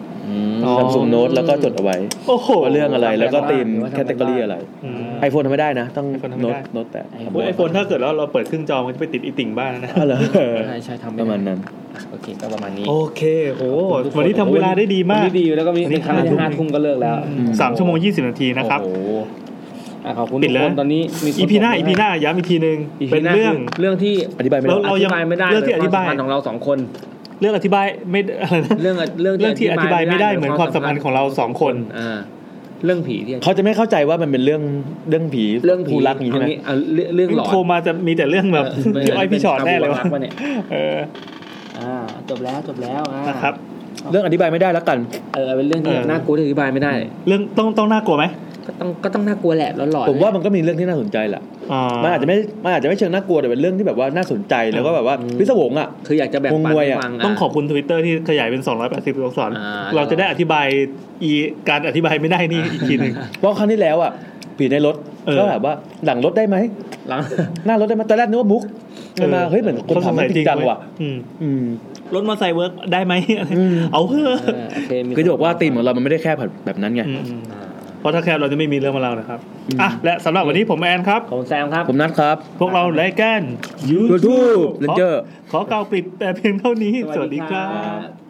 Speaker 2: อ๋อ
Speaker 3: ซัมซุงโน้ตแล้วก็จดเอาไว้
Speaker 2: โอ้โห
Speaker 3: ว่าเรื่องอะไรแล้วก็ตีมแคตตากรีอะไร
Speaker 2: อืม
Speaker 3: ไอโฟนทำไม่ได้นะ ต้อง
Speaker 2: iPhone ทำไม่
Speaker 3: โน้ต
Speaker 2: ได้
Speaker 3: โน้ตแต่
Speaker 5: ไอ้พวก
Speaker 2: ไอโฟนถ้าเกิดแล้วเราเปิดครึ่งจอมันจะไปติดอีติ่งบ้านนะ
Speaker 3: อะไร
Speaker 5: ใช่ใช่
Speaker 3: ป
Speaker 5: ทำไได้
Speaker 3: ระมาณนั้น
Speaker 5: โอเคก็ประมาณนี้
Speaker 2: โอเคโหวันนี้ทำเวลาได้ดีมาก
Speaker 5: วันนี้ดีแล้วก็มี
Speaker 2: วันนี้
Speaker 5: ครั้ง
Speaker 2: ห้าทุ่
Speaker 5: ที่
Speaker 2: ม
Speaker 5: ห้าทุ่มก็เลิกแล้ว
Speaker 2: สามชั่วโมงยี่สิบนาทีนะครับ
Speaker 5: โอ้โหอ่ะขอบคุณ
Speaker 2: ปิด
Speaker 5: ทุก
Speaker 2: แล้
Speaker 5: คว นตอนนี้มีคน
Speaker 2: อีพีหน้า
Speaker 5: บก
Speaker 2: อี
Speaker 5: ว่
Speaker 2: พีหน้าย้ำอีกทีหนึ่ง
Speaker 5: อีพี
Speaker 2: เป็น
Speaker 5: หา
Speaker 2: เรื่อง
Speaker 5: เรื่องที่
Speaker 3: อธิบายไม่
Speaker 2: แล้ว
Speaker 3: ได้
Speaker 2: เายัง
Speaker 5: อธิบายไม่ได้
Speaker 2: เรื่องที่อธิบาย
Speaker 5: ควมสัมพันธ์ของเราสองคน
Speaker 2: เรื่องอธิบายไม่อะไรนะ
Speaker 5: เรื่อง อะเรื่อง
Speaker 2: เรื่องที่อธิบายไม่ได้เหมือนความสัมพันธ์ของเราสองคน
Speaker 5: อ่าเรื่องผีที่
Speaker 3: เขาจะไม่เข้าใจว่ามันเป็นเรื่องเรื่องผี
Speaker 5: เรื่องผี
Speaker 3: ผู้รักอย่างนี้ใช่ไหม
Speaker 5: เอาเอาเรื่องเรื่องหลอน
Speaker 2: โทรมาจะมีแต่เรื่องแบบ
Speaker 5: เ
Speaker 2: พี่อ้อยพี่ชอตแน่เลยวะ
Speaker 5: ป็นเนี่ย
Speaker 2: เออ
Speaker 5: อ่าจบแล้วจบแล้วอ่า
Speaker 2: นะครับ
Speaker 3: เรื่องอธิบายไม่ได้แล้วกัน
Speaker 5: เออเป็นเรื่องที่
Speaker 2: เออ
Speaker 5: น่ากลัวที่อธิบายไม่ได้
Speaker 2: เรื่องต้องต้องน่ากลัวไหม
Speaker 5: ก็ต้องก็ต้องน่ากลัวแหละหลอนหลอน
Speaker 3: ผมว่ามันก็มีเรื่องที่น่าสนใจแหละ
Speaker 2: อ่า
Speaker 3: มันอาจจะไม่มันอาจจะไม่เชิงน่ากลัวแต่เป็นเรื่องที่แบบว่าน่าสนใจแล้วก็แบบว่าพิศวงอ่ะ
Speaker 5: คืออยากจะแบ่งปัน
Speaker 3: งงวย
Speaker 5: ให้
Speaker 3: อะ
Speaker 5: ฟังะ
Speaker 2: ต้องขอบคุณ Twitter ที่ขยายเป็น 280ตัวอักษร
Speaker 5: อ่า
Speaker 2: เราจะได้อธิบายอีการอธิบายไม่ได้นี่อีกทีหนึ่ง
Speaker 3: เพราะครั้งที่แล้วอ่ะผีในรถ
Speaker 2: เออ
Speaker 3: ก็แบบว่าหลังรถได้ไหม
Speaker 5: หลัง
Speaker 3: หน้ารถได้ไหมตอนแรกนึกว่ามุกมาเฮ้ยเหมือนคนถามมันจริงจังว่ะ
Speaker 2: อืม
Speaker 3: อืม
Speaker 2: รถมอเตอร์ไซค์เวิร์กได้ไหมอะไร
Speaker 3: อืม
Speaker 2: เอาเพื่อะ
Speaker 5: เออโอเคมี
Speaker 3: ก็จะบอกว่าธีมของเรามันไม่ได้แค่แบบนั้นไง
Speaker 2: อืมอืมเพราะถ้าแคบเราจะไม่มีเรื่องมาเล่านะครับอ่ะและสำหรับวันนี้ผมแอนครับ
Speaker 5: ของแซมครับ
Speaker 3: ผมนัดครับ
Speaker 2: พวกเรารายการ
Speaker 3: YouTube
Speaker 2: YouTube
Speaker 3: Ranger
Speaker 2: ขอขอกล่าวปิดแต่เพียงเท่านี้ สวัสดีครับ